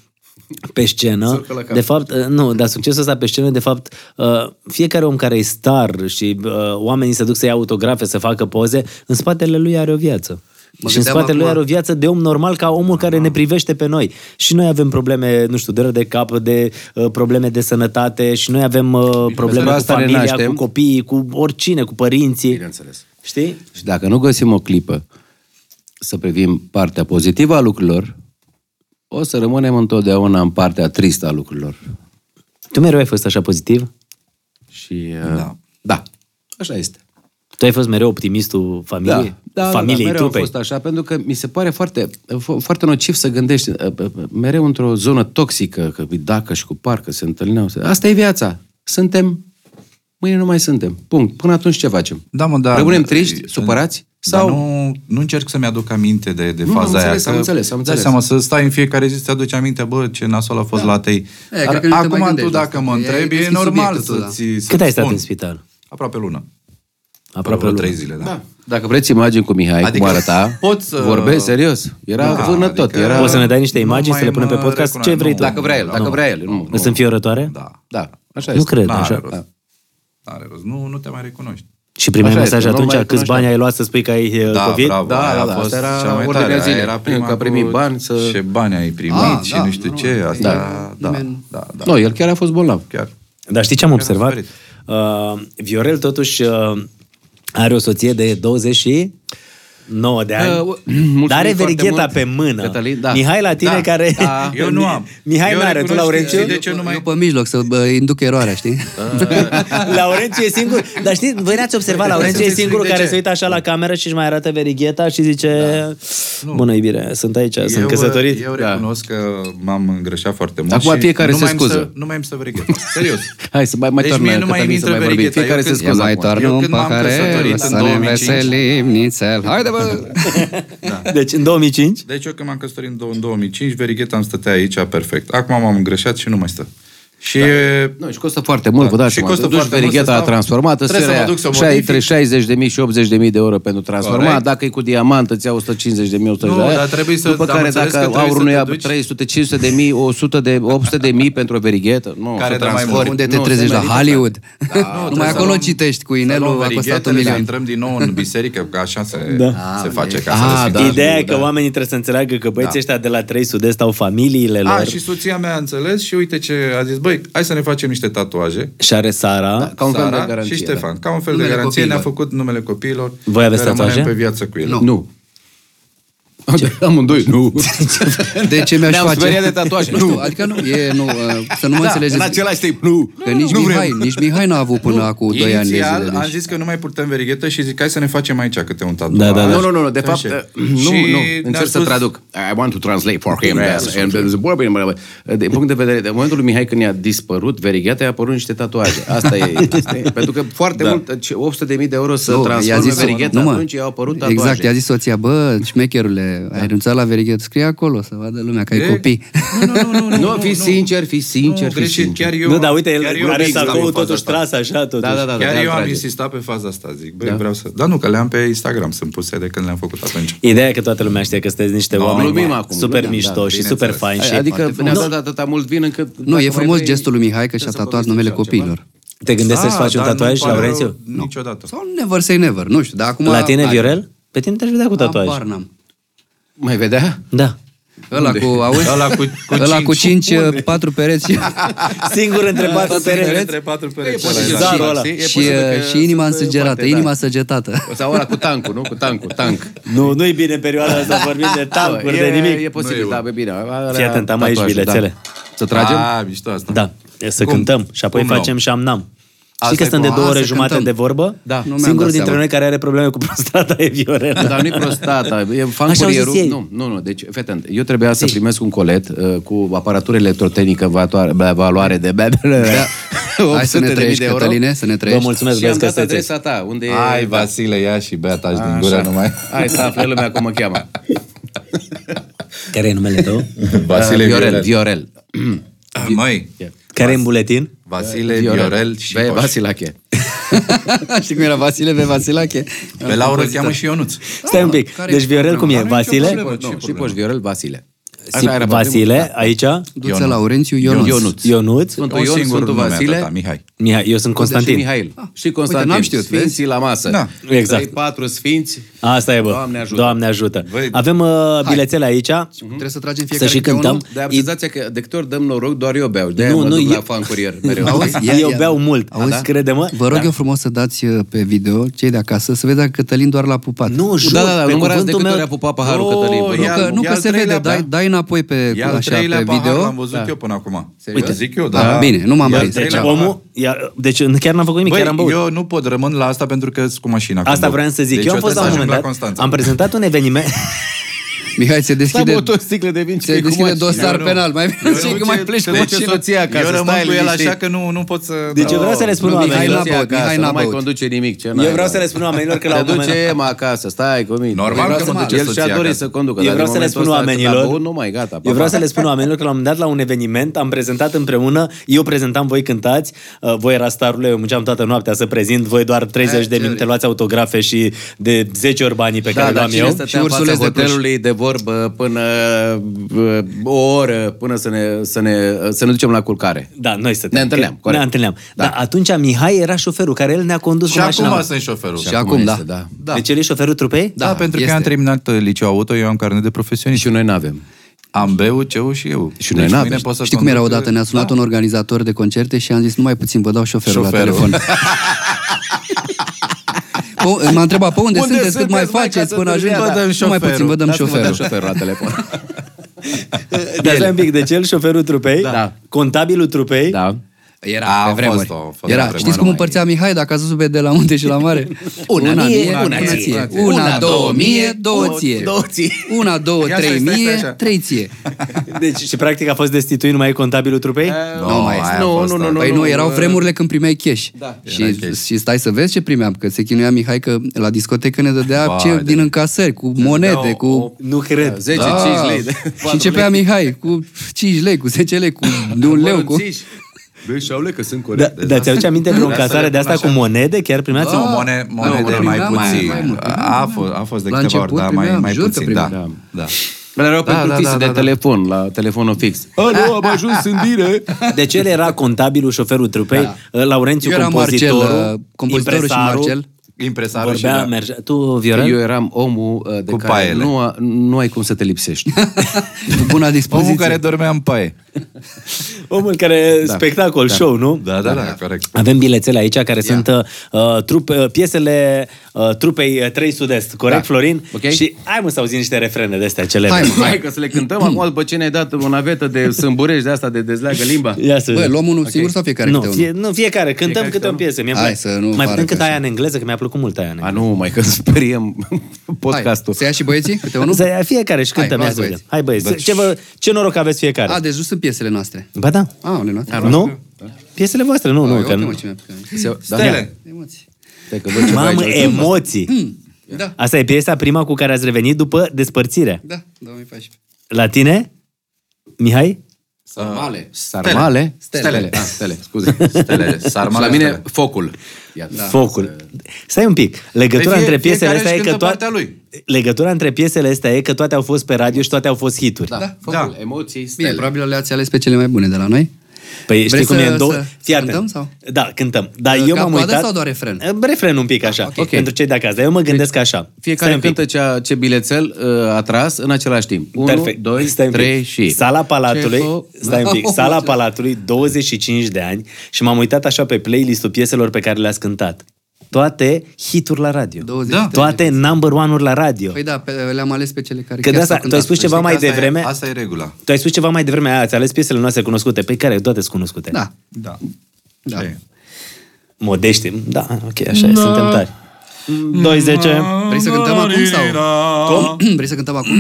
pe scenă, de fapt, uh, nu, dar succesul ăsta pe scenă, de fapt, uh, fiecare om care e star și uh, oamenii se duc să ia autografe, să facă poze, în spatele lui are o viață.
Mă
și în
gândeam
spatele lui
acum-
are o viață de om normal ca omul care ne privește pe noi. Și noi avem probleme, nu știu, de rău de cap, de uh, probleme de sănătate și noi avem uh, probleme cu
asta ne
familia, cu
naștem.
copiii, cu oricine, cu părinții. Bineînțeles. Știi?
Și dacă nu găsim o clipă să privim partea pozitivă a lucrurilor, o să rămânem întotdeauna în partea tristă a lucrurilor.
Tu mereu ai fost așa pozitiv?
Și
Da.
da, așa este.
Tu ai fost mereu optimistul familiei?
da,
familiei
da, mereu
trupei?
am fost așa, pentru că mi se pare foarte, fo- foarte nociv să gândești uh, uh, uh, mereu într-o zonă toxică, că cu dacă și cu parcă se întâlneau. se- Asta e viața. Suntem, mâine nu mai suntem. Punct. Până atunci ce facem?
Da, mă, da.
Rămânem triști, supărați?
Sau...
Sau...
Dar nu, nu încerc să-mi aduc aminte de, de
Nu,
faza
am
aia.
înțeles, am înțeles, am
dai
înțeles.
seama, să stai în fiecare zi să-ți aduci aminte, bă, ce nasol a fost da. la tei.
cred
Dar
că nu te mai
acum tu
gândești la
dacă
asta,
mă
că ai
întrebi, e
deschis
normal
subiectul tu,
să
da.
ți să
Cât ai stat în spital?
Aproape lună.
Aproape o
Vreo
lună.
trei zile, da. da.
Dacă vreți imagini cu Mihai, adică,
Adică
cum arăta,
pot să-
vorbesc serios. Era da,
Da,
vână
adică-
tot. Era...
Poți să ne dai niște
Nu
imagini,
mai
să le punem pe
mă
podcast,
recunoaște,
ce vrei
nu.
tu.
Dacă vrea el, dacă vrea el. Nu, nu.
Sunt înfiorătoare?
da.
Da, așa
Nu
este.
cred,
N-are
așa. Da.
rost. N-are rost. Nu, nu te mai recunoști.
Și primeai
Așa
mesaj
este, nu
atunci,
mai
câți bani
cunoșteam.
ai luat să spui că ai eh,
Da,
COVID?
bravo.
Da,
aia
da,
a
da,
fost
asta era
cea mai
ordinea
tare. Aia
zilei.
Era prima
Că a primit
cu
bani să-
Ce bani ai primit
Ah,
și
da,
nu știu
nu,
ce. Asta, da,
da.
da, da,
Nimeni-
da,
Nu, el chiar a fost bolnav.
Chiar.
Dar știi ce am observat?
diferit.
Uh, Viorel totuși uh, are o soție de 20 și... 9 de ani.
Uh, mulțumim
Dar are
foarte
vergheta
mult,
pe mână.
Cătălin, da.
Mihai la tine
Da,
care...
da. Eu nu am.
Mihai
Eu
n-are, tu
recunosc
Laurențiu?
că- Deci eu nu mai-
Eu pe mijloc să bă, induc eroarea, știi?
Laurențiu e singur. Dar știți, voi ne-ați observat,
Uite,
Laurențiu
hai
e
să-ți
singurul
explic de
care
ce. Da.
se uită așa la cameră și își mai arată verigheta și zice... Bună iubire, sunt aici, sunt căsătorit.
Eu recunosc
Da.
că m-am îngrășat foarte mult.
Acum
și
fiecare
nu
se
mai îmi
scuză.
stă- Nu mai îmi stă verigheta. Serios.
Hai să mai, mai
Deci
toarnă,
mie nu mai
Cătălin,
îmi
să
intră
mai vorbim.
verigheta.
Fiecare
Eu
se
când-
scuză
mai
acum.
toarnă Eu un când m-am pahare, căsătorit să în ne 2005.
nițel. Haide, bă!
da.
Deci în 2005
Deci eu când m-am căsătorit în dou- în 2005, verigheta îmi stătea aici perfect. Acum m-am îngrășat și nu mai stă. Și e-
Nu, și costă foarte mult, vă dați
Da. Și
seama.
costă
Te duci
foarte mult
verigheta
să stau-
transformată,
Trebuie să
seria
mă duc să o
șai-
modific.
între 60.000 și 80.000 de euro pentru transformat.
Corect.
Dacă e cu diamant, îți ia 150 de mii, 100 de
Nu,
aia.
dar trebuie să-
După
am
care
înțeles că
dacă
trebuie
aurul
să
nu
te
ia
duci-
300, 500 de mii, 100 de, 800 de mii pentru o verighetă, nu,
Care
se
dă mai
transformă.
mult.
Unde te
Nu, se
trezești? La
merită.
Hollywood?
Nu,
Numai
trebuie să
acolo
luăm-
citiști cu
să luăm
inelul, a costat un
verighetele, să
milion.
intrăm din nou în biserică, că așa se, se face. Ca
Ah,
să
da.
da.
Ideea e că oamenii trebuie să înțeleagă că băieții ăștia de la 3 sud-est au familiile lor.
A, Ah, și soția mea a înțeles și uite ce a zis, băi, hai să ne facem niște tatuaje.
Și are Sara.
Ca un fel de
Sara
garanție,
și
da.
Ștefan, ca un fel
Numele
de garanție,
copiilor.
ne-a făcut numele copiilor.
Voi aveți
că rămânem
tatuaje?
pe viață cu ele.
Nu. Amândoi, nu.
De ce mi-aș
Ne-am
face?
speriat de tatuaj.
Nu știu,
Nu.
adică nu, e, nu, uh, să nu mă
Da,
înțelegeți.
în același timp, nu.
Că nici
Nu vrem.
Mihai, nici Mihai n-a avut până acum 2 ani de
Inițial
zile.
am
Deci.
zis că nu mai purtăm verighetă și zic hai să ne facem aici câte un tatuaj.
Da, da, da.
Nu, nu, nu, de fapt,
Așa.
nu,
Și
nu,
ne-a
încerc să
spus-
traduc. I want to translate for him.
Exact.
Yes, and the boy, bine, bine, bine. Din punct de vedere, de momentul lui Mihai când i-a dispărut verigheta, i-a apărut niște tatuaje. Asta e. Asta e. Pentru că foarte mult, ce- 800.000 de euro să
Da. Nu, i-a
transforme
zis,
verigheta,
nu, mă.
atunci i-au apărut tatuaje.
Exact, i-a zis soția, bă, șmecherule, ai renunțat la verighet, scrie acolo să vadă lumea că ai
E-
copii.
Nu, nu, nu, nu.
Nu, fii sincer, fii
Nu,
sincer, fii
greșit,
sincer.
chiar eu...
nu, dar uite,
chiar
el
eu
are
am insistat
sacoul
pe faza
totuși
asta.
tras așa, totuși.
Da, da, da.
Chiar
de
eu am
atrage.
insistat pe faza asta, zic, băi, vreau să... Dar nu, că le-am pe Instagram, sunt puse de când le-am făcut atunci.
Ideea e că toată lumea știe că sunteți niște
Da,
oameni
glumim acum,
super
glumim,
mișto
da,
și super
bineînțeles.
faini. și-
Adică ne-a dat atâta mult vin încât... Păi,
Nu,
dacă
e
mai
frumos
vrei,
gestul lui Mihai că
trebuie
și-a
să
tatuat
povestești
numele
altceva.
copiilor.
Te gândești să-ți
Ah,
faci un
dar nu-mi
tatuaj,
pare rău
Laurențiu?
Niciodată.
Sau never say never, nu știu, dar acum...
La tine,
Hai,
Viorel? Pe tine te-aș vedea cu tatuaj.
Habar n-am.
Mai vedea?
Da.
Ăla cu, auzi?
Ăla cu- cu
Ăla
cinci.
cu cinci, patru pereți.
Singur întrebat pe pereți.
Între patru pereți.
posibil
ăla e
să
la-
zarul
Da,
ăla.
da, E
și, uh,
posibil că
și inima
sunt
însăgerată,
parte, da.
inima săgetată.
uh, Sau ăla cu tancul, nu? Cu tancul, tank.
Nu, nu-i bine perioada asta, vorbim de tancuri, de
E
nimic.
posibil, da, bine. da.
Fii atent, am aici bilețele.
Să tragem?
Ah, mișto asta.
Da, e să
Cum?
cântăm și apoi
Cum nu?
facem șamnam. Știi
Asta
că
e
stăm de
cu-
două
A,
ore
să
jumate
cântăm.
de vorbă?
Da. Nu mi-am dat
Singurul dintre
seama.
noi care are probleme cu prostata e Viorel.
Dar nu-i prostata, e fan
Așa au zis
curierul.
ei.
Nu, nu, nu, deci, fii atent, eu trebuia să primesc un colet uh, cu aparatură electrotehnică vatoare- bla, valoare de... Bla, bla, bla,
Da. Hai să
800 de
ne
mii
trăiești,
de euro.
Cătăline, să ne
Vă
trăiești.
mulțumesc,
Și am
băieți, că
dat
sunteți.
adresa ta, unde e...
Hai, Vasile, ia și bea taci din gură numai.
Hai să afle lumea cum mă cheamă.
Care e numele tău?
Vasile
Uh,
Viorel.
Viorel.
Ah, Măi,
Care e în buletin?
Da, Vasile Viorel și
Băi,
Poș.
Vasilache.
Știi cum era Vasile pe Vasilache?
Pe Laura îl cheamă și Ionuț.
Stai un pic.
care e
Deci Viorel cum e?
Are nicio
Vasile?
problemă.
Nu, Și Poș Viorel, Vasile. Așa
Si-
era pe
Vasile, aici?
Duță Laurențiu Ionuț.
Ionuț.
Ionuț?
primul. Sfântul
Un
Ion,
singur
Sfântul
nume, atâta,
Vasile,
Mihai.
Mihai, eu sunt
și
Constantin.
Mihail. Și
Ah. Uite,
Constantin.
n-am știut, vezi?
Sfinții la masă.
Da.
Exact.
Trei, patru sfinți.
Asta e, bă.
Doamne ajută.
Doamne ajută.
Băi-
Avem uh, bilețele aici.
Trebuie să tragem
Să
fiecare
și
câte
cântăm.
unul.
Dar am senzația că de câte ori dăm noroc, doar eu beau. De-aia
Nu,
mă
nu,
duc la
eu-
fan curier. Mereu.
Auzi? Ia,
Eu
ia,
beau
ia.
mult.
Auzi?
Auzi, crede-mă.
Vă
Da.
rog eu frumos să dați uh, pe video cei de acasă să vedea că Cătălin doar l-a pupat.
Nu, jur,
da, da,
pe
nu mă de
cuvântul
câte
meu...
ori a pupat paharul
O,
Cătălin. vă
Nu
rog.
ia-
că, nu
e
că
al
se vede,
treilea
dai,
pahar.
dai înapoi pe,
E al
așa,
treilea
pe
pahar,
video.
l-am văzut eu până acum.
Uite.
Zic eu,
Da,
da.
bine, nu m-am
E al
prins.
Deci
treilea pahar.
omul... Ia, deci chiar n-am făcut nimic, chiar am băut.
Băi, eu nu pot rămân la asta pentru că sunt cu mașina.
Asta
când
vreau
duc.
să zic.
Deci
eu am fost la un
trebuie
moment
să ajung
dat,
Constanța.
am prezentat un eveniment.
Mihai, ți
S-a
deschide,
băut o sticlă de vin și
ți
cu
deschide
mașina.
dosar
nu.
penal. Mai bine și că mai pleci cu
se duce
mașina.
soția acasă,
Eu rămân
stai
cu el
liniștit.
așa că nu, nu pot să...
Deci eu vreau să le spun
nu,
oamenilor.
Mihai n-a
Soția
băut,
acasă,
Mihai
Nu
n-a
mai
băut.
conduce nimic. Ce
Eu vreau să le spun oamenilor că la
Te
un moment
duce
dat...
Emma acasă, stai cu mine.
Normal
Vreau
că
să
mă
duce
duce
El și-a
soția
dorit
acasă.
să conducă.
Eu
dar
vreau
din
să le spun
momentul ăsta,
oamenilor.
dacă a băut, Nu mai gata.
Eu vreau să le spun oamenilor că la un moment dat la un eveniment am prezentat împreună, eu prezentam, voi cântați, uh, voi era starul, eu munceam toată noaptea să prezint, voi doar 30 de minute luați autografe și de 10 ori banii pe care
da, dar
le
cine
am eu.
stătea
Și
în
ursuleț
fața
de Cluj.
hotelului de vorbă până uh, o oră, până să ne, să ne, să ne duceam la culcare?
Da, noi stăteam.
Ne întâlneam,
că-
corect.
Ne întâlneam. Da. Dar atunci Mihai era șoferul care el ne-a condus
Și
cu mașina.
acum sunt șoferul.
Și acum, da.
este, da.
da. Deci el e șoferul trupei?
Da, pentru că
este.
eu am terminat uh, liceu auto, eu am carnet de profesionist.
Și noi nu avem.
Am B-ul, C-ul și eu.
Și noi n-avem.
să
Știi cum era
conduc,
odată? Ne-a sunat un organizator de concerte și am zis, numai puțin, vă dau șoferul, la
Șoferul.
telefon. Pe- M-a întrebat, pe unde,
Unde
sunteți, cât mai
sunteți, mai,
faceți
ca să
până ajung?
întârzia, da.
Nu mai puțin, vă dăm
Dați-mă, dăm
șoferul.
șoferul la telefon.
Deci un pic de cel, șoferul trupei,
Da.
contabilul trupei.
Da.
Era
A,
pe
a fost
vremuri.
o- a fost o
Era,
vremuri.
știți cum împărțea Mihai dacă a zis pe de la munte și la mare? Una, mie, una ție. Una, două mie, două ție.
două ție.
Una, două,
Ia stai,
trei
stai, stai
mie,
așa.
trei ție.
Deci, și practic a fost destituit numai contabilul trupei?
Da.
Nu mai este.
aia a
Nu,
fost
nu, nu,
alta.
nu.
Păi nu, erau vremurile când primeai cash.
Era
Și,
cash.
și stai să vezi ce primeam, că se chinuia Mihai că la discotecă ne dădea
Vai
ce
de-
din încasări, cu monede, cu... Da.
Nu cred.
10, 5 lei.
Și începea Mihai cu 5 lei, cu 10 lei, cu de un leu, cu...
Băi, și-au lei că sunt
Da,
corect.
dar ți-aduce aminte vreo încasare de asta cu monede? Chiar primeați?
Nu,
Da.
mone, monede
primeam
mai
mai-
puțin.
mai mult, primeam,
a,
da.
fost, a fost de
La
câteva ori,
început
da, mai,
primeam,
mai
jur că
puțin. Da,
primeam.
da.
Dar erau
Da,
pentru
da,
tise
da,
de
da, da.
telefon, la telefonul fix. A, nu, am ajuns în dire.
Deci el era contabilul, șoferul trupei, da. Laurențiu
Eu eram Marcel,
compozitorul,
uh, compozitorul și
impresarul,
Marcel.
Impresarul și
Vorbea,
da.
mergea. Tu, Viorel?
Păi Eu eram omul uh, de
Cu
care
paiele.
nu, a- nu ai cum să te lipsești.
Cu Buna
Omul
dispoziție.
care dormea în paie.
Omul care da. spectacol, da. show, nu?
Da, da, da, corect.
Avem bilețele aici care sunt uh, trupe, uh, piesele uh, trupei uh, 3 Sud-Est, corect,
Da.
Florin?
Ok.
Și hai mă să auzim niște refrene de astea celebre.
Hai, mă.
Hai că să le cântăm acum după ce ne-ai dat o navetă de sâmburești de asta de dezleagă limba.
Ia să
Bă,
vedem.
luăm unul singur sau fiecare
nu,
câte unul?
fie, nu, fiecare, cântăm
Fiecare
câte
câte
o piesă. Mie îmi
Hai
place.
să nu
Mai
pară
putem
că
cât aia
așa.
în engleză, că mi-a plăcut mult aia în
A,
engleză.
nu, mai că speriem podcastul.
Hai, să ia și băieții câte unul?
Să ia fiecare și
Hai,
cântăm. Hai,
luați
ia să vedem.
băieți.
Hai băieți, ce, vă, ce noroc aveți fiecare.
A, deci nu sunt piesele noastre.
Ba da.
A, ale noastre.
Nu? Piesele voastre, nu,
A,
nu.
eu
Că
nu.
nu.
Ce mi-a picat.
Se- da?
Stele.
Emoții.
Stai că văd ceva
Mamă,
aici.
emoții!
Da,
Asta e piesa prima cu care ați revenit după despărțire.
da, 2014.
La tine, Mihai?
Sarmale. Sarmale?
Stele.
Stele. Ah, stele, scuze.
Stele, sarmale,
Și La mine,
stele.
focul. Iată.
Focul. Stai un pic. Legătura
Păi fie-
între piesele
fiecare
astea e
își
că
cântă
toate...
partea lui.
Legătura între piesele astea e că toate au fost pe radio și toate au fost hituri.
Da, focul, emoții,
Bine,
stele.
probabil le-ați ales pe cele mai bune de la noi.
Păi știi
Vrei
cum
să-
e în două...
să-
Fii
să
atent.
cântăm sau?
Da, cântăm. Dar
Uh,
eu m-am
cap-coadă
uitat...
sau doar refren?
Uh, Refren un pic așa.
ok.
Pentru cei de acasă. Dar eu mă gândesc așa.
Fiecare
Stai un pic.
cântă cea, ce bilețel uh, a tras în același timp. 1,
Perfect.
2,
Stai un pic.
3 și...
Sala Palatului,
Ce fo-
stai un pic, Sala Palatului, 25 de ani și m-am uitat așa pe playlistul pieselor pe care le-ați cântat. Toate hituri la radio. Da.
23 de
Toate number one-uri la radio.
Păi da, pe, le-am ales pe cele care
Că de
chiar
asta,
s-au
tu ai spus
cântat.
ceva mai
Asta e-
devreme,
Asta e regula.
tu ai spus ceva mai devreme, aia, ați ales piesele noastre cunoscute, pe care toate sunt cunoscute.
Da,
Da.
da.
Așa e.
Modește, da, ok, așa e, suntem tari. 20.
Vrei să cântăm acum sau? Cum? Vrei să cântăm acum?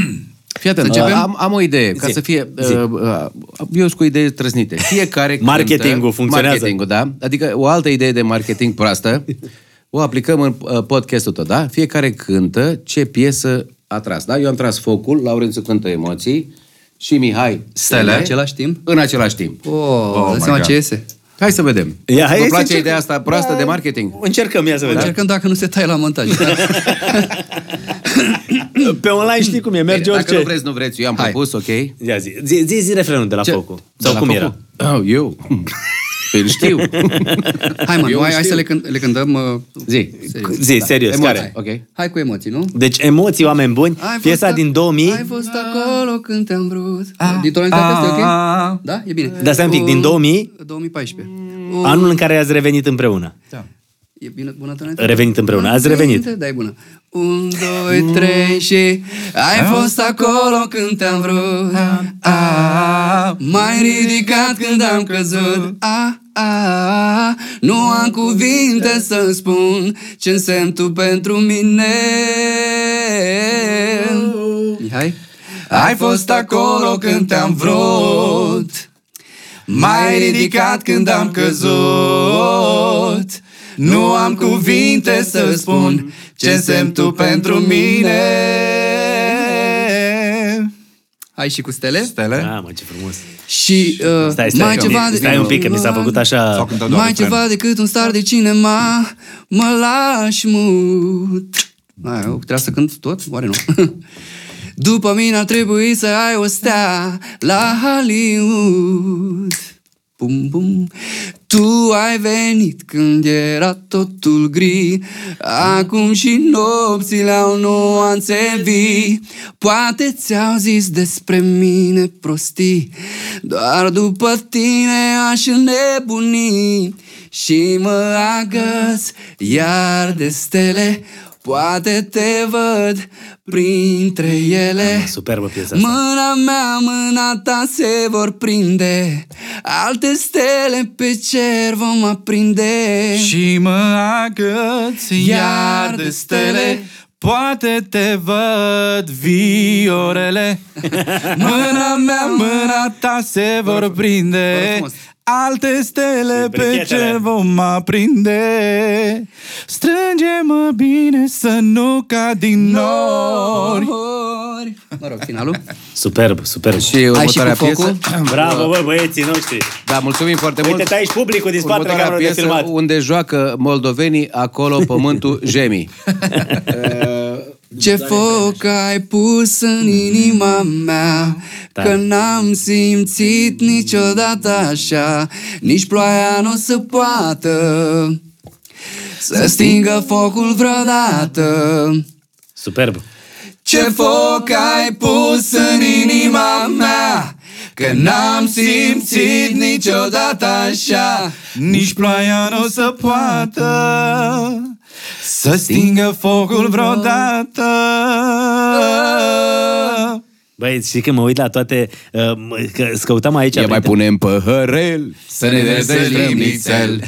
Fii atent,
Să începem?
am, am o idee, ca
Zi.
să fie...
Zi.
Uh, uh, eu sunt cu idei trăznite. Fiecare cântă-
Marketingul funcționează.
Marketingul, da. Adică o altă idee de marketing proastă, o aplicăm în uh, podcastul tău, da? Fiecare cântă ce piesă a tras, da? Eu am tras focul, Laurențiu cântă emoții și Mihai stele.
În același timp?
În același timp.
Oh, dai
my
seama
God.
ce iese.
Hai să vedem.
Ia, hai
Vă
să
place
încercăm.
ideea asta proastă de marketing?
Încercăm, ia să vedem.
Încercăm dacă nu se taie la montaj.
Pe online știi cum e, merge
Bine,
orice.
Dacă nu vreți, nu vreți. Eu am
Hai.
propus, ok?
Ia zi, zi, zi, zi refrenul de la
Ce?
focul.
De
Sau
la
cum
focul?
era?
Oh, eu. Îl știu.
Hai mă,
Eu
nu, hai, hai
știu.
să le, cânt, le cântăm... uh,
Zi.
serios. Da.
Zi, serios,
Emoții.
care?
Ok.
Hai cu emoții, nu?
Deci emoții, oameni buni,
Ai fost
piesa
ac-
din 2000,
Ai fost
Da.
acolo când te-am vrut. Din tonalitatea asta, ok?
Ah.
Da? E bine.
Dar stai un pic, din
Uh,
2000?
2014.
Mm.
Uh,
anul în care ați revenit împreună.
E bine, bună tonalitate?
Revenit împreună. Ați revenit.
Da, e bună. Un, doi, trei și Ai fost acolo când te-am vrut ah, a, M-ai ridicat când am căzut a, a, Nu am cuvinte să spun Ce însemn tu pentru mine Mihai? Mm. Ai fost acolo când te-am vrut M-ai ridicat când am căzut Nu am cuvinte să spun Ce însemn tu pentru mine Hai și cu stele?
Stele?
Da, mă, ce frumos.
Și uh,
Stai, stai,
mai
că,
ceva
mi, stai un pic, că mi s-a făcut așa...
Sau cântă doar
Mai
refren.
ceva decât un star de cinema Mă lași mut Aia, eu Trebuia să cânt tot? Oare nu? După mine ar trebui să ai o stea La Hollywood Bum, bum. Tu ai venit când era totul gri Acum și nopțile au nuanțe vii Poate ți-au zis despre mine prostii Doar după tine aș înnebuni Și mă agăț iar de stele Poate te văd printre ele
Superbă piesa asta.
Mâna mea, mâna ta se vor prinde Alte stele pe cer vom aprinde
Și mă agăți iar de stele Poate te văd viorele Mâna mea, mâna ta se vor prinde Alte stele pe
Brichetele.
cer vom aprinde Strânge-mă bine să nu ca din nori
Ori. Mă rog, finalul
Superb, superb.
Și următoarea piesă.
Bravo, bă, băieții noștri.
Da, mulțumim foarte
Uite,
mult.
te aici publicul din spatele
Următoarea
camerelor de
piesă
filmat.
unde joacă moldovenii, acolo pământul jemii.
Ce foc ai pus în inima mea Că n-am simțit niciodată așa Nici ploaia nu o să poată Să stingă focul vreodată
Superb.
Ce foc ai pus în inima mea Că n-am simțit niciodată așa
Nici ploaia nu o să poată Să stingă focul vreodată
Băi, și când mă uit la toate, uh, mă- că scăutam aici...
Ce mai
printre-
punem păhărel, să ne dezvelim nițel.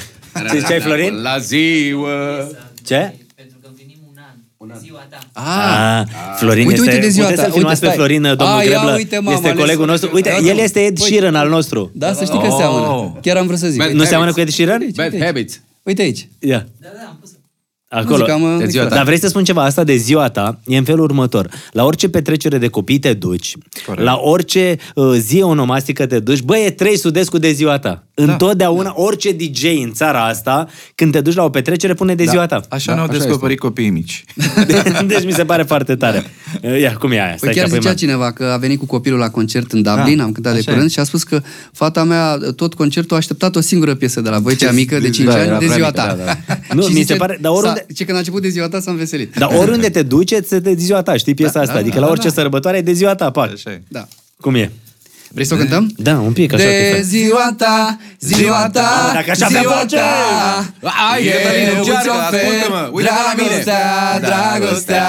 Ce ziceai, Florin?
La ziua.
Ce?
Ah,
Ah, Florin
Uite,
este,
uite de ziua
puteți
ta,
să-l filmați pe
uite, stai.
Florin, uh, domnul
Ah, ia
Greblă,
uite, mă, am
este
ales
colegul
eu.
nostru. Uite, el este Ed Sheeran al nostru.
Păi, da, să știi că
Oh.
seamănă. Chiar am vrut să zic.
Bad
Nu
habits.
seamănă cu Ed Sheeran?
Deci,
Bad habits.
Uite aici.
Ia.
da,
Acolo.
Muzica, mă,
De ziua ta.
Dar vrei să spun ceva? Asta de ziua ta e în felul următor. La orice petrecere de copii te duci, Corect. la orice uh, zi onomastică te duci, bă, e trei sudescu de ziua ta. Da. Întotdeauna, da. orice DJ în țara asta, când te duci la o petrecere, pune de da. ziua ta.
Așa da, ne-au descoperit copiii mici.
deci mi se pare foarte tare. Uh, Ia, cum e aia? Stai
Păi chiar
că apoi
zicea
mă-
cineva că a venit cu copilul la concert în Dublin,
Ah,
am cântat de
așa
curând,
e.
și a spus că fata mea tot concertul a așteptat o singură piesă de la voi, cea mică, de 5
da,
ani,
era
de
prea
ziua
mică,
ta.
da, da.
Și
Nu, mi se
zice,
pare- dar oriunde- Da.
s-a- Ce când a început de ziua ta s-a înveselit.
Dar oriunde te duci, ți de ziua ta, știi piesa da, asta? Da, adică da, la orice da. sărbătoare e de ziua ta, pac.
Așa e.
Da.
Cum e?
Vrei să o cântăm?
Da, un pic așa.
De
De...
ziua ta, ziua ta,
Dacă așa avea
ziua
voce!
ta
Ai,
Eu
Cătălin,
îți
Geargă,
ofer
ascultă-mă, uite-mă la mine.
Dragostea,
Da,
dragostea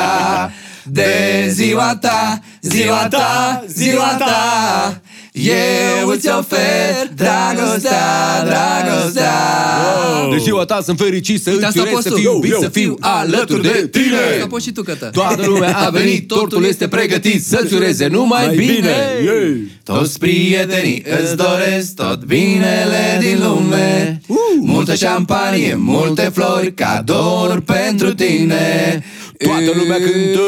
De ziua ta, ziua ta, ziua ta Eu îți ofer dragostea, dragostea
De ziua ta sunt fericit să îți urez, să fiu iubit, să fiu
Da,
alături de
Asta
tine.
poți și tu, Cătă
Toată lumea a venit, totul este pregătit să-ți ureze numai
Mai
bine.
bine.
Toți prietenii îți doresc tot binele din lume uh! Multă șampanie, multe flori, cadouri pentru tine
Toată lumea cântă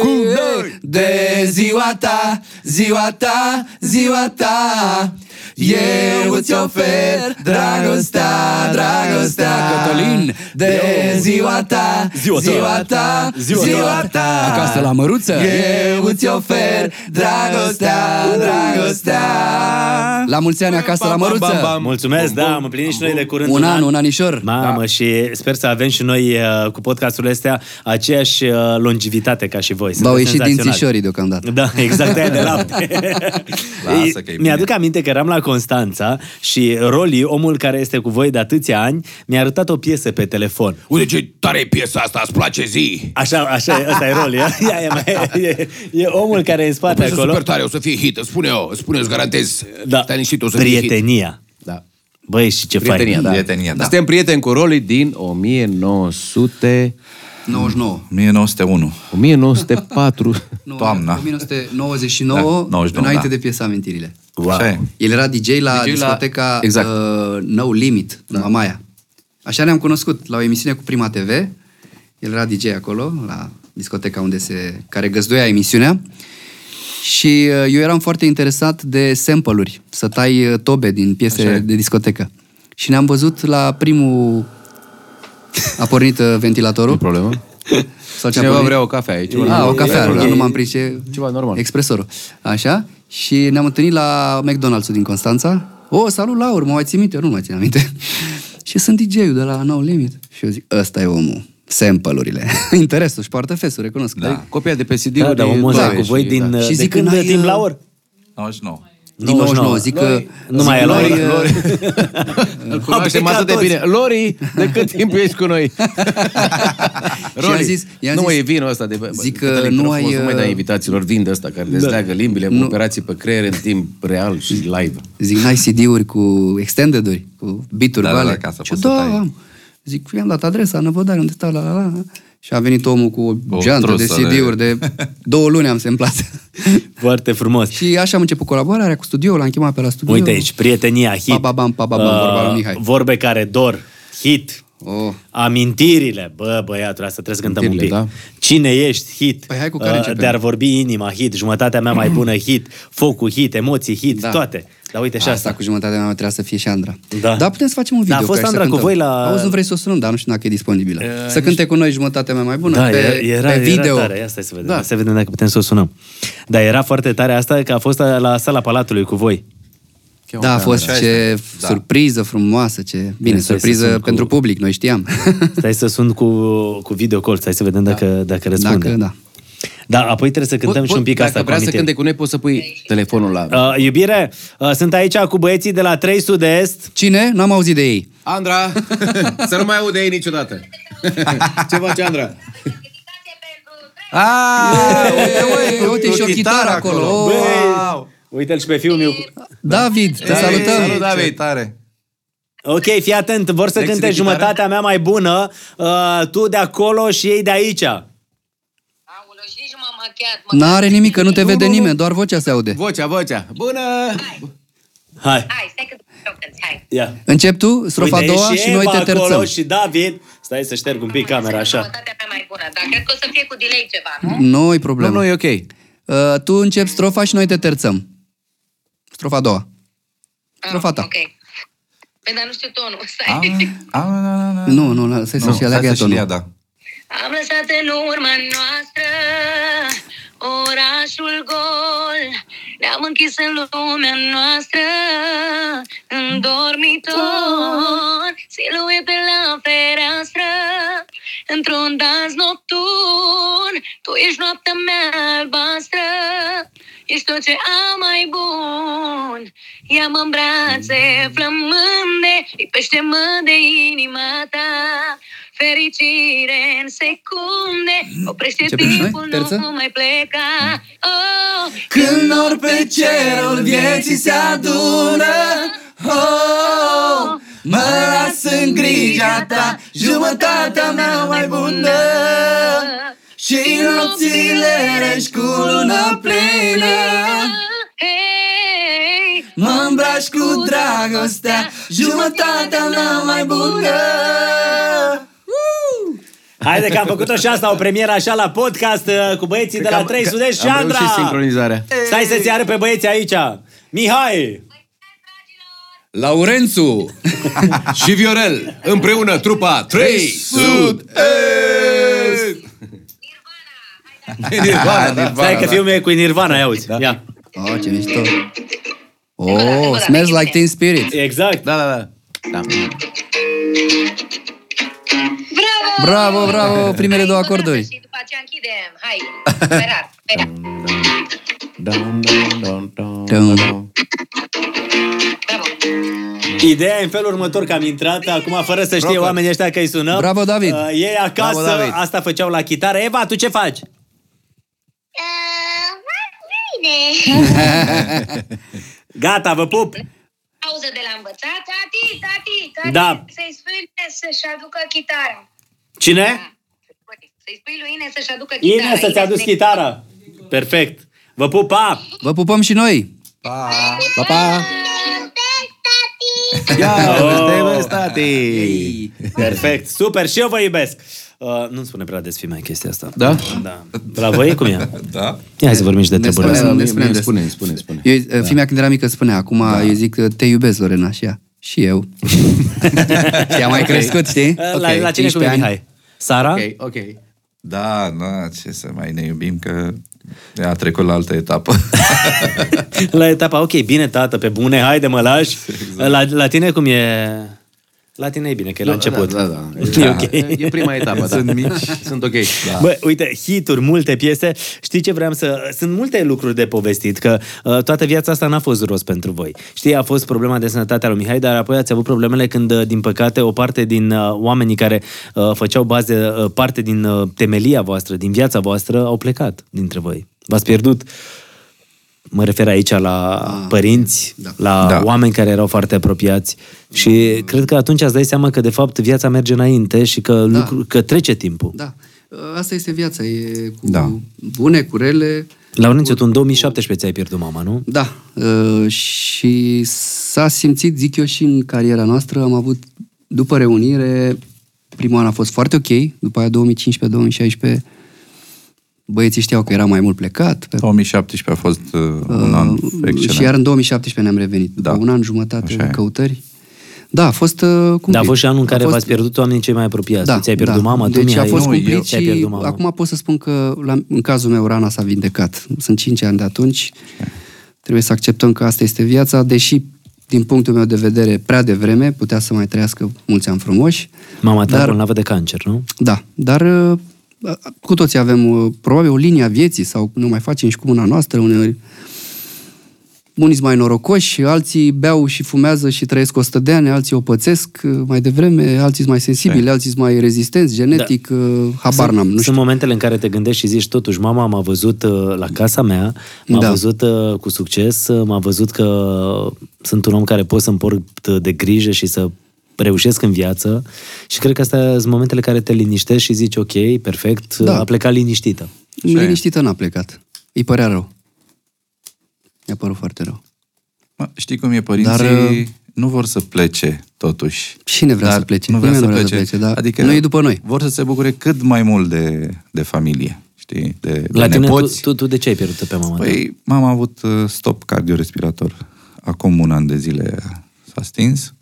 cu noi.
De ziua ta, ziua ta, ziua ta Eu îți ofer dragostea, dragostea
Cătălin,
De
eu-
ziua ta,
Ziua ta,
ziua ta,
ziua ta.
ziua ta
Acasă la măruță.
Eu îți ofer dragostea, dragostea La mulți ani acasă la
Bam,
măruță
bam.
Mulțumesc, da, am împlinit și noi de curând
Un an, un anișor
Mamă, da. și sper să avem și noi uh, cu podcasturile astea aceeași uh, longevitate ca și voi.
V-au
Sunteți
ieșit
senzaționali.
dințișorii deocamdată.
Da, exact, aia de lapte.
Lasă că e bine.
Mi-aduc aminte că eram la Constanța și Roli, omul care este cu voi de atâția ani, mi-a arătat o piesă pe telefon.
Uite ce tare e piesa asta, îți place zi.
Așa, așa, ăsta e Roli. ă? Ia, ia, mai- e, e omul care e în spate
Piesa
acolo.
super tare, o Păi să fie hit, îți spune eu, îți spune, îți garantez.
Da,
Stai liniștit, o să fie hit.
prietenia.
Da.
Băi, și ce fain.
Prietenia, da.
Prietenia, da.
Suntem prieteni cu Roli din 1900...
99.
1901
1904.
Nu,
Toamna.
1999,
Da, 99,
înainte
da.
de piesa Amintirile.
Wow.
Așa e.
El era DJ la DJ
la-
discoteca
exact.
uh, No Limit, da. în Mamaia. Așa ne-am cunoscut la o emisiune cu Prima TV. El era DJ acolo, la discoteca unde se, care găzduia emisiunea. Și uh, eu eram foarte interesat de sample-uri, să tai uh, tobe din piese de discotecă. Și ne-am văzut la primul... A pornit uh, ventilatorul?
problemă?
Sau ce a
Cineva
pornit?
vrea o cafea aici.
A, Ah, o cafea,
E-
dar
e-
nu m-am prins ce...
Ceva normal.
Expresorul. Așa? Și ne-am întâlnit la McDonald's-ul din Constanța. O, salut, Laur, mă mai ții minte? Eu Nu mai țin aminte. Și sunt DJ-ul de la No Limit. Și eu zic, ăsta e omul. Sample-urile. Interesul își poartă fesul, recunosc.
Da. Copia de pe CD-uri.
Da, da, omul ăsta
da,
cu voi din...
Și
Și
zic
zic
că
când
n-ai,
timp
uh,
la or?
99.
Din 99, zic că...
Nu mai e
zic,
la
noi,
oră.
uh,
Îl cunoaștem atât de bine. Lori, de cât timp ești cu noi?
i-am zis- i-am
nu
zis-
mă, e vinul ăsta de... Bă,
zic că
Cătălin,
nu
te rog
ai,
frumos, Nu mai
uh, Da.
dai invitațiilor vin de ăsta care dezleagă limbile cu
Nu.
operații pe creier în timp real și live.
Zic, n-ai CD-uri cu extended-uri, cu bituri
Da,
da,
da,
alea?
da, ca să
Și
poți
da,
să tai.
am. Zic, i-am dat adresa, năvădare, unde stau, la, la, la. Și a venit omul cu o,
O
geantă de
trusă de-
CD-uri de două luni am semplat.
Foarte frumos.
și așa am început colaborarea cu studioul, l-am chemat pe la studio.
Uite aici, prietenia, hit. Uh,
Pa, ba, bam, pa, ba, bam, vorba lui Mihai.
Vorbe care dor, hit.
Oh.
Amintirile, bă, băiatul, asta trebuie să cântăm un pic.
Amintirile,
Da? Cine ești, hit.
Păi hai cu care
Uh,
începem?
De-ar vorbi inima, hit. Jumătatea mea mai bună, hit. Focul, hit. Emoții, hit.
Da.
Da. Toate. Dar uite și
Asta,
asta.
cu jumătatea mea trebuia să fie și Andra.
Da.
Dar putem să facem un
Da, a
video.
fost
care să
Andra cu
cântăm.
voi la-
Auzi, nu vrei să o sunăm, dar nu știu dacă e disponibilă. să cânte cu noi jumătatea mea mai bună
Da,
pe,
era,
pe
era,
video.
Era tare, ia stai să vedem, da. să vedem dacă putem să o sunăm. Dar era foarte tare asta că a fost la sala Palatului cu voi.
Da, a fost ce da. surpriză frumoasă, ce... Bine,
să
surpriză
sunt cu-
pentru public, noi știam.
Stai să sun cu, cu video call, stai să vedem dacă, dacă răspunde.
Dacă, da.
Da, apoi trebuie să cântăm
Pot-
și un pic
pot-
asta
Dacă
cu
vrea
amintiri.
să cânte cu noi, poți să pui telefonul la...
Uh, iubire, uh, sunt aici cu băieții de la 300 de Est.
Cine? N-am auzit de ei.
Andra, să nu mai aud de ei niciodată. Ce faci, Andra?
Ah,
Da, Uite, uite, uite, și o chitară acolo. Oh,
Wow!
Uite-l și pe fiul meu.
David, te salutăm.
Salut, David! Tare!
Ok, fii atent, vor să
Lecții
cânte
de chitară?
jumătatea mea mai bună, uh, tu de acolo și ei de aici.
Aoleu, și nici nu m-am machiat, mă.
N-are nimic, că nu te vede nimeni, doar vocea se aude.
Vocea, vocea. Bună!
Hai,
Hai, stai că te cânti, hai.
ia.
Încep tu, strofa a
Uite, e
doua și noi
Eva
te terțăm.
acolo și David. Stai să șterg un pic camera, așa.
Jumătatea mea mai bună, dar cred că o să fie cu delay ceva, nu?
Nu-i
Nu,
problemă.
nu, e ok.
Uh, tu începi strofa și noi te terțăm. Strofa a doua. Strofa ta.
Ah, Ok. Păi, dar nu știu tonul,
Ah,
stai.
ah, na, na, na, na.
Nu, nu, lăsai
Nu,
să și
stai
aleagă
să
ea
și ia,
tonul.
da.
Am lăsat în urma noastră orașul gol. Ne-am închis în lumea noastră, în dormitor. Siluete la fereastră, într-un dans nocturn. Tu ești noaptea mea albastră, ești tot ce am mai bun. Ia-mă în brațe, flămânde, lipește-mă de inima ta. Fericire în secunde, oprește
Începem și noi?
timpul,
Terță?
nu mai pleca. Oh,
Când nori pe cerul vieții se adună oh, Mă las în grija ta Jumătatea mea mai bună Și în nopțile rești cu lună plină
Hey,
Mă îmbraci cu dragostea Jumătatea mea mai bună
Haide că am făcut-o și asta, o premieră așa la podcast uh, cu băieții de la 300 și
am
Andra.
reușit sincronizarea.
Stai să-ți arăt pe băieți aici. Mihai!
Laurențu
și Viorel, împreună, trupa 3 Sud Est! Nirvana, da.
Stai că
Nirvana,
fiul meu e cu Nirvana, ia uzi. Da. Ia.
Oh, ce mișto Oh, smells like teen spirit
Exact.
da, da, da. da.
Bravo!
Bravo, bravo, primele două
Hai, încă o dată
acorduri
Și după aceea închidem. Hai, sperat. sperat.
Dun, dun, dun, dun,
Dun.
dun.
Bravo.
Ideea e în felul următor că am intrat acum fără să știe
Proper.
oamenii ăștia că îi sunăm.
Bravo, David.
Uh, ei acasă,
Bravo, David.
asta făceau la chitară. Eva, tu ce faci? Gata, vă pup!
Pauză de la învățat. Tati, tati, tati,
Da.
să-i spui lui Ines să-și aducă chitara.
Cine?
Să-i spui lui Ines să-și aducă chitara.
Ine, să-ți aduci chitara. Perfect. Vă pup, pa!
Vă pupăm și noi
Pa, pa! Ia, oh. stati!
Perfect, super, și eu vă iubesc. Uh, nu-mi spune prea des femeia chestia asta.
Da?
Da. La voi cum e?
Da?
Ia să vorbim și de
Despre-
treburile astea.
Ne
Mie-
spune
mie
des.
Spune, spune, spune.
Eu, da. Femeia când era mică spunea, acum da. eu zic că te iubesc, Lorena, și ea. Și eu. și am mai crescut, știi?
La, okay, la cine
15
cu mine, Mihai? Sara?
Ok,
Okay.
ok.
Da, na, ce să mai ne iubim că a trecut la altă etapă.
La etapa, ok, bine tată, pe bune, haide mă lași. Exact. La, la tine cum e? La tine e bine, că e la început.
Da, da, da.
E ok.
E prima etapă, da.
Sunt mici.
Sunt ok. Da.
Bă, uite, hituri, multe piese. Știi ce vreau să... Sunt multe lucruri de povestit, că uh, toată viața asta n-a fost rost pentru voi. Știi, a fost problema de sănătate a lui Mihai, dar apoi ați avut problemele când, uh, din păcate, o parte din uh, oamenii care uh, făceau baze, uh, parte din uh, temelia voastră, din viața voastră, au plecat dintre voi. V-ați pierdut. Mă refer aici la ah, părinți, da. la da.
Da.
oameni care erau foarte apropiați și cred că atunci îți dai seama că de fapt viața merge înainte și că, da. lucru, că trece timpul.
Da. Asta este viața, e cu
Da.
bune, cu rele.
La Laurențiu, tu în 2017 ți-ai pierdut mama, nu?
Da. Uh, și s-a simțit, zic eu, și în cariera noastră. Am avut, după reunire, primul an a fost foarte ok, după aia 2015-2016 băieții știau că era mai mult plecat. Pe,
2017 a fost uh, un an excelent.
și iar în 2017 ne-am revenit. După
Da.
un an jumătate
Așa
de
e.
căutări. Da, a fost uh, cumplit.
Dar a fost și anul în care
A fost-
v-ați pierdut oamenii cei mai apropiați. Da, ți-ai pierdut mama, tu
deci
mi-ai...
a fost
nu,
cumplit
eu- ți-ai
și
pierdut mama.
acum pot să spun că la, în cazul meu rana s-a vindecat. Sunt 5 ani de atunci. Trebuie să acceptăm că asta este viața, deși din punctul meu de vedere prea devreme, putea să mai trăiască mulți ani frumoși.
Mama ta
dar-
bolnavă de cancer, nu?
Da, dar uh, cu toții avem uh, probabil o linie a vieții sau nu mai facem și cu mâna noastră uneori. Unii sunt mai norocoși, alții beau și fumează și trăiesc 100 de ani, alții o pățesc uh, mai devreme, alții sunt mai sensibili, alții sunt mai rezistenți genetic, da. habar n-am, nu
Sunt
știu.
momentele în care te gândești și zici, totuși, mama m-a văzut uh, la casa mea, m-a
Da.
văzut uh, cu succes, uh, m-a văzut că sunt un om care pot să-mi port uh, de grijă și să reușesc în viață și cred că astea sunt momentele care te liniștești și zici, ok, perfect,
Da.
a plecat liniștită.
Liniștită n-a plecat. Îi părea rău. I-a părut foarte rău.
Mă, Știi cum e, părinții
Dar,
dar,
uh,
nu vor să plece, totuși.
Cine vrea
Dar
să plece?
Nu vrea,
Nimeni
să, plece. Adică
dar nu e după noi.
Vor să se bucure cât mai mult de, de familie, știi, de,
La
de
tine, tu,
nepoți.
tu, tu de ce ai pierdut pe mama ta?
Păi, mama a avut uh, stop cardiorespirator. Acum un an de zile s-a stins.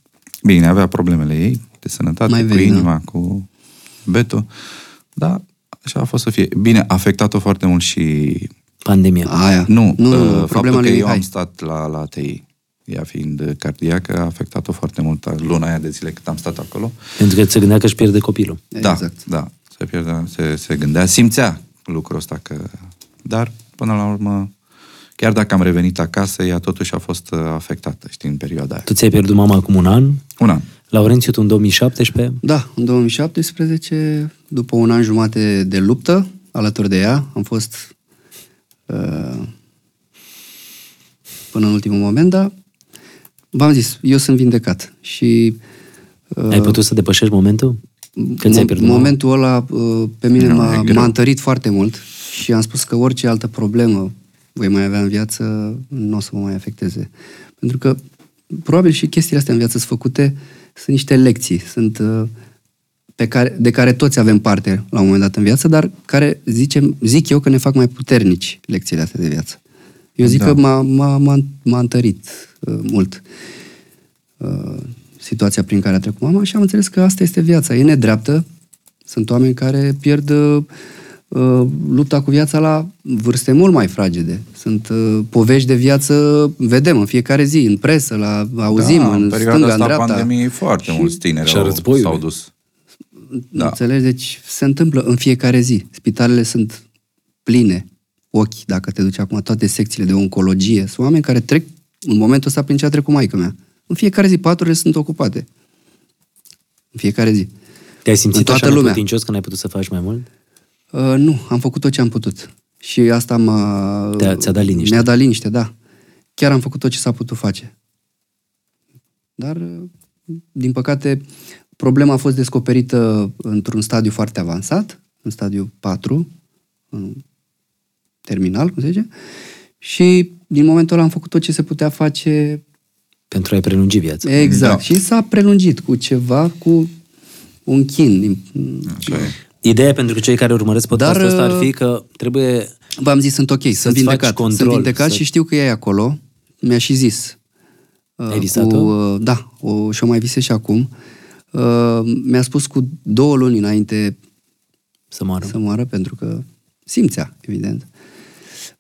Bine, avea problemele ei de sănătate,
Mai
cu
vei, da.
inima, cu betul. Dar așa a fost să fie. Bine, a afectat-o foarte mult și
Pandemia.
Aia.
nu,
nu,
uh,
nu
faptul
problema
că
lui
eu am
Mihai.
stat la, la ATI, ea fiind uh, cardiacă, a afectat-o foarte mult a- luna aia de zile cât am stat acolo.
Pentru că se gândea că își pierde copilul.
Da,
Exact.
da, se, pierdea, se, se gândea, simțea lucrul ăsta că... Dar, până la urmă, chiar dacă am revenit acasă, ea totuși a fost uh, afectată, știi, în perioada aia.
Tu ți-ai pierdut mama acum un an,
Un an.
Laurențiu, tu în 2017,
Da, în 2017, după un an jumate de luptă alături de ea, am fost uh, până în ultimul moment, dar v-am zis, eu sunt vindecat și
uh, ai putut să depășești momentul? Când ți-ai
Mo-
pierdut mama?
momentul ăla uh, pe mine
Nu, e
m-a,
greu.
m-a întărit foarte mult și am spus că orice altă problemă voi mai avea în viață nu o să mă mai afecteze. Pentru că probabil și chestiile astea în viață sunt făcute, sunt niște lecții, sunt uh, pe care, de care toți avem parte la un moment dat în viață, dar care zicem, zic eu că ne fac mai puternici lecțiile astea de viață. Eu zic
Da.
că m-a, m-a, m-a, m-a întărit uh, mult uh, situația prin care a trecut mama și am înțeles că asta este viața. E nedreaptă. Sunt oameni care pierd uh, uh, lupta cu viața la vârste mult mai fragede. Sunt uh, povești de viață, vedem în fiecare zi, în presă, la auzim,
da,
în
perioada
stânga, în
asta
dreapta.
pandemiei foarte mulți tineri
și a
au-
războiului.
s-au dus.
Da. Înțelegi? Deci se întâmplă în fiecare zi. Spitalele sunt pline, ochi, dacă te duci acum, toate secțiile de oncologie. Sunt oameni care trec în momentul ăsta prin ce a trecut maica mea. În fiecare zi paturile sunt ocupate. În fiecare zi.
Te-ai simțit
În toată
așa
lumea.
neputincios când ai putut să faci mai mult?
Uh, nu, am făcut tot ce am putut. Și asta m-a...
Te-a- ți-a dat liniște.
Mi-a dat liniște, da. Chiar am făcut tot ce s-a putut face. Dar, uh, din păcate, problema a fost descoperită într-un stadiu foarte avansat, în stadiu 4, în terminal, cum se zice, și din momentul ăla am făcut tot ce se putea face
Pentru a-i prelungi viața.
exact. Da. Și s-a prelungit cu ceva, cu un chin. din-
Așa e.
Ideea pentru cei care urmăresc podcastul
Dar,
ăsta ar fi
uh,
că trebuie...
V-am zis, sunt ok, sunt
Să-ți faci
vindecat.
control,
sunt vindecat
să-
și știu că ea e acolo. Mi-a și zis. Uh,
Ai visat-o?
cu, uh, Da, o, și-o mai visez și acum. Uh, Mi-a spus cu două luni înainte
Să moară.
să moară, pentru că simțea, evident.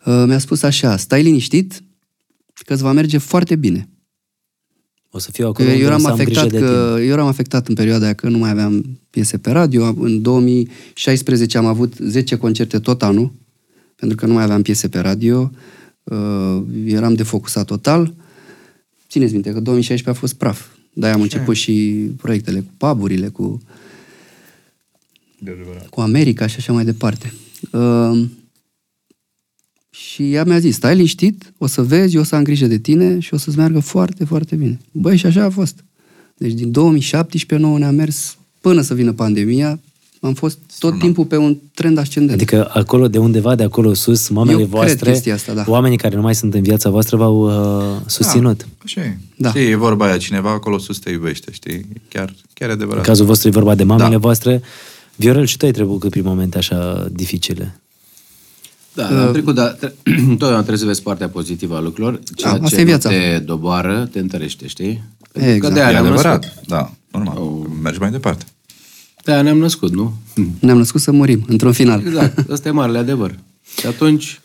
Uh, Mi-a spus așa, stai liniștit, că îți va merge foarte bine.
O o să fiu
Că
acolo.
eu
unde o
eram
să am grijă
afectat,
de tine.
că, eu eram afectat în perioada aia că nu mai aveam piese pe radio. Am- În 2016 am avut 10 concerte tot anul, pentru că nu mai aveam piese pe radio. Uh, eram defocusat total. Țineți minte că 2016 a fost praf. De-aia am început și proiectele cu paburile, cu, cu America și așa mai departe. Uh, și ea mi-a zis, stai liniștit, o să vezi, eu o să am grijă de tine și o să-ți meargă foarte, foarte bine. Băi, și așa a fost. Deci din 2017 nouă ne-a mers până să vină pandemia, am fost tot timpul pe un trend ascendent. Adică...
Adică acolo, de undeva, de acolo sus, mamele
Eu cred
voastre,
chestia asta, da.
oamenii care nu mai sunt în viața voastră v-au uh, susținut.
Așa e.
Da.
Da. Știi, e vorba aia, cineva acolo sus te iubește, știi? Chiar, chiar e
În
adevărat.
cazul vostru e vorba de mamele
Da.
voastre. Viorel, și tu ai trecut prin momente așa dificile.
Da, am trecut, dar tre- întotdeauna trebuie să vezi partea pozitivă a lucrurilor. Ceea
asta
ce
e
nu
viața.
te doboară, te întărește, știi?
Exact.
de-aia
E
ne-am
adevărat,
născut.
da, normal.
Oh.
Mergi mai departe.
De-aia ne-am născut, nu?
Ne-am născut să murim, într-un final.
Exact, ăsta e marele adevăr. Și atunci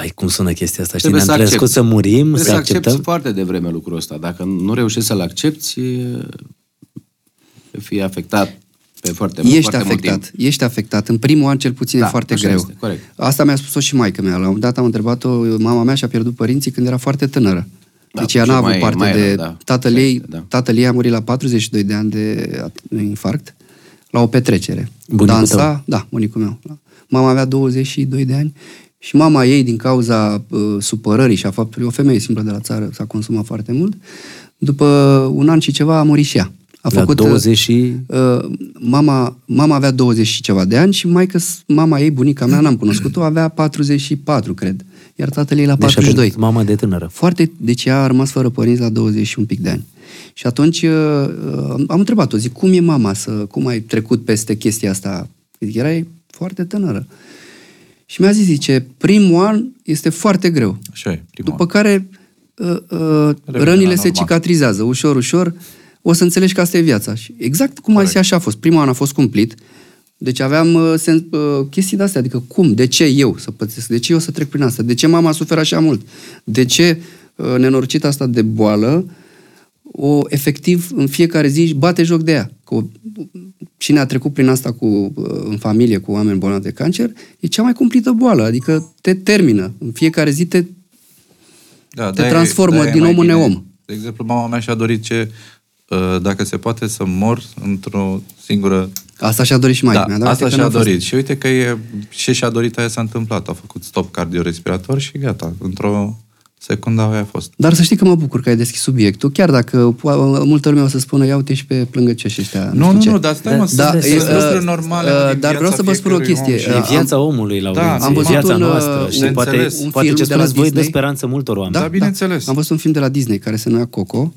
Ai, cum sună chestia asta, știi?
trebuie
Ne-am
să
crescut
accepti.
să murim,
trebuie
să acceptăm.
accepti foarte devreme lucrul ăsta. Dacă nu reușești să-l accepti, fii afectat pe foarte,
Ești
foarte mult
afectat,
timp.
ești afectat. În primul an, cel puțin, da, e
Da,
foarte
așa
greu.
este, corect.
Asta mi-a spus-o și maica mea. La un moment dat am întrebat-o, mama mea și-a pierdut părinții când era foarte tânără.
Da,
Deci ea
și
n-a avut
mai-
parte
mai
de...
era, da.
tatăl,
Așa
ei,
este, da.
tatăl ei a murit la 42 de ani de at- infarct, la o petrecere.
Bunicul
Dansa,
tău.
da, bunicul meu. Mama avea 22 de ani și mama ei, din cauza uh, supărării și a faptului, o femeie simplă de la țară, s-a consumat foarte mult, după un an și ceva a murit și ea. A
La
făcut, uh,
20 și-
Uh, mama, mama avea 20 și ceva de ani și maică, mama ei, bunica mea, n-am cunoscut-o, avea 44, cred. Iar tatăl ei la
Deci a pierdut
42.
mama de tânără.
Foarte, deci ea a rămas fără părinți la 20 și un pic de ani. Și atunci uh, uh, am întrebat-o, zic, cum e mama să, cum ai trecut peste chestia asta? Zic, erai foarte tânără. Și mi-a zis, zice, primul an este foarte greu.
Așa e, primul
După
an.
care uh, uh,
la
rănile se
normal.
cicatrizează ușor, ușor, o să înțelegi că asta e viața. Și exact cum ai zis, așa a fost. Prima an a fost cumplit, deci aveam uh, sen, uh, chestii de-astea, adică cum, de ce eu să pățesc, de ce eu să trec prin asta, de ce mama suferă așa mult, de ce uh, nenorocita asta de boală o efectiv în fiecare zi își bate joc de ea. Că o, cine a trecut prin asta cu, uh, în familie cu oameni bolnavi de cancer, e cea mai cumplită boală, adică te termină. În fiecare zi te
Da,
Te
de-aia e-
transformă
de-aia e
din
mai
om în
bine.
neom.
De exemplu, mama mea și-a dorit ce, uh, dacă se poate, să mor într-o singură...
Asta și-a dorit și mai
da,
dar
asta
uite că
și-a
n-a fost.
dorit. Și uite că e, ce și-a dorit aia s-a întâmplat. A făcut stop cardiorespirator și gata. Într-o secundă aia a fost.
Dar să știi că mă bucur că ai deschis subiectul, chiar dacă po- multă lume o să spună, ia uite și pe plângăcioși ăștia.
Nu,
știu
nu,
ce."
nu, dar stai, mă,
Da,
sunt-
da,
sunt
e,
lucruri
uh,
normale
uh,
din
dar vreau
viața
să vă spun o
fiecărui om
chestie. uh,
și-
E
Da, Am-
viața omului la
Da,
urmă,
am
e
văzut
viața
un, uh,
noastră. Și
un
poate,
înțeles.
un
poate
film
ce
de la
spuneți voi dă
Disney.
speranță multor oameni.
Da,
Da, bineînțeles.
Am văzut un film de la Disney care se numea Coco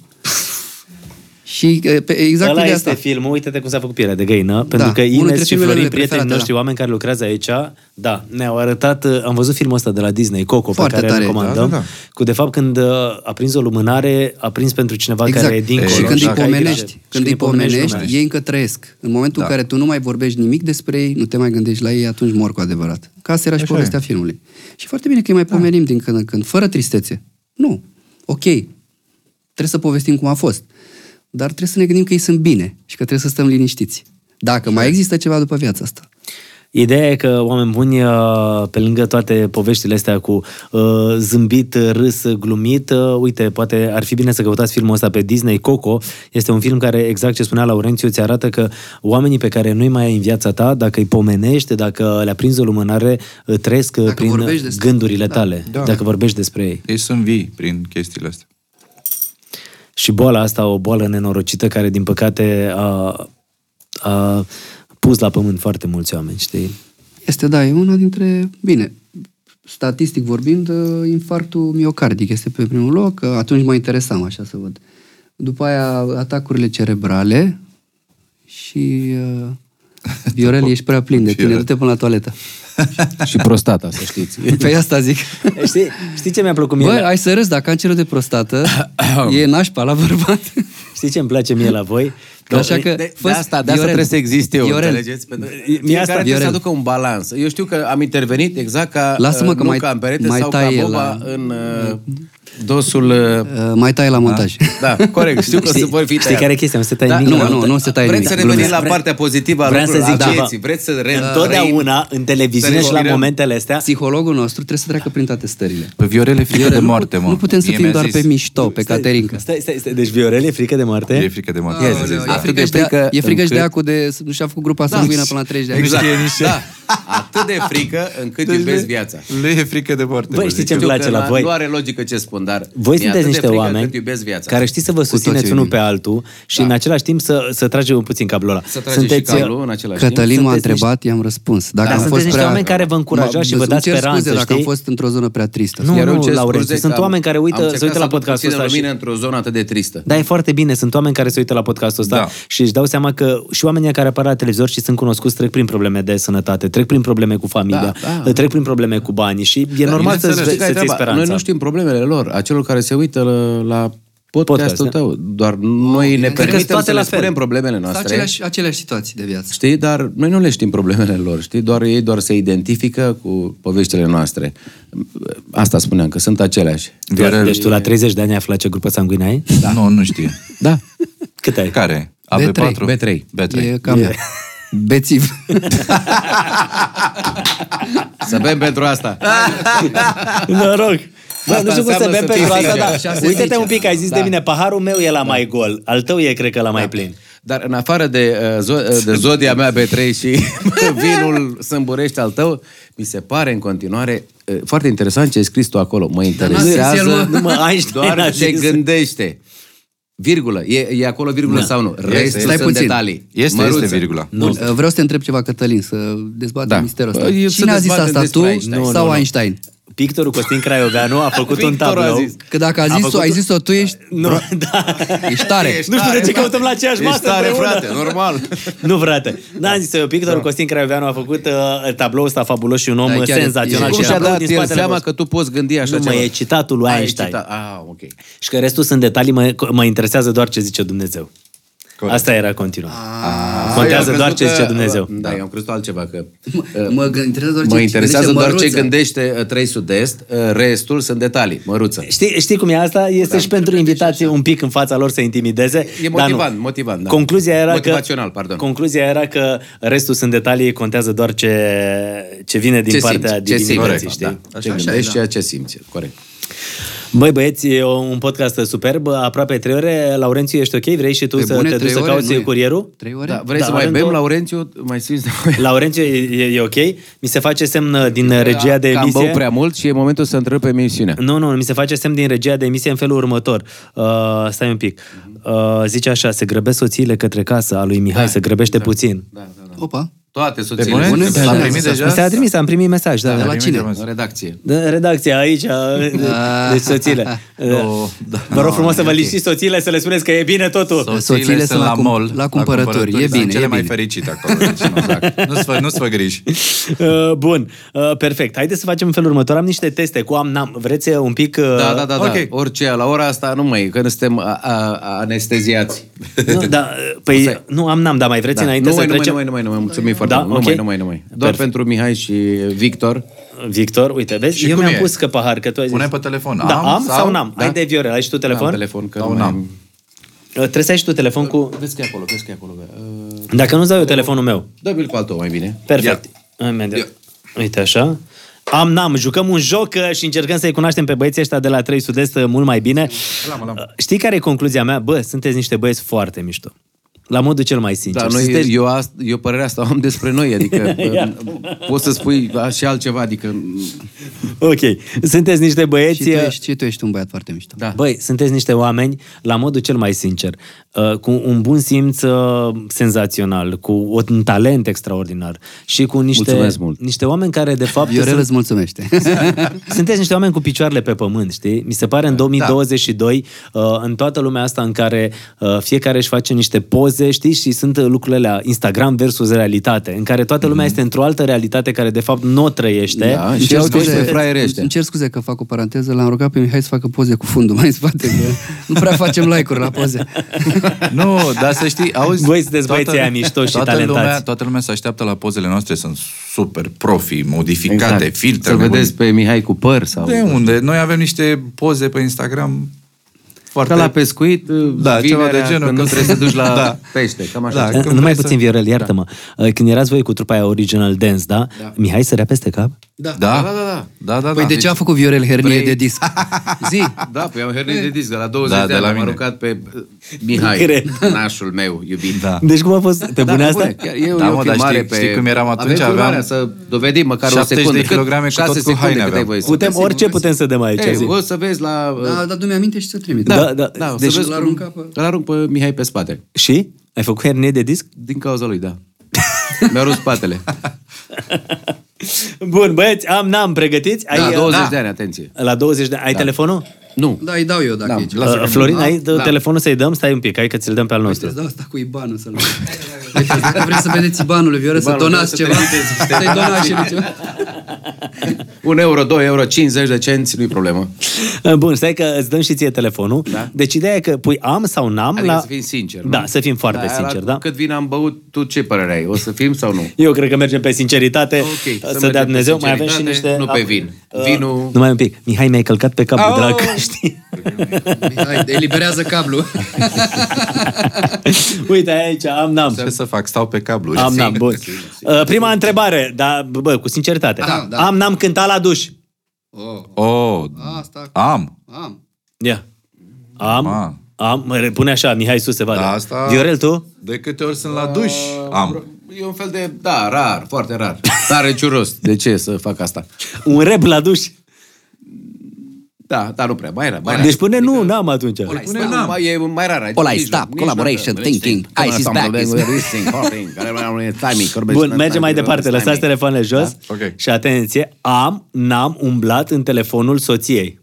și uh, pe, exact
Ăla
ideea
este
asta. Da,
filmul, uite-te cum s-a făcut pielea de găină, pentru că
unul dintre
Ines și
filmele
Florin,
mele
prietenii
preferate,
noștri,
da.
oameni care lucrează aici, da, ne-au arătat, uh, am văzut filmul ăsta de la Disney, Coco,
Foarte
pe care
tare,
îl recomandăm,
da, da, da.
cu de fapt când uh, a prins o lumânare, a prins pentru cineva
Exact.
care e dincolo.
și când
și
îi
care ai grijă.
pomenești,
Și
când îi pomenești,
lumea.
ei încă trăiesc. În momentul în
Da.
care tu nu mai vorbești nimic despre ei, nu te mai gândești la ei, atunci mor cu adevărat. Ca asta era și
Așa e. Da.
povestea filmului. Și foarte bine că îi mai pomenim din când în când, fără tristețe. Nu. Ok, trebuie să povestim cum a fost. Dar trebuie să ne gândim că ei sunt bine și că trebuie să stăm liniștiți. Dacă
Exact.
mai există ceva după viața asta.
Ideea e că oameni buni, uh, pe lângă toate poveștile astea cu uh, zâmbit, râs, glumit, uh, uite, poate ar fi bine să căutați filmul ăsta pe Disney, Coco. Este un film care, exact ce spunea Laurențiu, îți arată că oamenii pe care nu-i mai ai în viața ta, dacă îi pomenești, dacă le-a prins o lumânare, uh, trăiesc uh,
Dacă
prin
vorbești despre-
gândurile
da.
tale,
Da.
dacă vorbești despre ei.
Ei sunt vii prin chestiile astea.
Și boala asta, o boală nenorocită care, din păcate, a, a pus la pământ foarte mulți oameni, știi?
Este, da, e una dintre... Bine, statistic vorbind, ă, infarctul miocardic este pe primul loc, că atunci mă interesam așa să văd. După aia, atacurile cerebrale și... ă,
Da,
Viorel, ești prea plin de tine,
Fiorel.
du-te până la toaletă.
Și prostata, să știți.
Pe asta zic.
Știi, știi ce mi-a plăcut mie?
Bă,
la-
ai să râzi, dar cancerul de prostată e nașpa la bărbat.
Știi ce îmi place mie la voi?
Așa că,
Da, De, de
fă-ți-
asta, de asta
Viorel,
trebuie să existe eu,
Viorel,
înțelegeți? Pentru că
Mie
fiecare
asta-
trebuie să
Viorel.
aducă un balans. Eu știu că am intervenit exact ca
Lasă-mă
uh,
că
nu
mai-
ca în perete
mai
sau ca
taie
boba
la-
în uh, dosul... uh,
Uh, mai tai la montaj.
Da, corect. Știu că se voi fi
știi
tăiat.
care e chestia? Nu se taie
Da,
nimic.
nu, nu, nu se taie
Vreți
nimic.
să revenim
Glumesc.
la partea pozitivă a
Vreau să
lucrurilor,
zic
a
ceva.
vieții. Vreți să re-
Întotdeauna, în televiziune
să
și la
respirăm.
momentele astea,
Psihologul nostru trebuie să treacă prin toate stările.
Păi Viorele frică de
nu,
moarte,
nu,
mă.
nu putem să
Mie
fim
mi-a
doar
zis.
pe mișto, pe Caterinca.
Stai, stai, stai. Deci Viorel e frică de moarte?
E frică de moarte. mi-a zis,
E
da.
frică, și de,
frică
e frică și de
încât-
acul de... Nu și-a făcut grupa sanguină până la 30 de ani.
Exact.
Da,
știe nici ce.
da. Atât de frică încât
Deci
iubesc
le-
viața.
Le e frică de moarte.
Băi,
vă
știi
zic
ce îmi
eu.
place
că
la
na-
voi?
Nu are logică ce spun, dar
Voi
mi-e
sunteți
atât de
niște
frică
oameni
încât iubesc viața. Da.
care știți să vă susțineți
toții
unul pe
iubim.
altul și în același timp să, să trageți puțin cablola.
Să trage și calul în același timp.
Cătălin m-a
Sunteți niște-
întrebat, i-am răspuns. Dacă
Da,
am
sunteți
fost
niște
prea...
oameni care vă încurajați
Mă-
și vă
îmi
dați
cer
speranță,
scuze dacă am
știi?
fost într-o zonă prea tristă.
Nu,
Iar eu
nu,
cer
Laurențiu,
scuze
sunt
că am-
oamenii care uită-
am
se
încercat
uită la
să aduc
podcastul
puțină
ăsta și-
lumină într-o zonă atât de tristă.
Da, e foarte bine. Sunt oameni care se uită la podcastul ăsta
Da.
și își dau seama că și oamenii care apar la televizor și sunt cunoscuți trec prin probleme de sănătate, trec prin probleme cu familia,
Da, da.
trec prin probleme cu banii și e normal să-ți,
Bineînțeles, știi care e
să-ți iei
treaba?
speranța.
Noi nu știm problemele lor, a celor care se uită la, la
Podcast,
podcastul
da.
tău. Doar noi ne
că sunt
permitem
toate
să le
la fel.
spunem problemele noastre.
Aceleași, aceleași situații de viață.
Știi, dar noi nu le știm problemele lor, știi? Doar ei doar se identifică cu poveștile noastre. Asta spuneam, că sunt aceleași.
Viorel-
Deci tu la 30 de ani ai aflat ce grupă sanguină ai?
Nu, nu știe.
Da.
Cât ai?
Care?
B3.
AB4?
B3.
B3.
E cam mea. Bețiv.
Să bem pentru asta.
Noroc! Bă, nu știu cum să
înseamnă
bem pentru
să fii
asta,
sincer.
dar
Așa se
uite-te
zice.
un pic, ai
Da.
zis de mine, paharul meu e la mai gol, al tău e, cred că, la mai plin.
Dar în afară de, uh, zo- uh, de zodia mea B3 și vinul sâmburești al tău, mi se pare în continuare uh, foarte interesant ce ai scris tu acolo. Mă
n-a zis el,
interesează
mă. Nu, mă, Einstein a
doar ce
zis.
gândește. Virgulă. E, e acolo virgulă da. sau nu? Restul
Stai
sunt
puțin.
detalii.
Este,
Măruță.
este virgula.
Bun, vreau să te întreb ceva, Cătălin, să dezbatem
Da.
misterul ăsta.
Bă, eu să
Cine a zis
dezbatem
asta,
despre
tu
Einstein.
sau Einstein?
Pictorul Costin Craioveanu a făcut un
Pictorul a
tablou.
zis.
Că dacă a
A
zis-o,
făcut-
ai zis-o, tu ești...
Nu, da.
Ești tare.
Nu știu de ce căutăm la aceeași
Ești
masă
tare,
împreună.
frate, normal.
Nu, frate. N-am zis eu, Pictorul
Da.
Costin Craioveanu a făcut uh, tabloul ăsta fabulos și un om
Da, chiar e-
senzațional.
e-
Cum
și
și-a
aplaud
dat
din
el
spatele
seama
vostru.
că tu poți gândi așa
nu,
ceva?
mă, e citatul lui
Ah, e
Einstein.
citat. Ah, ok.
Și că restul sunt detalii, mă, mă interesează doar ce zice Dumnezeu.
Corect.
Asta era continuare.
Eu am
Contează
crezut
doar ce
că-
zice Dumnezeu.
Da, eu am crezut altceva, că...
Mă- Mă interesează doar ce
Mă interesează doar ce
Măruță.
gândește uh, trei sud-est, uh, restul sunt detalii, măruță.
Știi, știi cum e asta? Este da. și pentru invitații un pic în fața lor să intimideze.
E
dar nu.
motivant, motivant, da.
Concluzia era
Motivațional,
că,
pardon.
Concluzia era că restul sunt detalii, contează doar ce, ce vine din
ce
partea
simți, ce
divinității,
simți,
știi?
Da. Așa, ce gândești, ceea ce simți, corect.
Băi, băieți, e o- un podcast superb, aproape trei ore. Laurențiu, ești ok? Vrei și tu
Pe
să
bune,
te duci
trei
să
ore,
cauți
nu e.
curierul?
Trei ore?
Da, vrei
Da,
să mai
avem
bem,
două-
Laurențiu? Mai simți?
Laurențiu, e, e ok? Mi se face semn uh, din regia de
Cam
emisie.
bău prea mult și e momentul să întrerup emisiunea.
Nu, nu, mi se face semn din regia de emisie în felul următor. Uh, stai un pic. Uh, zice așa, se grăbesc soțiile către casă a lui Mihai, da, se grăbește da, puțin. Da.
Opa.
Toate
Pe
soțiile.
bune?
bune?
L-am
Da,
primit
da,
deja?
Mi s-a trimis, am primit mesaj, da.
De
da.
la cine?
În redacție.
Da, Redacția aici, deci soțiile. Uh,
Oh, da.
Vă rog frumos să vă liniștiți soțiile, să le spuneți că e bine totul.
Soțiile sunt la
cum-
mall, la cumpărături. E
sunt
bine,
da, cele
e
mai
bine.
fericite acolo. Deci, nu, exact. nu-ți, fă, nu-ți fă griji.
Uh, Bun, uh, perfect. Haideți să facem în felul următor. Am niște teste cu am, n-am. Vreți uh, un pic... uh,
Da, da, da, da.
ok.
Orice, la ora asta nu mai e, că nu suntem a, a, anesteziați.
Nu, da, păi, nu am, n-am, dar mai vreți
Da.
înainte
Nu
să
mai, nu mai,
trecem?
nu mai, nu mai, nu mai, mulțumim foarte
Da,
mult. Nu mai,
ok.
nu mai, nu mai. Doar
Perfect.
pentru Mihai și Victor.
Victor, uite, vezi,
Și
eu
cum
mi-am
e?
pus că pahar, că tu ai zis.
Pune pe telefon.
Da, am, am sau, sau n-am?
Da?
Ai de Viorel, ai și tu telefon?
Am telefon, că
Sau
nu mai
n-am.
am.
Uh, Trebuie să ai și tu telefon cu...
Vezi că e acolo, vezi că e acolo. bă. Uh,
Dacă nu-ți dau eu telefonul meu.
Dă-mi-l cu al tău mai bine.
Perfect. Imediat. Uite așa. Am, n-am, jucăm un joc uh, și încercăm să-i cunoaștem pe băieții ăștia de la 3 Sud-Est uh, mult mai bine. Uh, Știi care e concluzia mea? Bă, sunteți niște băieți foarte mișto. La modul cel mai sincer.
Da, noi,
Sunteți-
eu, ast- eu părerea asta o am despre noi, adică
Ia.
bă, poți să spui a- și altceva, adică
Ok. Sunteți niște băieți...
Și tu,
uh,
ești, și tu ești un băiat foarte mișto.
da.
Băi, sunteți niște oameni, la modul cel mai sincer, uh, cu un bun simț uh, senzațional, cu un talent extraordinar și cu niște,
Mulțumesc mult.
niște oameni care, de fapt,
Viorel
sunt-
Da. îți mulțumește.
Sunteți niște oameni cu picioarele pe pământ, știi? Mi se pare în 2022, da. în toată lumea asta în care uh, fiecare uh, își face niște poze resurse, știi, și sunt uh, lucrurile alea, Instagram versus realitate, în care toată lumea este într-o altă realitate care de fapt nu o trăiește. Deci
Da, și au
scuze-
pe fraierii ăștia.
Îmi cer scuze că fac o paranteză, l-am rugat pe Mihai să facă poze cu fundul mai în spate, că nu prea facem like-uri la poze.
Nu, dar să știi, auzi...
Voi sunteți băieții aia miștoși și
toată
talentați.
Lumea, toată lumea se așteaptă la pozele noastre, sunt super profi, modificate,
Exact.
exact. filtre.
Să vedeți pe Mihai cu păr sau...
De unde? Noi avem niște poze pe Instagram foarte...
Ca la pescuit, uh,
Da, ceva de genul,
Când nu
când-
trebuie să duci la
Da.
pește, cam așa.
Da.
Da.
Când
Numai
vrei
Uh, puțin,
să-
Viorel, iartă-mă. Uh, Când erați voi cu trupa aia Original Dance, da? Mihai sărea peste cap?
Da, da, da. da, da, da
Păi de ce a făcut Viorel hernie de disc? Zi!
Da, păi am hernit de disc, de la 20
Da,
de
de
ani
la
am
mine.
aruncat pe uh, Mihai,
Cred.
nașul meu iubit.
Da.
Deci cum a fost? Pe bune asta?
chiar, e
Da,
da, o
mă, dar
filmare
știi-
pe...
știi cum eram
Avem
atunci?
filmarea,
Aveam
să dovedim măcar o
70 de
secundă. Cât?
kilograme cu
6
tot cu
secunde
haine
cât ai
aveam.
voie să
Putem,
găsim?
orice putem să dăm aici,
Ei,
zi.
o să vezi la... uh,
Da, dar du-mi aminte și să trimit.
Da, da.
da,
Deci
deci să vezi
l-a
cum-
aruncat pe-
Îl arunc pe Mihai pe spate.
Și? Ai făcut hernie de disc?
Din cauza lui, da. Mi-a rupt spatele.
Bun, băieți, am, n-am pregătiți. Ai,
Da,
uh,
20
da.
de ani, atenție.
La 20 de ani. Ai telefonul?
Nu.
Da, îi dau eu dacă
Da,
e ceva.
lasă
Uh,
că-
Florin,
Da,
ai dă
da.
telefonul să-i dăm? Stai un pic, hai că ți-l dăm pe al nostru.
Îți dau asta da, cu Ibanul să-l Uite, Dacă vreți să vedeți Ibanul lui Viorel, să
Ibanul,
donați
să
ceva,
trimiteți niște
să-i donați
donații.
și lui ceva.
Un euro, 2 euro, 50 de cenți, nu-i problemă.
Uh, Bun, stai că îți dăm și ție telefonul. Da. Deci ideea e că pui am sau n-am
Adică
la...
să fim sinceri, nu?
Da, să fim foarte
aia la
sinceri, da?
Cât vin am băut, tu ce părere ai? O să fim sau nu?
Eu cred că mergem pe sinceritate,
Ok, să
să,
mergem
dea
pe
Dumnezeu. Mai avem și
sinceritate,
niște...
nu pe vin. Vinul- Oh!
Numai un pic. Mihai mi-ai călcat pe capul, drag, știi?
Mihai, eliberează cablu.
Uite, aici am, n-am.
Deci, Ce să fac? Stau pe cablu.
Am, n-am, bun. Uh, Prima întrebare, dar, bă, bă, cu
Ah,
sinceritate.
Da, da.
Am, n-am cântat la duș.
Oh,
Oh,
asta
am. Ah.
am.
Ia. Am,
Ah.
Ma.
am, mă repune așa, Mihai sus se vadă.
Da, asta-
Viorel, tu?
De câte ori sunt la duș, am.
E un fel de, da, rar, foarte rar. Dar e ciuros. De ce să fac asta?
Un rep la duș.
Da, dar nu prea. Mai rar, mai rar.
Deci pune nu, n-am atunci.
Pune n-am. Mai, e mai rar. adică
Polite,
nici
stop,
nici
collaboration,
nu- nici nu-
thinking,
Come on,
ice is
stop,
back,
we're
is-
racing, hopping, timing, collaboration,
Bun, mergem mai
timing,
departe. Lăsați
timing.
telefoanele jos.
Da? Ok.
Și atenție, am, n-am umblat în telefonul soției.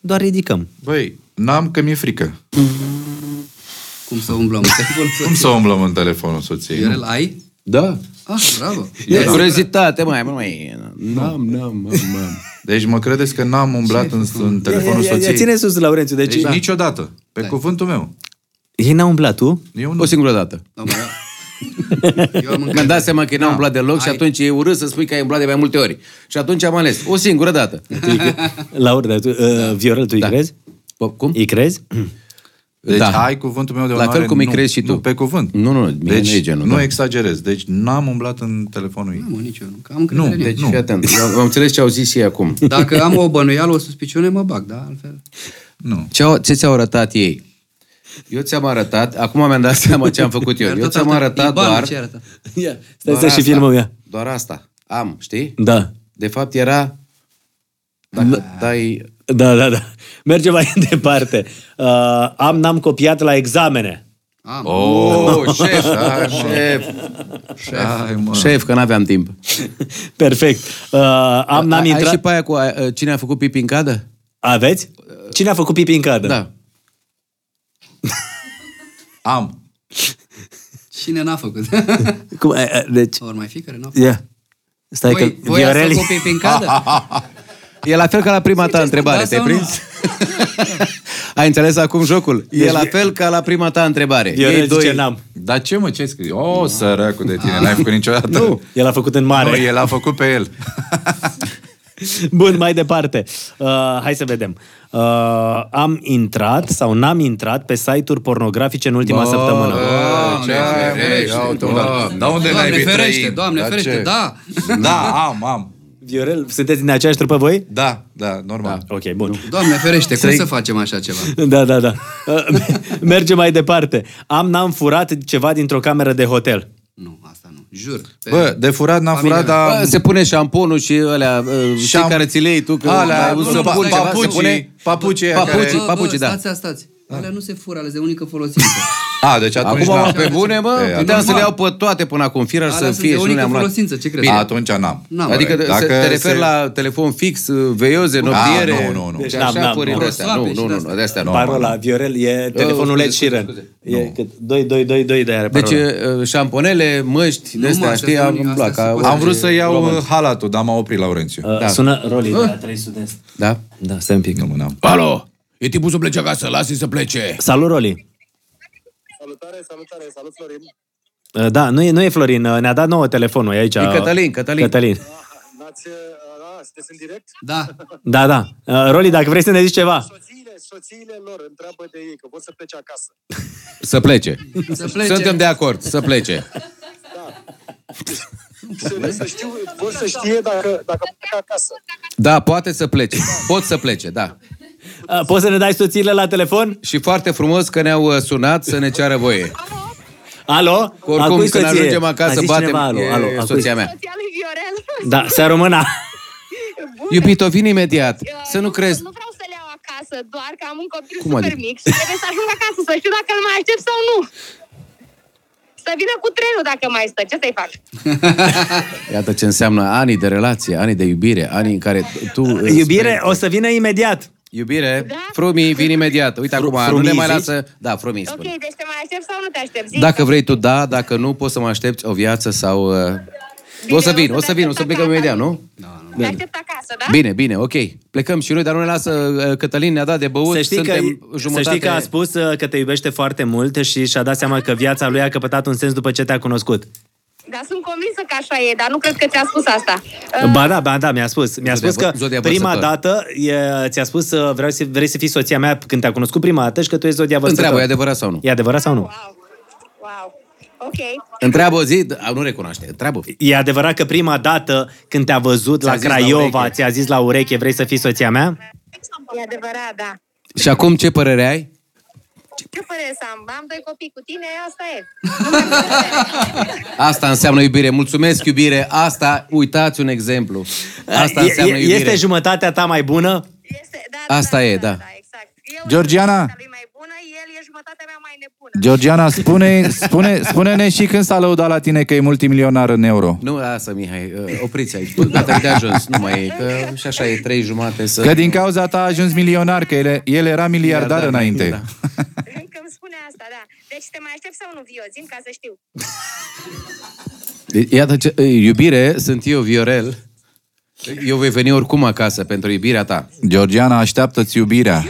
Doar ridicăm.
Băi, n-am că mi-e frică.
Cum să umblăm? Te
Cum
bun,
să umblăm în telefonul soției? nu?
Viorel, ai?
Da.
Ah, bravo.
E curiozitate, mai, mai. N-am, n-am, n-am, n-am.
Deci mă credeți că n-am umblat în, în telefonul
Ia- ia- ia-
soției?
Ține sus, Laurențiu. Deci,
Deci niciodată. Pe cuvântul meu.
Ei n-au umblat, tu?
Eu
O
nu.
singură dată.
Da, mă, da. Eu am
Mi-am
încredere.
dat seama că n-am umblat deloc și atunci e urât să spui că ai umblat de mai multe ori. Și atunci am ales. O singură dată.
Laura, dar tu, uh, Viorel, tu îi
Da.
crezi?
Bă, Cum?
Îi crezi?
Deci
Da.
da. ai cuvântul meu de
La
onoare.
fel cum îi
nu,
crezi și tu.
Nu, pe cuvânt.
Nu, nu, nu, mie
deci,
nu e genul,
Nu
da.
exagerez. Deci n-am umblat în telefonul ei.
Nu, mă, nici eu nu. Că am încredere
Nu,
în ea.
Deci, fii atent. Eu am înțeles ce au zis ei acum.
Dacă am o bănuială, o suspiciune, mă bag, da? Altfel.
Nu.
Ce, au- ce ți-au arătat ei? Eu ți-am arătat, acum mi-am dat seama ce am făcut eu.
Mi-a
Eu ți-am
asta.
arătat
Ibanul,
doar,
ce ai arătat?
Ia, stai
doar
să și filmăm ea.
Doar asta. Am, știi?
Da.
De fapt era... Dacă dai...
Da, da, da. Mergem mai departe. Uh, am, n-am copiat la examene.
Am.
Oh, șef, da, șef,
Ai, mă.
șef, că n-aveam timp.
Perfect. Uh, am, n-am
ai, ai
intrat...
și pe aia cu a, a, cine a făcut pipi în cadă?
Aveți? Cine a făcut pipi în cadă?
Da.
Am.
Cine n-a făcut?
Cum, a, a, deci,
Ori mai fi care n-a făcut.
ia. Stai
Voi,
că
voi ați
Viorel...
făcut pipi în cadă?
E la fel ca la prima ta întrebare,
da
te-ai
sau nu?
prins? Ai înțeles acum jocul? E la fel ca la prima ta întrebare.
Viorel
Ei
Deci zice
doi
n-am.
Dar ce mă, ce ai scris? O, oh, săracul de tine, n-ai făcut niciodată.
Nu. El a făcut în mare.
Nu, el a făcut pe el.
Bun, mai departe. Uh, hai să vedem. Uh, am intrat sau n-am intrat pe site-uri pornografice în ultima săptămână.
ce ai, mă, ia uite unde- Dar unde n-ai
Doamne
bine
ferește,
trăit?
doamne
Dar
ferește,
ce?
da.
Da, am, am.
Viorel, sunteți din aceeași trupă voi?
Da, da, normal.
Ok, bun.
Doamne ferește, cum să facem așa ceva?
Da, da, da. Uh, Mergem mai departe. Am, n-am furat ceva dintr-o cameră de hotel.
Nu, asta nu, jur. Pe-
Bă, de furat n-am
Familia
furat,
Da. mea.
dar...
Bă, Se pune șamponul și ălea, Șam... știi
Șam-
care ți le iei tu, că
Alea,
ai auzit
nu,
să
nu,
pun
nu,
ceva, se
papucii,
pune...
papucii aia
papucii,
care-
bă,
papucii, da.
Stați, stați. Alea nu se fură, alea de unică folosință.
A, deci atunci...
Acum,
n-am.
pe bune,
E,
mă, puteam
atunci-
să le iau pe toate până acum, firar
Alea
să
sunt de
fie și nu
unică
le-am luat.
folosință, ce crezi? Da,
A, Atunci n-am.
N-am.
Adică
Corect.
dacă se, te referi
Păi, se-
la telefon fix, ă, veioze, noptiere?
Ah, nu, nu, nu.
da,
Deci
N-am,
așa
n-am,
furile
nu.
astea. Nu,
Prosoape
nu,
și
nu, nu, de astea nu.
Parola, Viorel, e
Oh, scuze,
telefonul Led
scuze,
Sheeran.
scuze.
E cât 2222 de are
Deci,
parola.
uh, șamponele, măști, de astea,
astea
știi,
sunt
am
unii,
îmi plac.
astea sunt
a-
Am vrut să iau uh, halatul, dar m-a oprit Laurențiu.
Uh, Sună rolii de la 3 sud-est.
Ah. Da?
Da, stai un pic.
Nu mă n-am.
Alo! E timpul să plece acasă, lasă să plece!
Salut, Roli! Salutare, salutare, salut Florin! Da, nu e, nu e Florin, uh, ne-a dat nouă telefonul, e aici.
E Cătălin, Cătălin.
Cătălin.
uh,
Da.
Da, da. Uh, Roli, dacă vrei să ne zici ceva.
Să plece.
Să plece.
Suntem de acord, să plece.
Vor să știe dacă, dacă pleacă acasă.
Da, poate să plece. Pot să plece, da.
Uh, Poți să ne dai soțiile la telefon?
Și foarte frumos că ne-au uh, sunat să ne ceară voie.
Alo?
Că oricum,
A cui
când
soție?
ajungem acasă,
A zis
batem
cineva, alo,
e,
alo, a cui?
soția mea.
Soția lui Viorel.
Da, se româna.
Bună.
Iubito, vin imediat.
Eu
Să nu crezi.
Nu vreau să le iau acasă, doar că am un copil
Cum
super
adică?
mic și trebuie să ajung acasă, să știu dacă îl mai aștept sau nu. Să vină cu trenul dacă mai stă, ce să-i fac?
Iată ce înseamnă anii de relație, anii de iubire, anii în care tu... uh,
Iubire, o să vină imediat.
Iubire,
Da?
frumii, vin imediat. Uite acum, nu ne
frumii,
mai
zici?
lasă... Da, frumii,
Ok,
spune.
deci te mai aștept sau nu te aștept? Zi.
Dacă vrei tu, da, dacă nu, poți să mă aștepți o viață sau... uh, O să vin, o să vin, o să plecăm imediat, nu?
Te aștept acasă, da?
Bine, bine, ok. Plecăm și noi, dar nu ne lasă... uh, Cătălin ne-a dat de băut,
Să știi, că,
suntem
să
jumătate...
știi că a spus uh, că te iubește foarte mult și și-a dat seama că viața lui a căpătat un sens după ce te-a cunoscut.
Uh.
Dar sunt convinsă că așa e, dar nu cred că ți-a spus asta. Uh,
Ba da, ba da, mi-a spus. Mi-a
Zodia
spus că
vă- zodia
prima
vărsător.
dată e, ți-a spus să vrei să, vrei să fii soția mea când te-a cunoscut prima dată și că tu ești zodia vărsător.
Întreabă, e adevărat sau nu?
E adevărat sau nu?
Wow. Wow. Ok.
Întreabă zi, a, nu recunoaște, întreabă.
E adevărat că prima dată când te-a văzut
Ți-a
la
zis la
Craiova,
ureche.
ți-a zis la ureche, vrei să fii soția mea?
E adevărat, da.
Și acum ce părere ai?
Ce părere să am? Am doi copii cu tine, asta e.
Asta înseamnă iubire. Mulțumesc, iubire. Asta, uitați un exemplu. Asta
E-
înseamnă
e-
iubire.
Este jumătatea ta mai bună?
Este, da, da,
Asta
da,
e, da.
da. da exact. Eu
Georgiana?
sunt jumătatea lui mai bună, el e jumătatea mea mai nebună.
Georgiana, spune, spune, spune-ne și când s-a lăudat la tine că e multimilionar în euro.
Nu, lasă, Mihai, uh, opriți aici. Bă, Gata, e de ajuns. Nu mai e. Că și așa e trei jumate să...
Că din cauza ta a ajuns milionar, că el, el era miliardar
Miliardar,
înainte.
da.
Încă îmi spune asta, da. Deci te mai aștept sau nu, Vio? Zim ca să știu.
Iată ce... e, Iubire, sunt eu, Viorel. Eu voi veni oricum acasă pentru iubirea ta.
Georgiana, așteaptă-ți iubirea.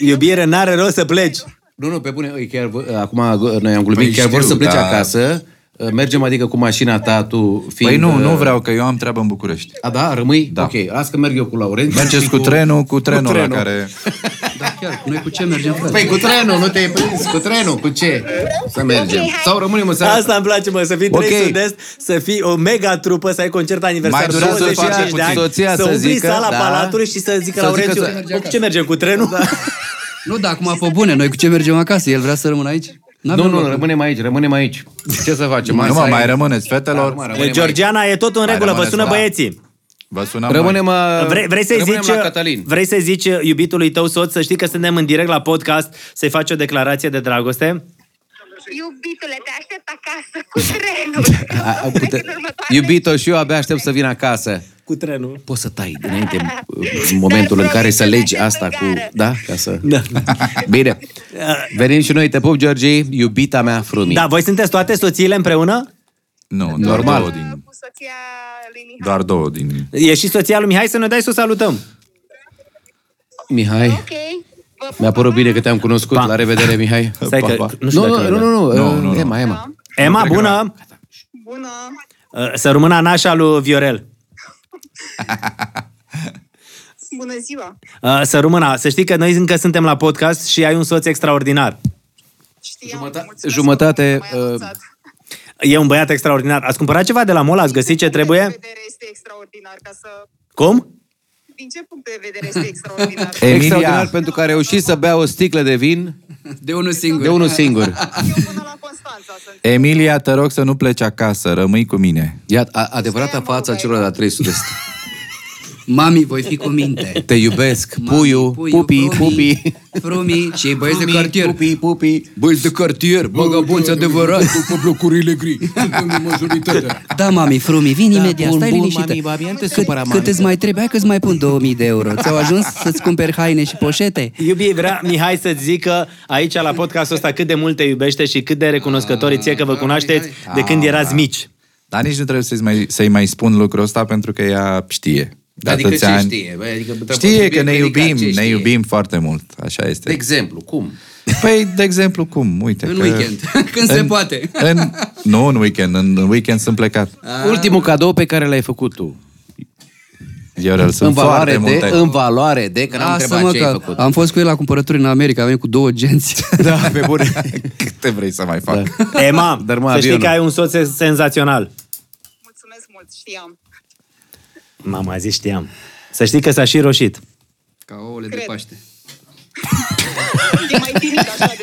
Iubire, n-are rost să pleci.
Nu, nu, pe bune, ei, chiar, vă- acum uh, noi am glumit,
Păi
chiar vor
știu,
să plece
dar-
acasă. Uh, Mergem, adică, cu mașina ta, tu fiind...
Păi nu,
uh,
nu vreau, că eu am treabă în București.
A, da? Rămâi?
Da.
Ok, las că merg eu cu Laurent.
Mergeți
Și
cu trenul, cu trenul la
trenul.
care...
Da, chiar. Noi cu ce mergem, frate?
Păi cu trenul, nu te-ai prins, cu trenul, cu ce? Să mergem.
Ok, hai.
Sau rămânem în seara
Asta îmi place, mă, să fii
Da. Ok.
okay. 3 sud-est, să fii o mega trupă, să ai concert aniversar
Mai durează
25
foarte
de
puțin.
ani,
Soția
să
să
umpli
zică,
sala
da.
palatului și să zică
Să
Laurențiu,
zică Da.
să-
cu ce mergem, cu trenul? Deci
Nu, dar acum pe bune, noi cu ce mergem acasă? El vrea să rămână aici? N-avem
Nu, nu,
loc.
rămânem aici, rămânem aici. Ce să facem?
Nu
Asta
mă,
e.
mai rămâneți, fetelor.
Acum rămânem
Deci, Georgiana, e tot în
Mai
regulă, vă
rămâneți,
sună
da.
băieții.
Vă sunam
aici. Rămânem,
mai.
uh,
Vrei, vrei, să-i
rămânem
zici,
la Cătălin.
vrei să-i zici uh, iubitului tău soț să știi că suntem în direct la podcast să-i faci o declarație de dragoste?
Iubitule, te aștept acasă cu trenul.
A, a,
Plec
pute-
în următoarele-
Iubito și eu abia aștept să vin acasă.
Cu trenul.
Poți să tai dinainte uh, momentul în care să legi asta cu... Da? Ca să...
Da.
Bine. Venim și noi, te pup, Georgie, iubita mea, frumii.
da, voi sunteți toate soțiile împreună?
Nu,
Normal.
normal. Doar două din,
Cu soția lui Mihai.
doar două din...
E și soția lui Mihai să ne dai să o salutăm.
Mihai,
Ok. Vă pup,
mi-a părut
pa, pa.
bine că te-am cunoscut.
Pa.
La revedere, Mihai.
Stai că-
Pa, pa.
nu știu
Nu,
dacă
nu,
e
nu,
bine.
nu, uh,
Nu, nu,
nu.
nu.
Ema, Ema.
Emma, bună!
Bună!
Uh, Să rămână nașa lui Viorel.
Bună ziua!
Uh, Să rămână. Să știi că noi încă suntem la podcast și ai un soț extraordinar.
Știam,
Jumăta-
mulțumesc
jumătate,
că m-ai anunțat.
E un băiat extraordinar. Ați cumpărat ceva de la Mola? Ați găsit ce
Din punct
trebuie?
de vedere este extraordinar, ca să...
Cum?
Din ce punct de vedere este extraordinar?
Extraordinar pentru că a reușit să bea o sticlă de vin
De unul singur.
de unul singur.
Eu până la Constanța sunt.
Emilia, te rog să nu pleci acasă, rămâi cu mine.
Iată, a- adevărata
Stai, mă,
fața
băi.
celor de la 300 de st-
Mami, voi fi cu minte.
Te iubesc, puiu, pupi, pupi.
Frumii și băieți de
Frumii,
cartier.
Pupi, pupi.
Băieți de cartier, băgabunți adevărat.
După blocurile gri, suntem majoritatea.
Da, mami, frumii, vin imediat,
bun,
stai
bun,
liniștită.
mami, babi, nu te supăra, mami.
Cât îți mai trebuie, hai că îți mai pun 2000 de euro. Ți-au ajuns să-ți cumperi haine și poșete?
Iubi, vrea Mihai să-ți zică aici la podcastul ăsta cât de mult te iubește și cât de recunoscători ție că vă cunoașteți de când erați mici.
Dar nici nu trebuie să-i mai, să-i mai spun lucrul ăsta pentru că ea știe. De
Adică
atâția
ce
ani.
știe? Băi, adică trebuie
știe
să
că ne
fim
iubim,
delicați, ce
ne
știe?
iubim foarte mult. Așa este.
De exemplu, cum?
Păi, de exemplu, cum? Uite
În
că...
weekend, când se poate. Ah.
În, nu în weekend, în, în weekend sunt plecat.
Ultimul cadou pe care l-ai făcut tu.
Iorel, sunt
în valoare
foarte
de,
multe.
în valoare de, că n-am
Lasă,
întrebat
mă,
ce ai
că
făcut.
am fost cu el la cumpărături în America, a venit cu două genți.
Da, pe bune. Câte vrei să mai fac? Da.
Ema,
Dărma
să știi
avionul.
că ai un soț sen- senzațional.
Mulțumesc mult, știam.
Mama, a zis știam. Să știi că s-a și roșit.
Ca ouăle de
Cred.
Paște.
E mai timic așa de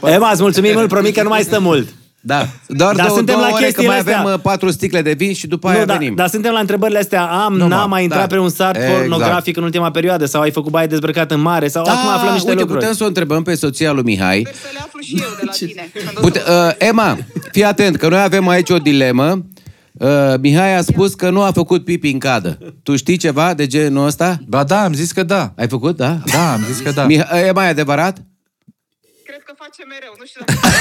fel.
Ema, îți mulțumim mult, promit că nu mai stă mult.
Da, doar
Dar
două,
suntem
două
la
ore, că
chestiile
mai avem
astea.
uh, patru sticle de vin și după Păi aia
Nu, da,
venim.
dar suntem la întrebările astea. Am,
Nu,
n-am
mă,
mai intrat
da.
pe un sat
Exact.
pornografic în ultima perioadă sau ai făcut baie dezbrăcat în mare sau acum aflăm niște
Da, Ah, uite,
lucruri.
putem să o întrebăm pe soția lui Mihai.
Sper să le aflu și eu de la tine. Când o
Pute,
să-
uh, Emma, fii atent, că noi avem aici o dilemă. Uh, Mihai a spus că nu a făcut pipi în cadă. Tu știi ceva de genul ăsta?
Ba da, am zis că da.
Ai făcut, da?
Da, am zis că da.
Mihai, e mai adevărat?
Cred că face mereu, nu știu dacă...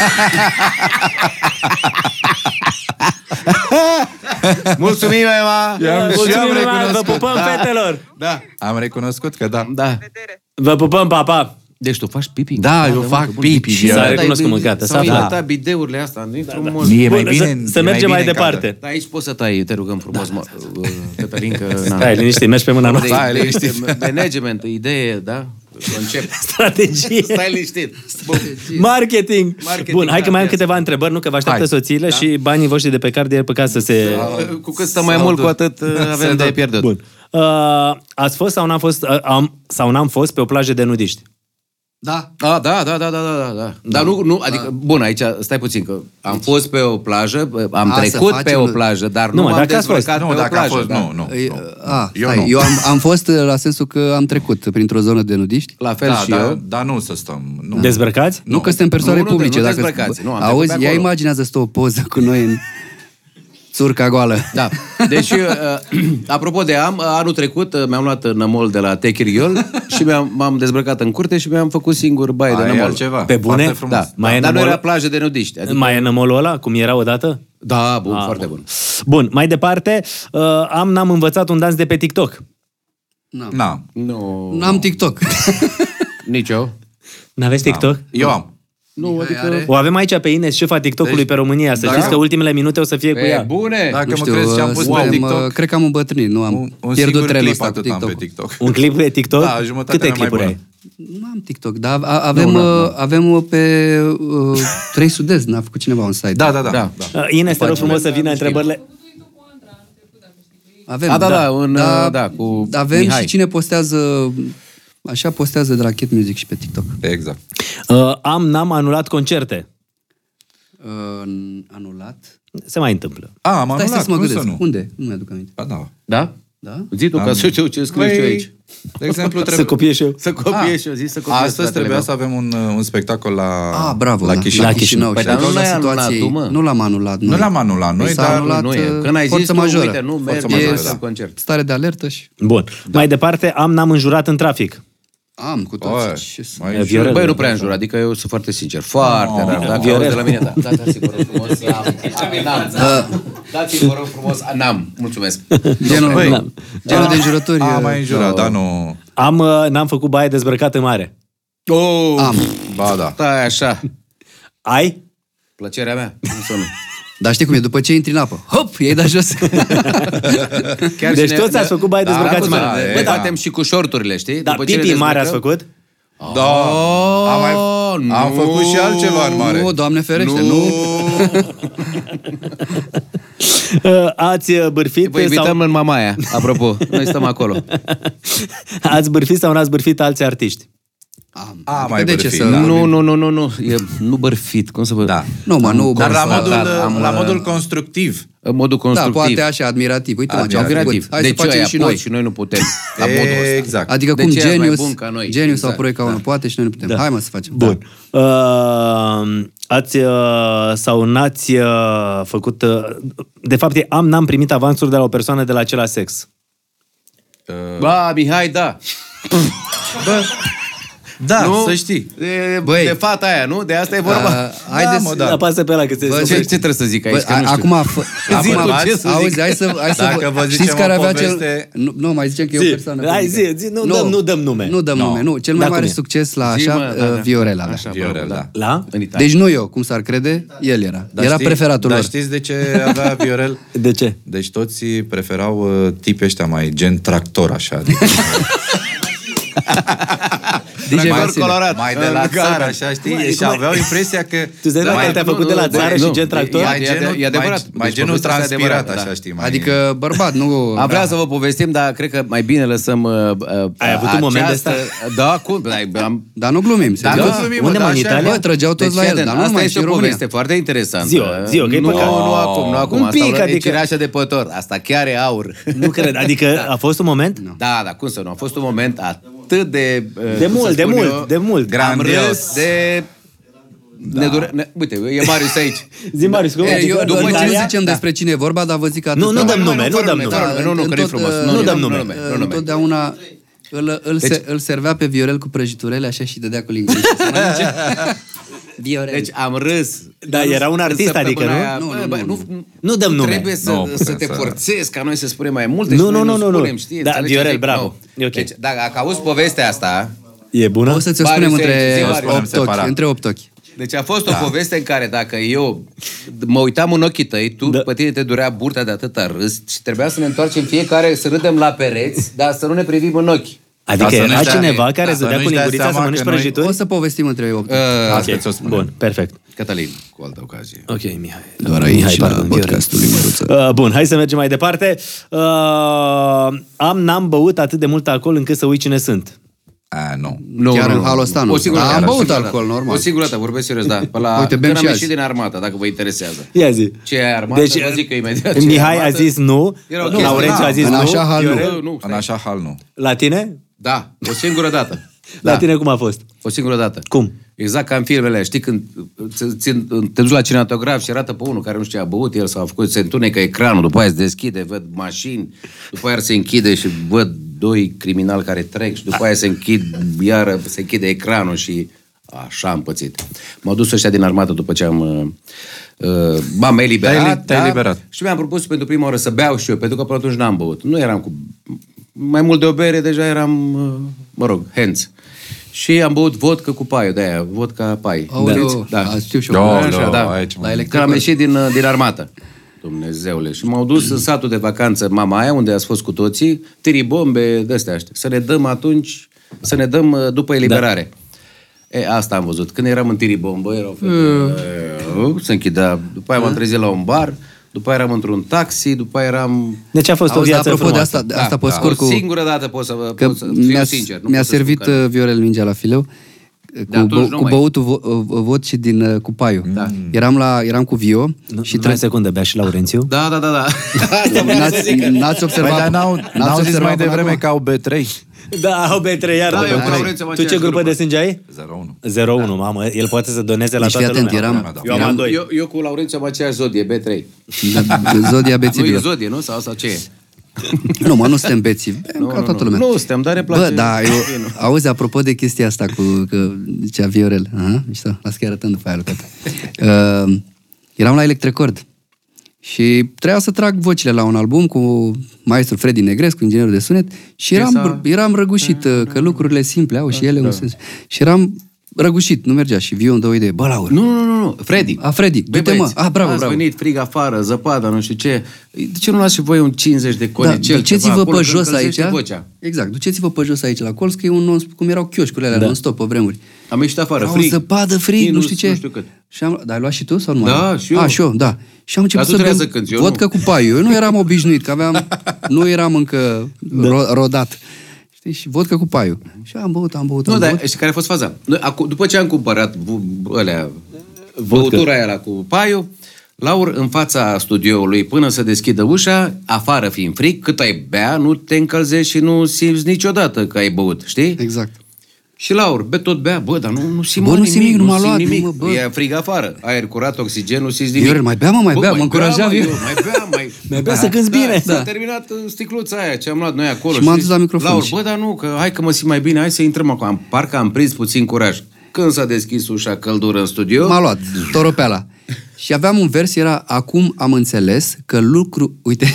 Mulțumim, Emma!
Mulțumim,
Și am
Ema, vă
recunoscut,
pupăm,
da.
fetelor!
Da.
Am recunoscut că da.
da.
Vedere.
Vă pupăm, pa, pa!
Deci tu faci pipi? în
Da,
cadă,
eu
mă,
fac
bun.
pipi.
Și
Da,
s-a
Iorel.
recunoscut, mă, gata, s-a
S-au
aflat. Da.
inventat bideurile astea, nu-i frumos.
Mie e mai
Bun,
bine,
să-
e
să mergem mai
bine în
departe.
cadă.
Da, aici poți să tai, te rugăm
Da,
frumos, mă, uh, Cătălin, că... na.
Stai, liniște, mergi pe mâna
De-
noastră.
Stai,
de-
liniștit.
de- Management, idee, da? Concept.
Strategie,
Stai liniștit. Bun.
marketing. Bun, hai că mai am câteva întrebări, nu că vă așteaptă
Hai.
soțiile și banii voștri de pe card e păcat să se...
Cu cât stă mai mult, cu atât uh, avem Da. de pierdut.
Bun. Uh, ați fost sau n-am fost, uh, am, sau n-am fost pe o plajă de nudiști?
Da,
A, da, da, da, da, da, da, da. Dar nu, nu, adică, bun, aici, stai puțin, că
Deci-
am fost pe o plajă, am
A, să
trecut
facem-
pe o plajă, dar
Nu,
nu,
mă,
am
dacă ați fost.
dezbrăcat
Nu,
pe o
dacă a
plajă.
fost,
da.
nu, nu.
E,
nu.
Păi, uh, A,
Eu
eu, stai,
nu.
eu am, am fost uh, la sensul că am trecut printr-o zonă de nudiști.
La fel
da,
și
da,
eu.
Dar nu să stăm. Nu.
Deci- Dezbrăcați?
Nu, nu că suntem persoane
Nu, nu,
publice.
nu te
dacă,
dezbrăcați, nu, am trecut
auzi,
pe
ia
acolo.
imaginează stă o poză cu noi în țurca goală.
Da. Deci, uh, apropo de am, anul trecut uh, mi-am luat nămol de la Techiriol și mi-am, m-am dezbrăcat în curte și mi-am făcut singur baie de
Aia e
nămol.
altceva.
Pe bune?
Foarte frumos.
Da,
Mai e
mai dar nu
nămol?
era plajă de nudiști. Adică,
Mai e nămolul ăla, cum era odată?
da, bun,
Ah,
foarte bun.
Bun, mai departe, uh, am n-am învățat un dans de pe TikTok.
Na,
Nu,
Nu am TikTok.
nici eu.
N-aveți TikTok?
eu am.
Nu, adică...
O avem aici pe Ines, șefa TikTok-ului
Deci,
pe România. Să
da.
știți că ultimele minute o să fie cu
E,
ea.
bune!
Dacă
nu
mă
știu,
crezi ce am pus pe
suntem, uh,
TikTok,
Cred că am îmbătrânit, nu am
un, un
pierdut
singur
trenul
clip
ăsta cu
atât am
TikTok.
pe TikTok.
Un clip de TikTok?
Da, jumătatea
Câte
era mai
clipuri ai?
bună.
Nu am TikTok, dar a- avem, uh, avem uh, pe uh, 3 Sudez, n-a făcut cineva un site.
Da, da, da.
Da.
da. da.
Uh, Ines, te rog frumos să vină întrebările.
Avem,
A, da, da, un, uh, da, cu
Avem
Mihai.
și cine postează, așa postează de la Cat Music și pe TikTok.
Exact.
Uh, am, n-am anulat concerte.
Uh, anulat.
Se mai întâmplă.
A, am
Stai
anulat,
stai să mă
cum să
gândesc.
nu?
Unde? Nu mi-aduc aminte.
Ba da. Păi,
Da?
Da?
Zi tu, ca să știu ce scriu și eu aici.
De exemplu, trebuie...
Să copiez și eu.
Să copiez și eu, zi să copiez
Ah, Astăzi
fratele
trebuia
meu.
să avem un, uh, un spectacol la,
Ah, bravo.
la
da,
Chișinău.
La
Chișinău.
Chișinău.
Păi,
și
dar
din
nu
cauza
l-ai anulat
situației-
tu, mă.
Nu l-am anulat noi.
Nu l-am anulat noi,
s-a
dar-
anulat,
Nu
uh,
e. Când ai zis
forță
tu,
majoră.
uite, nu mergi
majoră,
majoră,
da.
la concert.
Stare de alertă și
Bun. Da. Mai departe, am, n-am înjurat în trafic.
am cu toți.
Oi,
Ce să-
mai
E
ușor.
Viorel.
Băi, nu prea înjur, adică eu sunt foarte sincer. Foarte
Oh.
rar. Dacă
Viorel.
auzi de la mine, da. Da, da, sigur, rog frumos. am- am- da, N-am. Dați-mi, vă rog frumos. a, N-am. Mulțumesc.
Genul,
Băi,
genul de înjurături.
A,
uh,
mai înjurat, dar nu...
Am, uh, n-am făcut baie dezbrăcat în mare.
Oh,
Am.
Ba da.
stai așa.
Ai?
Plăcerea mea. Cum să nu?
Dar știi cum e? După ce intri în apă, hop, i-ai dat jos.
Chiar
Deci
și ne-
toți
ne-
ați făcut baie
Da,
dezbrăcați
am
mari.
făcut,
Băi,
Ne
da.
batem și cu șorturile, știi?
Dar
După ce ne
Da, pipi în mare ați
dezbrăcăm-
făcut?
Da, am, mai, am
nu.
făcut și altceva în mare.
Nu, doamne ferește, nu.
Uh, Ați uh, bârfit
Vă invităm
sau...
în Mamaia, apropo. Noi stăm acolo.
Da, Ați bârfit sau n-ați bârfit alți artiști?
Am.
A,
Adică
mai
de ce
bârfi,
să...
da.
Nu, nu, nu, nu, nu. E, nu bărfit, cum să vă...
Da.
Nu, mă, nu.
Dar la
bărfat.
modul,
da, am,
la
uh,
modul constructiv.
în modul constructiv.
Da, poate așa, admirativ. Uite, admirativ. ce au făcut. Hai
de
să
ce
facem
aia
și
pot
noi.
și noi nu putem? La modul ăsta.
Exact.
Adică
De
cum
ce ăla e mai
genius,
bun ca noi?
genius
Exact,
sau proiect ca unul poate și noi nu putem. Hai mă să facem.
Bun.
Da.
Uh, ați uh, sau n-ați uh, făcut... Uh, de fapt, e, am, n-am primit avansuri de la o persoană de la același sex.
Ba, Mihai, da.
Bă, da,
Nu?
nu? să știi.
De,
Băi.
de fata aia, nu? De asta e vorba.
Da, haideți-
mă,
Da. Apasă pe ăla că ți
Bă,
Ce, ce trebuie să zic aici?
Bă,
Bă, că nu
a-
știu.
acum, f-
Zi
acum
tu, ce să
auzi,
zic?
hai să, hai să
Dacă vă zicem
știți care
o
avea
poveste-
cel... Nu, nu, mai zicem că e o
Zi.
persoană
Hai,
publică.
zi, zi, nu dăm- nu dăm nume.
Nu dăm
No.
nume, nu. Cel mai
Dar
mare
cum e?
succes la
Zi,
așa,
mă, da,
uh,
da.
Viorel avea.
Așa,
Viorel, da.
La?
În Italia.
Deci nu eu, cum s-ar crede, el era.
Dar
Era
știi-
preferatul
Dar
lor.
știți de ce avea Viorel?
De ce?
Deci toți preferau uh, tipi ăștia mai gen tractor, așa. Adică,
DJ
mai, uh,
Vasile.
colorat.
mai de la
Galben.
țară, așa, știi?
Cum ai-
și
cum ai-
aveau impresia că...
Tu îți dai
mai-
că te-a făcut de la
nu,
țară
nu,
și
nu.
gen tractor?
Ia-
mai
E adevăr-
genul,
e adevărat.
Mai, mai
Deci
genul
povestea asta e
transpirat,
adevărată,
așa,
da.
știi? Mai,
Adică bărbat, nu... da.
Am vrea să vă povestim, dar cred că mai bine lăsăm... Uh, uh,
Ai avut un moment de
această- Da, cum? Ai- Am,
Dar nu glumim,
Da,
serios.
nu glumim,
Unde,
mă,
mă, în
dar așa e.
Italia?
Bă, trăgeau toți
Deci,
la el,
fii
dar
atent,
nu
Asta
numai, și
este o
în România.
poveste foarte interesantă.
Zi-o, zi-o, că e
nu, nu
păcat.
acum, nu acum.
Un
asta
pic,
e
adică-
cireașa de pător. Asta chiar e aur.
Nu cred. Adică a fost un moment? Nu.
Da, da, cum să nu? A fost un moment atât de... uh,
De
cum
mult,
să
de
spun
mult,
eu,
de mult.
Am
Grandios.
râs de... Da. Ne dure... ne... Uite, e Marius aici.
Zi, Marius, cum
E,
adică
eu,
în
după ce
Italia?
nu zicem despre cine e vorba, dar vă zic Da, atât.
Nu, nu dăm nume, nu
fără
dăm
nume,
nume.
fără nume. Nu, nu, că nu e frumos.
uh,
Nu,
nu,
dăm
nu,
nume.
nu,
nu, nu, nume.
Întotdeauna îl, îl, deci, se, îl servea pe Viorel cu prăjiturele așa și dădea cu linguri. Viorel.
Deci am râs.
Da, era un artist, adică, nu?
Nu, nu, nu, nu,
Nu dăm nume.
Trebuie să,
Nu,
să
putem
te
să-
forțezi ca noi să spunem mai multe
Nu,
și
nu,
noi
nu, nu, nu.
spunem, știi?
Da,
Înțelegi ce
Viorel,
zic?
bravo.
Nu.
E ok.
Deci, dacă auzi povestea asta,
E bună?
O să ți-o
Marius
spunem
e aici,
între
zi, Marius.
opt ochi.
Separat.
Între opt ochi.
Deci a fost da. o poveste în care dacă eu mă uitam în ochii tăi, tu,
Da.
da. pe tine te durea burta de atâta râs și trebuia să ne întoarcem fiecare, să râdem la pereți, dar să nu ne privim în ochi.
Adică
Dar Da, să
era
nu-și dea-
cineva care
da,
să
să
dea cu
nu-și dea
lingurița să
seama
mănânci
că noi-
prăjituri?
O să povestim între opt ochi.
Uh,
Asta ți-o spun.
Bun, perfect.
Cătălin, cu altă ocazie.
Ok, Mihai.
Doar aici, la podcastul lui Măruță.
Uh, bun, hai să mergem mai departe. Uh, am, n-am băut atât de mult alcool încât să uit cine sunt.
A, nu.
Nu,
Chiar în halul ăsta, nu.
O singură
Am
dată,
băut
o singură
alcool,
dată.
normal.
O singură dată, vorbesc serios, da. Pe la,
Uite, bem
când am
și azi.
ieșit din armată, dacă vă interesează.
Ia zi.
Ce e armată?
Deci,
vă zic eu imediat. ce e
Mihai a
armată.
zis nu,
Era o
nu
chestie,
Laurențiu
da.
a zis
În
nu,
așa hal nu.
Viorel-
Nu, nu,
În
stai.
așa hal nu.
La tine?
Da, o singură dată.
La
Da.
tine cum a fost?
O singură dată.
Cum?
Exact ca în filmele alea. Știi când uh, ți- ți- te duci la cinematograf și arată pe unul care nu știu ce a băut, el s-a făcut, se întunecă ecranul, după aia se deschide, văd mașini, după aia se închide și văd doi criminali care trec și după aia se închid, iară se închide ecranul și așa am pățit. M-au dus ăștia din armată după ce am... Uh, uh, m-am eliberat.
Te-ai li- te-ai
da?
eliberat.
Și mi-am propus pentru prima oară să beau și eu, pentru că până atunci n-am băut. Nu eram cu... Mai mult de o bere, deja eram, uh, mă rog, hands. Și am băut vodcă cu paiul de aia, vodka pai.
Aoleu,
da.
a, știu și eu.
Da,
Așa,
da,
da.
aici, mă.
La
Când
electric.
am ieșit din, uh, din armată. Dumnezeule. Și m-au dus în satul de vacanță mama aia, unde ați fost cu toții, tiri bombe de astea. știi. Să ne dăm atunci, să ne dăm uh, după
Da.
eliberare. E, asta am văzut. Când eram în tiribombă, erau fete,
Hmm.
uh, se închidea. După aia m-am trezit la un bar, după aia eram într-un taxi, după aia eram... Da.
Deci a fost o
Auzi,
viață
apropo de
frumoasă.
asta, de asta pe scurt
O
cu...
singură dată pot să vă
Că
pot să fiu
mi-a,
sincer. nu
mi-a
pot să spun
servit
că-
uh, Viorel mingea la fileu uh,
De
cu,
atunci
bă,
nu
cu
mai.
băutul vo, uh, uh, vot și din uh, cu paiul. Da.
Mm.
Eram, la, eram cu Vio
Nu,
și
și 3 secunde, bea și Laurențiu.
Da, da, da, da.
N-ați, n-ați
Păi,
observat,
dar n-au,
n-ați
n-au zis
observat
mai
până
devreme
acum?
că au B3.
Da, au pe trei, iar.
Da, eu cu Laurențiu am
tu ce
aceeași
grupă
grupă. Da.
de sânge ai?
01.
0-1, mamă, el poate să doneze la
Deci fii
toată
atent,
lumea.
eram,
Eu am a
eram
doi.
Eu, eu cu Laurențiu am aceeași zodie, B3.
Da,
de- zodia
Nu e
bețivilor.
zodie, nu? Sau asta ce e?
Nu, mă, nu suntem bețivi, bem
Nu,
ca
nu,
toată
nu.
lumea.
Nu suntem, dar ne
Bă,
place
da, eu,
vinul.
auzi, apropo de chestia asta cu că zicea Viorel, aha, mișto, las că arătăm după aia lucrat. Uh, eram la Electrecord și trebuia să trag vocile la un album cu maestru Freddy Negrescu, inginerul de sunet, și eram, eram răgușit
Da,
uh, că lucrurile simple au și ele un sens. Și eram răgușit, nu mergea și Viu îmi dă o idee, bă, Laur,
Nu, nu, nu, nu, Freddy.
A, Freddy,
Băi,
du-te, mă.
băieți,
Ah, bravo,
ați
bravo.
venit frig afară, zăpada, nu știu ce. De ce nu luați și voi un 50 de
da,
conicel?
duceți-vă
ceva
pe
acolo,
jos
că încălzește
aici.
Vocea.
Exact, duceți-vă pe jos aici la colț, că e un non cum erau chioșcurile alea da. non-stop pe vremuri.
Am ieșit afară,
Au
frig.
zăpadă, frig, nu
minus
știu ce.
Nu știu cât.
Și am, dar ai luat și tu sau nu? mai
Da,
luat?
și eu.
A, și eu, da. Și am început
tu
să
trebuia
bem
să cânti, eu
vodcă
nu.
cu paiul. Eu nu eram obișnuit, că aveam, nu eram încă
Da.
ro- rodat. Știi, și vodcă cu paiul. Și am băut, am băut,
Nu,
am
dar
băut.
și care a fost faza? Noi, acu- după ce am cumpărat bu- alea, băutura aia la cu paiul, Laur în fața studioului până să deschidă ușa, afară fiind fric, cât ai bea, nu te încălzești și nu simți niciodată că ai băut, știi?
Exact.
Și Laur, be tot bea, bă, dar nu, nu simt
Bă,
mă
nu
nimic,
simt nimic, nu m-a
simt
luat, nu
nimic.
mă, bă.
E frig afară, aer curat, oxigen, nu simți nimic.
Eu mai bea, mă, mai
Bă,
bea, mă încurajam
mă,
eu.
Mai bea, mai...
Mai bea să cânți bine.
Da.
Da, s-a terminat uh, sticluța aia ce am luat noi acolo.
Și m-am
știi?
dus la microfon
Laur,
și-
bă, dar nu, că hai că mă simt mai bine, hai să intrăm acum. Am- Parcă am prins puțin curaj. Când s-a deschis ușa căldură în studio,
M-a luat, toropeala. Și aveam un vers, era Acum am înțeles că lucru... Uite,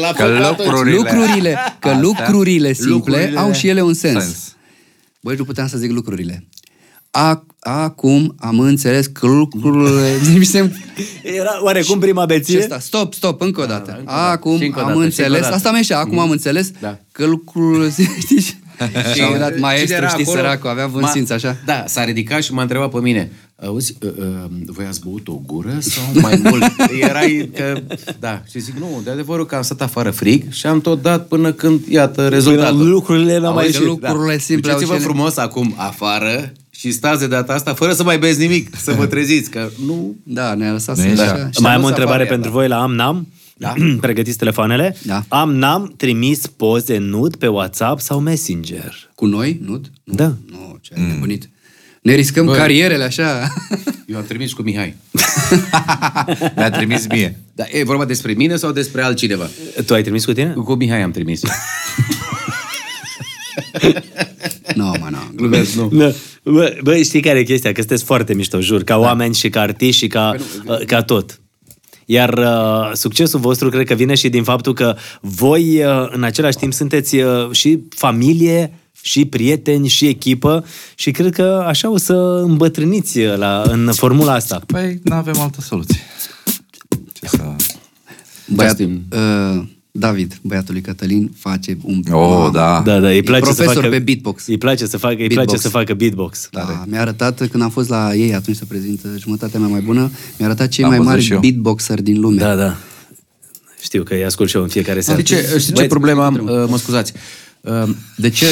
la
Că lucrurile...
lucrurile, că lucrurile simple
Lucrurile-
au și ele un sens.
Sens.
Băi, nu puteam să zic lucrurile. A, acum am înțeles că lucrurile... Mi se...
Era oarecum prima
Și
beție.
asta, stop, stop, încă o dată.
Da, încă o dată.
acum
Și încă o
am
dată, și încă o
înțeles.
dată.
Asta mi așa, acum am înțeles
Da.
că lucrurile... Știi? Și
Și
am dat maestru,
cine era
știi,
acolo?
săracul, avea bun
Ma-
simț, așa.
Da, s-a ridicat și m-a întrebat pe mine, auzi, uh, uh, voi ați băut o gură sau mai mult? Erai că, da, și zic, nu, de adevărul că am stat afară frig și am tot dat până când, iată, rezultatul.
lucrurile n-au mai
Auzi,
ieșit, Da.
lucrurile simple au
da. Duceți-vă
și ele.
frumos acum afară și stați de data asta fără să mai beți nimic, să vă treziți, că nu...
Da, ne-a lăsat
Nu
să
e
așa.
așa.
Și
Mai
am
am o
dus
întrebare
afară.
pentru voi la Amnam. Da. Pregătiți telefoanele.
Da.
Amnam trimis poze nud pe WhatsApp sau Messenger.
Cu noi, nu? Nu,
Da.
Nu, ce
Mm.
ai nebunit. Ne riscăm
Bă.
carierele așa.
Eu am trimis cu Mihai.
Mi-a trimis mie.
Da, e vorba despre mine sau despre altcineva?
Tu ai trimis cu tine?
Cu Mihai am trimis.
nu, mă, nu.
Glumesc, nu.
Da. Bă, bă, știi care e chestia? Că sunteți foarte mișto, jur, ca da. oameni și ca artiști și ca, uh, ca tot. Iar uh, succesul vostru cred că vine și din faptul că voi uh, în același timp sunteți uh, și familie, și prieteni, și echipă și cred că așa o să îmbătrâniți uh, la, în formula asta.
Păi, nu avem altă soluție. Ce să...
Băiat,
Justin.
uh, David, băiatul lui Cătălin, face un...
Oh, da.
Da, da, îi place să
profesor
facă,
pe beatbox.
Îi place să facă, îi place
Beatbox.
să facă beatbox.
Da, mi-a arătat când am fost la ei atunci să prezintă jumătatea mea mai bună, mi-a arătat cei
Am
mai
văzut
mari
și eu.
beatboxeri din lume.
Da, da. Știu că îi ascult și eu în fiecare seară.
Știi ce, știi ce problemă am? Uh, Mă scuzați. Uh, De ce,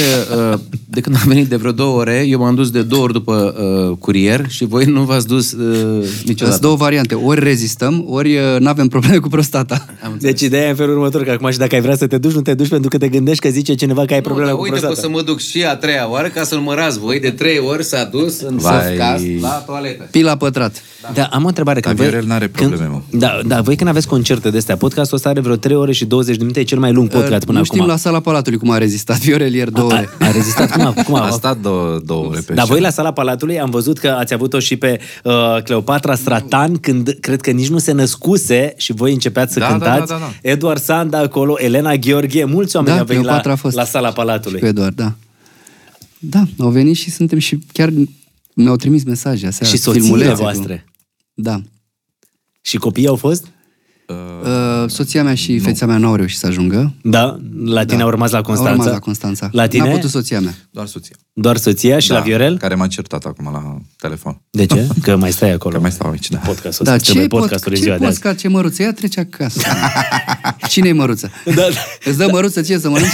uh, de când am venit de vreo două ore, eu m-am dus de două ori după uh, curier și voi nu v-ați dus uh,
Sunt
niciodată.
două variante. Ori rezistăm, ori nu avem probleme cu prostata.
Deci ideea e în felul următor, că acum și dacă ai vrea să te duci, nu te duci pentru că te gândești că zice cineva că ai
Nu,
probleme
dar
cu
uite că o
prostata.
să mă duc și a treia oară ca să-l mărați voi. De trei ori s-a dus în
Vai.
softcast la toaletă.
Pila pătrat.
Da. am o întrebare. Când
Dar
voi-
Viorel n-are probleme,
când-
mă.
Da, da, voi când aveți concerte de astea, podcastul ăsta are vreo 3 ore și 20 de minute, e cel mai lung podcast până
Ă, Uh, nu
acum.
știm la sala Palatului cum a rezistat Viorel ieri două ore.
A rezistat cum a, cum a,
A stat două, două ore pe
Dar voi
scenă.
la sala Palatului am văzut că ați avut-o și pe uh, Cleopatra Stratan când cred că nici nu se născuse și voi începeați să
Da, da,
cântați.
da, da, da.
Eduard Sanda acolo, Elena Gheorghe, mulți oameni
Da,
au venit la,
Cleopatra a fost.
la sala
Și cu
Palatului.
Eduard, da. Da, au venit și suntem și chiar mi-au trimis mesaje aseară.
Da, Și soțiile
filmulețe cu-
voastre.
Da.
Și copiii au fost?
Uh, soția mea și feța mea n-au reușit să ajungă.
Da, la tine
Da.
a urmat la Constanța.
Au urmat la Constanța.
La tine?
N-a putut soția mea.
Doar soția.
Doar soția și
Da,
la Viorel?
Care m-a certat acum la telefon.
De ce? Că mai stai acolo.
Că mai stau aici, da.
Podcastul
Da,
ăsta.
ce
Trebuie
podcast,
podcastul în
ce
ziua de azi.
podcast, ce măruță? Ea trece acasă. Cine-i măruță?
Da,
Îți dă măruță ție să mănânci?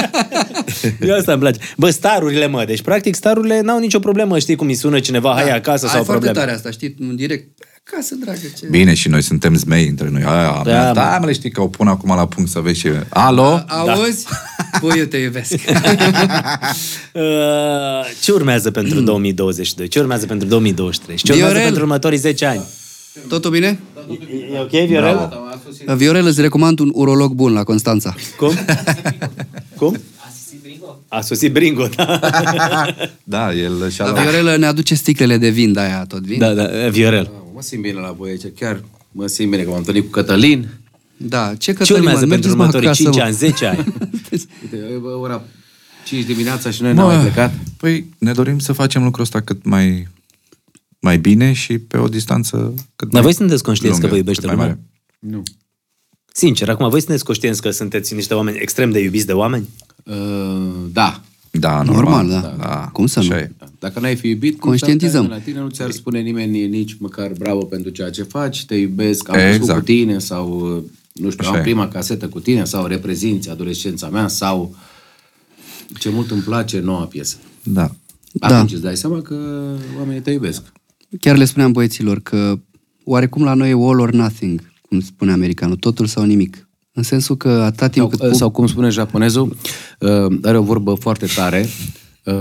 da. Eu asta îmi place. Bă, starurile, mă. Deci, practic, starurile n-au nicio problemă. Știi cum îi sună cineva,
Da.
hai acasă sau
Da. Ai foarte
probleme.
tare asta, știi? În direct. Acasă, dragă, ce...
Bine, și noi suntem zmei între noi. Aia, da,
mă.
da, mă, le știi că o pun acum la punct să vezi și... Alo?
Da. Auzi? Păi eu te iubesc.
Uh, ce urmează pentru 2022? Ce urmează pentru 2023? Ce urmează
Viorel.
pentru următorii 10 ani?
Totul bine?
E ok, Viorel?
Viorel, îți recomand un urolog bun la Constanța.
Cum? cum? A sosit Bringo, da.
Da, el și-a
Dar
luat.
Viorel ne aduce sticlele de vin de aia tot, vin?
da, da, Viorel.
Mă simt bine la voi aici, chiar mă simt bine că m-am întâlnit cu Cătălin.
Da, ce
Ce
Cătălin, mă,
urmează pentru
mergeți, mă,
următorii
acasă,
5
mă.
ani, 10 ani?
Uite, e ora 5 dimineața și noi
Da.
n-am mai plecat.
Păi, ne dorim să facem lucrul ăsta cât mai, mai bine și pe o distanță
Dar
cât mai
voi sunteți conștienți că
lungă,
vă iubește
cât mai
lumea?
mare.
Sincer, acum voi sunteți conștienți că sunteți niște oameni extrem de iubiți de oameni?
Uh, da.
Da, normal.
Normal, da. Cum să nu?
Așa e.
Dacă n-ai fi iubit, cum
Conștientizăm.
s-ar putea La tine nu ți-ar spune nimeni nici măcar bravo pentru ceea ce faci, te iubesc, am exact.
Exact.
cu tine sau, nu știu,
Așa
am
e.
prima casetă cu tine sau reprezinți adolescența mea sau ce mult îmi place noua piesă.
Da.
Da.
Atunci îți dai seama că oamenii te iubesc.
Chiar le spuneam băieților că oarecum la noi e all or nothing, cum spune americanul, totul sau nimic. În sensul că atâta timp
sau, ă,
ă,
cât...
sau cum spune japonezul, uh, are o vorbă foarte tare. Uh,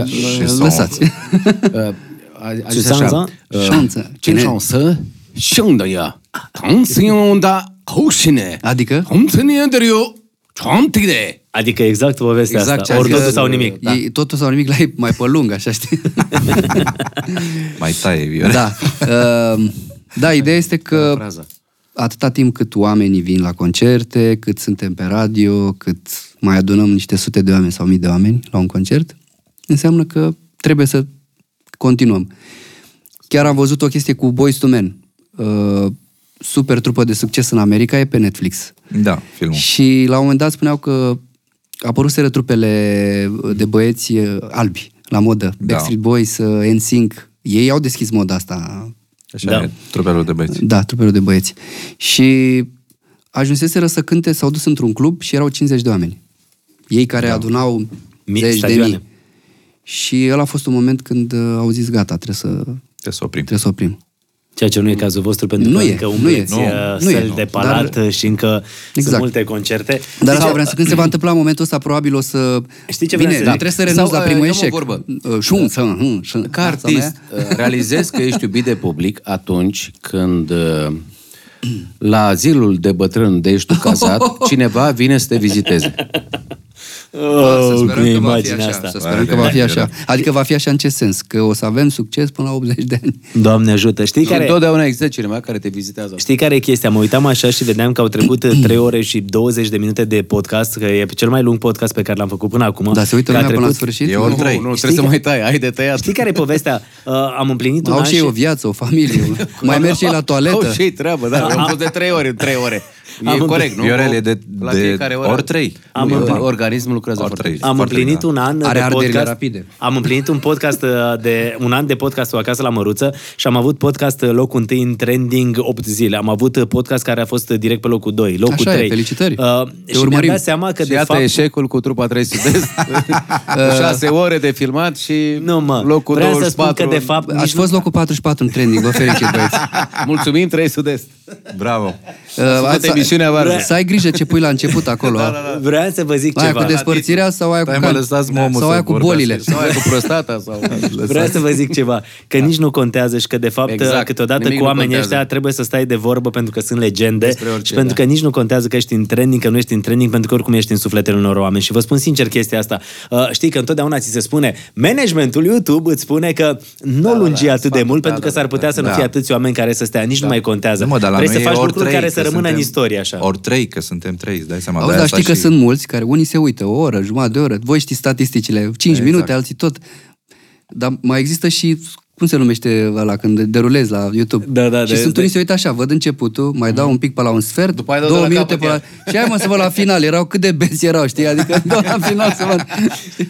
ga-
ă, Lăsați.
uh, a, a
Ce
zis așa.
șansa?
uh,
Șanță.
Ce
Cine?
șansă? Șândă ea. Tansiun da caușine.
Adică?
Tansiun de eu. Ciomtide.
Adică exact povestea
Exact ce
asta.
a
Ori
zis,
totul sau
uh,
nimic.
Da. E, totul sau nimic la ei mai pe lung, așa știi?
Mai taie, Viore.
da. Uh, da, ideea este că
Fraza.
atâta timp cât oamenii vin la concerte, cât suntem pe radio, cât mai adunăm niște sute de oameni sau mii de oameni la un concert, înseamnă că trebuie să continuăm. Chiar am văzut o chestie cu Boys to Men. Uh, super trupă de succes în America, e pe Netflix.
Da, filmul.
Și la un moment dat spuneau că apăruseră trupele de băieți eh, albi, la modă.
Da.
Backstreet Boys, eh, NSYNC. Ei au deschis moda asta.
Așa
Da.
da. e, trupelul de băieți.
Da, trupele de băieți. Și ajunseseră să cânte, s-au dus într-un club și erau 50 de oameni. Ei care da. adunau
Mii,
mii, zeci de
stadioane.
mii. Și ăla a fost un moment când eh, au zis gata, trebuie să,
Te să oprim.
trebuie să oprim.
Ceea ce nu e cazul vostru, pentru
Nu
că
e,
încă
nu
umbleți
e, nu,
uh,
nu e,
săli
nu.
de palat
Dar-
și încă sunt
Exact.
multe concerte.
Dar
Deci,
sau vreau să când se va întâmpla în momentul ăsta, probabil o să...
Știi ce
Bine,
vreau să
dar
zic?
trebuie să renunți
Sau,
la primul
eh,
eșec.
eu am o vorbă.
Eh, șun, să, hm, șun.
Ca
Asta mea.
artist, uh, realizezi că ești iubit de public atunci când uh, la azilul de bătrân de ești tu cazat, cineva vine să te viziteze.
Ah,
Oh,
Să sperăm
cu
că va fi
imaginea
așa.
asta.
Să
Sperăm
sperăm
că
că
va fi așa. Adică va fi așa în ce sens? Că o să avem succes până la 80 de ani.
Doamne ajută. Știi
Care...
care...
Întotdeauna există cineva care te vizitează.
Știi care e chestia? Mă uitam așa și vedeam că au trecut 3 ore și 20 de minute de podcast, că e cel mai lung podcast pe care l-am făcut până acum.
Dar Da, se uită
Că a
lumea până la
trecut-
sfârșit?
E ori
Nu.
trei.
Nu, nu, trebuie să mai tai, ai de tăiat.
Știi care e povestea? Uh, am împlinit un
Au
an
și ei o viață, o familie. Mai merg și ei la
Au
toaletă.
și ei treabă, da. Am fost de trei ore, în trei ore. E
Am-
corect, nu?
Viorele de,
La
de
fiecare oră.
ori trei.
Am-
Am organismul lucrează
Ori
foarte
trei.
bine.
Am
Foarte
împlinit
bine,
un an
da. Are
de
arderile
podcast.
rapide.
Am împlinit un podcast uh, de un an de podcastul acasă la Măruță și am avut podcast uh, locul 1 în trending 8 zile. Am avut uh, podcast care a fost uh, direct pe locul 2, locul
Așa e,
3.
felicitări.
Uh,
Te
și mi-am
urmărim.
dat seama că
și
de
iată
fapt
eșecul cu trupa 3 sud-est. șase ore de filmat și
nu mă,
locul
vreau să
24.
spun că de fapt nici
Aș fost locul 44 în trending, vă felicit băieți.
Mulțumim 3 sud-est.
Bravo.
Uh,
făcut
ați-
emisiunea Da, varză.
Să ai grijă ce pui la început acolo. a.
nu- vreau să vă zic
Aia
ceva.
cu despărțirea sau aia cu,
Stai, mă,
cal-
lăsați mă, omul
sau
să
aia cu
vorbească.
bolile.
Sau aia cu prostata sau...
Vreau să vă zic ceva, că nici nu contează și că de fapt exact.
Exact,
câteodată
nimic
cu
nu
oamenii
contează.
ăștia trebuie să stai de vorbă pentru că sunt legende
Despre orice,
și pentru
da.
că nici nu contează că ești în trending, că nu ești în trending pentru că oricum ești în sufletele unor oameni și vă spun sincer chestia asta. Uh, știi că întotdeauna ți se spune, managementul YouTube îți spune că nu da, lungi da, atât de
sfatul,
mult
da,
pentru că
da,
s-ar putea să nu
da.
fie atâți oameni care să stea, nici nu mai contează.
Nu, mă, dar la
Vrei să
noi e
faci
ori
lucruri
trei,
care să
că
rămână
suntem-
în istorie așa.
Ori trei, că suntem trei, îți dai seama.
Auzi,
de-aia
dar
asta
știi că
și-
sunt mulți care unii se uită o oră, jumătate de oră. Voi știți statisticile, 5 exact. minute, alții tot. Dar mai există și cum se numește ăla când derulezi la YouTube.
Da, da,
și
de-
sunt
de-
unii se uită așa, văd începutul, mai dau un pic pe la un sfert,
După aia dau
două
de la
minute pe
capăt
la... Și hai mă să văd la final, erau cât de beți erau, știi? Adică dau la final să văd.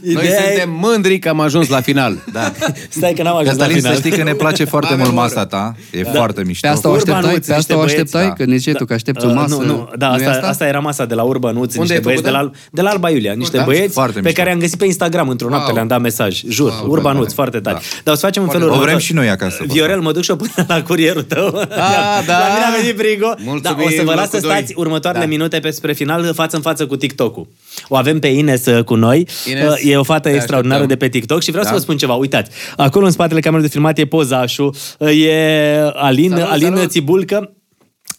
Noi
Ideea e-
suntem mândri că am ajuns la final. Da.
Stai că n-am ajuns la
Cătălin, să
final.
știi că ne place foarte mult masa ta. E
Da.
foarte
Pe
mișto.
asta o
Urban
așteptai?
Woods,
Pe asta o
niște
așteptai?
băieți, da.
Că ne ziceai tu că aștepți o
Uh,
masă.
Nu, nu, da,
Nu e
asta, asta? asta era masa de la Urbanuț,
Unde
niște
ai
băieți de la,
făcut-o?
de la Alba Iulia, niște băieți
Foarte
pe
mișto.
care am găsit pe Instagram într-o noapte,
Wow.
le-am dat mesaj, jur,
Wow,
Urbanuț,
tare.
foarte tare.
Da.
Dar o să facem în felul
O vrem
următor.
și noi acasă, pe
Viorel, mă duc și-o până la curierul tău. La-
da.
La mine a venit frigo.
Mulțumim,
Dar o să vă las să
locul
stați
doi.
următoarele
Da.
minute pe spre final față în față cu TikTok-ul. O avem pe Ines uh, cu noi.
Ines,
Uh, E o fată
te
extraordinară de
așteptăm.
pe TikTok și vreau să
Da.
vă spun ceva. Uitați, acolo în spatele camerei de filmat e pozașul, uh, e Alin,
Salut,
Alin
salut.
Țibulcă,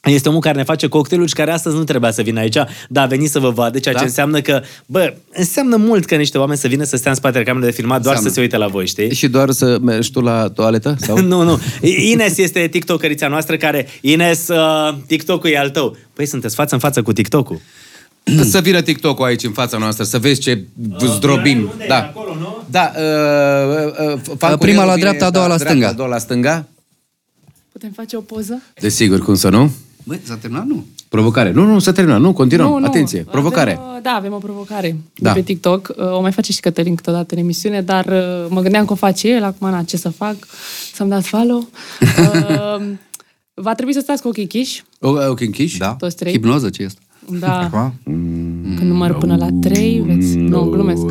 este omul care ne face cocktailuri și care astăzi nu trebuia să vină aici, dar a venit să vă vadă, ceea ce
Da.
înseamnă că, bă, înseamnă mult că niște oameni să vină să stea în spatele camerei de filmat doar
Înseamnă.
să se uite la voi, știi?
Și doar să mergi tu la toaletă? Sau?
Nu, nu. Ines este tiktokerița noastră care... Ines, uh, TikTok-ul e al tău. Păi sunteți față în față cu TikTok-ul.
Să vină TikTok-ul aici în fața noastră, să vezi ce zdrobim.
unde e?
Da.
Acolo, nu?
Da, uh, uh,
Prima
fan
la
curierul vine,
dreapta, a doua
da,
la
dreapta,
stânga.
A doua la stânga.
Putem face o poză?
Desigur, cum să nu?
Băi, s-a terminat? Nu.
Provocare. Nu, nu, să terminăm. Nu, continuăm. Atenție, provocare.
Avem, uh, da, avem o provocare da.
Da.
pe TikTok. Uh, O mai face și Cătălin câteodată în emisiune, dar uh, mă gândeam că o face el, acum na, ce să fac, să-mi dați follow. Uh, Va trebui să stați cu ochii chiși,
O, ochi închiși?
Da?
toți trei.
Hipnoză ce este?
Da,
Acum?
când număr până la
Mm,
trei, veți... Nu, glumesc.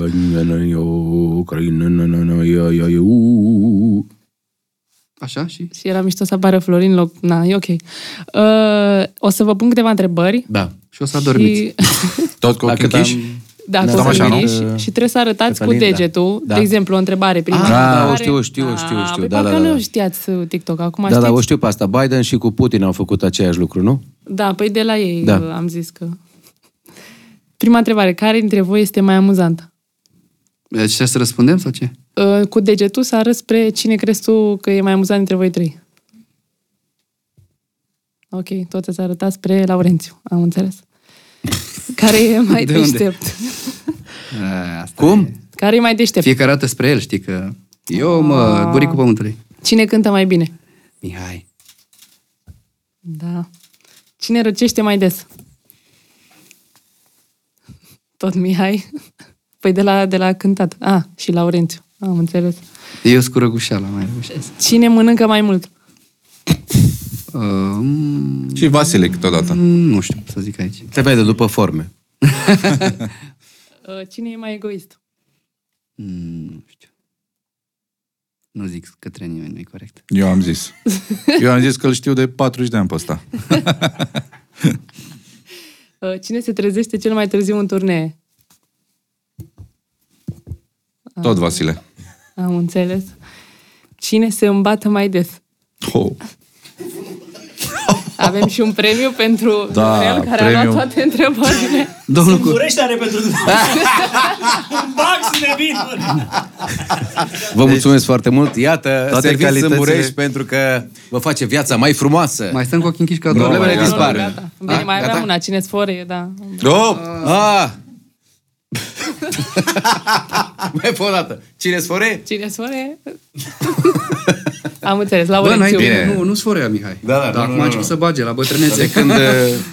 Așa și?
Și era mișto să apară Florin loc. Na, e ok. Uh, o să vă pun câteva întrebări.
Da.
Și o să adormiți. Și...
Tot cu ochii închiși?
Da, da, cu așa, și, și trebuie să arătați Stefanie, cu degetul, da. de exemplu, o întrebare. Prima
ah, da, o știu, o știu, o știu, o știu.
Da, da, da, nu știați TikTok, acum
da,
știți.
Da, da, o știu pe asta. Biden și cu Putin au făcut aceeași lucru, nu?
Da, păi de la ei da. am zis că... Prima întrebare, care dintre voi este mai amuzantă?
Deci trebuie să răspundem sau ce?
Uh, cu degetul să arăți spre cine crezi tu că e mai amuzant dintre voi trei. Ok, toți ați arătat spre Laurențiu, am înțeles. Care e mai de deștept?
A, asta
Cum?
E.
Care e mai deștept?
Fiecare dată spre el, știi că... Eu, mă, A... buricul pământului.
Cine cântă mai bine?
Mihai.
Da. Cine răcește mai des? Tot Mihai. Păi de la, de la cântat. A, ah, și Laurențiu. Am înțeles.
Eu scurăgușeala mai reușesc.
Cine mănâncă mai mult?
Um,
și Vasile câteodată.
Mm, Nu știu să zic aici.
Se vede după forme.
Uh, Cine e mai egoist?
Mm, nu știu. Nu zic către nimeni, nu e corect.
Eu am zis. Eu am zis că îl știu de 40 de ani pe ăsta.
Uh, Cine se trezește cel mai târziu în turnee?
Tot Vasile.
Am înțeles. Cine se îmbată mai des?
Oh.
Avem și un premiu pentru da, Gabriel, care premiu. a luat toate întrebările.
Domnul cu... are pentru Un bax de vinuri!
Vă mulțumesc deci, foarte mult. Iată,
toate
serviți
calitățile...
în Burești pentru că vă face viața mai frumoasă.
Mai stăm cu ochii închiși ca
Problemele
no,
dispar.
Gata. Da. Bine, mai aveam una. Cine sforie, da.
Oh!
Da.
Ah! mai pe o dată. Cine sfore?
Cine sfore? Am înțeles, la
Bă, Da, n-ai
Orențiu.
bine. Nu, nu sforea, Mihai.
Da, da, nu,
Dar
nu,
acum
nu,
a
nu.
început să bage la bătrânețe.
De când uh,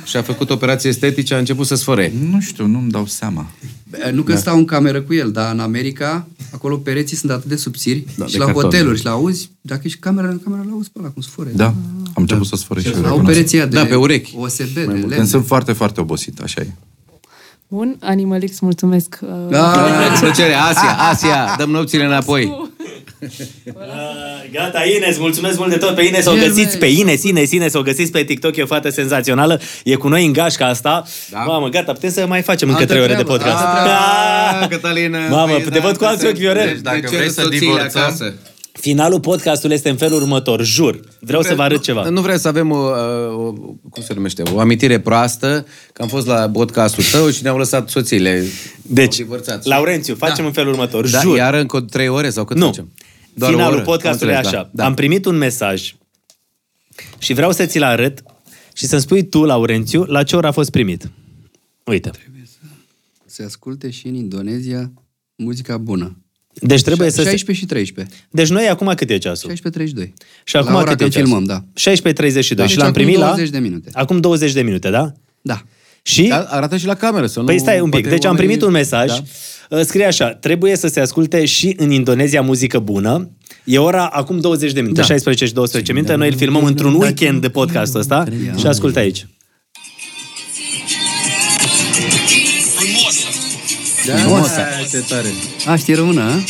și-a făcut operații estetice, a început să sfore.
Nu știu, nu-mi dau seama.
Da.
Nu că stau în cameră cu el, dar în America, acolo pereții sunt atât de subțiri
Da,
și
de
la
carton.
hoteluri și la auzi, dacă ești camera în camera, la auzi pe ăla cum sfore.
Da, am început să sfără și eu,
Au
recunosc.
pereții aia de
Da, pe urechi.
OSB, de lemn.
Când sunt foarte, foarte obosit, așa e.
Bun, Animalix, mulțumesc. Uh,
Da.
Cu Ah, plăcere, Asia, Asia, dăm nopțile înapoi.
Uh,
Gata, Ines, mulțumesc mult de tot pe Ines.
Să o
Ce
găsiți
mai-
pe Ines, Ines, Ines, să o găsiți pe TikTok, e o fată senzațională. E cu noi în gașca asta. Da. Mamă, gata, putem să mai facem încă
Altă
trei ore de
treabă,
podcast.
altă
Ah,
Da.
Cătălină.
Mamă, te văd cu alți ochi, Viorel. Deci,
dacă vrei să divorțăm-
Finalul podcastului este în felul următor, jur. Vreau să vă arăt ceva.
Nu vreau să avem o, o, cum se numește, o amintire proastă, că am fost la podcastul tău și ne-au lăsat soțiile.
Deci,
divorțați.
Laurențiu, facem în felul următor,
Da,
jur.
iar încă trei ore sau cât
Nu.
facem?
Doar Finalul
oră?
podcastului e
Am înțeles,
așa.
Da. da.
Am primit un mesaj și vreau să ți-l arăt și să-mi spui tu, Laurențiu, la ce oră a fost primit. Uite.
Se asculte și în Indonezia muzica bună.
Deci trebuie să...
16 și 13.
Deci noi acum cât e ceasul?
16.32.
Și acum
la ora
cât e
când
ceasul?
filmăm, da.
16.32
Da,
și
deci
l-am
acum
primit la...
20 de minute.
Acum 20 de minute, da?
Da.
Și...
Dar Arată și la cameră să nu...
Păi stai un pic.
poate
Deci am
oamenii-
primit un mesaj. Da. Scrie așa. Trebuie să se asculte și în Indonezia muzică bună. E ora acum 20 de minute, da. 16 și 12 minute.
da.
Noi îl filmăm într-un weekend de podcastul ăsta și ascultă aici.
Frumos. A, știi română, a?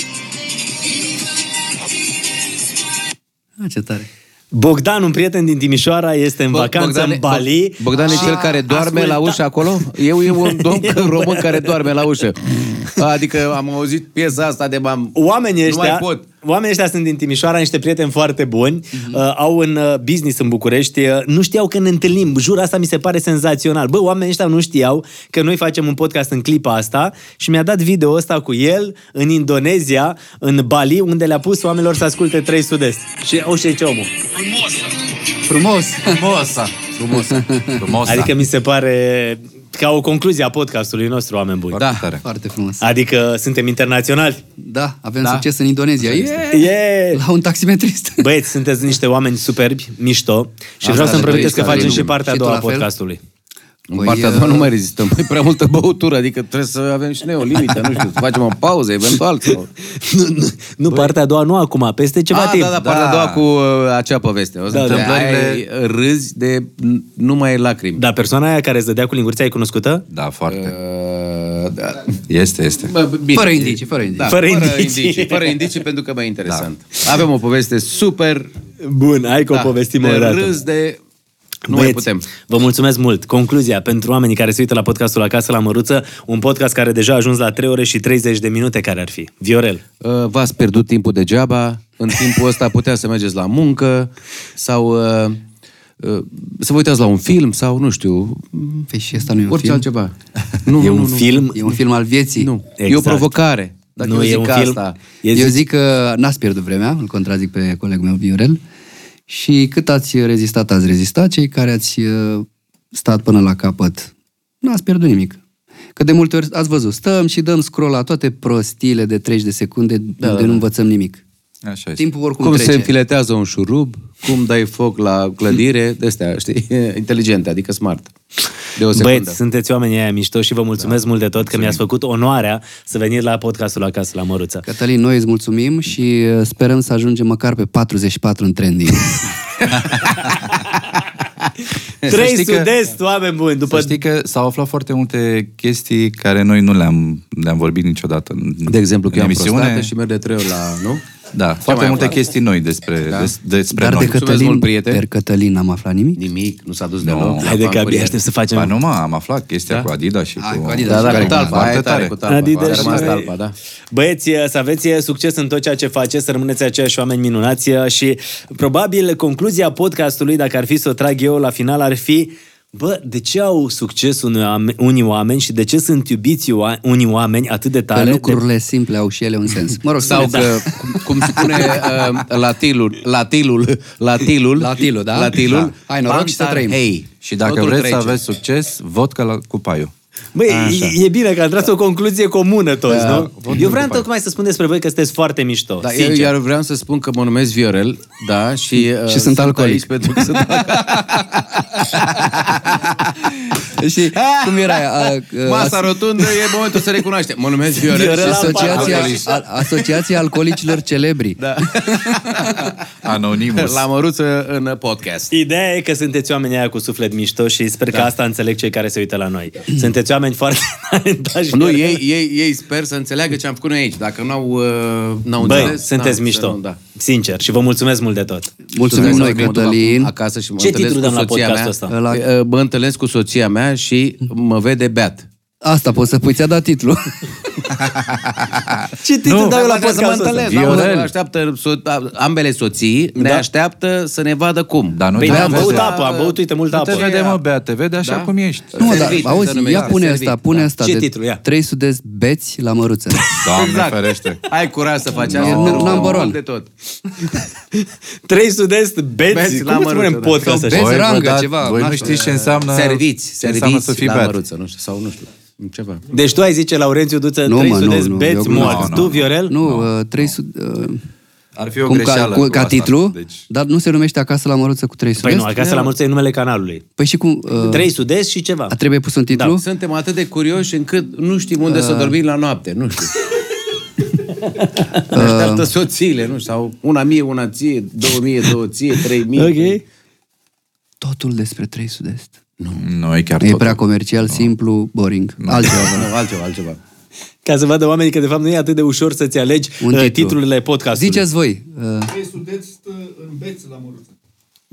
A, ce tare.
Bogdan, un prieten din Timișoara, este în
Bo-
vacanță în Bali.
Bo- Bogdan e cel care doarme
asculta-
la ușă acolo? Eu e un domn român care doarme la ușă. Adică am auzit piesa asta de m-am...
Oamenii
Nu mai
ăștia,
pot. Mhm.
oamenii ăștia sunt din Timișoara, niște prieteni foarte buni, uh, au un uh, business în București, uh, nu știau că ne întâlnim, jur, asta mi se pare senzațional. Bă, oamenii ăștia nu știau că noi facem un podcast în clipa asta și mi-a dat video ăsta cu el în Indonezia, în Bali, unde le-a pus oamenilor să asculte 3 sud-est. Și au și ce omul.
Frumos.
Frumosa! Frumosa! Frumosa!
Adică mi se pare ca o concluzie a podcastului nostru, oameni buni.
da. tare.
Foarte frumos.
Adică suntem internaționali.
Da, avem succes în Indonezia. Yeah!
Yeah!
La un taximetrist.
Băieți, sunteți niște oameni superbi, mișto și
Asta
vreau să-mi
ne
promiteți
dorim,
că
asta ne
facem și
dorim.
partea a
Și tu
doua a
la fel?
podcastului.
În partea a doua nu mai rezistăm. Mai prea multă băutură, adică trebuie să avem și noi o limită, nu știu, să facem o pauză, eventual. Sau...
Nu, nu, nu partea a doua, nu acum, peste ceva
Ah,
timp.
da, da, partea a doua cu uh, acea poveste. O să
Da,
da,
da.
da. Ai, râzi de n- numai lacrimi.
Da, persoana aia care zădea cu lingurița e cunoscută?
Da, foarte.
Uh, da.
Este, este.
Bă, bine,
Fără indicii, fără indicii.
Da, fără, fără indicii. indicii. Fără indicii, pentru că mai e interesant. Da. Avem o poveste super...
Bun, hai că da, o povestim
de
o dată.
râs de... Nu Băieți, mai putem.
Vă mulțumesc mult. Concluzia pentru oamenii care se uită la podcastul Acasă la Măruță, un podcast care deja a ajuns la 3 ore și 30 de minute, care ar fi? Viorel.
Uh, V-ați pierdut timpul degeaba, în timpul ăsta putea să mergeți la muncă sau uh, uh, să vă uitați la un film sau, nu știu,
Păi și ăsta nu e un
orice
film.
altceva.
e un film,
E un film al vieții.
Nu, e o
Exact.
provocare. Dacă
Nu,
eu
e
zic
un film.
asta,
E
Eu
zi-
zic că n-ați pierdut vremea, îl contrazic pe colegul meu Viorel. Și cât ați rezistat, ați rezistat. Cei care ați uh, stat până la capăt, n-ați pierdut nimic. Că de multe ori ați văzut, stăm și dăm scroll la toate prostiile de 30 de secunde da, de nu învățăm nimic.
Așa este.
Timpul oricum
Deci, cum, cum
trece.
se înfiletează un șurub, cum dai foc la clădire, de astea, știi, inteligente, adică smart. De o secundă.
Băieți, sunteți oamenii aia mișto și vă mulțumesc mult de tot că mi-ați făcut onoarea să veniți la podcastul Acasă la Măruță.
Cătălin, noi îți mulțumim și uh, sperăm să ajungem măcar pe 44 în trending.
Trei
știi că-
sud-est, oameni buni, după
Să știi că s-au aflat foarte multe chestii care noi nu le-am, le-am vorbit niciodată în
De exemplu, că
în
eu am
emisiune.
prostată și merg de trei ori la, nu?
Da, foarte
mai
multe
aflat?
chestii noi despre, da. des, despre
Dar
noi.
de Cătălin,
mult, prieten.
de Cătălin n-am aflat nimic.
Nimic, nu s-a dus deloc. la
Haide că
Vancouver.
abia aștept să
Ba
facem...
nu, mă, am aflat chestia da? cu Adidas și cu...
cu Adidas.
Da, da,
Care
cu talpa,
foarte
aia e tare,
tare.
cu talpa.
Adidas
Adidas
și
rămas
noi.
talpa, da.
Băieți, să aveți succes în tot ceea ce faceți, să rămâneți aceiași oameni minunați și probabil concluzia podcastului, dacă ar fi să o trag eu la final, ar fi Bă, de ce au succes unii oameni- unii oameni și de ce sunt iubiți ua- unii oameni atât de
Că
tare? De...
lucrurile simple au și ele un sens. Mă rog,
Sau
spuneți.
că, cum, cum spune uh, latilul, latilul, latilul,
Latilul, da?
latilul,
Da. Hai noroc și să
Bantar
trăim.
Hey.
Și dacă
Totul
vreți
trece.
să aveți succes, vodka la, cu paiul.
Băi, e, e bine că am tras o concluzie comună toți, nu? Eu vreau tocmai să spun despre voi că sunteți foarte mișto,
Da, eu
sincer.
iar vreau să spun că mă numesc Viorel, da, și... Uh,
Și sunt alcoolic.
aici pentru că sunt
Și cum era aia? A, a,
Masa rotundă e momentul să recunoaște. Mă numesc uh, Viorel.
Viorel
și sunt
asociația,
alcoolist.
a, asociația alcoolicilor celebri. Da.
Anonimus.
La măruță uh, în podcast.
Ideea e că sunteți oameni aia cu suflet mișto și sper da. că asta înțeleg cei care se uită la noi. Sunteți oameni foarte talentați.
Nu, ei, ei, ei sper să înțeleagă ce am făcut noi aici. Dacă n-au, uh, n-au
Băi,
înțeles...
sunteți
na,
mișto.
să nu, Da.
Sincer. Și vă mulțumesc mult de tot.
Mulțumim
Să
noi,
mă duc acum
Cătălin.
Acasă și mă
Ce
întâlnesc
titlu
cu
dăm la
soția mea.
podcastul
ăsta?
Eh, Mă întâlnesc cu soția mea și mă vede beat.
Asta poți să pui, ți-a dat titlul.
Ce titlu dau eu la
Trebuie să
podcastul
mă
ăsta?
întâlnesc. Viorel. Așteaptă so- ambele soții, ne așteaptă să ne vadă cum.
Dar nu
Păi
te
am
vede.
băut apă, am băut, uite, multă
Nu te
apă.
vede, mă, Bea, te vede așa cum ești.
nu, da. dar
Servit, se
auzi,
numește,
ia pune
servit,
asta, pune
da.
asta
Ce
de
titlu, ia?
300 de beți la măruță.
Doamne ferește.
Ai curaj să faci asta?
Nu,
te rog,
number
mult
one.
de tot.
3 sud-est,
Beți
beți.
la
Cum îți spunem
mărută,
podcast
da.
așa?
Sau
Voi,
rangă,
vă dați-
ceva,
voi nu
nașpa.
știți ce înseamnă,
Serviți,
ce înseamnă
serviți
să fii
la
beat.
măruță, nu știu, sau nu știu, ceva.
Deci tu ai zice, Laurențiu Duță,
Nu,
3
mă, nu,
sud-est,
nu,
beți,
eu- nu,
morți.
nu,
Tu,
nu.
Viorel?
Nu, uh, 300... uh,
Ar fi o
Cum ca,
greșeală
cu, ca
asta.
titlu,
Deci,
dar nu se numește Acasă la Măruță cu 300
Păi nu,
de beți?
acasă la măruță e numele canalului.
Păi și cum... Uh,
3 sud-est și ceva.
a, trebuie pus un titlu?
Suntem atât de curioși încât nu știm unde să dormim la noapte, nu știu. Ne așteaptă soțiile, nu știu, sau una mie, una ție, două mie, două ție, trei mii.
Ok.
Totul despre 300 de est.
nu e chiar
E
tot.
prea comercial, simplu, boring. Altceva.
Nu, altceva, altceva.
Ca să vadă oamenii că, de fapt, nu e atât de ușor să-ți alegi
Un
uh,
titlu.
titlurile podcastului.
Ziceți voi. Uh,
Trei sudeți în beț la măruță.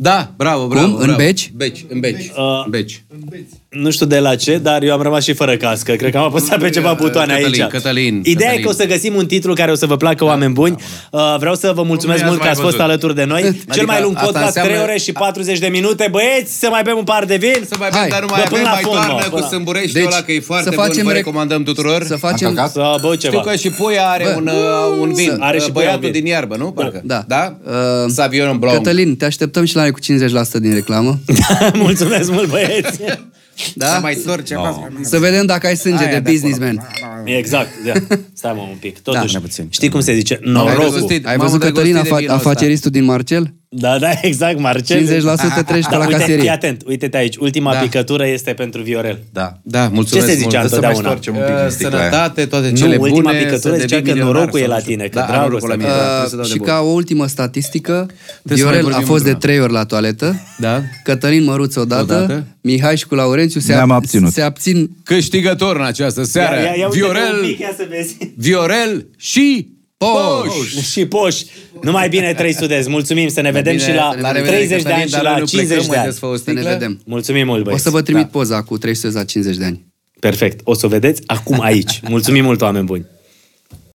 Da, bravo, bravo.
Cum? În
bravo.
beci?
Beci, în beci. Ah.
Uh,
În beci.
În beț.
Nu știu de la ce, dar eu am rămas și fără cască. Cred că am apăsat pe ceva butoane
Cătălin,
aici.
Cătălin,
Ideea e
Cătălin.
că o să găsim un titlu care o să vă placă, oameni buni. Uh, Vreau să vă mulțumesc
Cum ne-ați
mult că
mai
ați fost
văzut?
alături de noi. Cel mai lung
asta
podcast,
înseamnă-
3 ore și 40 de minute. Băieți, să mai bem un par de vin.
Să mai
Hai,
bem, dar nu mai
bă, până la
avem, mai
fond, mă,
toarnă
până
cu
la-
sâmburești deci, ăla, că e foarte
să
bun,
facem
vă
rec-
recomandăm tuturor.
Să facem...
Am
Să bău ceva.
Știu că și poia are un, uh, un vin.
Are și
Uh,
poia un
Băiatul
vin.
din iarbă, nu? Parcă.
Da.
Da?
Uh,
Savion Blanc.
Cătălin, te așteptăm și la noi cu 50% din reclamă.
Da, Mulțumesc mult, băieți.
Da? Mai torce acasă.
Să vedem dacă ai sânge
Aia
de
de
businessman.
Exact. da. Stai mă un pic. Totuși,
puțin.
știi cum se zice?
Ai
Norocul.
văzut,
Ai văzut
M-am îndrăgostit
Cătălin,
de vinul
afa-
ăsta.
afaceristul din Marcel?
Da, da, exact, Marcel. Da,
50% treci pe la
Ah, uite,
caserie.
Fii atent, uite-te aici, ultima
Da.
da. picătură este pentru Viorel.
Da.
Da, mulțumesc
Ce se zicea
mult. Să mai
întotdeauna?
stoarcem un pic din sticla aia. Sănătate, toate
Nu,
cele
ultima
bune,
picătură
să devii
zicea că
milionar
norocul
sau
e la
nu știu.
tine, că
Da,
dragostea
norocul la mine,
ta.
da, trebuie să dau
Uh,
de
Eh, și
bun.
ca o ultimă statistică,
să mai
Viorel a
vorbim
fost de
într-una.
trei ori la toaletă,
Da.
Cătălin Măruț odată,
Odată.
odată, Mihai și cu Laurențiu se,
Ne-am
ab-
abținut.
se abțin
Câștigător în această seară,
Ia, ia, ia uite-te un pic,
Viorel,
ia să vezi.
Viorel și Poș.
Și poși. Numai bine, 300 de Mulțumim să ne vedem
bine,
și la
să ne vedem.
30 de ani
Dar
și
noi
la
nu plecăm,
50 de ani.
haideți, fă o
să ne
sticlă.
vedem.
Mulțumim mult,
O
băieți. Da,
să vă trimit poza cu 300 la 50 de ani.
Perfect. O să o vedeți acum aici. Mulțumim mult, oameni buni.